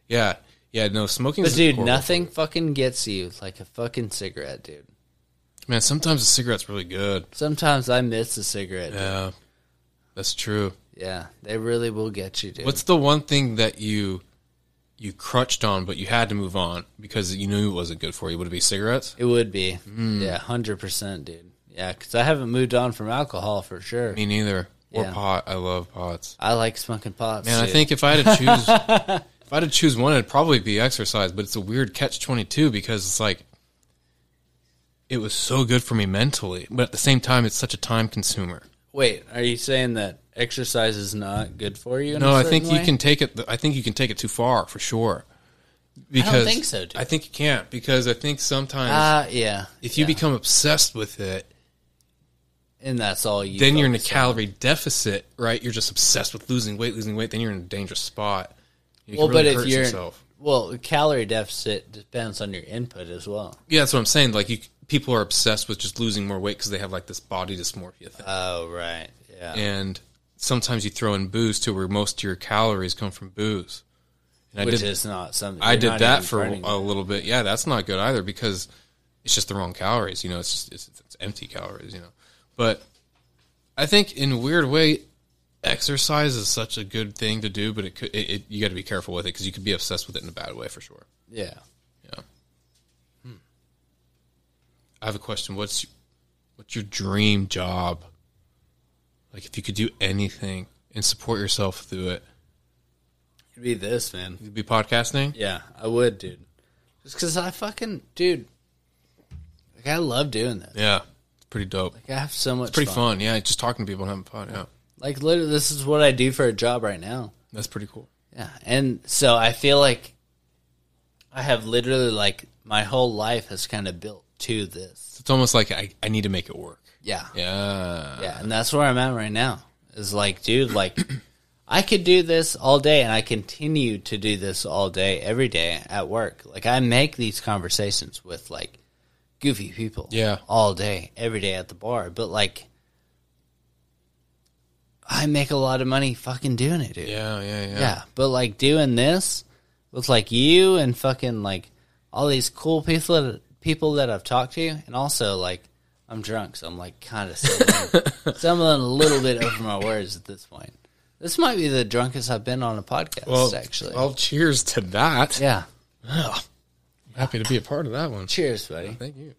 Speaker 2: Yeah. Yeah, no smoking.
Speaker 1: but
Speaker 2: is
Speaker 1: dude,
Speaker 2: horrible.
Speaker 1: nothing fucking gets you like a fucking cigarette, dude.
Speaker 2: Man, sometimes a cigarette's really good.
Speaker 1: Sometimes I miss a cigarette. dude.
Speaker 2: Yeah, that's true.
Speaker 1: Yeah, they really will get you, dude.
Speaker 2: What's the one thing that you you crutched on, but you had to move on because you knew it wasn't good for you? Would it be cigarettes?
Speaker 1: it would be?
Speaker 2: Mm.
Speaker 1: Yeah, hundred percent, dude. Yeah, because I haven't moved on from alcohol for sure.
Speaker 2: Me neither. Or
Speaker 1: Yeah.
Speaker 2: pot. I love pots.
Speaker 1: I like smoking pots.
Speaker 2: Man, I
Speaker 1: dude.
Speaker 2: think if I had
Speaker 1: <laughs>
Speaker 2: to choose, if I had to choose one, it'd probably be exercise. But it's a weird catch twenty two because it's like it was so good for me mentally, but at the same time, it's such a time consumer.
Speaker 1: Wait, are you saying that exercise is not good for you? in a
Speaker 2: No, I
Speaker 1: certain
Speaker 2: think you
Speaker 1: way?
Speaker 2: can take it. I think you can take it too far for sure. Because
Speaker 1: think so, dude.
Speaker 2: I think you can't because I think sometimes
Speaker 1: Ah, yeah.
Speaker 2: if you
Speaker 1: yeah.
Speaker 2: become obsessed with it,
Speaker 1: and that's all you.
Speaker 2: then you're in a
Speaker 1: focus on.
Speaker 2: calorie deficit, right? You're just obsessed with losing weight, losing weight. Then you're in a dangerous spot. You
Speaker 1: Well,
Speaker 2: can really
Speaker 1: but
Speaker 2: hurt
Speaker 1: if you're
Speaker 2: yourself.
Speaker 1: well, a calorie deficit depends on your input as well.
Speaker 2: yeah, that's what I'm saying. Like you, people are obsessed with just losing more weight because they have like this body dysmorphia thing,
Speaker 1: Oh right, yeah,
Speaker 2: and sometimes you throw in booze too, where most of your calories come from booze. And I
Speaker 1: which
Speaker 2: did
Speaker 1: is not something
Speaker 2: I
Speaker 1: you're
Speaker 2: did
Speaker 1: not
Speaker 2: that
Speaker 1: even
Speaker 2: for
Speaker 1: burning
Speaker 2: a little bit. Yeah, that's not good either because it's just the wrong calories. You know, it's just it's, it's empty calories. You know, but I think in a weird way, exercise is such a good thing to do, but it could it, it, you got to be careful with it because you could be obsessed with it in a bad way for sure.
Speaker 1: Yeah,
Speaker 2: I have a question. What's what's your dream job? Like, if you could do anything and support yourself through it,
Speaker 1: it'd be this man.
Speaker 2: it'd be podcasting.
Speaker 1: Yeah, I would, dude. Just because I fucking dude, like I love doing this.
Speaker 2: Yeah, it's pretty dope.
Speaker 1: Like, I have so much
Speaker 2: Pretty
Speaker 1: fun.
Speaker 2: fun. Yeah, just talking to people and having fun. Yeah,
Speaker 1: Like literally, this is what I do for a job right now.
Speaker 2: that's pretty cool.
Speaker 1: Yeah, and so I feel like I have literally like my whole life has kind of built to this.
Speaker 2: It's almost like I, I need to make it work.
Speaker 1: Yeah,
Speaker 2: Yeah.
Speaker 1: Yeah, and that's where I'm at right now. Is like, dude, like I could do this all day and I continue to do this all day every day at work. Like I make these conversations with like goofy people.
Speaker 2: Yeah.
Speaker 1: All day, every day at the bar. But like I make a lot of money fucking doing it, dude.
Speaker 2: Yeah, yeah, yeah.
Speaker 1: Yeah, but like doing this with like you and fucking like all these cool people that, people that I've talked to, and also like I'm drunk, so I'm like kind of
Speaker 2: <laughs>
Speaker 1: stumbling, stumbling a little bit over my words at this point. This might be the drunkest I've been on a podcast,
Speaker 2: Well,
Speaker 1: actually.
Speaker 2: Well, cheers to that.
Speaker 1: yeah.
Speaker 2: Happy to be a part of that one.
Speaker 1: Cheers, buddy.
Speaker 2: Thank you.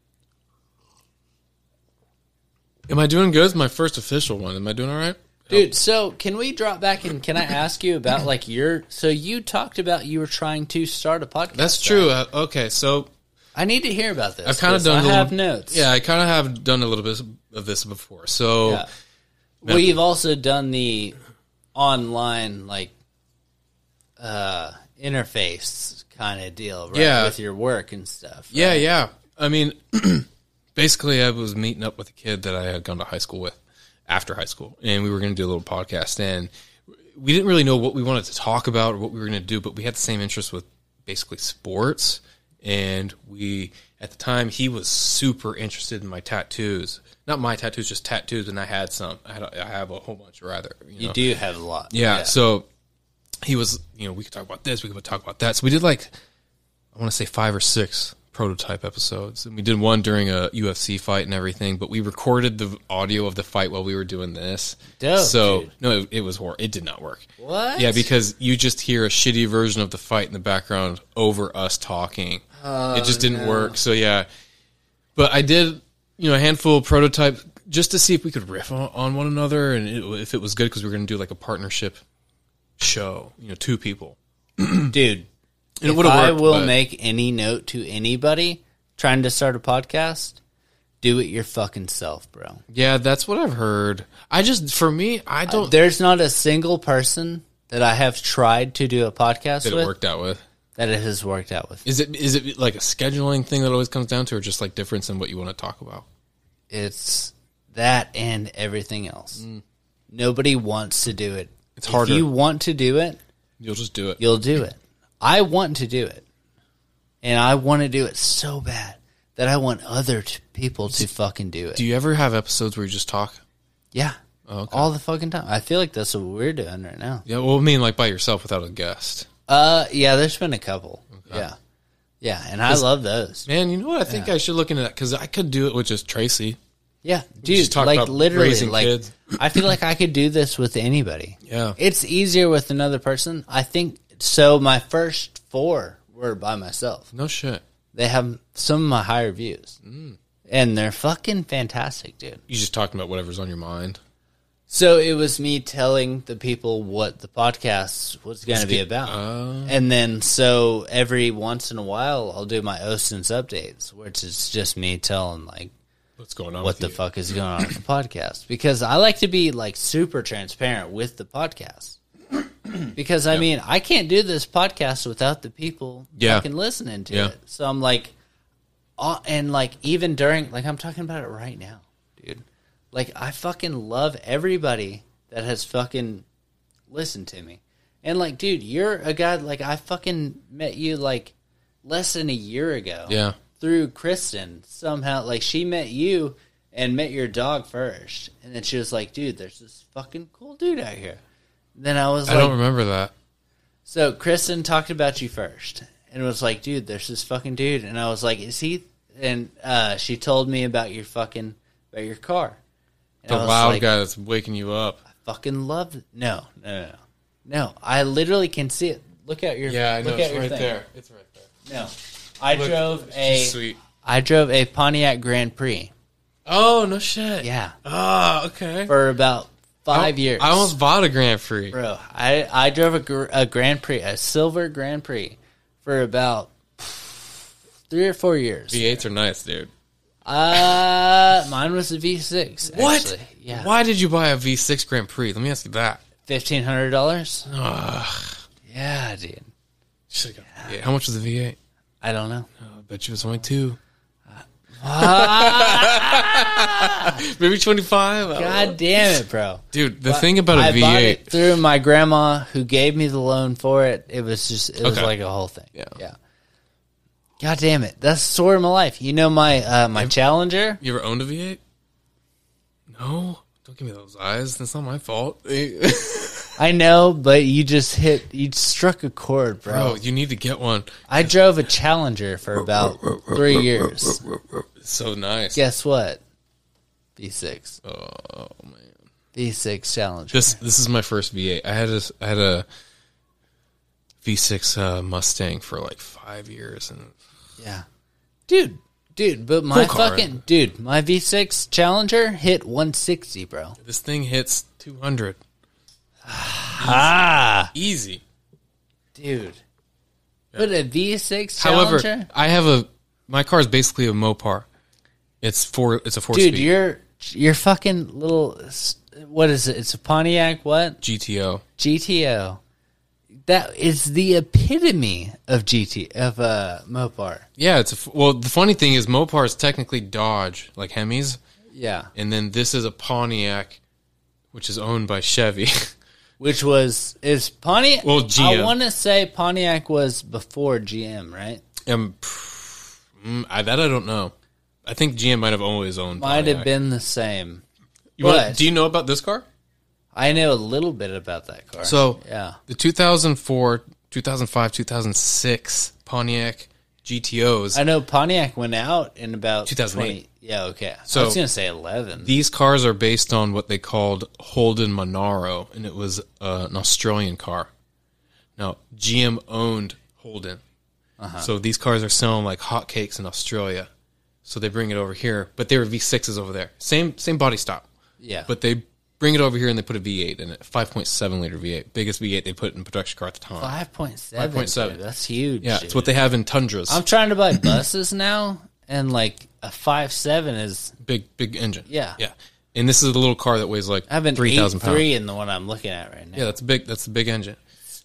Speaker 2: Am I doing good? It's my first official one. Am I doing all right?
Speaker 1: Dude, so can we drop back and can I ask you about like your so you talked about you were trying to start a podcast.
Speaker 2: That's true. Uh, okay, so
Speaker 1: I need to hear about this.
Speaker 2: I've kind of
Speaker 1: 'cause
Speaker 2: done. a
Speaker 1: I have
Speaker 2: little-
Speaker 1: notes.
Speaker 2: Yeah, I kind of have done a little bit of this before. So
Speaker 1: Yeah. Well, you've also done the online like uh interface kind of deal, right?
Speaker 2: Yeah.
Speaker 1: With your work and stuff.
Speaker 2: yeah, yeah. I mean, <clears throat> basically, I was meeting up with a kid that I had gone to high school with after high school, and we were going to do a little podcast. And we didn't really know what we wanted to talk about or what we were going to do, but we had the same interest with basically sports. And we, at the time, he was super interested in my tattoos. Not my tattoos, just tattoos, and I had some. I, had a, I have a whole bunch, rather.
Speaker 1: You do have a lot.
Speaker 2: Yeah, So he was, you know, we could talk about this, we could talk about that. So we did like, I want to say five or six prototype episodes. And we did one during a UFC fight and everything, but we recorded the audio of the fight while we were doing this.
Speaker 1: Dope,
Speaker 2: so,
Speaker 1: dude.
Speaker 2: no, it, it was horrible. It did not work.
Speaker 1: What?
Speaker 2: Yeah, because you just hear a shitty version of the fight in the background over us talking. it just didn't work. So, yeah. But I did, you know, a handful of prototype just to see if we could riff on, on one another and it, if it was good because we were going to do like a partnership show, you know, two people. <clears throat>
Speaker 1: dude,
Speaker 2: And it
Speaker 1: if
Speaker 2: would have
Speaker 1: I
Speaker 2: worked.
Speaker 1: will
Speaker 2: but-
Speaker 1: make any note to anybody trying to start a podcast. Do it your fucking self, bro.
Speaker 2: Yeah, that's what I've heard. I just, for me, I don't.
Speaker 1: There's not a single person that I have tried to do a podcast
Speaker 2: that it
Speaker 1: with
Speaker 2: worked out with.
Speaker 1: that it has worked out with.
Speaker 2: Is it is it like a scheduling thing that always comes down to, or just like difference in what you want to talk about?
Speaker 1: It's that and everything else. Nobody wants to do it.
Speaker 2: Mm. It's harder.
Speaker 1: If you want to do it,
Speaker 2: You'll just do it.
Speaker 1: you'll do it. I want to do it. And I want to do it so bad that I want other t- people to fucking do it.
Speaker 2: do you Oh, ever have episodes where you just talk?
Speaker 1: yeah. All the fucking time. I feel like that's what we're doing right now.
Speaker 2: Yeah, well, I mean, like by yourself without a guest.
Speaker 1: Uh, yeah, there's been a couple. Yeah. Yeah, and I love those.
Speaker 2: Man, you know what? I think I should look into that because I could do it with just Tracy.
Speaker 1: Yeah,
Speaker 2: just
Speaker 1: dude,
Speaker 2: talked
Speaker 1: like
Speaker 2: about
Speaker 1: literally,
Speaker 2: raising
Speaker 1: like
Speaker 2: kids.
Speaker 1: <coughs> I feel like I could do this with anybody.
Speaker 2: Yeah.
Speaker 1: it's easier with another person. I think so. My first four were by myself.
Speaker 2: No shit.
Speaker 1: They have some of my higher views, and they're fucking fantastic, dude.
Speaker 2: You just talking about whatever's on your mind.
Speaker 1: So it was me telling the people what the podcast was going to be about. and then, so every once in a while, I'll do my OSINS updates, which is just me telling, like,
Speaker 2: What's going on?
Speaker 1: what
Speaker 2: with
Speaker 1: the
Speaker 2: you.
Speaker 1: fuck is going on with the podcast because I like to be like super transparent with the podcast. Because I mean, I can't do this podcast without the people
Speaker 2: Yeah.
Speaker 1: fucking listening to
Speaker 2: Yeah.
Speaker 1: it. So I'm like, uh, and like even during, like I'm talking about it right now, dude. Like I fucking love everybody that has fucking listened to me. And like, dude, you're a guy. Like I fucking met you like less than a year ago
Speaker 2: Yeah.
Speaker 1: through Kristen somehow. Like she met you and met your dog first, and then she was like, "Dude, there's this fucking cool dude out here." Then I was
Speaker 2: I
Speaker 1: like,
Speaker 2: don't remember that.
Speaker 1: "So Kristen talked about you first, and was like, "Dude, there's this fucking dude," and I was like, "Is he?" And uh, she told me about your fucking about your car. And
Speaker 2: The
Speaker 1: I was
Speaker 2: loud
Speaker 1: like,
Speaker 2: guy that's waking you up.
Speaker 1: Fucking loved. It. No, no, no, no. I literally can see it. Look at your
Speaker 2: Yeah, I know.
Speaker 1: Look
Speaker 2: It's
Speaker 1: at your
Speaker 2: right
Speaker 1: thing.
Speaker 2: there. It's right there.
Speaker 1: No, I
Speaker 2: Look,
Speaker 1: drove
Speaker 2: it's
Speaker 1: a.
Speaker 2: just sweet.
Speaker 1: I drove a Pontiac Grand Prix.
Speaker 2: Oh no shit.
Speaker 1: Yeah.
Speaker 2: Oh, okay.
Speaker 1: for about five years.
Speaker 2: I almost bought a Grand Prix.
Speaker 1: bro. I I drove a, gr- a Grand Prix, a silver Grand Prix, for about three or four years.
Speaker 2: V8s are nice, dude.
Speaker 1: Uh, mine was a V six.
Speaker 2: What?
Speaker 1: Yeah,
Speaker 2: Why did you buy a V6 Grand Prix? Let me ask you that. Ah.
Speaker 1: Fifteen hundred dollars. Yeah, dude.
Speaker 2: Yeah, How much was the V8?
Speaker 1: I don't know.
Speaker 2: I bet you it was only two. <laughs> Maybe 25? I don't know.
Speaker 1: Ah. God damn it, bro.
Speaker 2: Dude, the thing about a
Speaker 1: I bought
Speaker 2: V8
Speaker 1: it through my grandma who gave me the loan for it. It was just it was
Speaker 2: Okay.
Speaker 1: like a whole thing.
Speaker 2: Yeah.
Speaker 1: Yeah. God damn it. That's the story of my life. You know my uh, my challenger?
Speaker 2: You ever owned a V8? No. Don't give me those eyes. That's not my fault. <laughs>
Speaker 1: I know, but you just hit, you struck a chord, bro.
Speaker 2: Bro, you need to get one.
Speaker 1: I drove a Challenger for about three years.
Speaker 2: It's so nice.
Speaker 1: Guess what? V6.
Speaker 2: Oh, man.
Speaker 1: V6 Challenger.
Speaker 2: This this is my first V8. I had a I had a V6 uh, Mustang for like 5 years and
Speaker 1: Yeah. Dude, Dude, but my
Speaker 2: Cool car.
Speaker 1: fucking dude, my V6 Challenger hit 160, bro.
Speaker 2: This thing hits 200.
Speaker 1: Ah,
Speaker 2: Easy.
Speaker 1: dude. But a V6 Challenger,
Speaker 2: However, I have a my car is basically a Mopar. It's four. It's a four
Speaker 1: dude,
Speaker 2: speed
Speaker 1: your your fucking little s- what is it? It's a Pontiac what
Speaker 2: GTO.
Speaker 1: GTO. That is the epitome of GT of uh, Mopar.
Speaker 2: Yeah, it's a, f- well. The funny thing is, Mopar is technically Dodge, like Hemis,
Speaker 1: Yeah,
Speaker 2: and then this is a Pontiac, which is owned by Chevy. <laughs>
Speaker 1: which was is Pontiac.
Speaker 2: Well, GM.
Speaker 1: I want to say Pontiac was before GM, right?
Speaker 2: um, mm, I, that I don't know. I think GM might have always owned.
Speaker 1: Might have
Speaker 2: Pontiac.
Speaker 1: been the same.
Speaker 2: You wanna-
Speaker 1: but-
Speaker 2: do you know about this car?
Speaker 1: I know a little bit about that car.
Speaker 2: So
Speaker 1: yeah,
Speaker 2: the 2004, 2005, 2006 Pontiac GTOs.
Speaker 1: I know Pontiac went out in about
Speaker 2: 2008.
Speaker 1: 20 Yeah, okay. So I
Speaker 2: So-
Speaker 1: was gonna say eleven.
Speaker 2: These cars are based on what they called Holden Monaro, and it was uh, an Australian car. Now, GM owned Holden.
Speaker 1: Uh-huh.
Speaker 2: So these cars are selling like hotcakes in Australia. So they bring it over here, but they were V6s over there. Same same body stop.
Speaker 1: yeah,
Speaker 2: But they bring it over here and they put a V8 in it. 5.7 liter V8. Biggest V8 they put in production car at the time.
Speaker 1: five point seven.
Speaker 2: 5.7.
Speaker 1: dude, That's huge.
Speaker 2: yeah,
Speaker 1: dude.
Speaker 2: it's what they have in Tundras.
Speaker 1: I'm trying to buy buses now, and like a five seven is.
Speaker 2: big big engine.
Speaker 1: Yeah.
Speaker 2: Yeah. And this is the little car that weighs like
Speaker 1: I have an
Speaker 2: 3,000 pounds.
Speaker 1: three in the one I'm looking at right now.
Speaker 2: Yeah, that's a big. That's the big engine.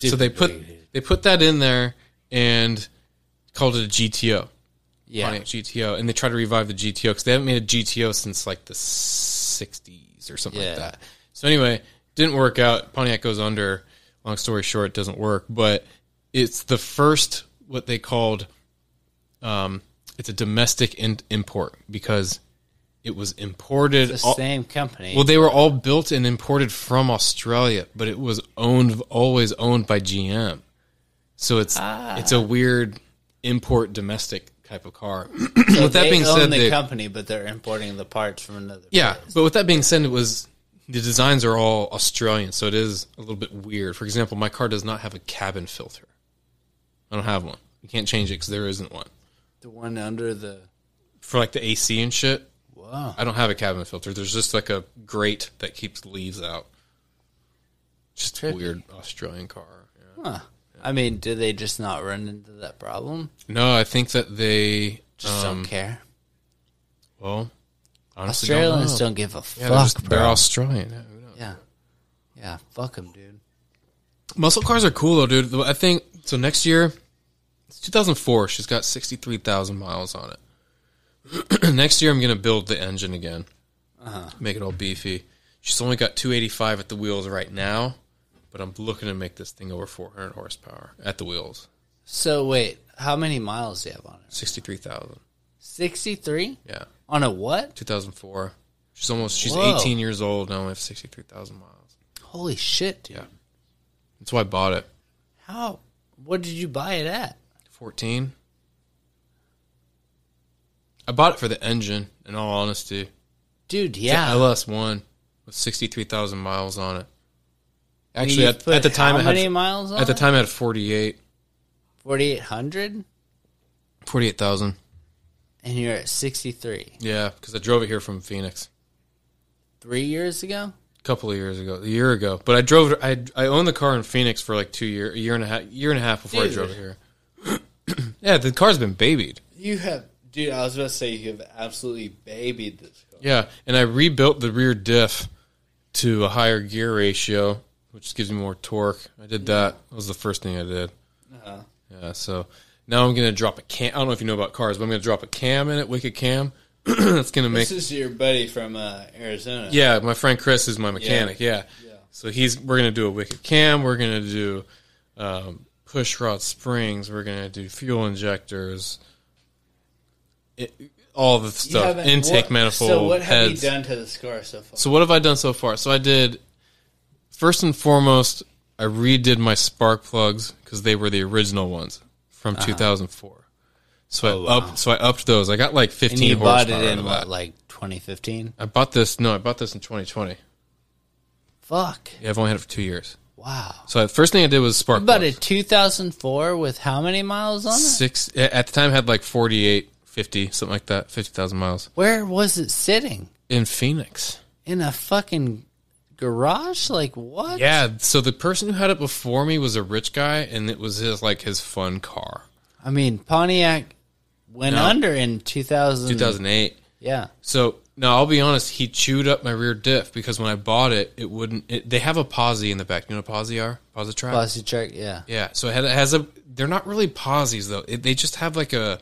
Speaker 2: so they put
Speaker 1: big, dude.
Speaker 2: they put that in there and called it a GTO,
Speaker 1: Yeah,
Speaker 2: Pontiac GTO, and they try to revive the GTO because they haven't made a GTO since like the '60s or something
Speaker 1: Yeah.
Speaker 2: like that. So anyway, didn't work out. Pontiac goes under. Long story short, doesn't work. But it's the first what they called. Um, it's a domestic in- import because it was imported.
Speaker 1: the
Speaker 2: all-
Speaker 1: same company.
Speaker 2: well, they were all built and imported from Australia, but it was owned always owned by GM. So it's
Speaker 1: Ah.
Speaker 2: it's a weird import domestic type of car.
Speaker 1: <clears throat> So
Speaker 2: with that
Speaker 1: they
Speaker 2: being
Speaker 1: own
Speaker 2: said,
Speaker 1: the
Speaker 2: they-
Speaker 1: company, but they're importing the parts from another.
Speaker 2: yeah, but with that being said, it was the designs are all Australian, so it is a little bit weird. For example, my car does not have a cabin filter. I don't have one. You can't change it because there isn't one
Speaker 1: the one under the.
Speaker 2: for like the AC and shit.
Speaker 1: Wow.
Speaker 2: I don't have a cabin filter. There's just like a grate that keeps leaves out. Just weird Australian car. yeah.
Speaker 1: Huh. I mean, do they just not run into that problem?
Speaker 2: No, I think that they
Speaker 1: Just
Speaker 2: um,
Speaker 1: don't care.
Speaker 2: well, honestly, don't
Speaker 1: Australians
Speaker 2: know.
Speaker 1: don't, give a
Speaker 2: Yeah,
Speaker 1: fuck,
Speaker 2: they're, just-
Speaker 1: bro.
Speaker 2: they're Australian. Yeah, who knows?
Speaker 1: Yeah. Yeah, fuck them, dude.
Speaker 2: Muscle cars are cool though, dude. I think so. Next year, it's 2004. She's got 63,000 miles on it. <clears throat> next year, I'm gonna build the engine again, make it all beefy. She's only got 285 at the wheels right now, but I'm looking to make this thing over 400 horsepower at the wheels.
Speaker 1: So wait, how many miles do you have on it?
Speaker 2: 63,000.
Speaker 1: 63?
Speaker 2: Yeah,
Speaker 1: On a what?
Speaker 2: 2004. She's almost. She's
Speaker 1: Whoa.
Speaker 2: 18 years old. and I only have 63,000 miles.
Speaker 1: Holy shit, dude.
Speaker 2: Yeah. That's why I bought it.
Speaker 1: How? What did you buy it at?
Speaker 2: 14. I bought it for the engine. In all honesty,
Speaker 1: Dude,
Speaker 2: yeah.
Speaker 1: yeah.
Speaker 2: LS one with 63,000 miles on it.
Speaker 1: You
Speaker 2: Actually, at,
Speaker 1: put
Speaker 2: at the time,
Speaker 1: how
Speaker 2: it
Speaker 1: many
Speaker 2: had,
Speaker 1: miles on
Speaker 2: at the
Speaker 1: it?
Speaker 2: time, it had 48,
Speaker 1: 4,800?
Speaker 2: 48,000.
Speaker 1: And you're at 63.
Speaker 2: Yeah, because I drove it here from Phoenix.
Speaker 1: Three years ago?
Speaker 2: couple of years ago, a year ago. But I drove. I I owned the car in Phoenix for like two year, a year and a half, year and a half before
Speaker 1: Dude.
Speaker 2: I drove it here. <clears throat> yeah, the car's been babied.
Speaker 1: You have, dude, I was about to say you have absolutely babied this car.
Speaker 2: Yeah, and I rebuilt the rear diff to a higher gear ratio, which gives me more torque. I did that. That was the first thing I did.
Speaker 1: Uh-huh.
Speaker 2: Yeah. So now I'm gonna drop a cam. I don't know if you know about cars, but I'm gonna drop a cam in it, wicked cam. <clears throat> That's gonna make
Speaker 1: This is your buddy from uh, Arizona.
Speaker 2: Yeah, my friend Chris is my mechanic. Yeah. So he's we're gonna do a wicked cam. We're gonna do um, push rod springs. We're gonna do fuel injectors. It, all the
Speaker 1: You
Speaker 2: stuff,
Speaker 1: haven't-
Speaker 2: intake
Speaker 1: what-
Speaker 2: manifold,
Speaker 1: So what have
Speaker 2: heads.
Speaker 1: you done to this car so far?
Speaker 2: So what have I done so far? So I did first and foremost, I redid my spark plugs because they were the original ones from
Speaker 1: Uh-huh.
Speaker 2: 2004. So I up, so I upped those. I got like 15
Speaker 1: Oh, and you
Speaker 2: horsepower.
Speaker 1: bought it
Speaker 2: out
Speaker 1: in
Speaker 2: of
Speaker 1: what,
Speaker 2: that.
Speaker 1: like 2015?
Speaker 2: I bought this. No, I bought this in 2020.
Speaker 1: Fuck.
Speaker 2: Yeah, I've only had it for two years.
Speaker 1: Wow.
Speaker 2: So the first thing I did was spark
Speaker 1: About a
Speaker 2: plugs.
Speaker 1: 2004 with how many miles on it?
Speaker 2: six at the time had like 48 fifty something like that, fifty thousand miles
Speaker 1: Where was it sitting?
Speaker 2: in Phoenix.
Speaker 1: In a fucking garage? Like what?
Speaker 2: Yeah, so the person who had it before me was a rich guy, and it was his like his fun car,
Speaker 1: I mean, Pontiac went
Speaker 2: No.
Speaker 1: under in 2000.
Speaker 2: two thousand eight.
Speaker 1: Yeah.
Speaker 2: So now I'll be honest, he chewed up my rear diff because when I bought it, it wouldn't. It, they have a posi in the back. You know what posi are? Posi track.
Speaker 1: Bossy truck. Yeah.
Speaker 2: Yeah, so it had- it has a. They're not really posies though. It, they just have like a.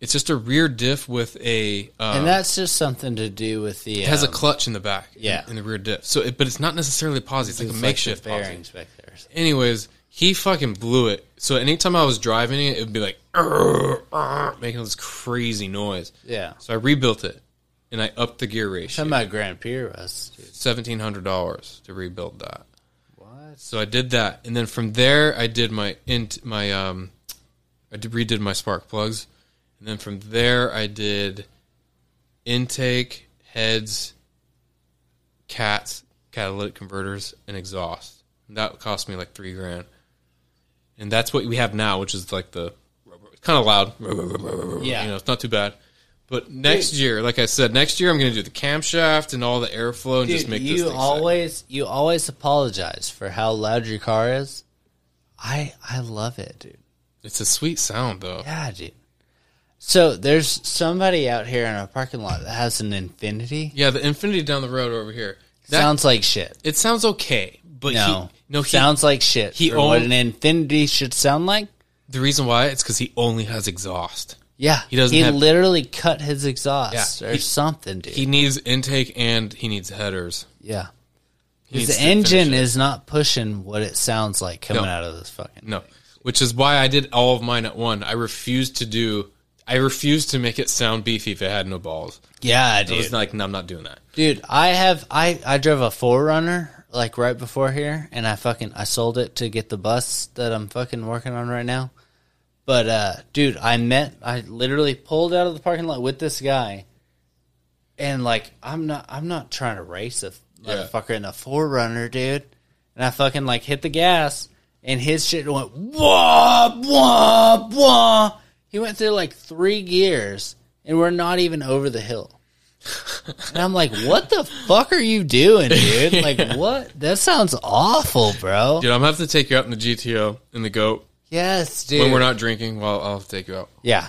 Speaker 2: It's just a rear diff with a. Uh,
Speaker 1: and that's just something to do with the.
Speaker 2: it has a
Speaker 1: um,
Speaker 2: clutch in the back. in-
Speaker 1: yeah.
Speaker 2: in, the rear diff. So, it, but it's not necessarily a posi. It's like
Speaker 1: it's
Speaker 2: a
Speaker 1: like
Speaker 2: makeshift
Speaker 1: the
Speaker 2: posi.
Speaker 1: bearings back there.
Speaker 2: Anyways, he fucking blew it. So anytime I was driving it, it would be like "Arr, arr," making this crazy noise.
Speaker 1: Yeah.
Speaker 2: So I rebuilt it, and I upped the gear ratio.
Speaker 1: Talking about Grand Prix Rust, dude.
Speaker 2: seventeen hundred dollars to rebuild that.
Speaker 1: What?
Speaker 2: So I did that, and then from there I did my int my um, I did, redid my spark plugs, and then from there I did intake heads, cats, catalytic converters, and exhaust. And that cost me like three grand, and that's what we have now, which is like the it's kind of loud.
Speaker 1: Yeah.
Speaker 2: you know, it's not too bad. But next year, like I said, next year I'm going to do the camshaft and all the airflow and just
Speaker 1: Dude,
Speaker 2: make this
Speaker 1: you
Speaker 2: thing
Speaker 1: always you always apologize for how loud your car is. I I love it, dude.
Speaker 2: sick. It's a sweet sound though.
Speaker 1: Yeah, dude. So there's somebody out here in our parking lot that has an Infinity.
Speaker 2: Yeah, the infinity down the road over here. That,
Speaker 1: sounds like shit.
Speaker 2: it sounds okay, but
Speaker 1: No,
Speaker 2: he, no, he,
Speaker 1: sounds like shit.
Speaker 2: he
Speaker 1: for what
Speaker 2: owned-
Speaker 1: an Infinity should sound like.
Speaker 2: The reason why it's because he only has exhaust.
Speaker 1: Yeah,
Speaker 2: He doesn't
Speaker 1: He
Speaker 2: have-
Speaker 1: literally cut his exhaust
Speaker 2: Yeah,
Speaker 1: or
Speaker 2: he-
Speaker 1: something, dude.
Speaker 2: He needs intake and he needs headers.
Speaker 1: yeah,
Speaker 2: He needs
Speaker 1: the
Speaker 2: to finish
Speaker 1: engine
Speaker 2: it.
Speaker 1: is not pushing what it sounds like coming
Speaker 2: No.
Speaker 1: out of this fucking.
Speaker 2: no, which is why I did all of mine at one. I refused to do. I refused to make it sound beefy if it had no balls.
Speaker 1: Yeah,
Speaker 2: I
Speaker 1: dude.
Speaker 2: was like, no, I'm not doing that.
Speaker 1: Dude, I have I I drove a Forerunner like right before here, and I fucking I sold it to get the bus that I'm fucking working on right now. But uh, dude, I met I literally pulled out of the parking lot with this guy, and like I'm not I'm not trying to race a f-
Speaker 2: Yeah.
Speaker 1: motherfucker in a Forerunner, dude. And I fucking like hit the gas, and his shit went wah wah wah. He went through like three gears, and we're not even over the hill. And I'm like, what the fuck are you doing,
Speaker 2: <laughs>
Speaker 1: dude? Like, what? That sounds awful, bro.
Speaker 2: Dude, I'm gonna have to take you out in the GTO in the goat
Speaker 1: yes, dude.
Speaker 2: when we're not drinking. Well, I'll have to take you out.
Speaker 1: Yeah.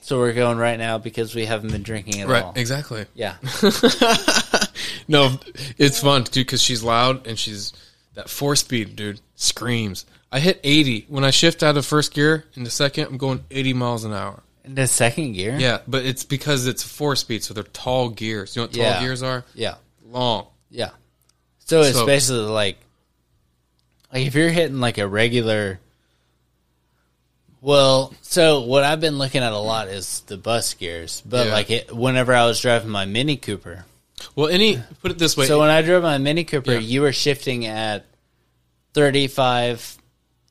Speaker 1: So we're going right now because we haven't been drinking at
Speaker 2: Right,
Speaker 1: all.
Speaker 2: exactly.
Speaker 1: Yeah.
Speaker 2: No, it's fun, dude, because she's loud and she's that four speed, dude, screams. I hit 80. When I shift out of first gear into second, I'm going 80 miles an hour.
Speaker 1: In the second gear?
Speaker 2: Yeah, but it's because it's four speed, so they're tall gears. You know what tall
Speaker 1: Yeah.
Speaker 2: gears are?
Speaker 1: Yeah.
Speaker 2: Long.
Speaker 1: Yeah. So it's
Speaker 2: So-
Speaker 1: basically like, like if you're hitting like a regular. Well, so what I've been looking at a lot is the bus gears, but
Speaker 2: Yeah.
Speaker 1: like it, whenever I was driving my Mini Cooper,
Speaker 2: Well, any, put it this way.
Speaker 1: So when I drove my Mini Cooper,
Speaker 2: Yeah.
Speaker 1: you were shifting at 35.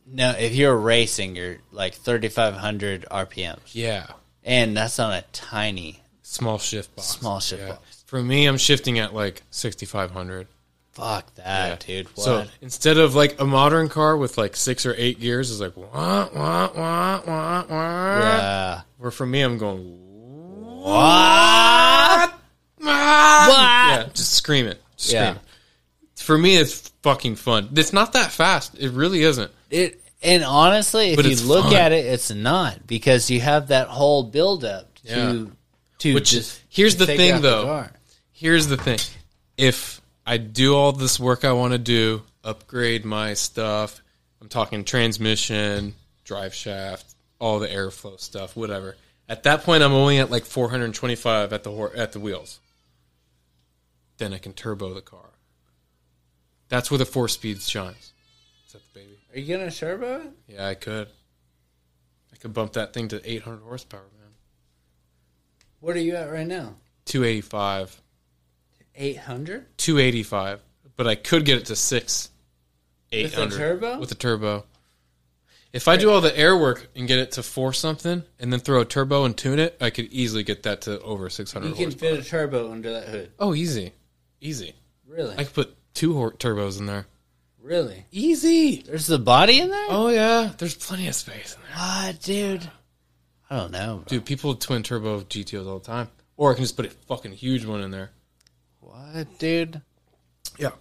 Speaker 1: No, if you're racing, you're like 3,500 RPMs.
Speaker 2: yeah,
Speaker 1: And that's on a tiny,
Speaker 2: small shift box.
Speaker 1: small shift.
Speaker 2: Yeah.
Speaker 1: box.
Speaker 2: For me, I'm shifting at like 6,500.
Speaker 1: Fuck that, dude. What?
Speaker 2: So instead of like a modern car with like six or eight gears, it's like wah, wah, wah, wah, wah.
Speaker 1: Yeah.
Speaker 2: Where for me, I'm going
Speaker 1: What?
Speaker 2: Yeah, just scream it. Just
Speaker 1: Yeah.
Speaker 2: scream it. For me, it's fucking fun. It's not that fast. It really isn't.
Speaker 1: It, and honestly, if
Speaker 2: But
Speaker 1: you
Speaker 2: it's
Speaker 1: look
Speaker 2: fun.
Speaker 1: at it, it's not because you have that whole buildup to,
Speaker 2: Yeah.
Speaker 1: to
Speaker 2: Which is-
Speaker 1: just.
Speaker 2: here's the
Speaker 1: figure
Speaker 2: thing,
Speaker 1: out the
Speaker 2: though.
Speaker 1: car.
Speaker 2: Here's the thing: if I do all this work I want to do, upgrade my stuff. I'm talking transmission, drive shaft, all the airflow stuff, whatever. At that point, I'm only at like 425 at the hor- at the wheels. Then I can turbo the car. That's where the four speeds shines. Is that the baby?
Speaker 1: Are you going to turbo it?
Speaker 2: Yeah, I could. I could bump that thing to 800 horsepower, man.
Speaker 1: What are you at right now?
Speaker 2: 285.
Speaker 1: 800?
Speaker 2: 285. But I could get it to 6
Speaker 1: a
Speaker 2: 800
Speaker 1: turbo?
Speaker 2: With a turbo. If I do all the air work and get it to 4 something and then throw a turbo and tune it, I could easily get that to over 600
Speaker 1: You can
Speaker 2: horsepower.
Speaker 1: fit a turbo under that hood.
Speaker 2: Oh, easy. Easy.
Speaker 1: Really?
Speaker 2: I could put two hor- turbos in there.
Speaker 1: really?
Speaker 2: Easy.
Speaker 1: There's the body in there?
Speaker 2: Oh yeah, there's plenty of space in there.
Speaker 1: Ah, Oh, dude. I don't know. Bro.
Speaker 2: Dude, people twin turbo GTOs all the time. Or I can just put a fucking huge one in there.
Speaker 1: What, dude?
Speaker 2: Yeah.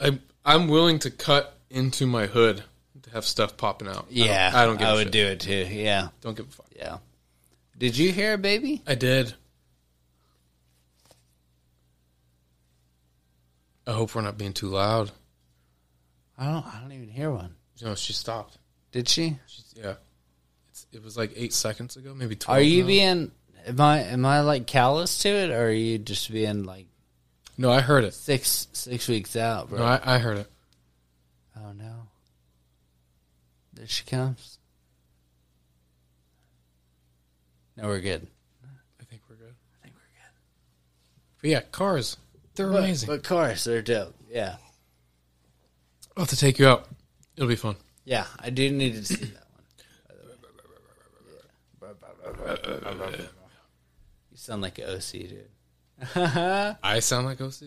Speaker 2: I I'm willing to cut into my hood to have stuff popping out.
Speaker 1: Yeah,
Speaker 2: I don't, I don't give
Speaker 1: I
Speaker 2: a
Speaker 1: would
Speaker 2: shit.
Speaker 1: do it too. Yeah,
Speaker 2: Don't give a fuck.
Speaker 1: yeah. Did you hear, baby?
Speaker 2: I did. I hope we're not being too loud.
Speaker 1: I don't. I don't even hear one.
Speaker 2: No, she stopped.
Speaker 1: Did she?
Speaker 2: She's, yeah. It's, it was like eight seconds ago, maybe 12.
Speaker 1: Are you
Speaker 2: now.
Speaker 1: being? Am I? Am I like callous to it, or are you just being like
Speaker 2: No, I heard it.
Speaker 1: six six weeks out, bro?
Speaker 2: No, I, I heard it.
Speaker 1: Oh no! There she comes. No, we're good.
Speaker 2: I think we're good. But yeah, cars. They're amazing.
Speaker 1: But cars, they're dope. Yeah,
Speaker 2: I'll have to take you out. It'll be fun.
Speaker 1: yeah. I do need to see that one. by the way. Yeah. You sound like an OC, dude.
Speaker 2: I sound like OC?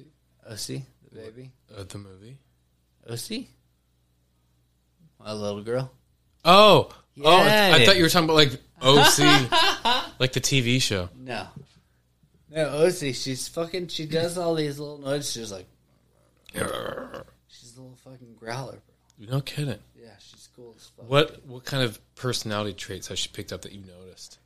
Speaker 1: OC, the baby.
Speaker 2: Uh, the movie?
Speaker 1: OC. My little girl.
Speaker 2: Oh, oh!
Speaker 1: Yeah,
Speaker 2: I, I
Speaker 1: dude.
Speaker 2: thought you were talking about like <laughs> OC, like the TV show.
Speaker 1: No. No, OC, she's fucking, she does all these little noises. She's like, she's a little fucking growler, bro.
Speaker 2: No kidding.
Speaker 1: Yeah, she's cool as fuck.
Speaker 2: What what kind of personality traits has she picked up that you noticed?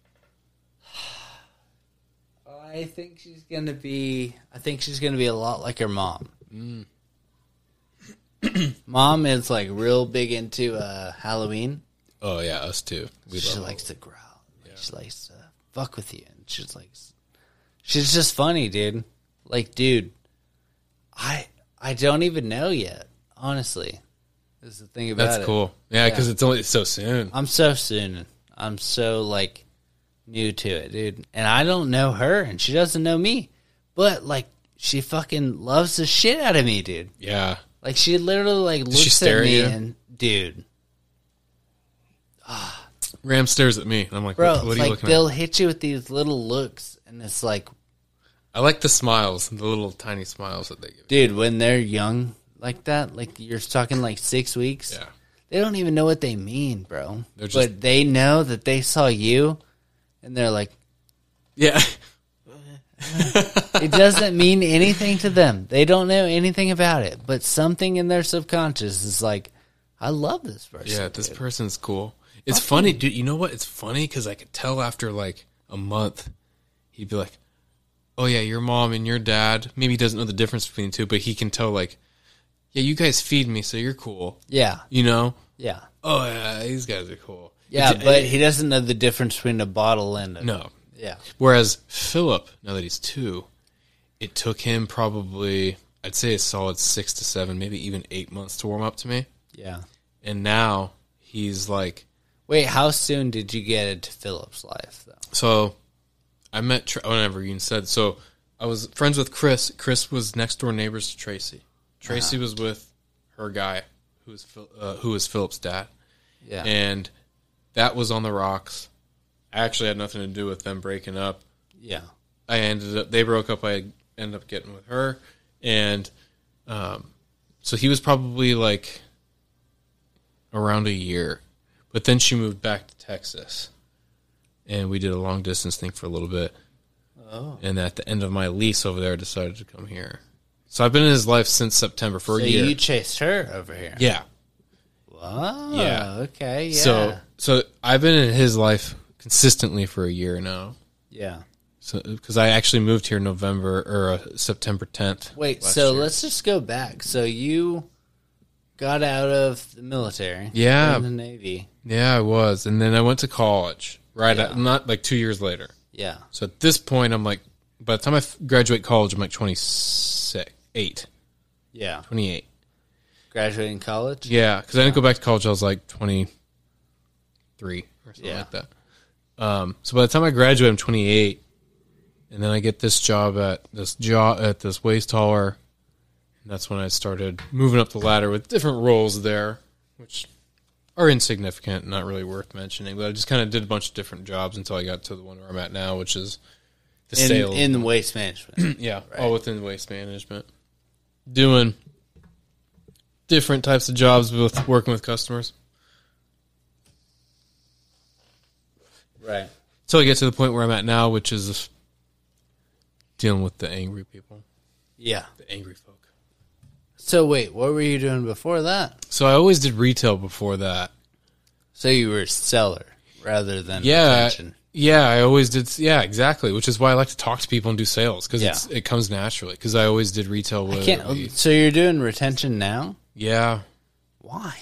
Speaker 1: I think she's gonna be, I think she's gonna be a lot like her mom. <clears throat> mom is like real big into uh, Halloween.
Speaker 2: Oh yeah, us too. We
Speaker 1: She
Speaker 2: love.
Speaker 1: likes to growl. Like, She likes to fuck with you. And she's like, she's just funny, dude. Like, dude, I I don't even know yet. Honestly, is the thing about
Speaker 2: That's
Speaker 1: it. Uh,
Speaker 2: cool. Yeah, because it's only it's so soon.
Speaker 1: I'm so soon. I'm so like new to it, dude. And I don't know her, and she doesn't know me. But like, she fucking loves the shit out of me, dude.
Speaker 2: Yeah,
Speaker 1: Like she literally like
Speaker 2: she
Speaker 1: looks
Speaker 2: stare
Speaker 1: at
Speaker 2: at
Speaker 1: me
Speaker 2: you?
Speaker 1: and dude,
Speaker 2: Ram stares at me, and I'm like,
Speaker 1: bro,
Speaker 2: what, what
Speaker 1: it's
Speaker 2: are you
Speaker 1: like
Speaker 2: looking
Speaker 1: they'll hit you with these little looks, and it's like,
Speaker 2: at? I like the smiles, the little tiny smiles that they give.
Speaker 1: dude when they're young like that like you're talking like six weeks
Speaker 2: Yeah,
Speaker 1: they don't even know what they mean bro
Speaker 2: They're just-
Speaker 1: but they know that they saw you and they're like
Speaker 2: yeah.
Speaker 1: it doesn't mean anything to them they don't know anything about it but something in their subconscious is like i love this person
Speaker 2: <laughs> Yeah, this person's cool. It's funny, dude. You know what? It's funny because I could tell after like a month, he'd be like, "Oh yeah, your mom and your dad." Maybe he doesn't know the difference between the two, but he can tell like, "Yeah, you guys feed me, so you're cool."
Speaker 1: yeah
Speaker 2: You know?
Speaker 1: yeah
Speaker 2: Oh yeah, these guys are cool.
Speaker 1: yeah,
Speaker 2: It's-
Speaker 1: but he doesn't know the difference between a bottle and a
Speaker 2: eh, no.
Speaker 1: yeah
Speaker 2: Whereas Philip, now that he's two, it took him probably I'd say a solid six to seven, maybe even eight months to warm up to me,
Speaker 1: yeah
Speaker 2: and now he's like
Speaker 1: wait how soon did you get into philip's life though
Speaker 2: So I met, Tra- oh, never even said. So I was friends with Chris. Chris was next door neighbors to Tracy. Tracy
Speaker 1: Uh-huh.
Speaker 2: was with her guy who was, Phil- uh, who was Philip's dad.
Speaker 1: yeah
Speaker 2: And that was on the rocks. I actually had nothing to do with them breaking up.
Speaker 1: yeah
Speaker 2: I ended up, they broke up. I ended up getting with her. And um, so he was probably like around a year. But then she moved back to Texas. And we did a long distance thing for a little bit. Oh. And at the end of my lease over there, I decided to come here. So I've been in his life since September for
Speaker 1: so
Speaker 2: a year.
Speaker 1: you chased her over here
Speaker 2: yeah.
Speaker 1: Oh,
Speaker 2: Yeah.
Speaker 1: Okay. Yeah.
Speaker 2: So so I've been in his life consistently for a year now.
Speaker 1: yeah.
Speaker 2: So because I actually moved here November or uh, September 10th.
Speaker 1: Wait.
Speaker 2: last
Speaker 1: So
Speaker 2: year.
Speaker 1: let's just go back. So you got out of the military.
Speaker 2: Yeah.
Speaker 1: In the Navy.
Speaker 2: Yeah, I was. And then I went to college, right? at- not like two years later.
Speaker 1: Yeah.
Speaker 2: So at this point, I'm like, by the time I f- graduate college, I'm like 26, 8,
Speaker 1: Yeah.
Speaker 2: 28.
Speaker 1: Graduating college.
Speaker 2: Yeah, because I didn't go back to college. I was like 23 or something
Speaker 1: Yeah.
Speaker 2: like that. Um, so by the time I graduate, I'm 28. And then I get this job at this job at this waste hauler. And that's when I started moving up the ladder with different roles there, which are insignificant, not really worth mentioning. But I just kind of did a bunch of different jobs until I got to the one where I'm at now, which is the
Speaker 1: In
Speaker 2: sales.
Speaker 1: in the waste
Speaker 2: <clears throat>
Speaker 1: management.
Speaker 2: Yeah, all within waste management. Doing different types of jobs with working with customers.
Speaker 1: right.
Speaker 2: Till I get to the point where I'm at now, which is dealing with the angry people,
Speaker 1: Yeah.
Speaker 2: the angry folk.
Speaker 1: So wait, what were you doing before that?
Speaker 2: So I always did retail before that.
Speaker 1: So you were a seller rather than
Speaker 2: Yeah,
Speaker 1: retention.
Speaker 2: yeah. I always did. Yeah, exactly. Which is why I like to talk to people and do sales because
Speaker 1: Yeah.
Speaker 2: it comes naturally. Because I always did retail. With
Speaker 1: Can't, um so you're doing retention now?
Speaker 2: yeah,
Speaker 1: Why?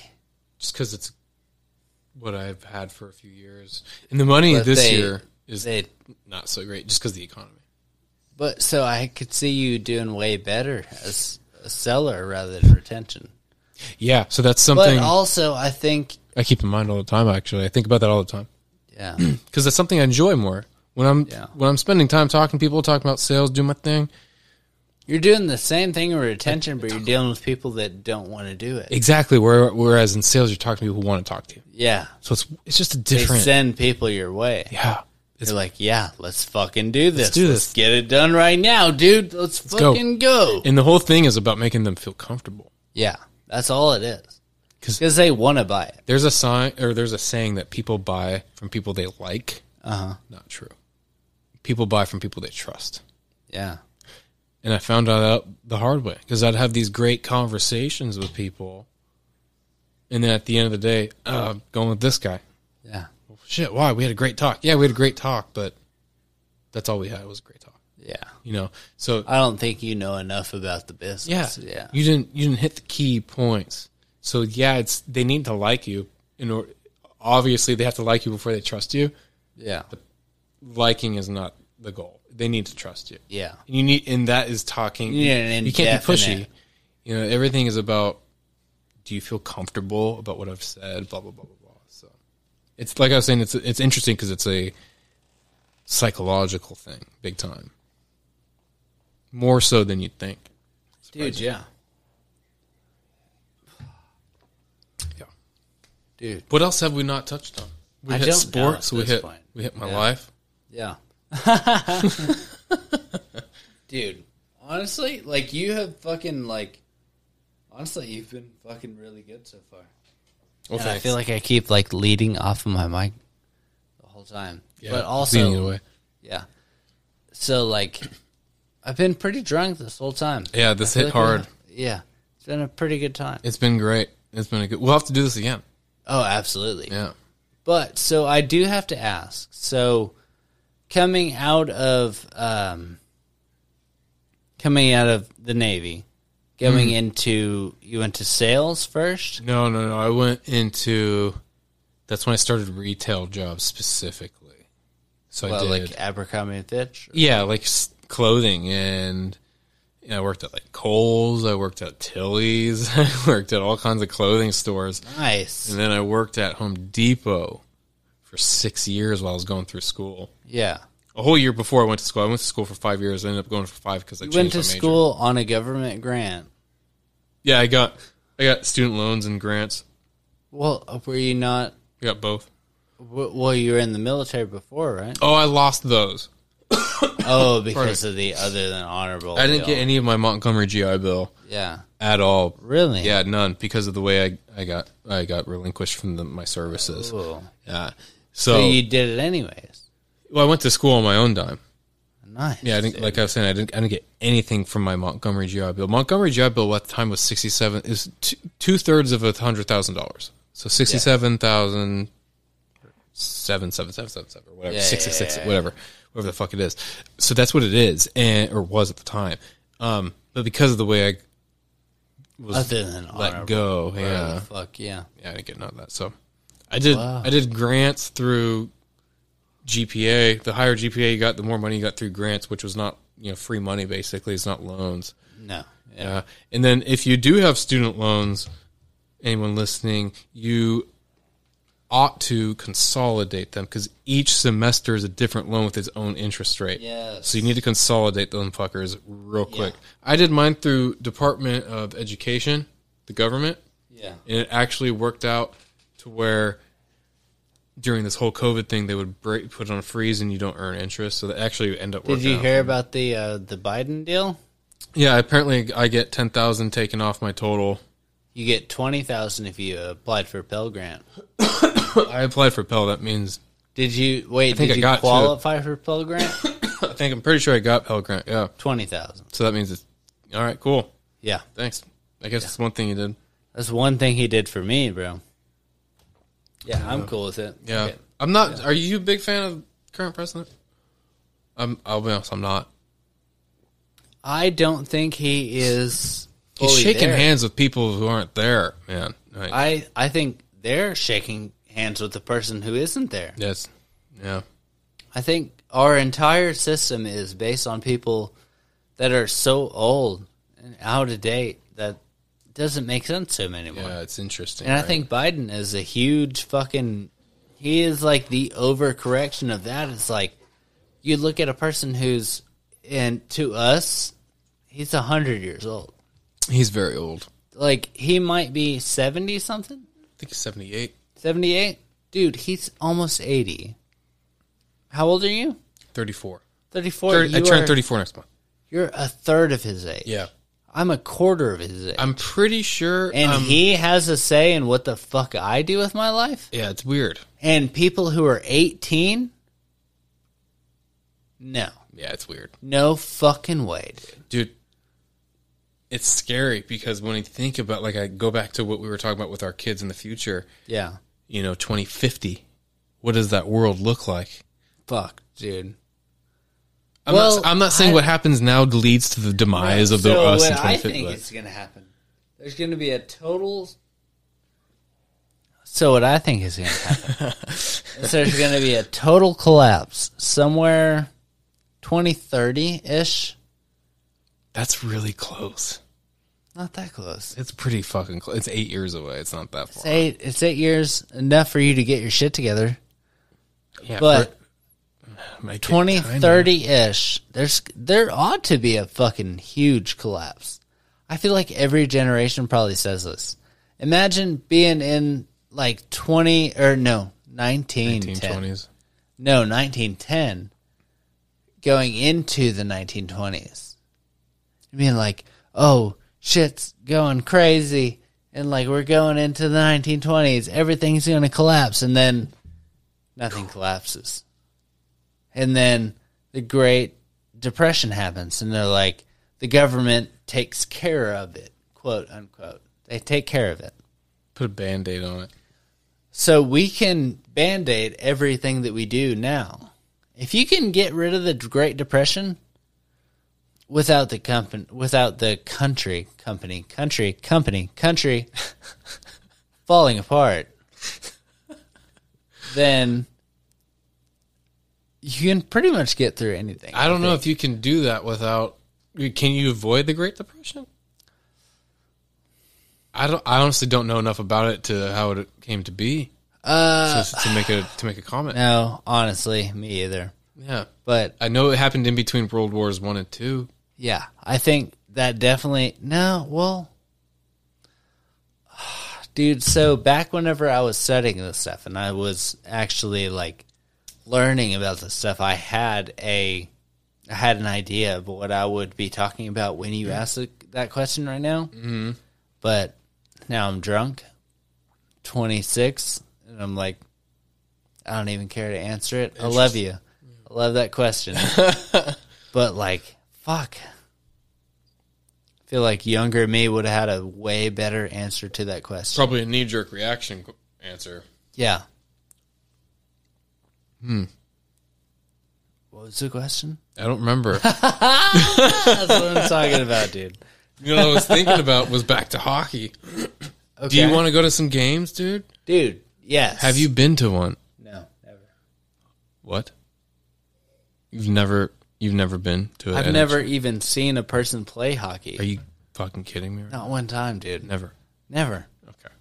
Speaker 2: just because it's what I've had for a few years, and the money
Speaker 1: But
Speaker 2: this
Speaker 1: they-
Speaker 2: year is
Speaker 1: They,
Speaker 2: not so great, just because the economy.
Speaker 1: but so I could see you doing way better as a seller rather than retention.
Speaker 2: Yeah, so that's
Speaker 1: But
Speaker 2: something
Speaker 1: also, I think
Speaker 2: I keep in mind all the time. Actually, I think about that all the time
Speaker 1: yeah, <clears throat>
Speaker 2: because that's something I enjoy more when I'm
Speaker 1: Yeah.
Speaker 2: when I'm spending time talking to people, talking about sales, doing my thing.
Speaker 1: you're doing the same thing with retention, but you're dealing with people that don't want to do it.
Speaker 2: Exactly. Where, whereas in sales, you're talking to people who want to talk to you.
Speaker 1: Yeah,
Speaker 2: So it's it's just a
Speaker 1: they
Speaker 2: different.
Speaker 1: send people your way.
Speaker 2: yeah. It's
Speaker 1: They're like, yeah, let's fucking do this. Let's
Speaker 2: do this.
Speaker 1: get it done right now, dude. Let's,
Speaker 2: go.
Speaker 1: fucking go.
Speaker 2: and the whole thing is about making them feel comfortable.
Speaker 1: Yeah, that's all it is.
Speaker 2: 'Cause-
Speaker 1: Because they want to buy it.
Speaker 2: There's a sign or there's a saying that people buy from people they like.
Speaker 1: Uh-huh.
Speaker 2: Uh huh. Not true. People buy from people they trust.
Speaker 1: Yeah.
Speaker 2: And I found that out the hard way because I'd have these great conversations with people, and then at the end of the day, uh, going with this guy.
Speaker 1: Yeah.
Speaker 2: Shit, why? We had a great talk. Yeah, we had a great talk, but that's all we had was a great talk.
Speaker 1: Yeah.
Speaker 2: You know, so
Speaker 1: I don't think you know enough about the business.
Speaker 2: Yeah,
Speaker 1: Yeah.
Speaker 2: You didn't you didn't hit the key points. So yeah, it's they need to like you. In order, obviously they have to like you before they trust you.
Speaker 1: Yeah.
Speaker 2: Liking is not the goal. They need to trust you.
Speaker 1: Yeah.
Speaker 2: And you need, and that is talking.
Speaker 1: You need an
Speaker 2: you can't be pushy.
Speaker 1: indefinite-
Speaker 2: You know, everything is about. Do you feel comfortable about what I've said? Blah blah blah blah blah. So, it's like I was saying. It's it's interesting because it's a psychological thing, big time. More so than you'd think.
Speaker 1: Dude, yeah.
Speaker 2: Yeah.
Speaker 1: Dude.
Speaker 2: What else have we not touched on? We
Speaker 1: I
Speaker 2: hit
Speaker 1: don't know
Speaker 2: sports.
Speaker 1: at
Speaker 2: We
Speaker 1: this
Speaker 2: hit
Speaker 1: point.
Speaker 2: we hit my
Speaker 1: Yeah.
Speaker 2: life. <laughs>
Speaker 1: Yeah. Dude, honestly, like you have fucking like honestly, you've been fucking really good so far.
Speaker 2: Well,
Speaker 1: And I feel like I keep like leading off of my mic the whole time. But
Speaker 2: leading it
Speaker 1: also
Speaker 2: away.
Speaker 1: Yeah. So like I've been pretty drunk this whole time.
Speaker 2: yeah, this
Speaker 1: I
Speaker 2: hit
Speaker 1: feel like we
Speaker 2: hard.
Speaker 1: have- yeah. It's been a pretty good time.
Speaker 2: It's been great. It's been a good. We'll have to do this again.
Speaker 1: Oh, absolutely.
Speaker 2: Yeah.
Speaker 1: But so I do have to ask. So coming out of um, coming out of the Navy, going
Speaker 2: Mm-hmm.
Speaker 1: into you went to sales first.
Speaker 2: No, no, no. I went into. That's when I started retail jobs specifically. So
Speaker 1: Well,
Speaker 2: I did.
Speaker 1: like Abercrombie and Fitch.
Speaker 2: yeah, like s- clothing and. You know, I worked at like Kohl's. I worked at Tilly's. <laughs> I worked at all kinds of clothing stores.
Speaker 1: Nice.
Speaker 2: And then I worked at Home Depot for six years while I was going through school.
Speaker 1: Yeah.
Speaker 2: A whole year before I went to school. I went to school for five years. I ended up going for five because I
Speaker 1: You
Speaker 2: changed
Speaker 1: went to
Speaker 2: my major.
Speaker 1: school on a government grant.
Speaker 2: Yeah, I got I got student loans and grants.
Speaker 1: Well, were you not?
Speaker 2: I got both.
Speaker 1: w- Well, you were in the military before,
Speaker 2: <laughs>
Speaker 1: right?
Speaker 2: Oh, I lost those.
Speaker 1: Oh, because of the other than honorable.
Speaker 2: I didn't
Speaker 1: bill.
Speaker 2: get any of my Montgomery GI Bill
Speaker 1: Yeah.
Speaker 2: at all.
Speaker 1: Really?
Speaker 2: Yeah, none because of the way I, I got I got relinquished from the, my services.
Speaker 1: Cool.
Speaker 2: Yeah.
Speaker 1: So,
Speaker 2: So,
Speaker 1: you did it anyways.
Speaker 2: well, I went to school on my own dime.
Speaker 1: Nice.
Speaker 2: Yeah, I didn't, like I was saying, I didn't, I didn't get anything from my Montgomery GI Bill. Montgomery GI Bill at the time was sixty seven is two thirds of a hundred thousand dollars. So sixty seven thousand seven seven seven seven seven or whatever
Speaker 1: Yeah,
Speaker 2: six six
Speaker 1: yeah,
Speaker 2: six whatever whatever the fuck it is. So that's what it is and or was at the time. Um, but because of the way I was
Speaker 1: Other than honorable.
Speaker 2: let go,
Speaker 1: Yeah.
Speaker 2: yeah,
Speaker 1: Fuck yeah.
Speaker 2: Oh, yeah, I didn't get none of that. So I did I did grants through GPA. The higher GPA you got, the more money you got through grants, which was not you know free money basically. It's not loans.
Speaker 1: No. Yeah.
Speaker 2: Uh, and then if you do have student loans, anyone listening, you ought to consolidate them because each semester is a different loan with its own interest rate.
Speaker 1: Yes.
Speaker 2: So you need to consolidate them fuckers real quick. I did mine through Department of Education, the government
Speaker 1: Yeah.
Speaker 2: and it actually worked out to where during this whole COVID thing, they would break, put it on freeze, and you don't earn interest. So they actually end up.
Speaker 1: Did
Speaker 2: Working
Speaker 1: you
Speaker 2: out.
Speaker 1: hear about the uh, the Biden deal?
Speaker 2: Yeah, apparently I get ten thousand taken off my total.
Speaker 1: You get twenty thousand if you applied for a Pell Grant.
Speaker 2: I applied for Pell. That means
Speaker 1: Did you wait?
Speaker 2: think
Speaker 1: did
Speaker 2: I
Speaker 1: you
Speaker 2: got to-
Speaker 1: qualify for Pell Grant?
Speaker 2: I think I'm pretty sure I got Pell Grant. Yeah.
Speaker 1: Twenty thousand.
Speaker 2: So that means it's all right. Cool.
Speaker 1: Yeah,
Speaker 2: Thanks. I guess it's one thing you did.
Speaker 1: that's one thing he did for me, bro. Yeah, I'm cool with it.
Speaker 2: Yeah.
Speaker 1: Okay.
Speaker 2: I'm not. Are you a big fan of current president? I'm. I'll be honest. I'm not.
Speaker 1: I don't think he is.
Speaker 2: He's
Speaker 1: fully
Speaker 2: shaking
Speaker 1: there.
Speaker 2: hands with people who aren't there, man. Like,
Speaker 1: I I think they're shaking hands with the person who isn't there.
Speaker 2: that's yeah.
Speaker 1: I think our entire system is based on people that are so old and out of date that doesn't make sense to him anymore.
Speaker 2: Yeah, it's interesting.
Speaker 1: and I
Speaker 2: right?
Speaker 1: think Biden is a huge fucking. He is like the overcorrection of that. It's like you look at a person who's and to us, he's a hundred years old.
Speaker 2: he's very old.
Speaker 1: Like he might be seventy something,
Speaker 2: I think he's 78,
Speaker 1: seventy eight. Dude, he's almost eighty. How old are you?
Speaker 2: 34.
Speaker 1: Thirty four.
Speaker 2: Thirty- I turn 34 next month.
Speaker 1: You're a third of his age.
Speaker 2: Yeah.
Speaker 1: I'm a quarter of his age.
Speaker 2: I'm pretty sure.
Speaker 1: and
Speaker 2: um,
Speaker 1: he has a say in what the fuck I do with my life.
Speaker 2: yeah, it's weird.
Speaker 1: And people who are 18? No.
Speaker 2: Yeah, it's weird.
Speaker 1: No fucking way. Dude.
Speaker 2: dude it's scary because when you think about like i go back to what we were talking about with our kids in the future
Speaker 1: Yeah.
Speaker 2: you know 2050 what does that world look like
Speaker 1: Fuck, dude.
Speaker 2: i'm,
Speaker 1: Well,
Speaker 2: not, I'm not saying
Speaker 1: I-
Speaker 2: what happens now leads to the demise of the
Speaker 1: so
Speaker 2: us
Speaker 1: what
Speaker 2: in
Speaker 1: I
Speaker 2: 2050
Speaker 1: think
Speaker 2: but-
Speaker 1: is going to happen. There's going to be a total So what I think is going to happen.
Speaker 2: <laughs>
Speaker 1: is there's going to be a total collapse somewhere 2030-ish.
Speaker 2: that's really close
Speaker 1: Not that close.
Speaker 2: it's pretty fucking close it's eight years away it's not that
Speaker 1: It's
Speaker 2: far
Speaker 1: eight. It's eight years enough for you to get your shit together.
Speaker 2: yeah,
Speaker 1: But
Speaker 2: for- make it
Speaker 1: twenty
Speaker 2: kinda-
Speaker 1: thirty ish, there's there ought to be a fucking huge collapse. I feel like every generation probably says this. Imagine being in like twenty or no nineteen 1910.
Speaker 2: 1920s
Speaker 1: no nineteen ten, going into the nineteen twenties. I mean, like, oh shit's going crazy, and like we're going into the nineteen twenties. Everything's going to collapse, and then nothing collapses. And then the Great Depression happens, and they're like, the government takes care of it, quote unquote. They take care of it.
Speaker 2: put a band-aid on it
Speaker 1: So we can band aid everything that we do now. If you can get rid of the Great Depression without the company, without the country, company, country, company, country <laughs> falling apart, then you can pretty much get through anything.
Speaker 2: i don't know if you can do that without can you avoid the great depression i don't i honestly don't know enough about it to how it came to be uh to, to make a to make
Speaker 1: <sighs>
Speaker 2: a comment
Speaker 1: No, honestly, me either.
Speaker 2: yeah
Speaker 1: But
Speaker 2: i know it happened in between world wars one and two
Speaker 1: Yeah, I think that definitely. No, well, dude. So back whenever I was studying this stuff, and I was actually like learning about this stuff, I had a, I had an idea of what I would be talking about when you asked the, that question right now. Mm-hmm. But now I'm drunk, twenty six, and I'm like, I don't even care to answer it. I love you. I love that question. But like, fuck. I feel like younger me would have had a way better answer to that question.
Speaker 2: probably a knee-jerk reaction qu- answer
Speaker 1: Yeah. Hmm.
Speaker 2: Hmm.
Speaker 1: What was the question?
Speaker 2: i
Speaker 1: <laughs>
Speaker 2: don't remember
Speaker 1: That's what I'm talking about, dude.
Speaker 2: you know what i was thinking about was back to hockey
Speaker 1: Okay.
Speaker 2: <laughs> do you want to go to some games dude
Speaker 1: dude? Yes.
Speaker 2: have you been to one
Speaker 1: No, never.
Speaker 2: what you've never you've never been to a
Speaker 1: I've never even seen a person play hockey.
Speaker 2: are you fucking kidding me right
Speaker 1: Not one time, dude.
Speaker 2: never
Speaker 1: Never.
Speaker 2: Okay.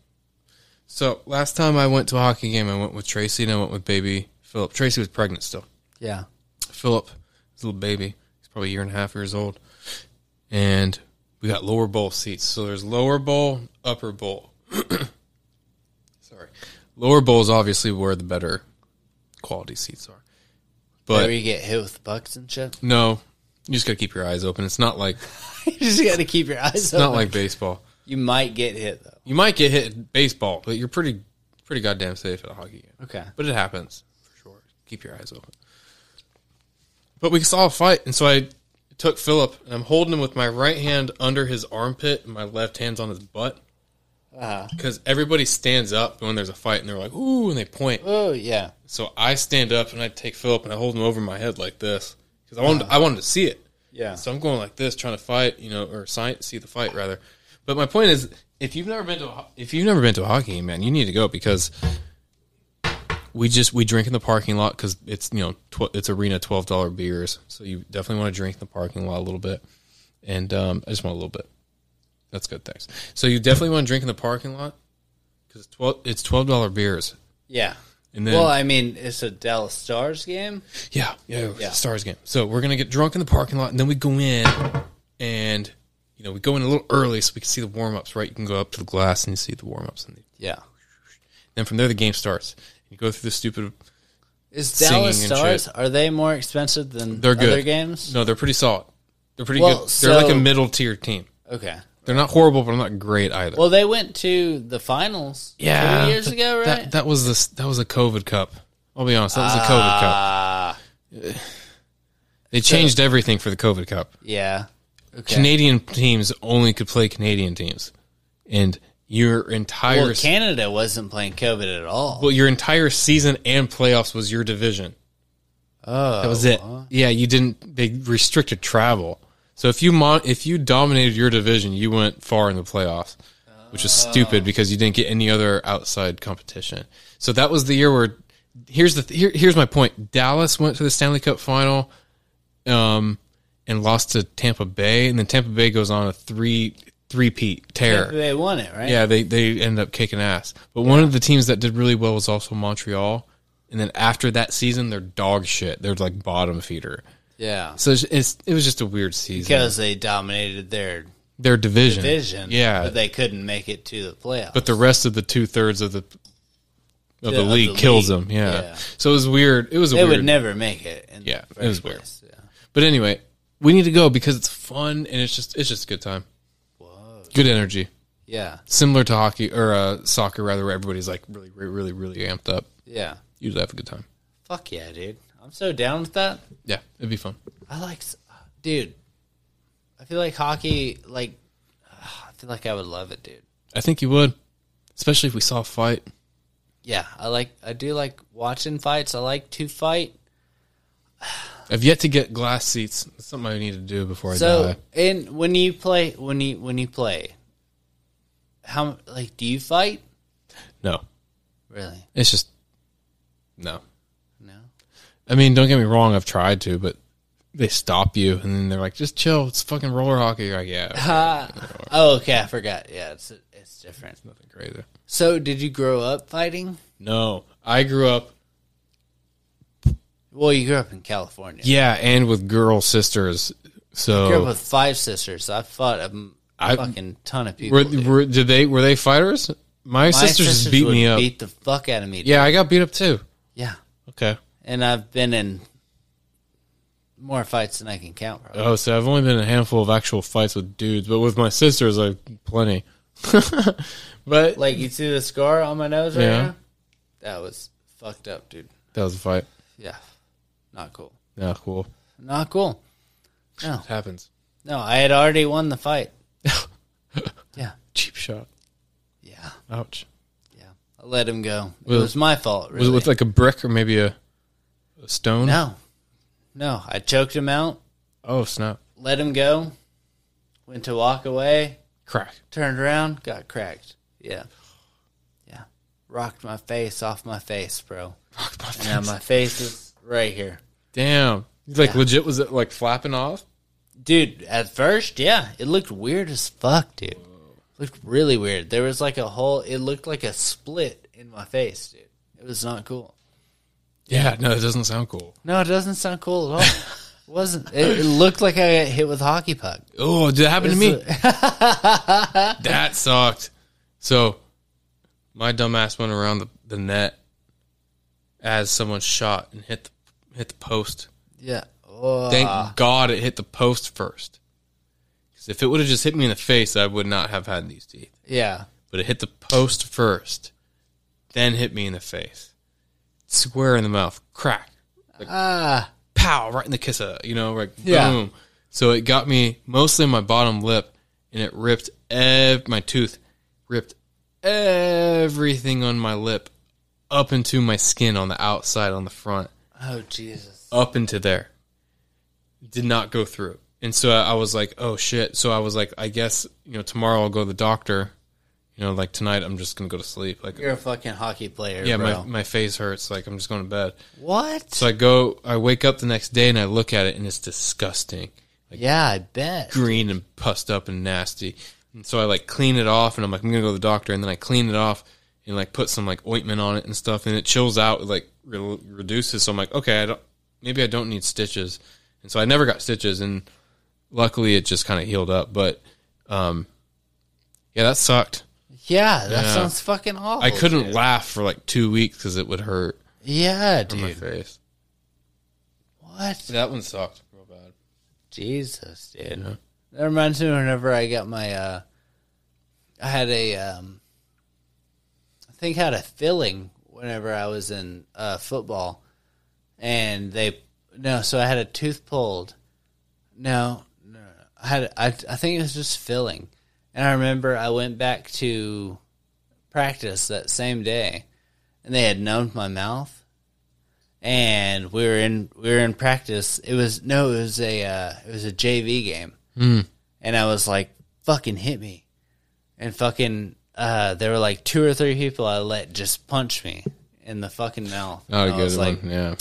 Speaker 2: So last time I went to a hockey game, I went with Tracy and I went with baby Philip. Tracy was pregnant still.
Speaker 1: Yeah.
Speaker 2: Philip, his little baby, he's probably a year and a half years old, and we got lower bowl seats. So there's lower bowl, upper bowl. <clears throat> Sorry, lower bowl is obviously where the better quality seats are.
Speaker 1: But
Speaker 2: But
Speaker 1: you get hit with bucks and shit. <laughs>
Speaker 2: no, you just got to keep your eyes open. It's not like
Speaker 1: you just got to keep your eyes
Speaker 2: it's
Speaker 1: open. <laughs>
Speaker 2: not like baseball.
Speaker 1: you might get hit though.
Speaker 2: You might get hit in baseball, but you're pretty pretty goddamn safe at a hockey game.
Speaker 1: Okay.
Speaker 2: But it happens for sure. keep your eyes open. But we saw a fight, and so I took Philip, and I'm holding him with my right hand under his armpit, and my left hand's on his butt. Because everybody stands up when there's a fight, and they're like, "Ooh," and they point.
Speaker 1: Oh yeah.
Speaker 2: So I stand up and I take Philip and I hold him over my head like this because I wanted I wanted to see it.
Speaker 1: Yeah.
Speaker 2: So I'm going like this, trying to fight, you know, or si- see the fight rather. But my point is, if you've never been to a, ho- if you've never been to a hockey game, man, you need to go because we just we drink in the parking lot because it's you know tw- it's arena twelve dollar beers, so you definitely want to drink in the parking lot a little bit. And um, I just want a little bit. That's good, thanks. So you definitely want to drink in the parking lot because it's twelve it's twelve dollar beers.
Speaker 1: yeah.
Speaker 2: And then-
Speaker 1: well, I mean, it's a Dallas Stars game.
Speaker 2: Yeah, yeah,
Speaker 1: Yeah.
Speaker 2: Stars game. So we're gonna get drunk in the parking lot, and then we go in, and you know we go in a little early so we can see the warm ups. Right, you can go up to the glass and you see the warm ups, and
Speaker 1: Yeah.
Speaker 2: then from there the game starts. You go through the stupid.
Speaker 1: Is
Speaker 2: Singing
Speaker 1: Dallas
Speaker 2: and
Speaker 1: Stars
Speaker 2: shit.
Speaker 1: are they more expensive than
Speaker 2: They're good
Speaker 1: other games?
Speaker 2: No, they're pretty solid. They're pretty
Speaker 1: Well,
Speaker 2: good. They're like a
Speaker 1: so-
Speaker 2: middle tier team.
Speaker 1: Okay.
Speaker 2: They're not horrible, but I'm not great either.
Speaker 1: Well, they went to the finals.
Speaker 2: yeah,
Speaker 1: Two years
Speaker 2: th-
Speaker 1: ago,
Speaker 2: That,
Speaker 1: right?
Speaker 2: that was this. That was a COVID cup. I'll be honest. That was a COVID cup.
Speaker 1: Ah.
Speaker 2: They changed everything for the COVID cup.
Speaker 1: yeah. Okay.
Speaker 2: Canadian teams only could play Canadian teams, and your entire
Speaker 1: well, Canada wasn't playing COVID at all.
Speaker 2: well, your entire season and playoffs was your division.
Speaker 1: Oh,
Speaker 2: That was it. Yeah, you didn't. They restricted travel. So if you mon- if you dominated your division, you went far in the playoffs, which is stupid because you didn't get any other outside competition. So that was the year where here's the th- here, here's my point. Dallas went to the Stanley Cup final, um, and lost to Tampa Bay, and then Tampa Bay goes on a three three peat tear.
Speaker 1: they won it, right?
Speaker 2: Yeah, they they ended up kicking ass. But one of the teams that did really well was also Montreal. And then after that season, they're dog shit. They're like bottom feeder.
Speaker 1: Yeah.
Speaker 2: So it's, it's it was just a weird season.
Speaker 1: Because they dominated their
Speaker 2: their division,
Speaker 1: division.
Speaker 2: yeah. But,
Speaker 1: But they couldn't make it to the playoffs.
Speaker 2: the rest of the two thirds of the of
Speaker 1: the
Speaker 2: the league
Speaker 1: league.
Speaker 2: kills them. Yeah.
Speaker 1: Yeah.
Speaker 2: So it was weird. It was a
Speaker 1: they
Speaker 2: weird.
Speaker 1: would never make it. In
Speaker 2: Yeah,
Speaker 1: the
Speaker 2: it was
Speaker 1: first
Speaker 2: weird.
Speaker 1: place. Yeah.
Speaker 2: but anyway, we need to go because it's fun and it's just it's just a good time. Good energy,
Speaker 1: Yeah.
Speaker 2: similar to hockey or uh, soccer rather, where everybody's like really really really amped up.
Speaker 1: Yeah.
Speaker 2: Usually have a good time.
Speaker 1: Fuck yeah, dude. I'm so down with that.
Speaker 2: Yeah, it'd be fun.
Speaker 1: I like, s- dude. I feel like hockey. Like, <sighs> I feel like I would love it, dude.
Speaker 2: I think you would, especially if we saw a fight.
Speaker 1: Yeah, I like. I do like watching fights. I like to fight.
Speaker 2: I've yet to get glass seats. That's something I need to do before I
Speaker 1: So,
Speaker 2: die.
Speaker 1: and when you play, when you when you play, how like do you fight?
Speaker 2: No,
Speaker 1: Really?
Speaker 2: it's just no.
Speaker 1: No.
Speaker 2: I mean, don't get me wrong. I've tried to, but they stop you, and then they're like, "Just chill. It's fucking roller hockey." You're like, yeah,
Speaker 1: Oh, okay. I forgot. Yeah, it's it's different.
Speaker 2: nothing crazy.
Speaker 1: So, did you grow up fighting?
Speaker 2: No, I grew up.
Speaker 1: Well, you grew up in California.
Speaker 2: Yeah, and with girl sisters.
Speaker 1: I grew up
Speaker 2: So,
Speaker 1: with five sisters. So I fought a m-
Speaker 2: I-
Speaker 1: fucking ton of people.
Speaker 2: were,
Speaker 1: dude.
Speaker 2: were did they were they fighters? My,
Speaker 1: My
Speaker 2: sisters, just beat
Speaker 1: would
Speaker 2: me up.
Speaker 1: Beat the fuck out of me. dude.
Speaker 2: yeah, I got beat up too.
Speaker 1: Yeah.
Speaker 2: Okay.
Speaker 1: And I've been in more fights than I can count. Probably.
Speaker 2: Oh, so I've only been in a handful of actual fights with dudes, but with my sisters, like plenty. <laughs> but
Speaker 1: Like you see the scar on my nose right
Speaker 2: Yeah.
Speaker 1: now? That was fucked up, dude.
Speaker 2: that was a fight.
Speaker 1: Yeah. Not cool.
Speaker 2: Yeah, cool.
Speaker 1: Not cool. No.
Speaker 2: It happens.
Speaker 1: No, I had already won the <laughs> fight. yeah.
Speaker 2: Cheap shot.
Speaker 1: Yeah.
Speaker 2: Ouch.
Speaker 1: Yeah. I let him go. It
Speaker 2: Was-
Speaker 1: was my fault, really.
Speaker 2: Was it with like a brick or maybe a, a stone?
Speaker 1: no. No. I choked him out,
Speaker 2: Oh snap!
Speaker 1: let him go, went to walk away,
Speaker 2: Crack.
Speaker 1: turned around, got cracked. Yeah. Yeah. Rocked my face off my face, bro. And now my face is right here.
Speaker 2: Damn. Like legit? Was it like flapping off?
Speaker 1: Dude, at first, yeah, it looked weird as fuck, dude. Looked really weird. There was like a hole, it looked like a split in my face, dude. It was not cool.
Speaker 2: Yeah. No, that doesn't sound cool.
Speaker 1: No, it doesn't sound cool at
Speaker 2: <laughs>
Speaker 1: all. It wasn't it, it looked like I got hit with a hockey puck.
Speaker 2: Oh, did that happen to me?
Speaker 1: It's a- <laughs>
Speaker 2: that sucked. So my dumbass went around the, the net as someone shot and hit the hit the post.
Speaker 1: yeah. Oh,
Speaker 2: Thank God it hit the post first. Because if it would have just hit me in the face, I would not have had these teeth.
Speaker 1: yeah.
Speaker 2: But it hit the post first, then hit me in the face. Square in the mouth. Crack.
Speaker 1: Ah,
Speaker 2: pow right in the kissa, you know, like
Speaker 1: Yeah.
Speaker 2: boom. So it got me mostly my bottom lip, and it ripped ev- my tooth, ripped everything on my lip, up into my skin on the outside, on the front,
Speaker 1: oh Jesus.
Speaker 2: up into there. Did not go through, and so I was like, oh shit. So I was like, I guess you know tomorrow I'll go to the doctor. You know, like tonight I'm just gonna go to sleep. Like
Speaker 1: You're a fucking hockey player,
Speaker 2: yeah,
Speaker 1: bro.
Speaker 2: my my face hurts. Like I'm just going to bed.
Speaker 1: what?
Speaker 2: So I go, I wake up the next day and I look at it and it's disgusting, like
Speaker 1: yeah, I bet.
Speaker 2: green and pussed up and nasty. And so I like clean it off and I'm like, I'm gonna go to the doctor. And then I clean it off and like put some like ointment on it and stuff. And it chills out, it, like re- reduces. So I'm like, okay, I don't, maybe I don't need stitches. And so I never got stitches. And luckily it just kind of healed up. But, um, yeah, that sucked.
Speaker 1: Yeah, that
Speaker 2: Yeah.
Speaker 1: sounds fucking awful.
Speaker 2: I couldn't
Speaker 1: dude.
Speaker 2: laugh for like two weeks because it would hurt
Speaker 1: Yeah,
Speaker 2: my
Speaker 1: dude.
Speaker 2: face.
Speaker 1: What?
Speaker 2: That one sucked real bad.
Speaker 1: Jesus, dude. That reminds me whenever I got my uh I had a um I think had a filling whenever I was in uh football and they no, so I had a tooth pulled. No, no, no. I had I I think it was just filling. And I remember I went back to practice that same day and they had numbed my mouth and we were in we were in practice. It was no, it was a uh, it was a JV game, mm. and I was like, "Fucking hit me!" And fucking, uh, there were like two or three people I let just punch me in the fucking mouth.
Speaker 2: Not
Speaker 1: And I
Speaker 2: a Oh, good
Speaker 1: was
Speaker 2: one.
Speaker 1: like,
Speaker 2: yeah.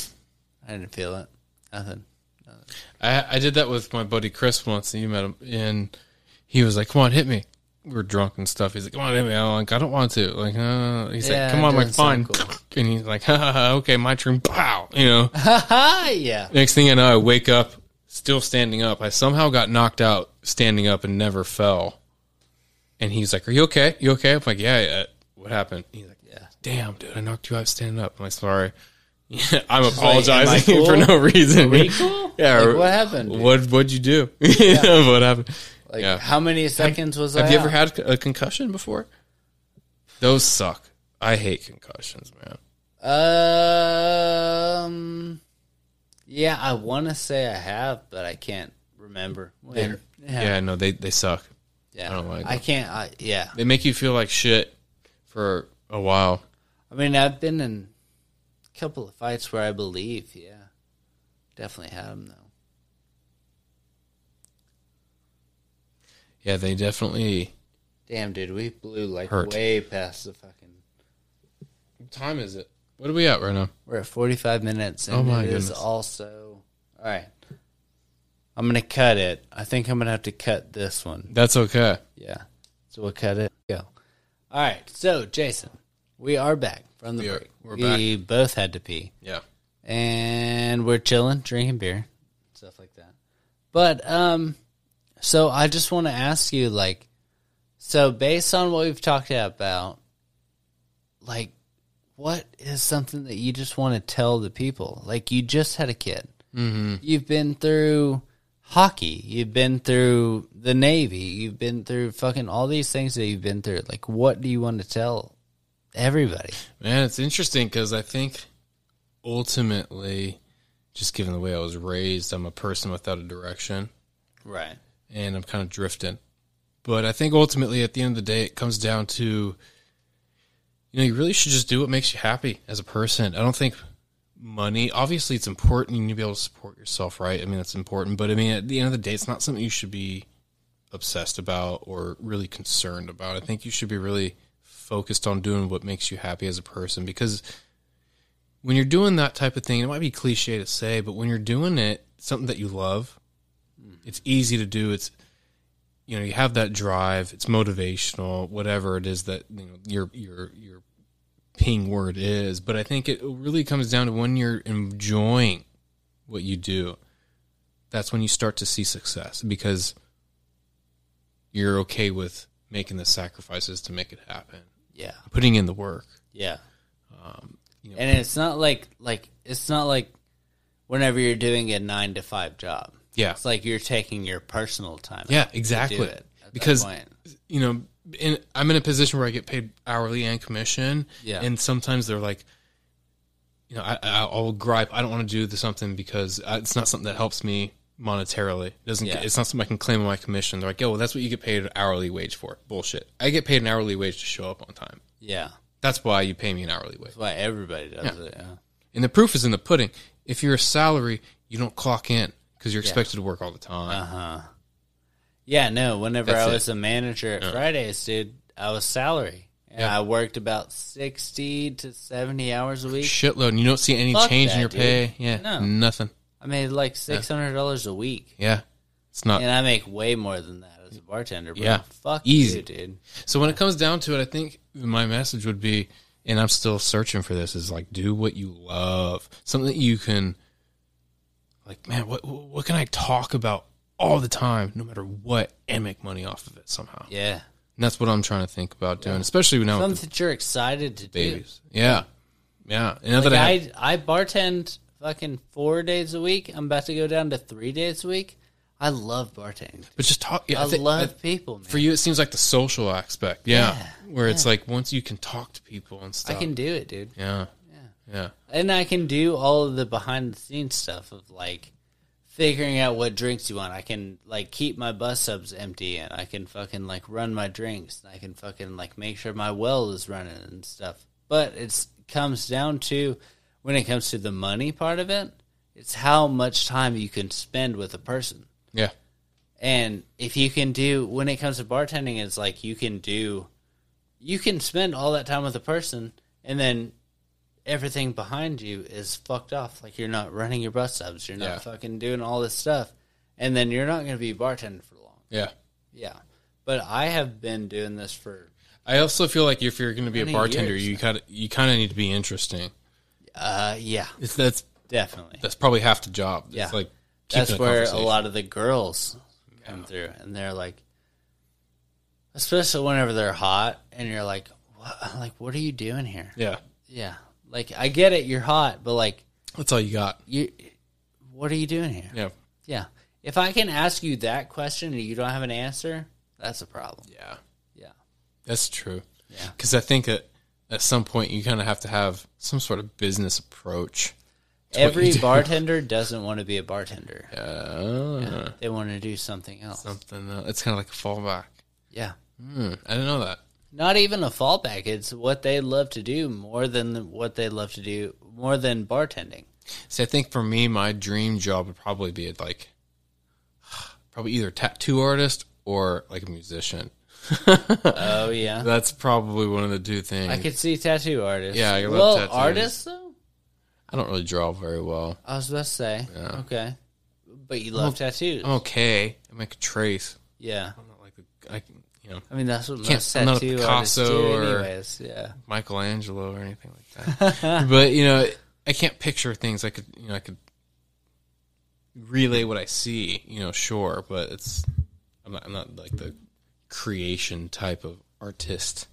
Speaker 1: I didn't feel it. Nothing. <laughs>
Speaker 2: I, I did that with my buddy Chris once, and you met him, and he was like, "Come on, hit me." We were drunk and stuff. He's like, "Come on, hit me." I'm like, "I don't want to." Like, uh, he's
Speaker 1: Yeah,
Speaker 2: like, "Come on,
Speaker 1: it
Speaker 2: I'm like,
Speaker 1: doesn't
Speaker 2: fine."
Speaker 1: sound cool.
Speaker 2: And he's like, ha, ha, ha, "Okay, my turn." Pow, you know.
Speaker 1: Haha, yeah.
Speaker 2: Next thing I know, I wake up still standing up. I somehow got knocked out standing up and never fell. And he's like, "Are you okay? You okay?" I'm like, "Yeah." yeah. What happened? He's like,
Speaker 1: Yeah.
Speaker 2: "Damn, dude, I knocked you out standing up." I'm like, "Sorry." <laughs> I'm
Speaker 1: like, am I
Speaker 2: apologizing <laughs>
Speaker 1: cool?
Speaker 2: for no reason.
Speaker 1: we cool?
Speaker 2: <laughs> Yeah.
Speaker 1: Like,
Speaker 2: or-
Speaker 1: what happened, dude?
Speaker 2: What What'd you do? <laughs> what happened?
Speaker 1: Like,
Speaker 2: yeah.
Speaker 1: how many seconds was I?
Speaker 2: Have you ever
Speaker 1: out?
Speaker 2: had a concussion before? Those suck. I hate concussions, man.
Speaker 1: Um, yeah, I want to say I have, but I can't remember. When.
Speaker 2: Yeah, no, they they suck.
Speaker 1: Yeah,
Speaker 2: I don't like
Speaker 1: I
Speaker 2: them.
Speaker 1: can't. I, yeah,
Speaker 2: They make you feel like shit for a while.
Speaker 1: I mean, I've been in a couple of fights where I believe. Yeah, definitely had them though.
Speaker 2: Yeah, they definitely.
Speaker 1: Damn, dude, we blew like
Speaker 2: Hurt.
Speaker 1: way past the fucking.
Speaker 2: What time is it? What are we at right now?
Speaker 1: We're at forty-five minutes, and
Speaker 2: Oh, my
Speaker 1: it is
Speaker 2: goodness.
Speaker 1: also all right. I'm gonna cut it. I think I'm gonna have to cut this one.
Speaker 2: That's okay.
Speaker 1: Yeah. So we'll cut it. Go. All right. So, Jason, we are back from the
Speaker 2: We are-
Speaker 1: break.
Speaker 2: we're
Speaker 1: we both had to pee.
Speaker 2: Yeah.
Speaker 1: And we're chilling, drinking beer, stuff like that. But um so I just want to ask you like so based on what we've talked about like what is something that you just want to tell the people? Like you just had a kid. Mm-hmm. You've been through hockey. You've been through the Navy. You've been through fucking all these things that you've been through. Like, what do you want to tell everybody?
Speaker 2: Man, it's interesting because I think ultimately, just given the way I was raised, I'm a person without a direction.
Speaker 1: Right.
Speaker 2: and I'm kind of drifting. But I think ultimately, at the end of the day, it comes down to you know, you really should just do what makes you happy as a person. I don't think money, obviously, it's important. You need to be able to support yourself, right? I mean, that's important. But I mean, at the end of the day, it's not something you should be obsessed about or really concerned about. I think you should be really focused on doing what makes you happy as a person because when you're doing that type of thing, it might be cliche to say, but when you're doing it, something that you love, it's easy to do it's you know you have that drive it's motivational whatever it is that you know your your your ping word is but i think it really comes down to when you're enjoying what you do that's when you start to see success because you're okay with making the sacrifices to make it happen
Speaker 1: Yeah.
Speaker 2: putting in the work
Speaker 1: Yeah.
Speaker 2: Um, you know.
Speaker 1: And it's not like like it's not like whenever you're doing a nine to five job.
Speaker 2: yeah
Speaker 1: It's like you're taking your personal time. out
Speaker 2: yeah
Speaker 1: to do
Speaker 2: exactly
Speaker 1: it at that
Speaker 2: because
Speaker 1: point.
Speaker 2: you know, in, I'm in a position where I get paid hourly and commission.
Speaker 1: Yeah.
Speaker 2: And sometimes they're like, you know, I, I, I will gripe. I don't want to do this something because uh it's not something that helps me monetarily. It doesn't.
Speaker 1: Yeah.
Speaker 2: It's not something I can claim on my commission. They're like, oh, well, that's what you get paid an hourly wage for. Bullshit. I get paid an hourly wage to show up on time.
Speaker 1: Yeah.
Speaker 2: That's why you pay me an hourly wage.
Speaker 1: That's why everybody does it. Yeah.
Speaker 2: And the proof is in the pudding. If you're a salary, you don't clock in because you're expected to work all the time.
Speaker 1: Uh-huh. Yeah, no. Whenever
Speaker 2: That's
Speaker 1: I
Speaker 2: it.
Speaker 1: was a manager at Fridays, dude, I was salary, and
Speaker 2: Yeah.
Speaker 1: I worked about sixty to seventy hours a week.
Speaker 2: Shitload, and you don't see any
Speaker 1: Fuck
Speaker 2: change
Speaker 1: that,
Speaker 2: in your
Speaker 1: dude.
Speaker 2: pay. Yeah,
Speaker 1: No.
Speaker 2: nothing.
Speaker 1: I made like six hundred dollars a week,
Speaker 2: Yeah, it's not.
Speaker 1: and I make way more than that as a bartender. Bro.
Speaker 2: Yeah.
Speaker 1: fuck
Speaker 2: Easy.
Speaker 1: you, dude.
Speaker 2: So when it comes down to it, I think my message would be, and I'm still searching for this, is like do what you love, something that you can, like, man, what what can I talk about all the time, no matter what, and make money off of it somehow.
Speaker 1: Yeah,
Speaker 2: And that's what I'm trying to think about doing, especially now with
Speaker 1: something
Speaker 2: the
Speaker 1: that you're excited to
Speaker 2: babies. Yeah, yeah. And now
Speaker 1: do.
Speaker 2: that I, have-
Speaker 1: Like I, I bartend fucking four days a week. I'm about to go down to three days a week. I love bartending.
Speaker 2: but just talk. Yeah,
Speaker 1: I,
Speaker 2: think-
Speaker 1: love people, man.
Speaker 2: for you. It seems like the social aspect. Yeah,
Speaker 1: Yeah,
Speaker 2: where it's like once you can talk to people and
Speaker 1: I
Speaker 2: stuff.
Speaker 1: can do it, dude.
Speaker 2: yeah, yeah,
Speaker 1: and I can do all of the behind the scenes stuff of like figuring out what drinks you want. I can like keep my bus subs empty, and I can fucking like run my drinks. I can fucking like make sure my well is running and stuff. But it's comes down to when it comes to the money part of it, it's how much time you can spend with a person.
Speaker 2: yeah,
Speaker 1: And if you can do when it comes to bartending, it's like you can do, you can spend all that time with a person, and then everything behind you is fucked off. Like you're not running your bus subs, you're not
Speaker 2: Yeah.
Speaker 1: fucking doing all this stuff, and then you're not going to be bartending for long.
Speaker 2: yeah.
Speaker 1: Yeah, but I have been doing this for
Speaker 2: I also feel like if you're going to be a
Speaker 1: Many
Speaker 2: bartender,
Speaker 1: years.
Speaker 2: you kind of you kind of need to be interesting.
Speaker 1: uh, yeah,
Speaker 2: It's that's
Speaker 1: definitely.
Speaker 2: that's probably half the job. It's
Speaker 1: Yeah.
Speaker 2: like keeping
Speaker 1: That's where a
Speaker 2: conversation.
Speaker 1: lot of the girls come through, and they're like, especially whenever they're hot, and you're like, what? like, what are you doing here?
Speaker 2: Yeah,
Speaker 1: Yeah. Like I get it, you're hot, but like
Speaker 2: that's all you got.
Speaker 1: you what are you doing here?
Speaker 2: Yeah,
Speaker 1: Yeah. If I can ask you that question and you don't have an answer, that's a problem.
Speaker 2: yeah,
Speaker 1: Yeah.
Speaker 2: that's true.
Speaker 1: Yeah.
Speaker 2: because I think that at some point you kind of have to have some sort of business approach. what you
Speaker 1: Every
Speaker 2: do.
Speaker 1: bartender doesn't want to be a bartender.
Speaker 2: Uh,
Speaker 1: They want to do something else.
Speaker 2: Something uh, it's kind of like a fallback.
Speaker 1: Yeah.
Speaker 2: Hmm, I didn't know that.
Speaker 1: Not even a fallback. It's what they love to do more than what they love to do more than bartending.
Speaker 2: See, I think for me, my dream job would probably be like probably either a tattoo artist or like a musician.
Speaker 1: Oh yeah.
Speaker 2: That's probably one of the two things.
Speaker 1: I could see tattoo artists.
Speaker 2: Yeah, I love
Speaker 1: well,
Speaker 2: tattoos.
Speaker 1: artists though.
Speaker 2: I don't really draw very well.
Speaker 1: I was about to say. Okay, but you
Speaker 2: Oh.
Speaker 1: love tattoos.
Speaker 2: I'm okay. I make a trace.
Speaker 1: Yeah,
Speaker 2: I'm not like a, I can, you know
Speaker 1: I mean, that's what
Speaker 2: Can't-
Speaker 1: most
Speaker 2: I'm not a
Speaker 1: tattoo artists
Speaker 2: Picasso
Speaker 1: do,
Speaker 2: or-
Speaker 1: anyways. Yeah,
Speaker 2: Michelangelo or anything like
Speaker 1: <laughs>
Speaker 2: that. but you know, I can't picture things. I could you know I could relay what I see. You know, sure, but it's I'm not I'm not like the creation type of artist,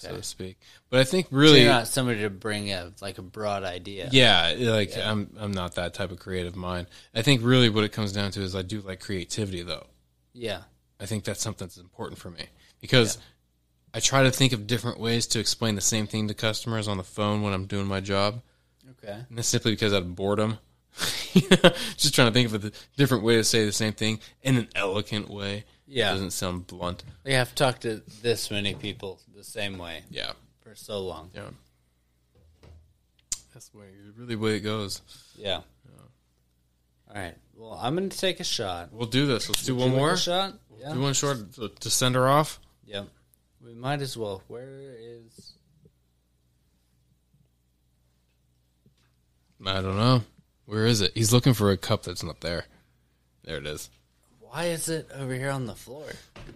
Speaker 2: so to speak. But I think
Speaker 1: So
Speaker 2: really
Speaker 1: you're not somebody to bring a like a broad idea.
Speaker 2: yeah, like I'm I'm not that type of creative mind. I think really what it comes down to is I do like creativity though.
Speaker 1: yeah,
Speaker 2: I think that's something that's important for me because I try to think of different ways to explain the same thing to customers on the phone when I'm doing my job.
Speaker 1: okay,
Speaker 2: And that's simply because out of boredom, <laughs> just trying to think of a different way to say the same thing in an elegant way.
Speaker 1: Yeah.
Speaker 2: doesn't sound blunt.
Speaker 1: like I've talked to this many people the same way
Speaker 2: Yeah,
Speaker 1: for so long.
Speaker 2: yeah. That's where really way it goes.
Speaker 1: Yeah. All right. Well, I'm gonna take a shot.
Speaker 2: We'll do this. Let's do
Speaker 1: You
Speaker 2: one
Speaker 1: want
Speaker 2: more.
Speaker 1: a shot. Yeah.
Speaker 2: Do one short to, to send her off.
Speaker 1: yep. We might as well. Where is?
Speaker 2: I don't know. Where is it? He's looking for a cup that's not there. There it is.
Speaker 1: Why is it over here on the floor?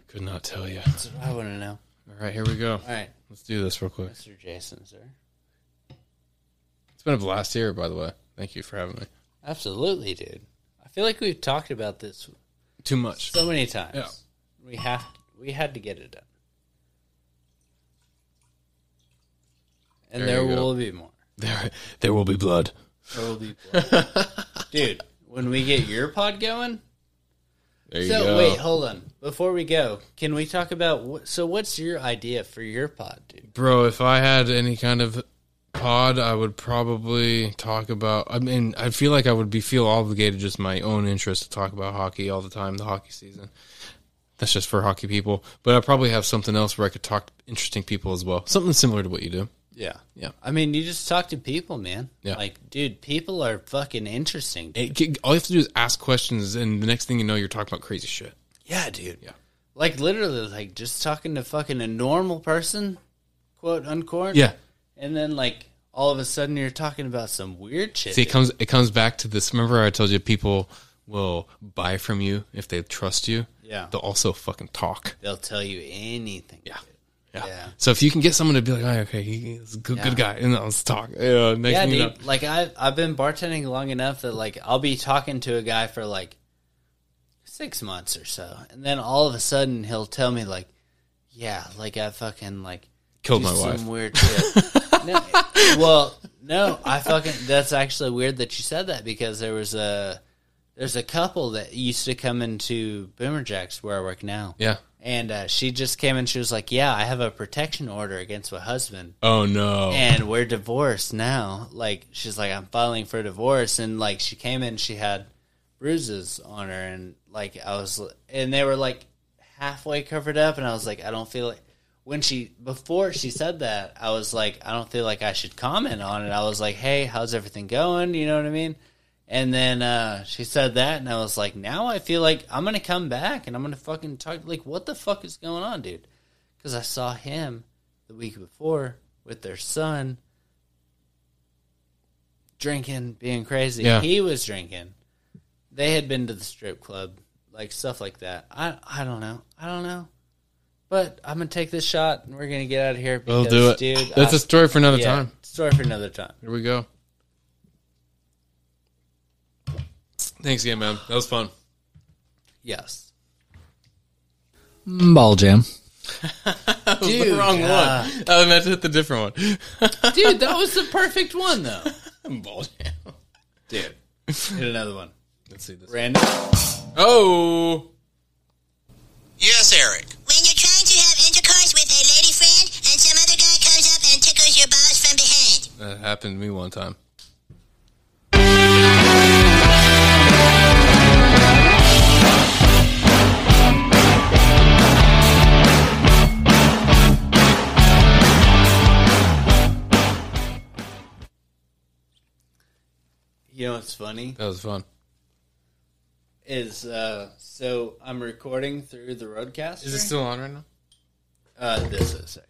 Speaker 2: Could not tell you.
Speaker 1: That's what I want to know.
Speaker 2: All right, here we go.
Speaker 1: All right,
Speaker 2: Let's do this real quick.
Speaker 1: Mr. Jason, sir.
Speaker 2: It's been a blast here, by the way. Thank you for having me.
Speaker 1: Absolutely, dude. I feel like we've talked about this
Speaker 2: Too much.
Speaker 1: so many times.
Speaker 2: Yeah.
Speaker 1: We have we had to get it done. And
Speaker 2: There
Speaker 1: there,
Speaker 2: you go.
Speaker 1: will be more.
Speaker 2: <laughs> There, there will be blood.
Speaker 1: There will be Dude, when we get your pod going.
Speaker 2: There you
Speaker 1: So
Speaker 2: go.
Speaker 1: wait, hold on. Before we go, can we talk about what, so what's your idea for your pod, dude?
Speaker 2: Bro, if I had any kind of pod, I would probably talk about. I mean, I feel like I would be feel obligated just my own interest to talk about hockey all the time. The hockey season. That's just for hockey people, but I probably have something else where I could talk to interesting people as well. Something similar to what you do.
Speaker 1: Yeah.
Speaker 2: Yeah.
Speaker 1: I mean, you just talk to people, man.
Speaker 2: Yeah.
Speaker 1: Like, dude, people are fucking interesting.
Speaker 2: It, can- all you have to do is ask questions, and the next thing you know, you're talking about crazy shit.
Speaker 1: yeah, dude.
Speaker 2: Yeah.
Speaker 1: Like, literally, like, just talking to fucking a normal person, quote unquote.
Speaker 2: Yeah.
Speaker 1: And then, like, all of a sudden you're talking about some weird shit.
Speaker 2: See, it comes it comes back to this. Remember, I told you people will buy from you if they trust you.
Speaker 1: Yeah.
Speaker 2: they'll also fucking talk.
Speaker 1: They'll tell you anything.
Speaker 2: Yeah.
Speaker 1: dude.
Speaker 2: Yeah.
Speaker 1: Yeah.
Speaker 2: So if you can get someone to be like, oh, okay, he- he's a good, good guy, and let's talk. Yeah, next
Speaker 1: Yeah,
Speaker 2: thing
Speaker 1: dude.
Speaker 2: you know,
Speaker 1: Like I've I've been bartending long enough that like I'll be talking to a guy for like six months or so, and then all of a sudden he'll tell me like, "Yeah, like I fucking like
Speaker 2: Killed
Speaker 1: do
Speaker 2: my wife."
Speaker 1: Some weird shit.
Speaker 2: <laughs>
Speaker 1: no, well, no, I fucking. That's actually weird that you said that because there was a there's a couple that used to come into Boomer Jacks where I work now.
Speaker 2: yeah.
Speaker 1: And uh, she just came and she was like, "Yeah, I have a protection order against my husband."
Speaker 2: Oh no.
Speaker 1: and we're divorced now. Like she's like, I'm filing for divorce, and like she came in, she had bruises on her, and like I was, and they were like halfway covered up, and I was like, I don't feel like when she before she said that, I was like, I don't feel like I should comment on it. I was like, Hey, how's everything going? You know what I mean? And then uh, she said that, and I was like, now I feel like I'm gonna come back and I'm gonna fucking talk. Like, what the fuck is going on, dude? Because I saw him the week before with their son drinking, being crazy.
Speaker 2: Yeah.
Speaker 1: He was drinking. They had been to the strip club, like stuff like that. I I don't know. I don't know. But I'm gonna take this shot and we're gonna get out of here.
Speaker 2: we'll do it.
Speaker 1: dude.
Speaker 2: That's
Speaker 1: I-
Speaker 2: a story for another
Speaker 1: yeah,
Speaker 2: time.
Speaker 1: Story for another time.
Speaker 2: Here we go. Thanks again, man. That was fun. <laughs>
Speaker 1: Yes.
Speaker 5: Ball jam.
Speaker 2: That was the wrong one. I meant to hit the different one. <laughs>
Speaker 1: Dude, that was the perfect one though.
Speaker 2: Ball jam.
Speaker 1: Dude. Hit another one.
Speaker 2: Let's see this.
Speaker 1: Random
Speaker 2: Oh.
Speaker 4: Yes, Eric.
Speaker 3: When you're trying to have intercourse with a lady friend and some other guy comes up and tickles your balls from behind.
Speaker 2: That happened to me one time.
Speaker 1: You know what's funny?
Speaker 2: That was fun.
Speaker 1: Is uh so I'm recording through the roadcast.
Speaker 2: Is it still on right now?
Speaker 1: Uh, this is. Sorry.